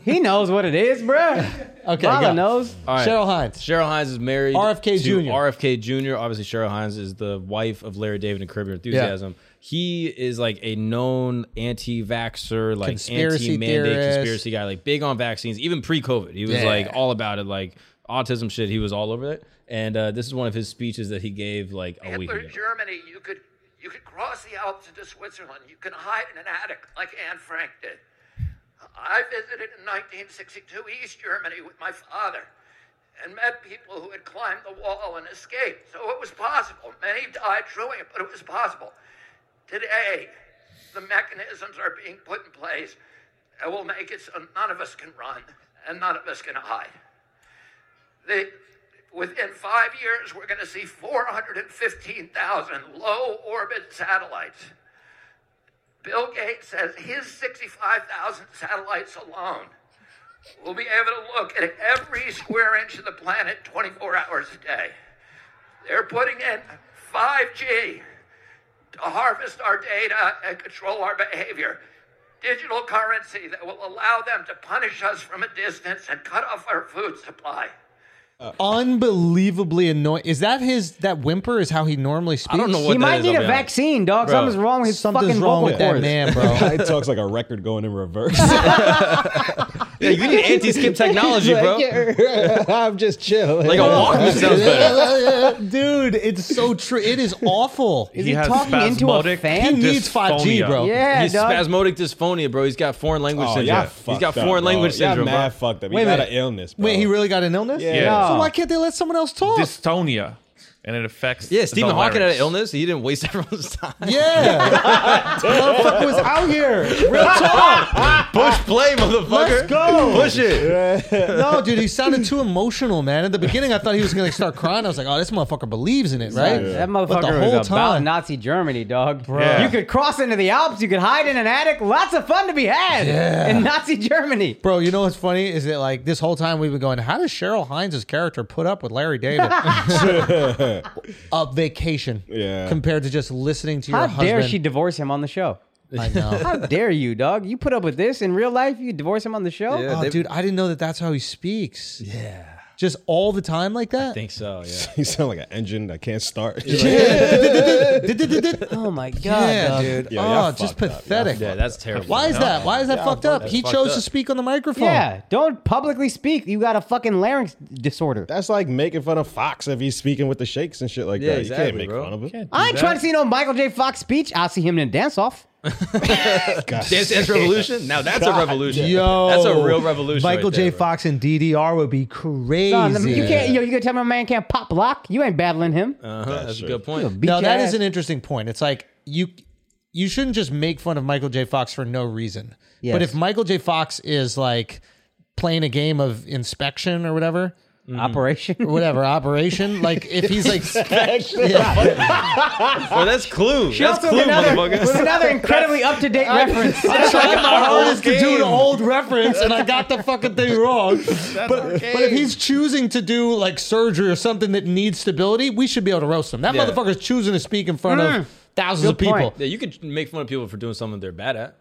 [SPEAKER 3] he knows what it is, bruh.
[SPEAKER 1] Okay,
[SPEAKER 3] Lala
[SPEAKER 1] go.
[SPEAKER 3] knows.
[SPEAKER 2] All right.
[SPEAKER 1] Cheryl Hines.
[SPEAKER 2] Cheryl Hines is married.
[SPEAKER 1] RFK
[SPEAKER 2] to
[SPEAKER 1] Jr..
[SPEAKER 2] RFK Jr. Obviously, Cheryl Hines is the wife of Larry David and Curb Your Enthusiasm. He is like a known anti-vaxxer, like
[SPEAKER 1] Conspiracy
[SPEAKER 2] anti-mandate
[SPEAKER 1] theorist.
[SPEAKER 2] conspiracy guy, like big on vaccines, even pre-COVID. He was
[SPEAKER 1] Yeah.
[SPEAKER 2] like all about it, like autism shit. He was all over it. And uh, this is one of his speeches that he gave like a week
[SPEAKER 14] Hitler
[SPEAKER 2] ago.
[SPEAKER 14] Germany, you could you could cross the Alps into Switzerland. You can hide in an attic like Anne Frank did. I visited in 1962 East Germany with my father and met people who had climbed the wall and escaped. So it was possible. Many died doing it, but it was possible. Today, the mechanisms are being put in place that will make it so none of us can run and none of us can hide. The, within five years, we're going to see 415,000 low orbit satellites. Bill Gates says his 65,000 satellites alone will be able to look at every square inch of the planet 24 hours a day. They're putting in 5G to harvest our data and control our behavior. Digital currency that will allow them to punish us from a distance and cut off our food supply.
[SPEAKER 1] Unbelievably annoying. Is that his? That whimper is how he normally speaks.
[SPEAKER 2] I don't know what
[SPEAKER 3] he
[SPEAKER 2] that
[SPEAKER 3] might
[SPEAKER 2] is,
[SPEAKER 3] need
[SPEAKER 2] I'll
[SPEAKER 3] a
[SPEAKER 2] be honest.
[SPEAKER 3] vaccine, dog.
[SPEAKER 2] Bro.
[SPEAKER 3] Something's wrong with his
[SPEAKER 1] Something's
[SPEAKER 3] fucking
[SPEAKER 1] wrong
[SPEAKER 3] vocal
[SPEAKER 1] with that
[SPEAKER 3] cords.
[SPEAKER 1] man, bro.
[SPEAKER 6] it talks like a record going in reverse.
[SPEAKER 2] Yeah, you need anti-skip technology, bro.
[SPEAKER 1] I'm just chill.
[SPEAKER 2] Like a Walkman sounds better.
[SPEAKER 1] Dude, it's so true. It is awful.
[SPEAKER 3] Is he, talking into a
[SPEAKER 12] spasmodic
[SPEAKER 1] He
[SPEAKER 3] fan?
[SPEAKER 1] needs 5G,
[SPEAKER 12] dysphonia.
[SPEAKER 1] bro.
[SPEAKER 3] yeah,
[SPEAKER 2] He's
[SPEAKER 3] dog.
[SPEAKER 2] spasmodic dysphonia, bro. He's got foreign language
[SPEAKER 6] Oh,
[SPEAKER 2] syndrome.
[SPEAKER 6] yeah,
[SPEAKER 2] He's got foreign language syndrome,
[SPEAKER 6] Yeah,
[SPEAKER 2] bro.
[SPEAKER 6] mad fucked up.
[SPEAKER 1] Wait
[SPEAKER 6] He
[SPEAKER 1] a
[SPEAKER 6] got
[SPEAKER 1] minute.
[SPEAKER 6] an illness. Bro.
[SPEAKER 1] Wait, he really got an illness?
[SPEAKER 6] Yeah.
[SPEAKER 12] Yeah.
[SPEAKER 1] So why can't they let someone else talk?
[SPEAKER 12] dystonia, and it affects.
[SPEAKER 2] Yeah, Stephen
[SPEAKER 12] the
[SPEAKER 2] Hawking had an
[SPEAKER 12] larynx.
[SPEAKER 2] illness. He didn't waste everyone's time.
[SPEAKER 1] yeah. Motherfucker was out here. Real talk.
[SPEAKER 2] Push play, motherfucker.
[SPEAKER 1] Let's go.
[SPEAKER 2] Push it.
[SPEAKER 1] Ah. No, dude, he sounded too emotional, man. At the beginning, I thought he was going to start crying. I was like, oh, this motherfucker believes in it, right?
[SPEAKER 3] That
[SPEAKER 1] But the
[SPEAKER 3] motherfucker
[SPEAKER 1] whole
[SPEAKER 3] was about
[SPEAKER 1] time-
[SPEAKER 3] Nazi Germany, dog.
[SPEAKER 12] Yeah.
[SPEAKER 3] You could cross into the Alps. You could hide in an attic. Lots of fun to be had in Nazi Germany.
[SPEAKER 1] Bro, you know what's funny is that like this whole time we've been going, how does Cheryl Hines' character put up with Larry David? a vacation,
[SPEAKER 6] Yeah.
[SPEAKER 1] compared to just listening to your
[SPEAKER 3] How
[SPEAKER 1] husband.
[SPEAKER 3] dare she divorce him on the show?
[SPEAKER 1] I know.
[SPEAKER 3] How dare you, dog? You put up with this in real life? You divorce him on the show?
[SPEAKER 1] oh, dude, I didn't know that that's how he speaks. Yeah, just all the time like that.
[SPEAKER 2] I think so, yeah.
[SPEAKER 6] He sound like an engine that can't start.
[SPEAKER 3] Oh my god,
[SPEAKER 1] yeah,
[SPEAKER 3] dog.
[SPEAKER 1] dude.
[SPEAKER 6] Yeah, y'all
[SPEAKER 1] oh, just
[SPEAKER 6] fucked up. Y'all
[SPEAKER 1] pathetic.
[SPEAKER 2] Yeah, that's terrible.
[SPEAKER 1] Why is that? Why is that
[SPEAKER 6] Yeah,
[SPEAKER 1] fucked up?
[SPEAKER 6] that's
[SPEAKER 1] He
[SPEAKER 2] fucked
[SPEAKER 1] chose
[SPEAKER 2] up.
[SPEAKER 1] to speak on the microphone.
[SPEAKER 3] Yeah, don't publicly speak. You got a fucking larynx disorder.
[SPEAKER 6] That's like making fun of Fox if he's speaking with the shakes and shit like
[SPEAKER 2] Yeah,
[SPEAKER 6] that. you
[SPEAKER 2] exactly,
[SPEAKER 6] can't make
[SPEAKER 2] bro.
[SPEAKER 6] fun of him.
[SPEAKER 3] I ain't
[SPEAKER 2] that.
[SPEAKER 3] trying to see no Michael J. Fox speech. I'll see him in a dance off.
[SPEAKER 6] God.
[SPEAKER 2] Dance Dance Revolution? Now that's a revolution.
[SPEAKER 1] Yo,
[SPEAKER 2] That's a real revolution.
[SPEAKER 1] Michael
[SPEAKER 2] right
[SPEAKER 1] J.
[SPEAKER 2] there, bro.
[SPEAKER 1] Fox and DDR would be crazy.
[SPEAKER 3] No, you can't. Yo, you gonna tell me my man can't pop lock? You ain't battling him.
[SPEAKER 2] Uh-huh, that's, a good
[SPEAKER 3] You'll
[SPEAKER 2] point.
[SPEAKER 3] beat
[SPEAKER 1] No,
[SPEAKER 3] your
[SPEAKER 1] that
[SPEAKER 3] ass.
[SPEAKER 1] is an interesting point. It's like you you shouldn't just make fun of Michael J. Fox for no reason.
[SPEAKER 3] Yes.
[SPEAKER 1] But if Michael J. Fox is like playing a game of inspection or whatever,
[SPEAKER 3] Mm-hmm. Operation,
[SPEAKER 1] whatever operation. Like if he's like, Yeah.
[SPEAKER 2] Well, that's clue.
[SPEAKER 3] She
[SPEAKER 2] that's
[SPEAKER 3] also
[SPEAKER 2] clue,
[SPEAKER 3] with another,
[SPEAKER 2] motherfucker.
[SPEAKER 3] with another incredibly up to date reference.
[SPEAKER 1] I tried my hardest to do an
[SPEAKER 3] game.
[SPEAKER 1] old reference and I got the fucking thing wrong. But, but if he's choosing to do like surgery or something that needs stability, we should be able to roast him. That
[SPEAKER 2] Yeah.
[SPEAKER 1] motherfucker's choosing to speak in front
[SPEAKER 2] Mm.
[SPEAKER 1] of thousands of people.
[SPEAKER 2] Yeah, you could make fun of people for doing something they're bad at.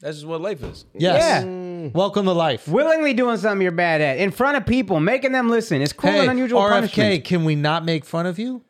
[SPEAKER 2] That's just what life is.
[SPEAKER 1] Yes. Welcome to life.
[SPEAKER 3] Willingly doing something you're bad at in front of people, making them listen. It's cruel
[SPEAKER 1] Hey,
[SPEAKER 3] and unusual
[SPEAKER 1] RFK,
[SPEAKER 3] punishment.
[SPEAKER 1] can we not make fun of you?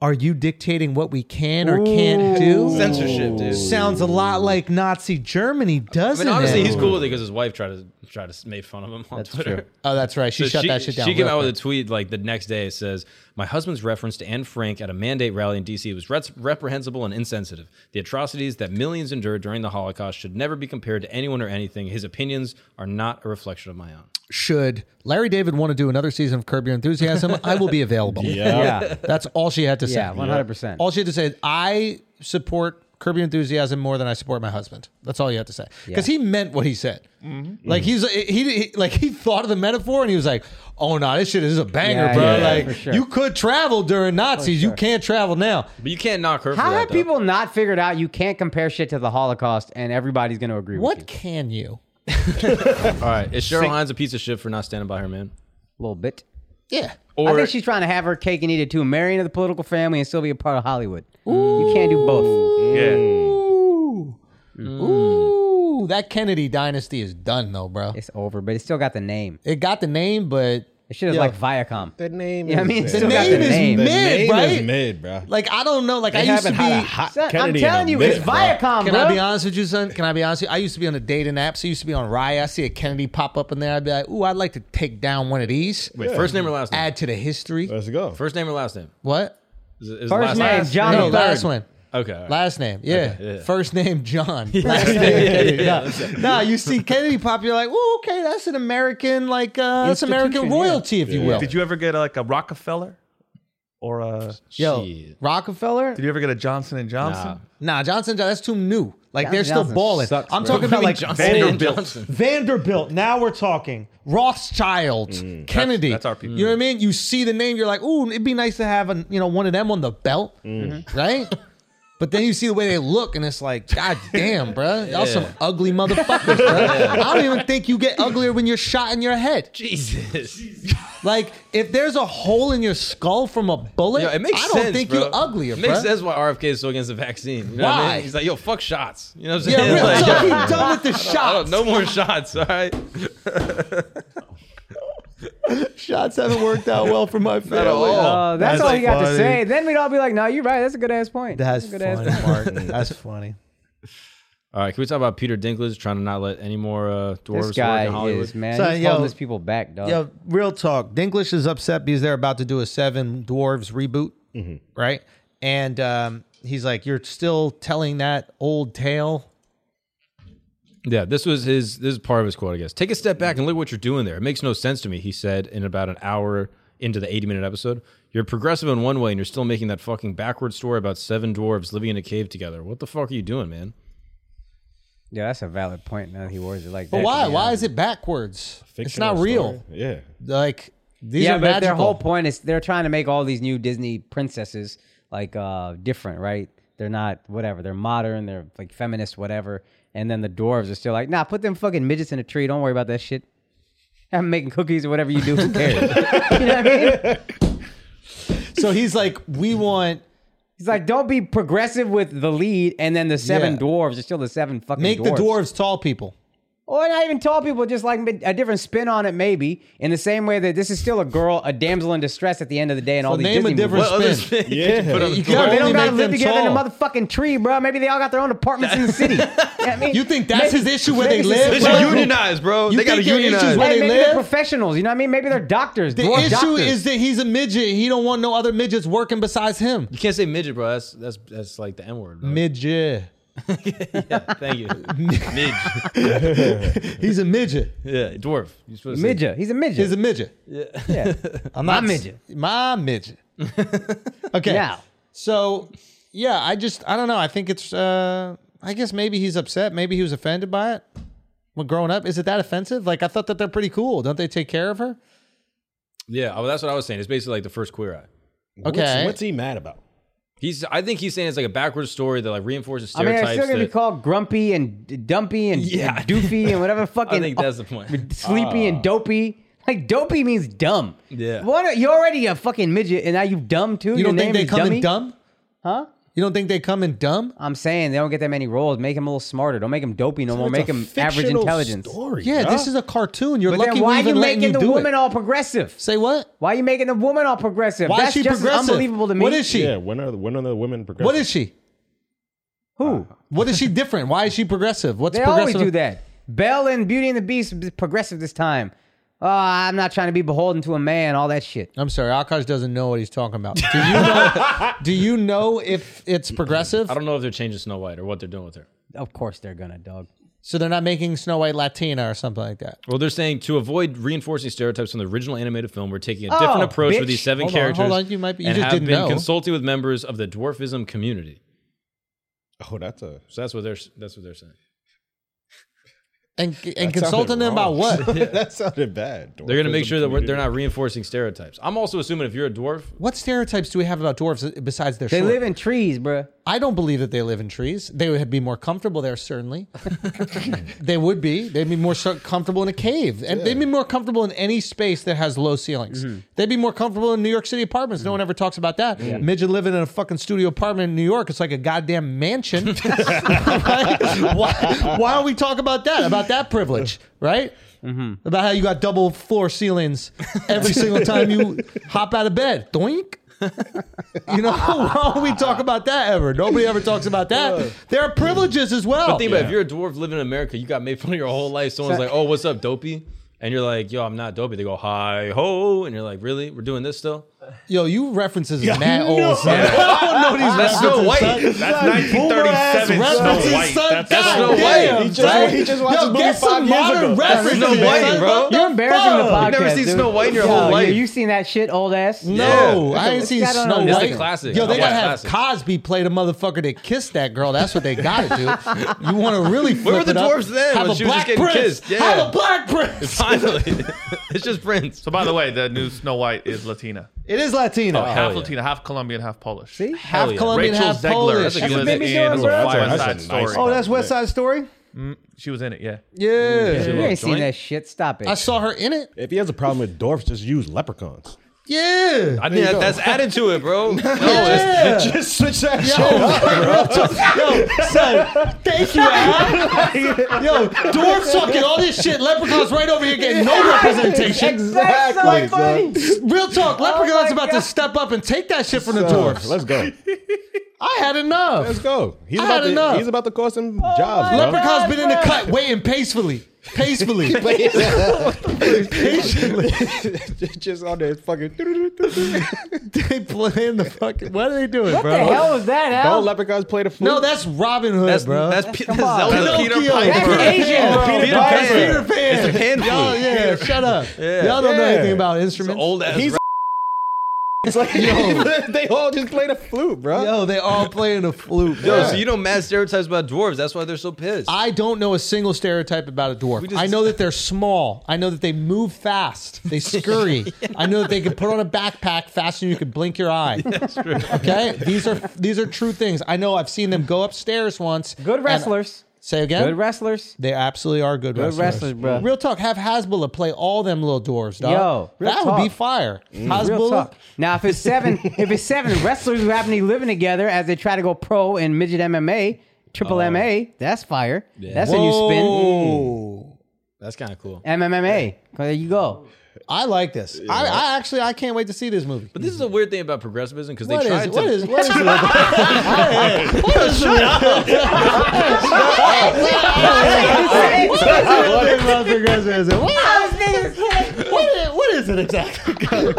[SPEAKER 1] Are you dictating what we can or can't do?
[SPEAKER 2] Censorship, dude.
[SPEAKER 1] Sounds a lot like Nazi Germany,
[SPEAKER 2] I
[SPEAKER 1] doesn't
[SPEAKER 2] mean, honestly,
[SPEAKER 1] it?
[SPEAKER 2] he's cool with it because his wife tried to try to make fun of him on Twitter.
[SPEAKER 1] true. Oh, that's right. She shut that shit down
[SPEAKER 2] She came
[SPEAKER 1] real
[SPEAKER 2] out with a tweet like the next day. It says, "My husband's reference to Anne Frank at a mandate rally in D.C. was rep- reprehensible and insensitive. The atrocities that millions endured during the Holocaust should never be compared to anyone or anything. His opinions are not a reflection of my own."
[SPEAKER 1] should Larry David want to do another season of Curb Your Enthusiasm, I will be available.
[SPEAKER 2] Yeah. Yeah.
[SPEAKER 1] That's all she had to say.
[SPEAKER 3] Yeah, 100%.
[SPEAKER 1] All she had to say is, I support Curb Your Enthusiasm more than I support my husband. That's all you had to say. Because he meant what he said. Mm.
[SPEAKER 3] Mm-hmm.
[SPEAKER 1] Like he's he, he like he thought of the metaphor and he was like, "Oh no, this shit is a banger,
[SPEAKER 3] Yeah,
[SPEAKER 1] bro!
[SPEAKER 3] yeah, yeah, for
[SPEAKER 1] like
[SPEAKER 3] sure.
[SPEAKER 1] you could travel during Nazis, you can't travel now."
[SPEAKER 2] But you can't knock her.
[SPEAKER 3] How
[SPEAKER 2] for that,
[SPEAKER 3] have
[SPEAKER 2] though.
[SPEAKER 3] people not figured out you can't compare shit to the Holocaust and everybody's going to agree
[SPEAKER 1] What
[SPEAKER 3] with
[SPEAKER 1] can you?
[SPEAKER 2] All right, is Cheryl
[SPEAKER 3] Sing-
[SPEAKER 2] Hines a piece of shit for not standing by her man?
[SPEAKER 3] A little bit.
[SPEAKER 1] Yeah.
[SPEAKER 3] you? I
[SPEAKER 2] Or
[SPEAKER 3] think she's trying to have her cake and eat it too, marry into the political family and still be a part of Hollywood. You can't do both. Mm.
[SPEAKER 12] Yeah.
[SPEAKER 1] Ooh, ooh, that Kennedy dynasty is done though, bro.
[SPEAKER 3] It's over, but it still got the name.
[SPEAKER 1] It got the name, but
[SPEAKER 3] It should have
[SPEAKER 1] Yo.
[SPEAKER 3] like Viacom.
[SPEAKER 6] The name
[SPEAKER 3] Yeah, I
[SPEAKER 6] is
[SPEAKER 3] mean,
[SPEAKER 6] mid.
[SPEAKER 3] still got the name.
[SPEAKER 1] is mid,
[SPEAKER 6] name
[SPEAKER 1] right?
[SPEAKER 6] is mid, bro.
[SPEAKER 1] Like I don't know. Like
[SPEAKER 6] They
[SPEAKER 1] I used to
[SPEAKER 6] haven't
[SPEAKER 1] be.
[SPEAKER 6] had a hot
[SPEAKER 3] Son, I'm
[SPEAKER 6] Kennedy in a
[SPEAKER 3] telling you, it's
[SPEAKER 6] minute, bro.
[SPEAKER 3] Viacom,
[SPEAKER 1] Can
[SPEAKER 3] bro.
[SPEAKER 1] I be honest with you, son? Can I be honest with you? I used to be on the dating apps. I used to be on Rye. I see a Kennedy pop up in there. I'd be like, ooh, I'd like to take down one of these.
[SPEAKER 2] wait, first name or last name?
[SPEAKER 1] Add to the history.
[SPEAKER 6] Let's go.
[SPEAKER 2] First name or last name?
[SPEAKER 1] What?
[SPEAKER 2] Is it- is
[SPEAKER 3] First
[SPEAKER 2] last
[SPEAKER 3] name, John
[SPEAKER 1] no,
[SPEAKER 3] the
[SPEAKER 1] last
[SPEAKER 3] third.
[SPEAKER 1] one.
[SPEAKER 2] Okay. all right.
[SPEAKER 1] Last name, yeah.
[SPEAKER 2] Okay, yeah.
[SPEAKER 1] First name John. Last name Kennedy.
[SPEAKER 2] yeah,
[SPEAKER 1] No, no, you see Kennedy pop, you're like, "Ooh, okay, that's an American, like uh, that's American
[SPEAKER 12] Institution, yeah.
[SPEAKER 1] royalty, if you will."
[SPEAKER 12] Did you ever get like a Rockefeller or a?
[SPEAKER 1] Yo,
[SPEAKER 2] Shit.
[SPEAKER 1] Rockefeller,
[SPEAKER 12] Did you ever get a Johnson and Johnson?
[SPEAKER 1] Nah, Johnson. That's too new. Like
[SPEAKER 3] Johnson
[SPEAKER 1] they're still
[SPEAKER 3] Johnson
[SPEAKER 1] balling.
[SPEAKER 3] sucks,
[SPEAKER 1] I'm
[SPEAKER 3] bro.
[SPEAKER 1] talking about like
[SPEAKER 12] Vanderbilt.
[SPEAKER 1] Vanderbilt. Now we're talking Rothschild,
[SPEAKER 2] Mm.
[SPEAKER 1] Kennedy.
[SPEAKER 12] That's- that's our people.
[SPEAKER 1] You know what I mean? You see the name, you're like, ooh, it'd be nice to have a you know one of them on the belt,
[SPEAKER 2] Mm-hmm.
[SPEAKER 1] right? But then you see the way they look, and it's like, God damn, bro, y'all some ugly motherfuckers. Bro. I don't even think you get uglier when you're shot in your head.
[SPEAKER 2] Jesus.
[SPEAKER 1] Like, if there's a hole in your skull from a bullet,
[SPEAKER 2] Yo, it makes
[SPEAKER 1] I don't
[SPEAKER 2] sense,
[SPEAKER 1] think
[SPEAKER 2] bro.
[SPEAKER 1] you're uglier.
[SPEAKER 2] It makes
[SPEAKER 1] bro.
[SPEAKER 2] sense why RFK is so against the vaccine. You know What I
[SPEAKER 1] Why?
[SPEAKER 2] mean? He's like, yo, fuck shots. You know what I'm
[SPEAKER 1] Yeah,
[SPEAKER 2] saying?
[SPEAKER 1] real
[SPEAKER 2] Like,
[SPEAKER 1] talk. He done with the
[SPEAKER 2] I
[SPEAKER 1] shots.
[SPEAKER 2] don't- no more shots. All right.
[SPEAKER 1] Shots haven't worked out well for my family.
[SPEAKER 3] Uh, that's,
[SPEAKER 12] That's
[SPEAKER 3] all you got to
[SPEAKER 12] funny.
[SPEAKER 3] say. Then we'd all be like, "No, you're right. That's a good ass point.
[SPEAKER 1] That's
[SPEAKER 3] a good
[SPEAKER 1] funny,
[SPEAKER 3] ass point."
[SPEAKER 1] Martin. That's funny.
[SPEAKER 2] All right. Can we talk about Peter Dinklage trying to not let any more uh, dwarves
[SPEAKER 3] This guy
[SPEAKER 2] work in Hollywood?
[SPEAKER 3] is man.
[SPEAKER 1] So,
[SPEAKER 3] he's
[SPEAKER 1] yo-
[SPEAKER 3] holding his people back, dog.
[SPEAKER 1] Yeah, real talk. Dinklage is upset because they're about to do a Seven Dwarves reboot,
[SPEAKER 2] Mm-hmm.
[SPEAKER 1] right? And um, he's like, "You're still telling that old tale."
[SPEAKER 2] Yeah, this was his. This is part of his quote, I guess. Take a step back and look what you're doing there. It makes no sense to me, he said in about an hour into the 80 minute episode. You're progressive in one way, and you're still making that fucking backward story about seven dwarves living in a cave together. What the fuck are you doing, man?
[SPEAKER 3] Yeah, that's a valid point. Now that he words it like that.
[SPEAKER 1] But why?
[SPEAKER 3] Yeah.
[SPEAKER 1] Why is it backwards? It's
[SPEAKER 6] Fictional
[SPEAKER 1] not real.
[SPEAKER 6] story. Yeah.
[SPEAKER 1] Like these
[SPEAKER 3] yeah,
[SPEAKER 1] are
[SPEAKER 3] but
[SPEAKER 1] magical.
[SPEAKER 3] their whole point is they're trying to make all these new Disney princesses like uh different, right? They're not whatever. They're modern. They're like feminist, whatever. And then the dwarves are still like, "Nah, put them fucking midgets in a tree. Don't worry about that shit. I'm making cookies or whatever you do. Who cares?" you know what I mean?
[SPEAKER 1] so he's like, "We want
[SPEAKER 3] He's like, "Don't be progressive with the lead." And then the seven
[SPEAKER 1] Yeah.
[SPEAKER 3] dwarves are still the seven fucking
[SPEAKER 1] make
[SPEAKER 3] dwarves.
[SPEAKER 1] the dwarves tall people."
[SPEAKER 3] Or not even tall people, just like a different spin on it, maybe. In the same way that this is still a girl, a damsel in distress at the end of the day, and all these
[SPEAKER 1] name
[SPEAKER 3] Disney
[SPEAKER 1] a different
[SPEAKER 3] movies.
[SPEAKER 1] spin.
[SPEAKER 3] Bro,
[SPEAKER 1] You
[SPEAKER 6] Yeah.
[SPEAKER 1] gotta
[SPEAKER 3] they
[SPEAKER 1] only
[SPEAKER 3] don't gotta
[SPEAKER 1] make
[SPEAKER 3] live
[SPEAKER 1] them
[SPEAKER 3] together in a
[SPEAKER 1] tall.
[SPEAKER 3] motherfucking tree, bro. Maybe they all got their own apartments in the city. You know what I mean?
[SPEAKER 1] You think that's
[SPEAKER 3] Maybe-
[SPEAKER 1] his issue where
[SPEAKER 3] maybe
[SPEAKER 1] they
[SPEAKER 3] it's a
[SPEAKER 1] live?
[SPEAKER 2] They
[SPEAKER 3] spin
[SPEAKER 2] should
[SPEAKER 3] on-
[SPEAKER 1] bro?
[SPEAKER 2] unionize, bro.
[SPEAKER 1] You
[SPEAKER 2] they gotta
[SPEAKER 1] think your
[SPEAKER 2] unionize.
[SPEAKER 1] issues where
[SPEAKER 3] Hey,
[SPEAKER 1] they
[SPEAKER 3] maybe they're
[SPEAKER 1] live?
[SPEAKER 3] professionals. You know what I mean? Maybe they're doctors.
[SPEAKER 1] The
[SPEAKER 3] dwarf
[SPEAKER 1] issue
[SPEAKER 3] doctors.
[SPEAKER 1] is that he's a midget. He don't want no other midgets working besides him.
[SPEAKER 2] You can't say midget, bro. That's that's that's like the N word. bro.
[SPEAKER 1] Midget.
[SPEAKER 2] yeah, thank you. Midge.
[SPEAKER 1] He's a midget.
[SPEAKER 2] Yeah, dwarf. You're supposed to say-
[SPEAKER 3] midget. He's a midget.
[SPEAKER 1] He's a midget.
[SPEAKER 3] yeah.
[SPEAKER 1] I'm
[SPEAKER 3] My
[SPEAKER 1] not s-
[SPEAKER 3] midget.
[SPEAKER 1] My midget. okay.
[SPEAKER 3] Now.
[SPEAKER 1] So, yeah, I just I don't know. I think it's uh I guess maybe he's upset. Maybe he was offended by it when growing up. Is it that offensive? Like I thought that they're pretty cool. Don't they take care of her?
[SPEAKER 2] Yeah, well, that's what I was saying. It's basically like the first queer eye.
[SPEAKER 6] What's- Okay. what's he mad about?
[SPEAKER 2] He's. I think he's saying it's like a backwards story that like reinforces
[SPEAKER 3] I mean,
[SPEAKER 2] stereotypes.
[SPEAKER 3] it's still gonna be
[SPEAKER 2] that-
[SPEAKER 3] called grumpy and d- dumpy and,
[SPEAKER 2] Yeah.
[SPEAKER 3] and doofy and whatever fucking.
[SPEAKER 2] think that's the point.
[SPEAKER 3] Sleepy
[SPEAKER 2] Ah.
[SPEAKER 3] and dopey. Like dopey means dumb.
[SPEAKER 2] Yeah.
[SPEAKER 3] What? are- You're already a fucking midget, and now you dumb too.
[SPEAKER 1] You
[SPEAKER 3] Your
[SPEAKER 1] don't think
[SPEAKER 3] name
[SPEAKER 1] they
[SPEAKER 3] is
[SPEAKER 1] come
[SPEAKER 3] dummy?
[SPEAKER 1] in dumb?
[SPEAKER 3] Huh?
[SPEAKER 1] You don't think they come in dumb?
[SPEAKER 3] I'm saying they don't get that many roles. Make him a little smarter. Don't make him dopey no more.
[SPEAKER 1] it's
[SPEAKER 3] Make
[SPEAKER 1] a
[SPEAKER 3] him average
[SPEAKER 1] fictional
[SPEAKER 3] intelligence.
[SPEAKER 1] story, Yeah, bruh. this is a cartoon. You're
[SPEAKER 3] but
[SPEAKER 1] lucky
[SPEAKER 3] Then
[SPEAKER 1] we
[SPEAKER 3] why are
[SPEAKER 1] even
[SPEAKER 3] you
[SPEAKER 1] letting
[SPEAKER 3] making the
[SPEAKER 1] you do it.
[SPEAKER 3] woman all progressive?
[SPEAKER 1] Say what?
[SPEAKER 3] Why are you making the woman all progressive?
[SPEAKER 1] Why is
[SPEAKER 3] That's
[SPEAKER 1] she
[SPEAKER 3] just as
[SPEAKER 1] progressive?
[SPEAKER 3] unbelievable to me.
[SPEAKER 1] What is she?
[SPEAKER 6] Yeah, when are the, when are the women progressive?
[SPEAKER 1] What is she? Uh,
[SPEAKER 3] Who?
[SPEAKER 1] What is she different? Why is she progressive? What's
[SPEAKER 3] They
[SPEAKER 1] progressive?
[SPEAKER 3] always do that. Belle and Beauty and the Beast is progressive this time. Oh, I'm not trying to be beholden to a man. All that shit.
[SPEAKER 1] I'm sorry, Akash doesn't know what he's talking about. Do you know? do you know if it's progressive?
[SPEAKER 2] I don't know if they're changing Snow White or what they're doing with her.
[SPEAKER 3] Of course they're gonna, dog.
[SPEAKER 1] So they're not making Snow White Latina or something like that.
[SPEAKER 2] Well, they're saying to avoid reinforcing stereotypes from the original animated film, we're taking a different
[SPEAKER 1] Oh,
[SPEAKER 2] approach
[SPEAKER 1] bitch.
[SPEAKER 2] with these
[SPEAKER 1] Hold
[SPEAKER 2] seven
[SPEAKER 1] on, hold
[SPEAKER 2] characters.
[SPEAKER 1] on, you might be- you
[SPEAKER 2] and
[SPEAKER 1] just
[SPEAKER 2] have
[SPEAKER 1] didn't
[SPEAKER 2] been
[SPEAKER 1] know.
[SPEAKER 2] consulting with members of the dwarfism community.
[SPEAKER 6] Oh, that's a.
[SPEAKER 2] So that's what they're that's what they're saying.
[SPEAKER 1] And and
[SPEAKER 6] That
[SPEAKER 1] consulting
[SPEAKER 6] sounded
[SPEAKER 1] them about
[SPEAKER 6] wrong.
[SPEAKER 1] what?
[SPEAKER 6] that sounded bad.
[SPEAKER 2] They're going to make
[SPEAKER 6] Dwarfism
[SPEAKER 2] sure that we're, they're
[SPEAKER 6] community.
[SPEAKER 2] not reinforcing stereotypes. I'm also assuming if you're a dwarf,
[SPEAKER 1] What stereotypes do we have about dwarves besides their?
[SPEAKER 3] They live in trees, bruh.
[SPEAKER 1] I don't believe that they live in trees. They would be more comfortable there, certainly. they would be. They'd be more so comfortable in a cave, and they'd be more comfortable in any space that has low ceilings. They'd be more comfortable in New York City apartments. No one ever talks about that. Midget living in a fucking studio apartment in New York. It's like a goddamn mansion. right? why, why don't we talk about that? About that privilege, right? About how you got double floor ceilings every single time you hop out of bed. Doink. You know, why don't we talk about that ever? Nobody ever talks about that. There are privileges as well.
[SPEAKER 2] but think about it, if you're a dwarf living in America, you got made fun of your whole life. Someone's
[SPEAKER 1] So-
[SPEAKER 2] like, "Oh, what's up, dopey?" And you're like, "Yo, I'm not dopey." They go, "Hi ho," and you're like, "Really? We're doing this still?"
[SPEAKER 1] Yo, you references is mad old. son. I don't know these
[SPEAKER 2] That's
[SPEAKER 1] references,
[SPEAKER 2] Snow White.
[SPEAKER 1] son.
[SPEAKER 2] That's 1937
[SPEAKER 1] Boomer-ass
[SPEAKER 2] Snow
[SPEAKER 1] references,
[SPEAKER 2] White.
[SPEAKER 1] son.
[SPEAKER 2] That's- that's
[SPEAKER 1] God
[SPEAKER 2] Snow
[SPEAKER 1] damn,
[SPEAKER 2] White. He just-
[SPEAKER 1] right?
[SPEAKER 2] he just watched
[SPEAKER 1] Yo,
[SPEAKER 2] this movie
[SPEAKER 1] get some
[SPEAKER 2] five years
[SPEAKER 1] modern
[SPEAKER 2] ago. That's
[SPEAKER 1] references,
[SPEAKER 2] Snow White,
[SPEAKER 1] son.
[SPEAKER 2] bro.
[SPEAKER 1] What the
[SPEAKER 3] You're embarrassing the
[SPEAKER 1] fuck?
[SPEAKER 3] podcast.
[SPEAKER 2] You've never seen
[SPEAKER 3] dude.
[SPEAKER 2] Snow White in your
[SPEAKER 3] Yo,
[SPEAKER 2] whole
[SPEAKER 3] you-
[SPEAKER 2] life.
[SPEAKER 3] You've seen that shit, old ass.
[SPEAKER 1] No,
[SPEAKER 2] Yeah.
[SPEAKER 1] I ain't
[SPEAKER 2] It's
[SPEAKER 1] seen
[SPEAKER 2] got on
[SPEAKER 1] Snow
[SPEAKER 2] a- It's
[SPEAKER 1] White.
[SPEAKER 2] the classic.
[SPEAKER 1] Yo, they
[SPEAKER 2] Yeah.
[SPEAKER 1] gotta have
[SPEAKER 2] Classic.
[SPEAKER 1] Cosby play the motherfucker that kissed that girl. That's what they gotta do. You want to really flip
[SPEAKER 2] Where were the
[SPEAKER 1] it up.
[SPEAKER 2] dwarves then
[SPEAKER 1] Have
[SPEAKER 2] when
[SPEAKER 1] a
[SPEAKER 2] she was
[SPEAKER 1] black
[SPEAKER 2] just getting
[SPEAKER 1] prince.
[SPEAKER 2] kissed? Yeah.
[SPEAKER 1] Have a black prince.
[SPEAKER 2] Finally, it's just Prince.
[SPEAKER 12] So by the way, the new Snow White is Latina.
[SPEAKER 1] It is Latino.
[SPEAKER 12] Oh, half
[SPEAKER 1] yeah.
[SPEAKER 12] Latina, half Colombian, half Polish.
[SPEAKER 3] See?
[SPEAKER 1] Half Colombian,
[SPEAKER 12] Rachel
[SPEAKER 1] half
[SPEAKER 12] Zegler.
[SPEAKER 1] Polish.
[SPEAKER 12] She
[SPEAKER 1] That's
[SPEAKER 12] was
[SPEAKER 1] what they
[SPEAKER 12] in
[SPEAKER 1] be doing,
[SPEAKER 12] West
[SPEAKER 1] bro.
[SPEAKER 12] Side
[SPEAKER 6] That's a nice
[SPEAKER 12] Story.
[SPEAKER 6] one.
[SPEAKER 13] Oh, that's West Side Story.
[SPEAKER 12] Mm, she was in it. Yeah.
[SPEAKER 1] Yeah.
[SPEAKER 3] You ain't seen that shit. Stop
[SPEAKER 1] I
[SPEAKER 3] it.
[SPEAKER 1] saw her in it.
[SPEAKER 6] If he has a problem with dwarfs, just use leprechauns.
[SPEAKER 1] Yeah.
[SPEAKER 2] I think that, that's added to it, bro. No, it's-
[SPEAKER 1] yeah.
[SPEAKER 6] Just switch that
[SPEAKER 1] Yo,
[SPEAKER 6] shit up.
[SPEAKER 1] yo, son, thank you, Al. Yo, dwarfs fucking all this shit. Leprechauns right over here getting no representation.
[SPEAKER 3] Exactly.
[SPEAKER 1] Like, real talk, Leprechaun's
[SPEAKER 3] my
[SPEAKER 1] about to
[SPEAKER 3] God.
[SPEAKER 1] step up and take that shit from the dwarfs.
[SPEAKER 6] Let's go.
[SPEAKER 1] I had enough.
[SPEAKER 6] Let's go. He's
[SPEAKER 1] I
[SPEAKER 6] about
[SPEAKER 1] had
[SPEAKER 6] to.
[SPEAKER 1] enough.
[SPEAKER 6] He's about to cost him jobs, bro.
[SPEAKER 1] Leprechaun's been in the cut waiting peacefully. Peacefully. Patiently.
[SPEAKER 6] just on there, fucking.
[SPEAKER 1] they playing the fucking. What are they doing,
[SPEAKER 3] What
[SPEAKER 1] bro?
[SPEAKER 3] the hell was that,
[SPEAKER 6] Don't
[SPEAKER 3] Al?
[SPEAKER 6] leprechauns play the flute.
[SPEAKER 1] No, that's Robin Hood,
[SPEAKER 2] That's
[SPEAKER 1] bro.
[SPEAKER 2] that's, Pe- that's
[SPEAKER 3] Come on.
[SPEAKER 2] Zelda.
[SPEAKER 1] Pinocchio.
[SPEAKER 2] Peter Piper.
[SPEAKER 3] That's Asian, bro.
[SPEAKER 1] Peter
[SPEAKER 2] Peter
[SPEAKER 1] Pan.
[SPEAKER 2] Pan.
[SPEAKER 1] Peter Pan.
[SPEAKER 2] It's a pan
[SPEAKER 1] Y'all,
[SPEAKER 2] flute.
[SPEAKER 1] yeah, shut up. Y'all don't know
[SPEAKER 6] Yeah.
[SPEAKER 1] anything about instruments.
[SPEAKER 2] Old ass.
[SPEAKER 6] He's- it's like they all just play the flute, bro.
[SPEAKER 1] Yo, they all playing a flute.
[SPEAKER 2] Yo,
[SPEAKER 1] bro.
[SPEAKER 2] so you know mad stereotypes about dwarves. That's why they're so pissed.
[SPEAKER 1] I don't know a single stereotype about a dwarf.
[SPEAKER 2] just-
[SPEAKER 1] I know that they're small. I know that they move fast. They scurry. I know that they can put on a backpack faster than you can blink your eye. That's true. Okay, these are these are true things. I know. I've seen them go upstairs once.
[SPEAKER 3] Good
[SPEAKER 1] and-
[SPEAKER 3] wrestlers.
[SPEAKER 1] Say again.
[SPEAKER 3] Good wrestlers.
[SPEAKER 1] They absolutely are good,
[SPEAKER 3] Good
[SPEAKER 1] wrestlers.
[SPEAKER 3] wrestlers, bro.
[SPEAKER 1] Real talk, have Hasbulla play all them little dwarves, dog.
[SPEAKER 3] Yo, real
[SPEAKER 1] that would be
[SPEAKER 3] talk. Mm,
[SPEAKER 1] fire.
[SPEAKER 3] Real
[SPEAKER 1] Hasbulla,
[SPEAKER 3] talk. Now, if it's seven, if it's seven wrestlers who happen to be living together as they try to go pro in midget MMA,
[SPEAKER 1] Oh.
[SPEAKER 3] triple MA, that's fire. That's a new spin. Mm.
[SPEAKER 2] That's kind of cool.
[SPEAKER 3] MMMA. There you go.
[SPEAKER 1] I like this. I, I actually, I can't wait to see this movie.
[SPEAKER 2] But this is a weird thing about progressivism because they
[SPEAKER 1] What
[SPEAKER 2] tried
[SPEAKER 1] is,
[SPEAKER 2] to.
[SPEAKER 1] what is what is what is what is shut up? What is about progressivism? What is- what is- what is it exactly? Go,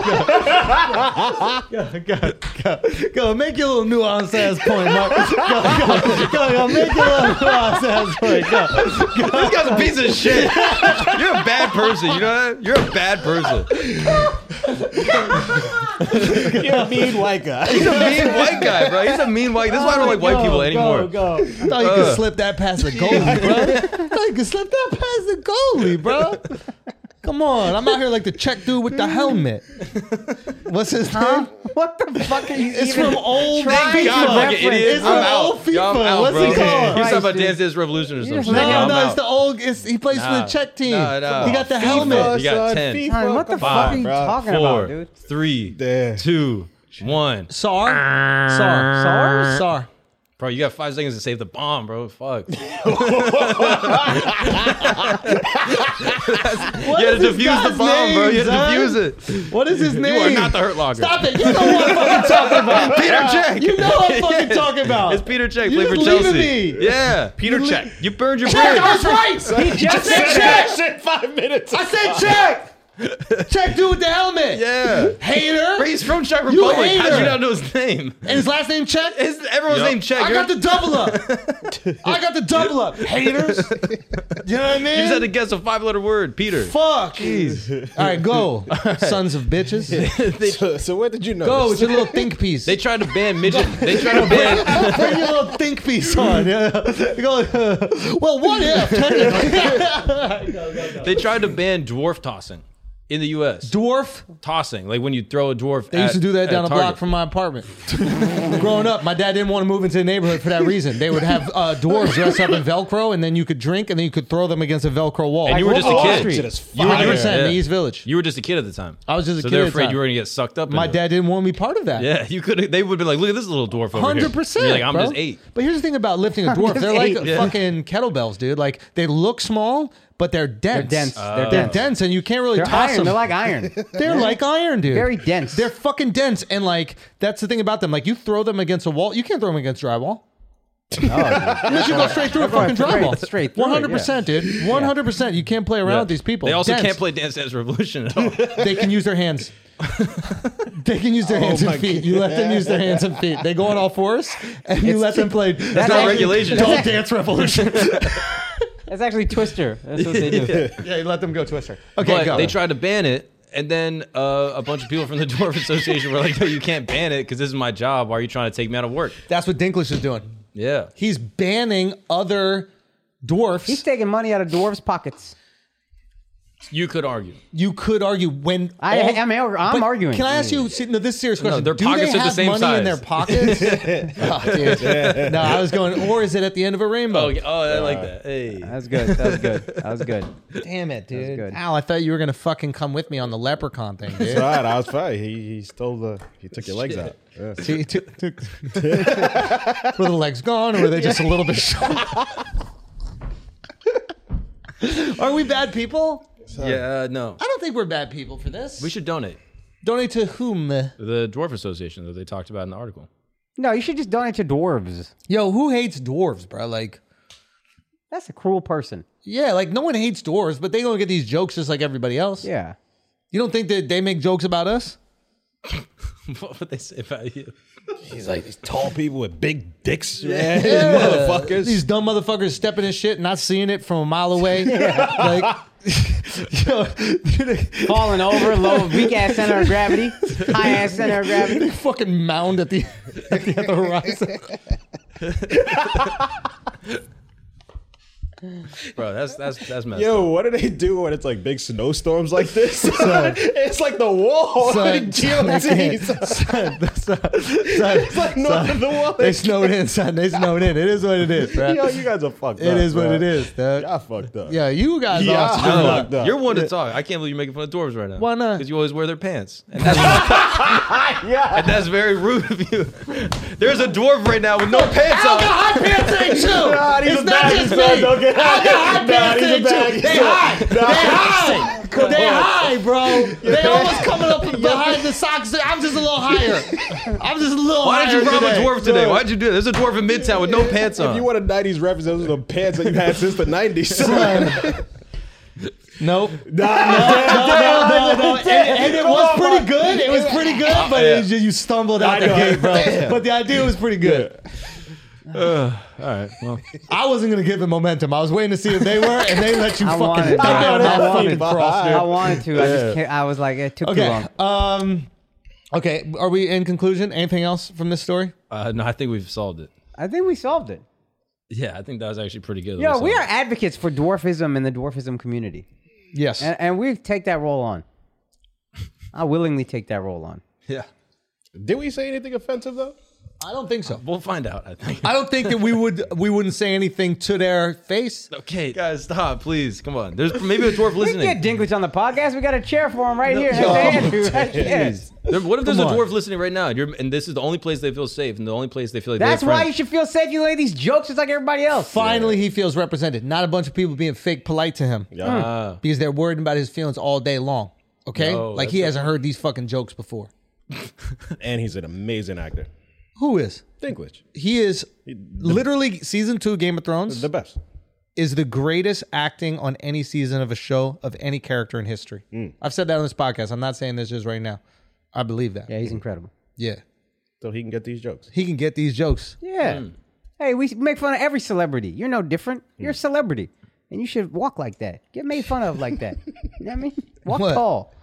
[SPEAKER 1] go, go, go, go, make your little nuance ass point, Mark. Go, go, go, go, make your little nuance ass point. Go.
[SPEAKER 2] This guy's a piece of shit. You're a bad person. You know that? You're a bad person.
[SPEAKER 6] You're a mean white guy. Oh,
[SPEAKER 2] He's a mean white guy, bro. He's a mean white. This is why I don't like white people anymore.
[SPEAKER 1] I thought you could
[SPEAKER 2] Uh.
[SPEAKER 1] slip that past the goalie, bro. I thought you could slip that past the goalie, bro. Come on, I'm out here like the Czech dude with the helmet. What's his name?
[SPEAKER 3] What the fuck are you
[SPEAKER 1] It's
[SPEAKER 3] even
[SPEAKER 1] from old
[SPEAKER 3] trying
[SPEAKER 1] Big
[SPEAKER 3] to
[SPEAKER 1] God,
[SPEAKER 3] reference?
[SPEAKER 1] fucking idiot. It's an old
[SPEAKER 2] Y'all, I'm
[SPEAKER 1] FIFA.
[SPEAKER 2] out,
[SPEAKER 1] What's
[SPEAKER 2] bro.
[SPEAKER 1] he called?
[SPEAKER 2] He's talking about
[SPEAKER 1] Christ,
[SPEAKER 2] Dance Dance Revolution or
[SPEAKER 1] No,
[SPEAKER 2] something.
[SPEAKER 1] no, it's the old. It's, he plays for
[SPEAKER 2] Nah.
[SPEAKER 1] the Czech team.
[SPEAKER 2] No, no.
[SPEAKER 1] He got the
[SPEAKER 2] FIFA,
[SPEAKER 1] helmet.
[SPEAKER 2] You got son, 10. FIFA,
[SPEAKER 3] Son, what the
[SPEAKER 2] come
[SPEAKER 3] fuck
[SPEAKER 2] on,
[SPEAKER 3] are you
[SPEAKER 2] bro.
[SPEAKER 3] talking
[SPEAKER 2] Four,
[SPEAKER 3] about, dude?
[SPEAKER 2] three, two, one.
[SPEAKER 1] Sar,
[SPEAKER 6] Ah.
[SPEAKER 1] Sar, Sar, Sar.
[SPEAKER 2] Uh, Bro, you got five seconds to save the bomb, bro. Fuck. you
[SPEAKER 1] What
[SPEAKER 2] had to
[SPEAKER 1] is this
[SPEAKER 2] defuse the
[SPEAKER 1] guy's
[SPEAKER 2] bomb, bro. You
[SPEAKER 1] name,
[SPEAKER 2] had to
[SPEAKER 1] son?
[SPEAKER 2] defuse it.
[SPEAKER 1] What is his name?
[SPEAKER 2] You are not the Hurt Locker.
[SPEAKER 1] Stop it! You know what I'm fucking talking about.
[SPEAKER 2] Peter Check.
[SPEAKER 1] You know what I'm fucking
[SPEAKER 2] Yes.
[SPEAKER 1] talking about.
[SPEAKER 2] It's Peter Check.
[SPEAKER 1] You
[SPEAKER 2] Played for
[SPEAKER 1] just leaving
[SPEAKER 2] Chelsea.
[SPEAKER 1] me.
[SPEAKER 2] Yeah. Peter Check. You burned your
[SPEAKER 1] Check,
[SPEAKER 2] bridge.
[SPEAKER 1] I was right. He just said check.
[SPEAKER 6] shit five minutes.
[SPEAKER 1] I said check. Check dude with the helmet.
[SPEAKER 2] Yeah.
[SPEAKER 1] Hater.
[SPEAKER 2] Bro, he's from Czech
[SPEAKER 1] You
[SPEAKER 2] Republic. How
[SPEAKER 1] hater.
[SPEAKER 2] do you not know his name?
[SPEAKER 1] And his last name check.
[SPEAKER 2] His, everyone's
[SPEAKER 1] Yup.
[SPEAKER 2] named Czech.
[SPEAKER 1] I
[SPEAKER 2] You're-
[SPEAKER 1] got the double up. I got the double up. Haters. You know what I mean?
[SPEAKER 2] You just had to guess a five letter word, Peter.
[SPEAKER 1] Fuck. All right, go, sons of bitches.
[SPEAKER 6] so, so where did you know?
[SPEAKER 1] Go with your little think piece.
[SPEAKER 2] They tried to ban midget. They tried to ban.
[SPEAKER 1] Bring your little think piece on. yeah. Go, uh, well, what if? technically?
[SPEAKER 2] They tried to ban dwarf tossing in the U.S.
[SPEAKER 1] dwarf.
[SPEAKER 2] Tossing, like when you throw a dwarf.
[SPEAKER 1] They used to do that down
[SPEAKER 2] a
[SPEAKER 1] the block from my apartment. Growing up, my dad didn't want to move into the neighborhood for that reason. They would have uh, dwarves dressed up in Velcro, and then you could drink, and then you could throw them against a Velcro wall.
[SPEAKER 2] And you were just a
[SPEAKER 1] Wall
[SPEAKER 2] kid.
[SPEAKER 1] Street.
[SPEAKER 2] You were, you were-
[SPEAKER 1] 100% in the
[SPEAKER 2] yeah.
[SPEAKER 1] East Village.
[SPEAKER 2] You were just a kid at the time.
[SPEAKER 1] I was just a
[SPEAKER 2] so
[SPEAKER 1] kid
[SPEAKER 2] they're
[SPEAKER 1] at the
[SPEAKER 2] afraid
[SPEAKER 1] time.
[SPEAKER 2] you were going to get sucked up.
[SPEAKER 1] My
[SPEAKER 2] into it.
[SPEAKER 1] dad didn't want me part of that.
[SPEAKER 2] Yeah, you could. They would be like, "Look at this little dwarf over here."
[SPEAKER 1] Hundred
[SPEAKER 2] And
[SPEAKER 1] percent.
[SPEAKER 2] you're Like I'm
[SPEAKER 1] bro.
[SPEAKER 2] just eight.
[SPEAKER 1] But here's the thing about lifting a
[SPEAKER 3] I'm
[SPEAKER 1] dwarf:
[SPEAKER 3] just
[SPEAKER 1] they're like
[SPEAKER 3] eight. Yeah.
[SPEAKER 1] fucking kettlebells, dude. Like they look small, but they're dense.
[SPEAKER 3] dense. They're
[SPEAKER 1] They're
[SPEAKER 3] dense.
[SPEAKER 1] dense, and you can't really
[SPEAKER 3] They're
[SPEAKER 1] toss
[SPEAKER 3] iron.
[SPEAKER 1] them.
[SPEAKER 3] They're like iron.
[SPEAKER 1] They're like iron, dude.
[SPEAKER 3] Very dense.
[SPEAKER 1] They're fucking dense, and like that's the thing about them. Like you throw them against a wall, you can't throw them against drywall.
[SPEAKER 3] Oh,
[SPEAKER 1] Unless you go straight through a
[SPEAKER 3] Everyone
[SPEAKER 1] fucking
[SPEAKER 3] straight-
[SPEAKER 1] drywall.
[SPEAKER 3] straight through it,
[SPEAKER 1] One hundred percent, dude. One hundred percent. You can't play around with these people.
[SPEAKER 2] They also
[SPEAKER 1] Dense.
[SPEAKER 2] can't play Dance Dance Revolution at all.
[SPEAKER 1] They can use their hands. they can use their hands
[SPEAKER 6] my
[SPEAKER 1] and feet. You let them use their hands and feet. They go on all fours, and you let them play. That's
[SPEAKER 2] not regulation.
[SPEAKER 1] Don't dance revolution.
[SPEAKER 3] That's actually Twister. That's what they do.
[SPEAKER 1] yeah, you let them go twister. Okay,
[SPEAKER 2] but
[SPEAKER 1] go.
[SPEAKER 2] they tried to ban it, and then uh, a bunch of people from the Dwarf Association were like, "No, you can't ban it because this is my job. Why are you trying to take me out of work?"
[SPEAKER 1] That's what Dinklish is doing.
[SPEAKER 2] Yeah.
[SPEAKER 1] He's banning other dwarfs.
[SPEAKER 3] He's taking money out of dwarves' pockets.
[SPEAKER 2] You could argue.
[SPEAKER 1] you could argue when
[SPEAKER 3] I- I mean, I'm
[SPEAKER 1] but
[SPEAKER 3] arguing.
[SPEAKER 1] Can I ask you? see, No, this is a serious
[SPEAKER 2] Hmm. No,
[SPEAKER 1] question.
[SPEAKER 2] their
[SPEAKER 1] Do
[SPEAKER 2] pockets
[SPEAKER 1] they
[SPEAKER 2] are the
[SPEAKER 1] have
[SPEAKER 2] same
[SPEAKER 1] money in their
[SPEAKER 2] size.
[SPEAKER 1] pockets? Oh, dude. No, I was going. Or is it at the end of a rainbow?
[SPEAKER 2] Oh, yeah. oh I like that. Hey.
[SPEAKER 3] That was good. That was good. That was good.
[SPEAKER 1] Damn it, dude!
[SPEAKER 3] good.
[SPEAKER 1] Ow, I thought you were gonna fucking come with me on the leprechaun thing, dude.
[SPEAKER 6] That's right. I was fine. He, he stole the. He took your legs out. Yeah.
[SPEAKER 1] So you took- took- were the legs gone, or were they just a little bit short? Are we bad people?
[SPEAKER 2] Yeah. Uh, no.
[SPEAKER 1] I don't think we're bad people for this.
[SPEAKER 2] We should donate.
[SPEAKER 1] donate to whom?
[SPEAKER 2] The Dwarf Association that they talked about in the article.
[SPEAKER 3] No, you should just donate to dwarves.
[SPEAKER 1] Yo, who hates dwarves, bro? Like,
[SPEAKER 3] That's a cruel person.
[SPEAKER 1] yeah, like no one hates dwarves, but they don't get these jokes just like everybody else.
[SPEAKER 3] Yeah.
[SPEAKER 1] You don't think that they make jokes about us?
[SPEAKER 2] what would they say about you?
[SPEAKER 6] He's like these tall people with big dicks.
[SPEAKER 1] Yeah.
[SPEAKER 6] motherfuckers.
[SPEAKER 1] These dumb motherfuckers stepping in shit, not seeing it from a mile away. Like, yo, dude,
[SPEAKER 3] Falling over, low, weak ass center of gravity, high ass center of gravity.
[SPEAKER 1] they fucking mound at the, at the other horizon.
[SPEAKER 2] Bro, that's that's that's messed up.
[SPEAKER 6] Yo, what do they do when it's like big snowstorms like this? it's like the wall.
[SPEAKER 1] Son,
[SPEAKER 6] in GOT.
[SPEAKER 1] son, son, son, son,
[SPEAKER 6] It's like north of the wall.
[SPEAKER 1] They snowed in, son. They snowed in. It is what it is, bro.
[SPEAKER 6] Yo, you guys are fucked
[SPEAKER 1] It
[SPEAKER 6] up.
[SPEAKER 1] is what
[SPEAKER 6] bro.
[SPEAKER 1] it is, dog.
[SPEAKER 6] Y'all fucked up.
[SPEAKER 1] Yeah, you guys
[SPEAKER 6] Yeah.
[SPEAKER 1] are screwed
[SPEAKER 6] No.
[SPEAKER 1] up.
[SPEAKER 6] fucked up.
[SPEAKER 2] You're one to talk. I can't believe you're making fun of dwarves right now.
[SPEAKER 1] Why not?
[SPEAKER 2] Because you always wear their pants. And that's,
[SPEAKER 6] Yeah.
[SPEAKER 2] and that's very rude of you. There's a dwarf right now with no pants on.
[SPEAKER 1] hot pants thing too.
[SPEAKER 6] Nah, he's
[SPEAKER 1] it's
[SPEAKER 6] a
[SPEAKER 1] not
[SPEAKER 6] bad
[SPEAKER 1] just
[SPEAKER 6] son.
[SPEAKER 1] me.
[SPEAKER 6] Don't get
[SPEAKER 1] I got
[SPEAKER 6] hot.
[SPEAKER 1] hot
[SPEAKER 6] Nah,
[SPEAKER 1] pants
[SPEAKER 6] he's a
[SPEAKER 1] thing
[SPEAKER 6] bad
[SPEAKER 1] too. They
[SPEAKER 6] son.
[SPEAKER 1] high. They high. They high, bro. They almost coming up behind the socks. I'm just a little higher. I'm just a little
[SPEAKER 2] Why
[SPEAKER 1] higher
[SPEAKER 2] did you rob a
[SPEAKER 1] today.
[SPEAKER 2] dwarf today? Why did you do that? There's a dwarf in Midtown with no pants on.
[SPEAKER 6] If you want a '90s reference, those are the pants that you had since the '90s.
[SPEAKER 1] Nope. No, no, no, no. And, and it was pretty good. It was pretty good, but it was just, you stumbled out the gate, bro. But the idea was pretty good.
[SPEAKER 2] All right. Well,
[SPEAKER 1] I wasn't gonna give it momentum. I was waiting to see if they were, and they let you
[SPEAKER 3] I
[SPEAKER 1] fucking.
[SPEAKER 3] wanted, I,
[SPEAKER 1] down that
[SPEAKER 3] I, wanted,
[SPEAKER 1] fucking cross, dude.
[SPEAKER 3] I wanted to. I just can't, I was like, it took too
[SPEAKER 1] Okay.
[SPEAKER 3] long.
[SPEAKER 1] Um. Okay. Are we in conclusion? Anything else from this story?
[SPEAKER 2] uh, no, I think we've solved it.
[SPEAKER 3] I think we solved it.
[SPEAKER 2] Yeah, I think that was actually pretty good.
[SPEAKER 3] Yo,
[SPEAKER 2] Listen.
[SPEAKER 3] we are advocates for dwarfism in the dwarfism community.
[SPEAKER 1] Yes.
[SPEAKER 3] And, and we take that role on. I willingly take that role on.
[SPEAKER 1] Yeah.
[SPEAKER 6] Did we say anything offensive though?
[SPEAKER 1] I don't think so.
[SPEAKER 2] We'll find out. I think.
[SPEAKER 1] I don't think that we would we wouldn't say anything to their face.
[SPEAKER 2] Okay, guys, stop, please. Come on. There's maybe a dwarf listening.
[SPEAKER 3] We get Dinklage on the podcast. We got a chair for him right here. That's Andrew right there.
[SPEAKER 2] Jeez. There- What if there's
[SPEAKER 3] Come
[SPEAKER 2] a
[SPEAKER 3] on.
[SPEAKER 2] dwarf listening right now, and, you're, and this is the only place they feel safe, and the only place they feel like
[SPEAKER 3] That's
[SPEAKER 2] they're
[SPEAKER 3] why you
[SPEAKER 2] friends?
[SPEAKER 3] should feel safe. You lay these jokes just like everybody else.
[SPEAKER 1] Finally, he feels represented. Not a bunch of people being fake polite to him.
[SPEAKER 2] Yeah. Hmm.
[SPEAKER 1] Because they're worried about his feelings all day long. Okay?
[SPEAKER 6] No,
[SPEAKER 1] like
[SPEAKER 6] that's
[SPEAKER 1] he
[SPEAKER 6] right.
[SPEAKER 1] hasn't heard these fucking jokes before.
[SPEAKER 6] and he's an amazing actor.
[SPEAKER 1] Who is?
[SPEAKER 6] Dinklage.
[SPEAKER 1] He is literally season two of Game of Thrones. The
[SPEAKER 6] best.
[SPEAKER 1] Is the greatest acting on any season of a show of any character in history. I've said that on this podcast. I'm not saying this just right now. I believe that.
[SPEAKER 3] Yeah, he's incredible.
[SPEAKER 1] Yeah.
[SPEAKER 6] So he can get these jokes.
[SPEAKER 1] He can get these jokes.
[SPEAKER 3] Yeah. Hey, we make fun of every celebrity. You're no different. You're a celebrity. And you should walk like that. Get made fun of like that. you know what I mean? Walk
[SPEAKER 1] What?
[SPEAKER 3] tall.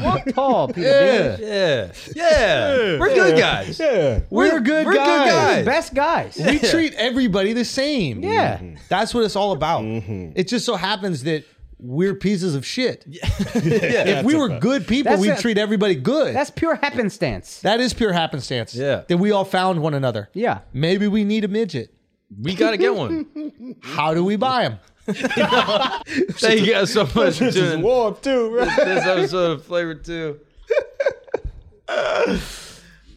[SPEAKER 3] Walk tall, people.
[SPEAKER 1] Yeah.
[SPEAKER 2] Oh, Yeah. Yeah. We're good guys.
[SPEAKER 6] Yeah.
[SPEAKER 1] We're, good
[SPEAKER 3] we're good
[SPEAKER 1] guys.
[SPEAKER 3] guys. Best guys.
[SPEAKER 1] We treat everybody the same.
[SPEAKER 3] Yeah.
[SPEAKER 1] That's what it's all about. It just so happens that we're pieces of shit. if we
[SPEAKER 6] That's
[SPEAKER 1] were
[SPEAKER 6] a fact.
[SPEAKER 1] good people,
[SPEAKER 3] That's
[SPEAKER 1] we'd
[SPEAKER 3] a-
[SPEAKER 1] treat everybody good.
[SPEAKER 3] That's pure happenstance.
[SPEAKER 1] That is pure happenstance.
[SPEAKER 2] Yeah.
[SPEAKER 1] That we all found one another.
[SPEAKER 3] Yeah.
[SPEAKER 1] Maybe we need a midget.
[SPEAKER 2] We gotta get one.
[SPEAKER 1] How do we buy him?
[SPEAKER 2] Thank you guys so much for
[SPEAKER 6] This is
[SPEAKER 2] tuning in
[SPEAKER 6] warm too, right?
[SPEAKER 2] this episode of Flavor Two.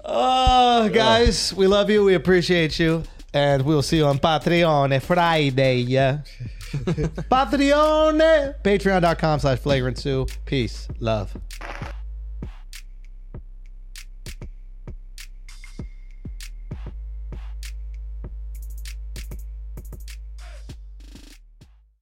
[SPEAKER 1] Oh, guys, we love you. We appreciate you. And we'll see you on Patreon eh, Friday. Yeah. Patreon, eh, patreon.com slash flagrant two. Peace, love,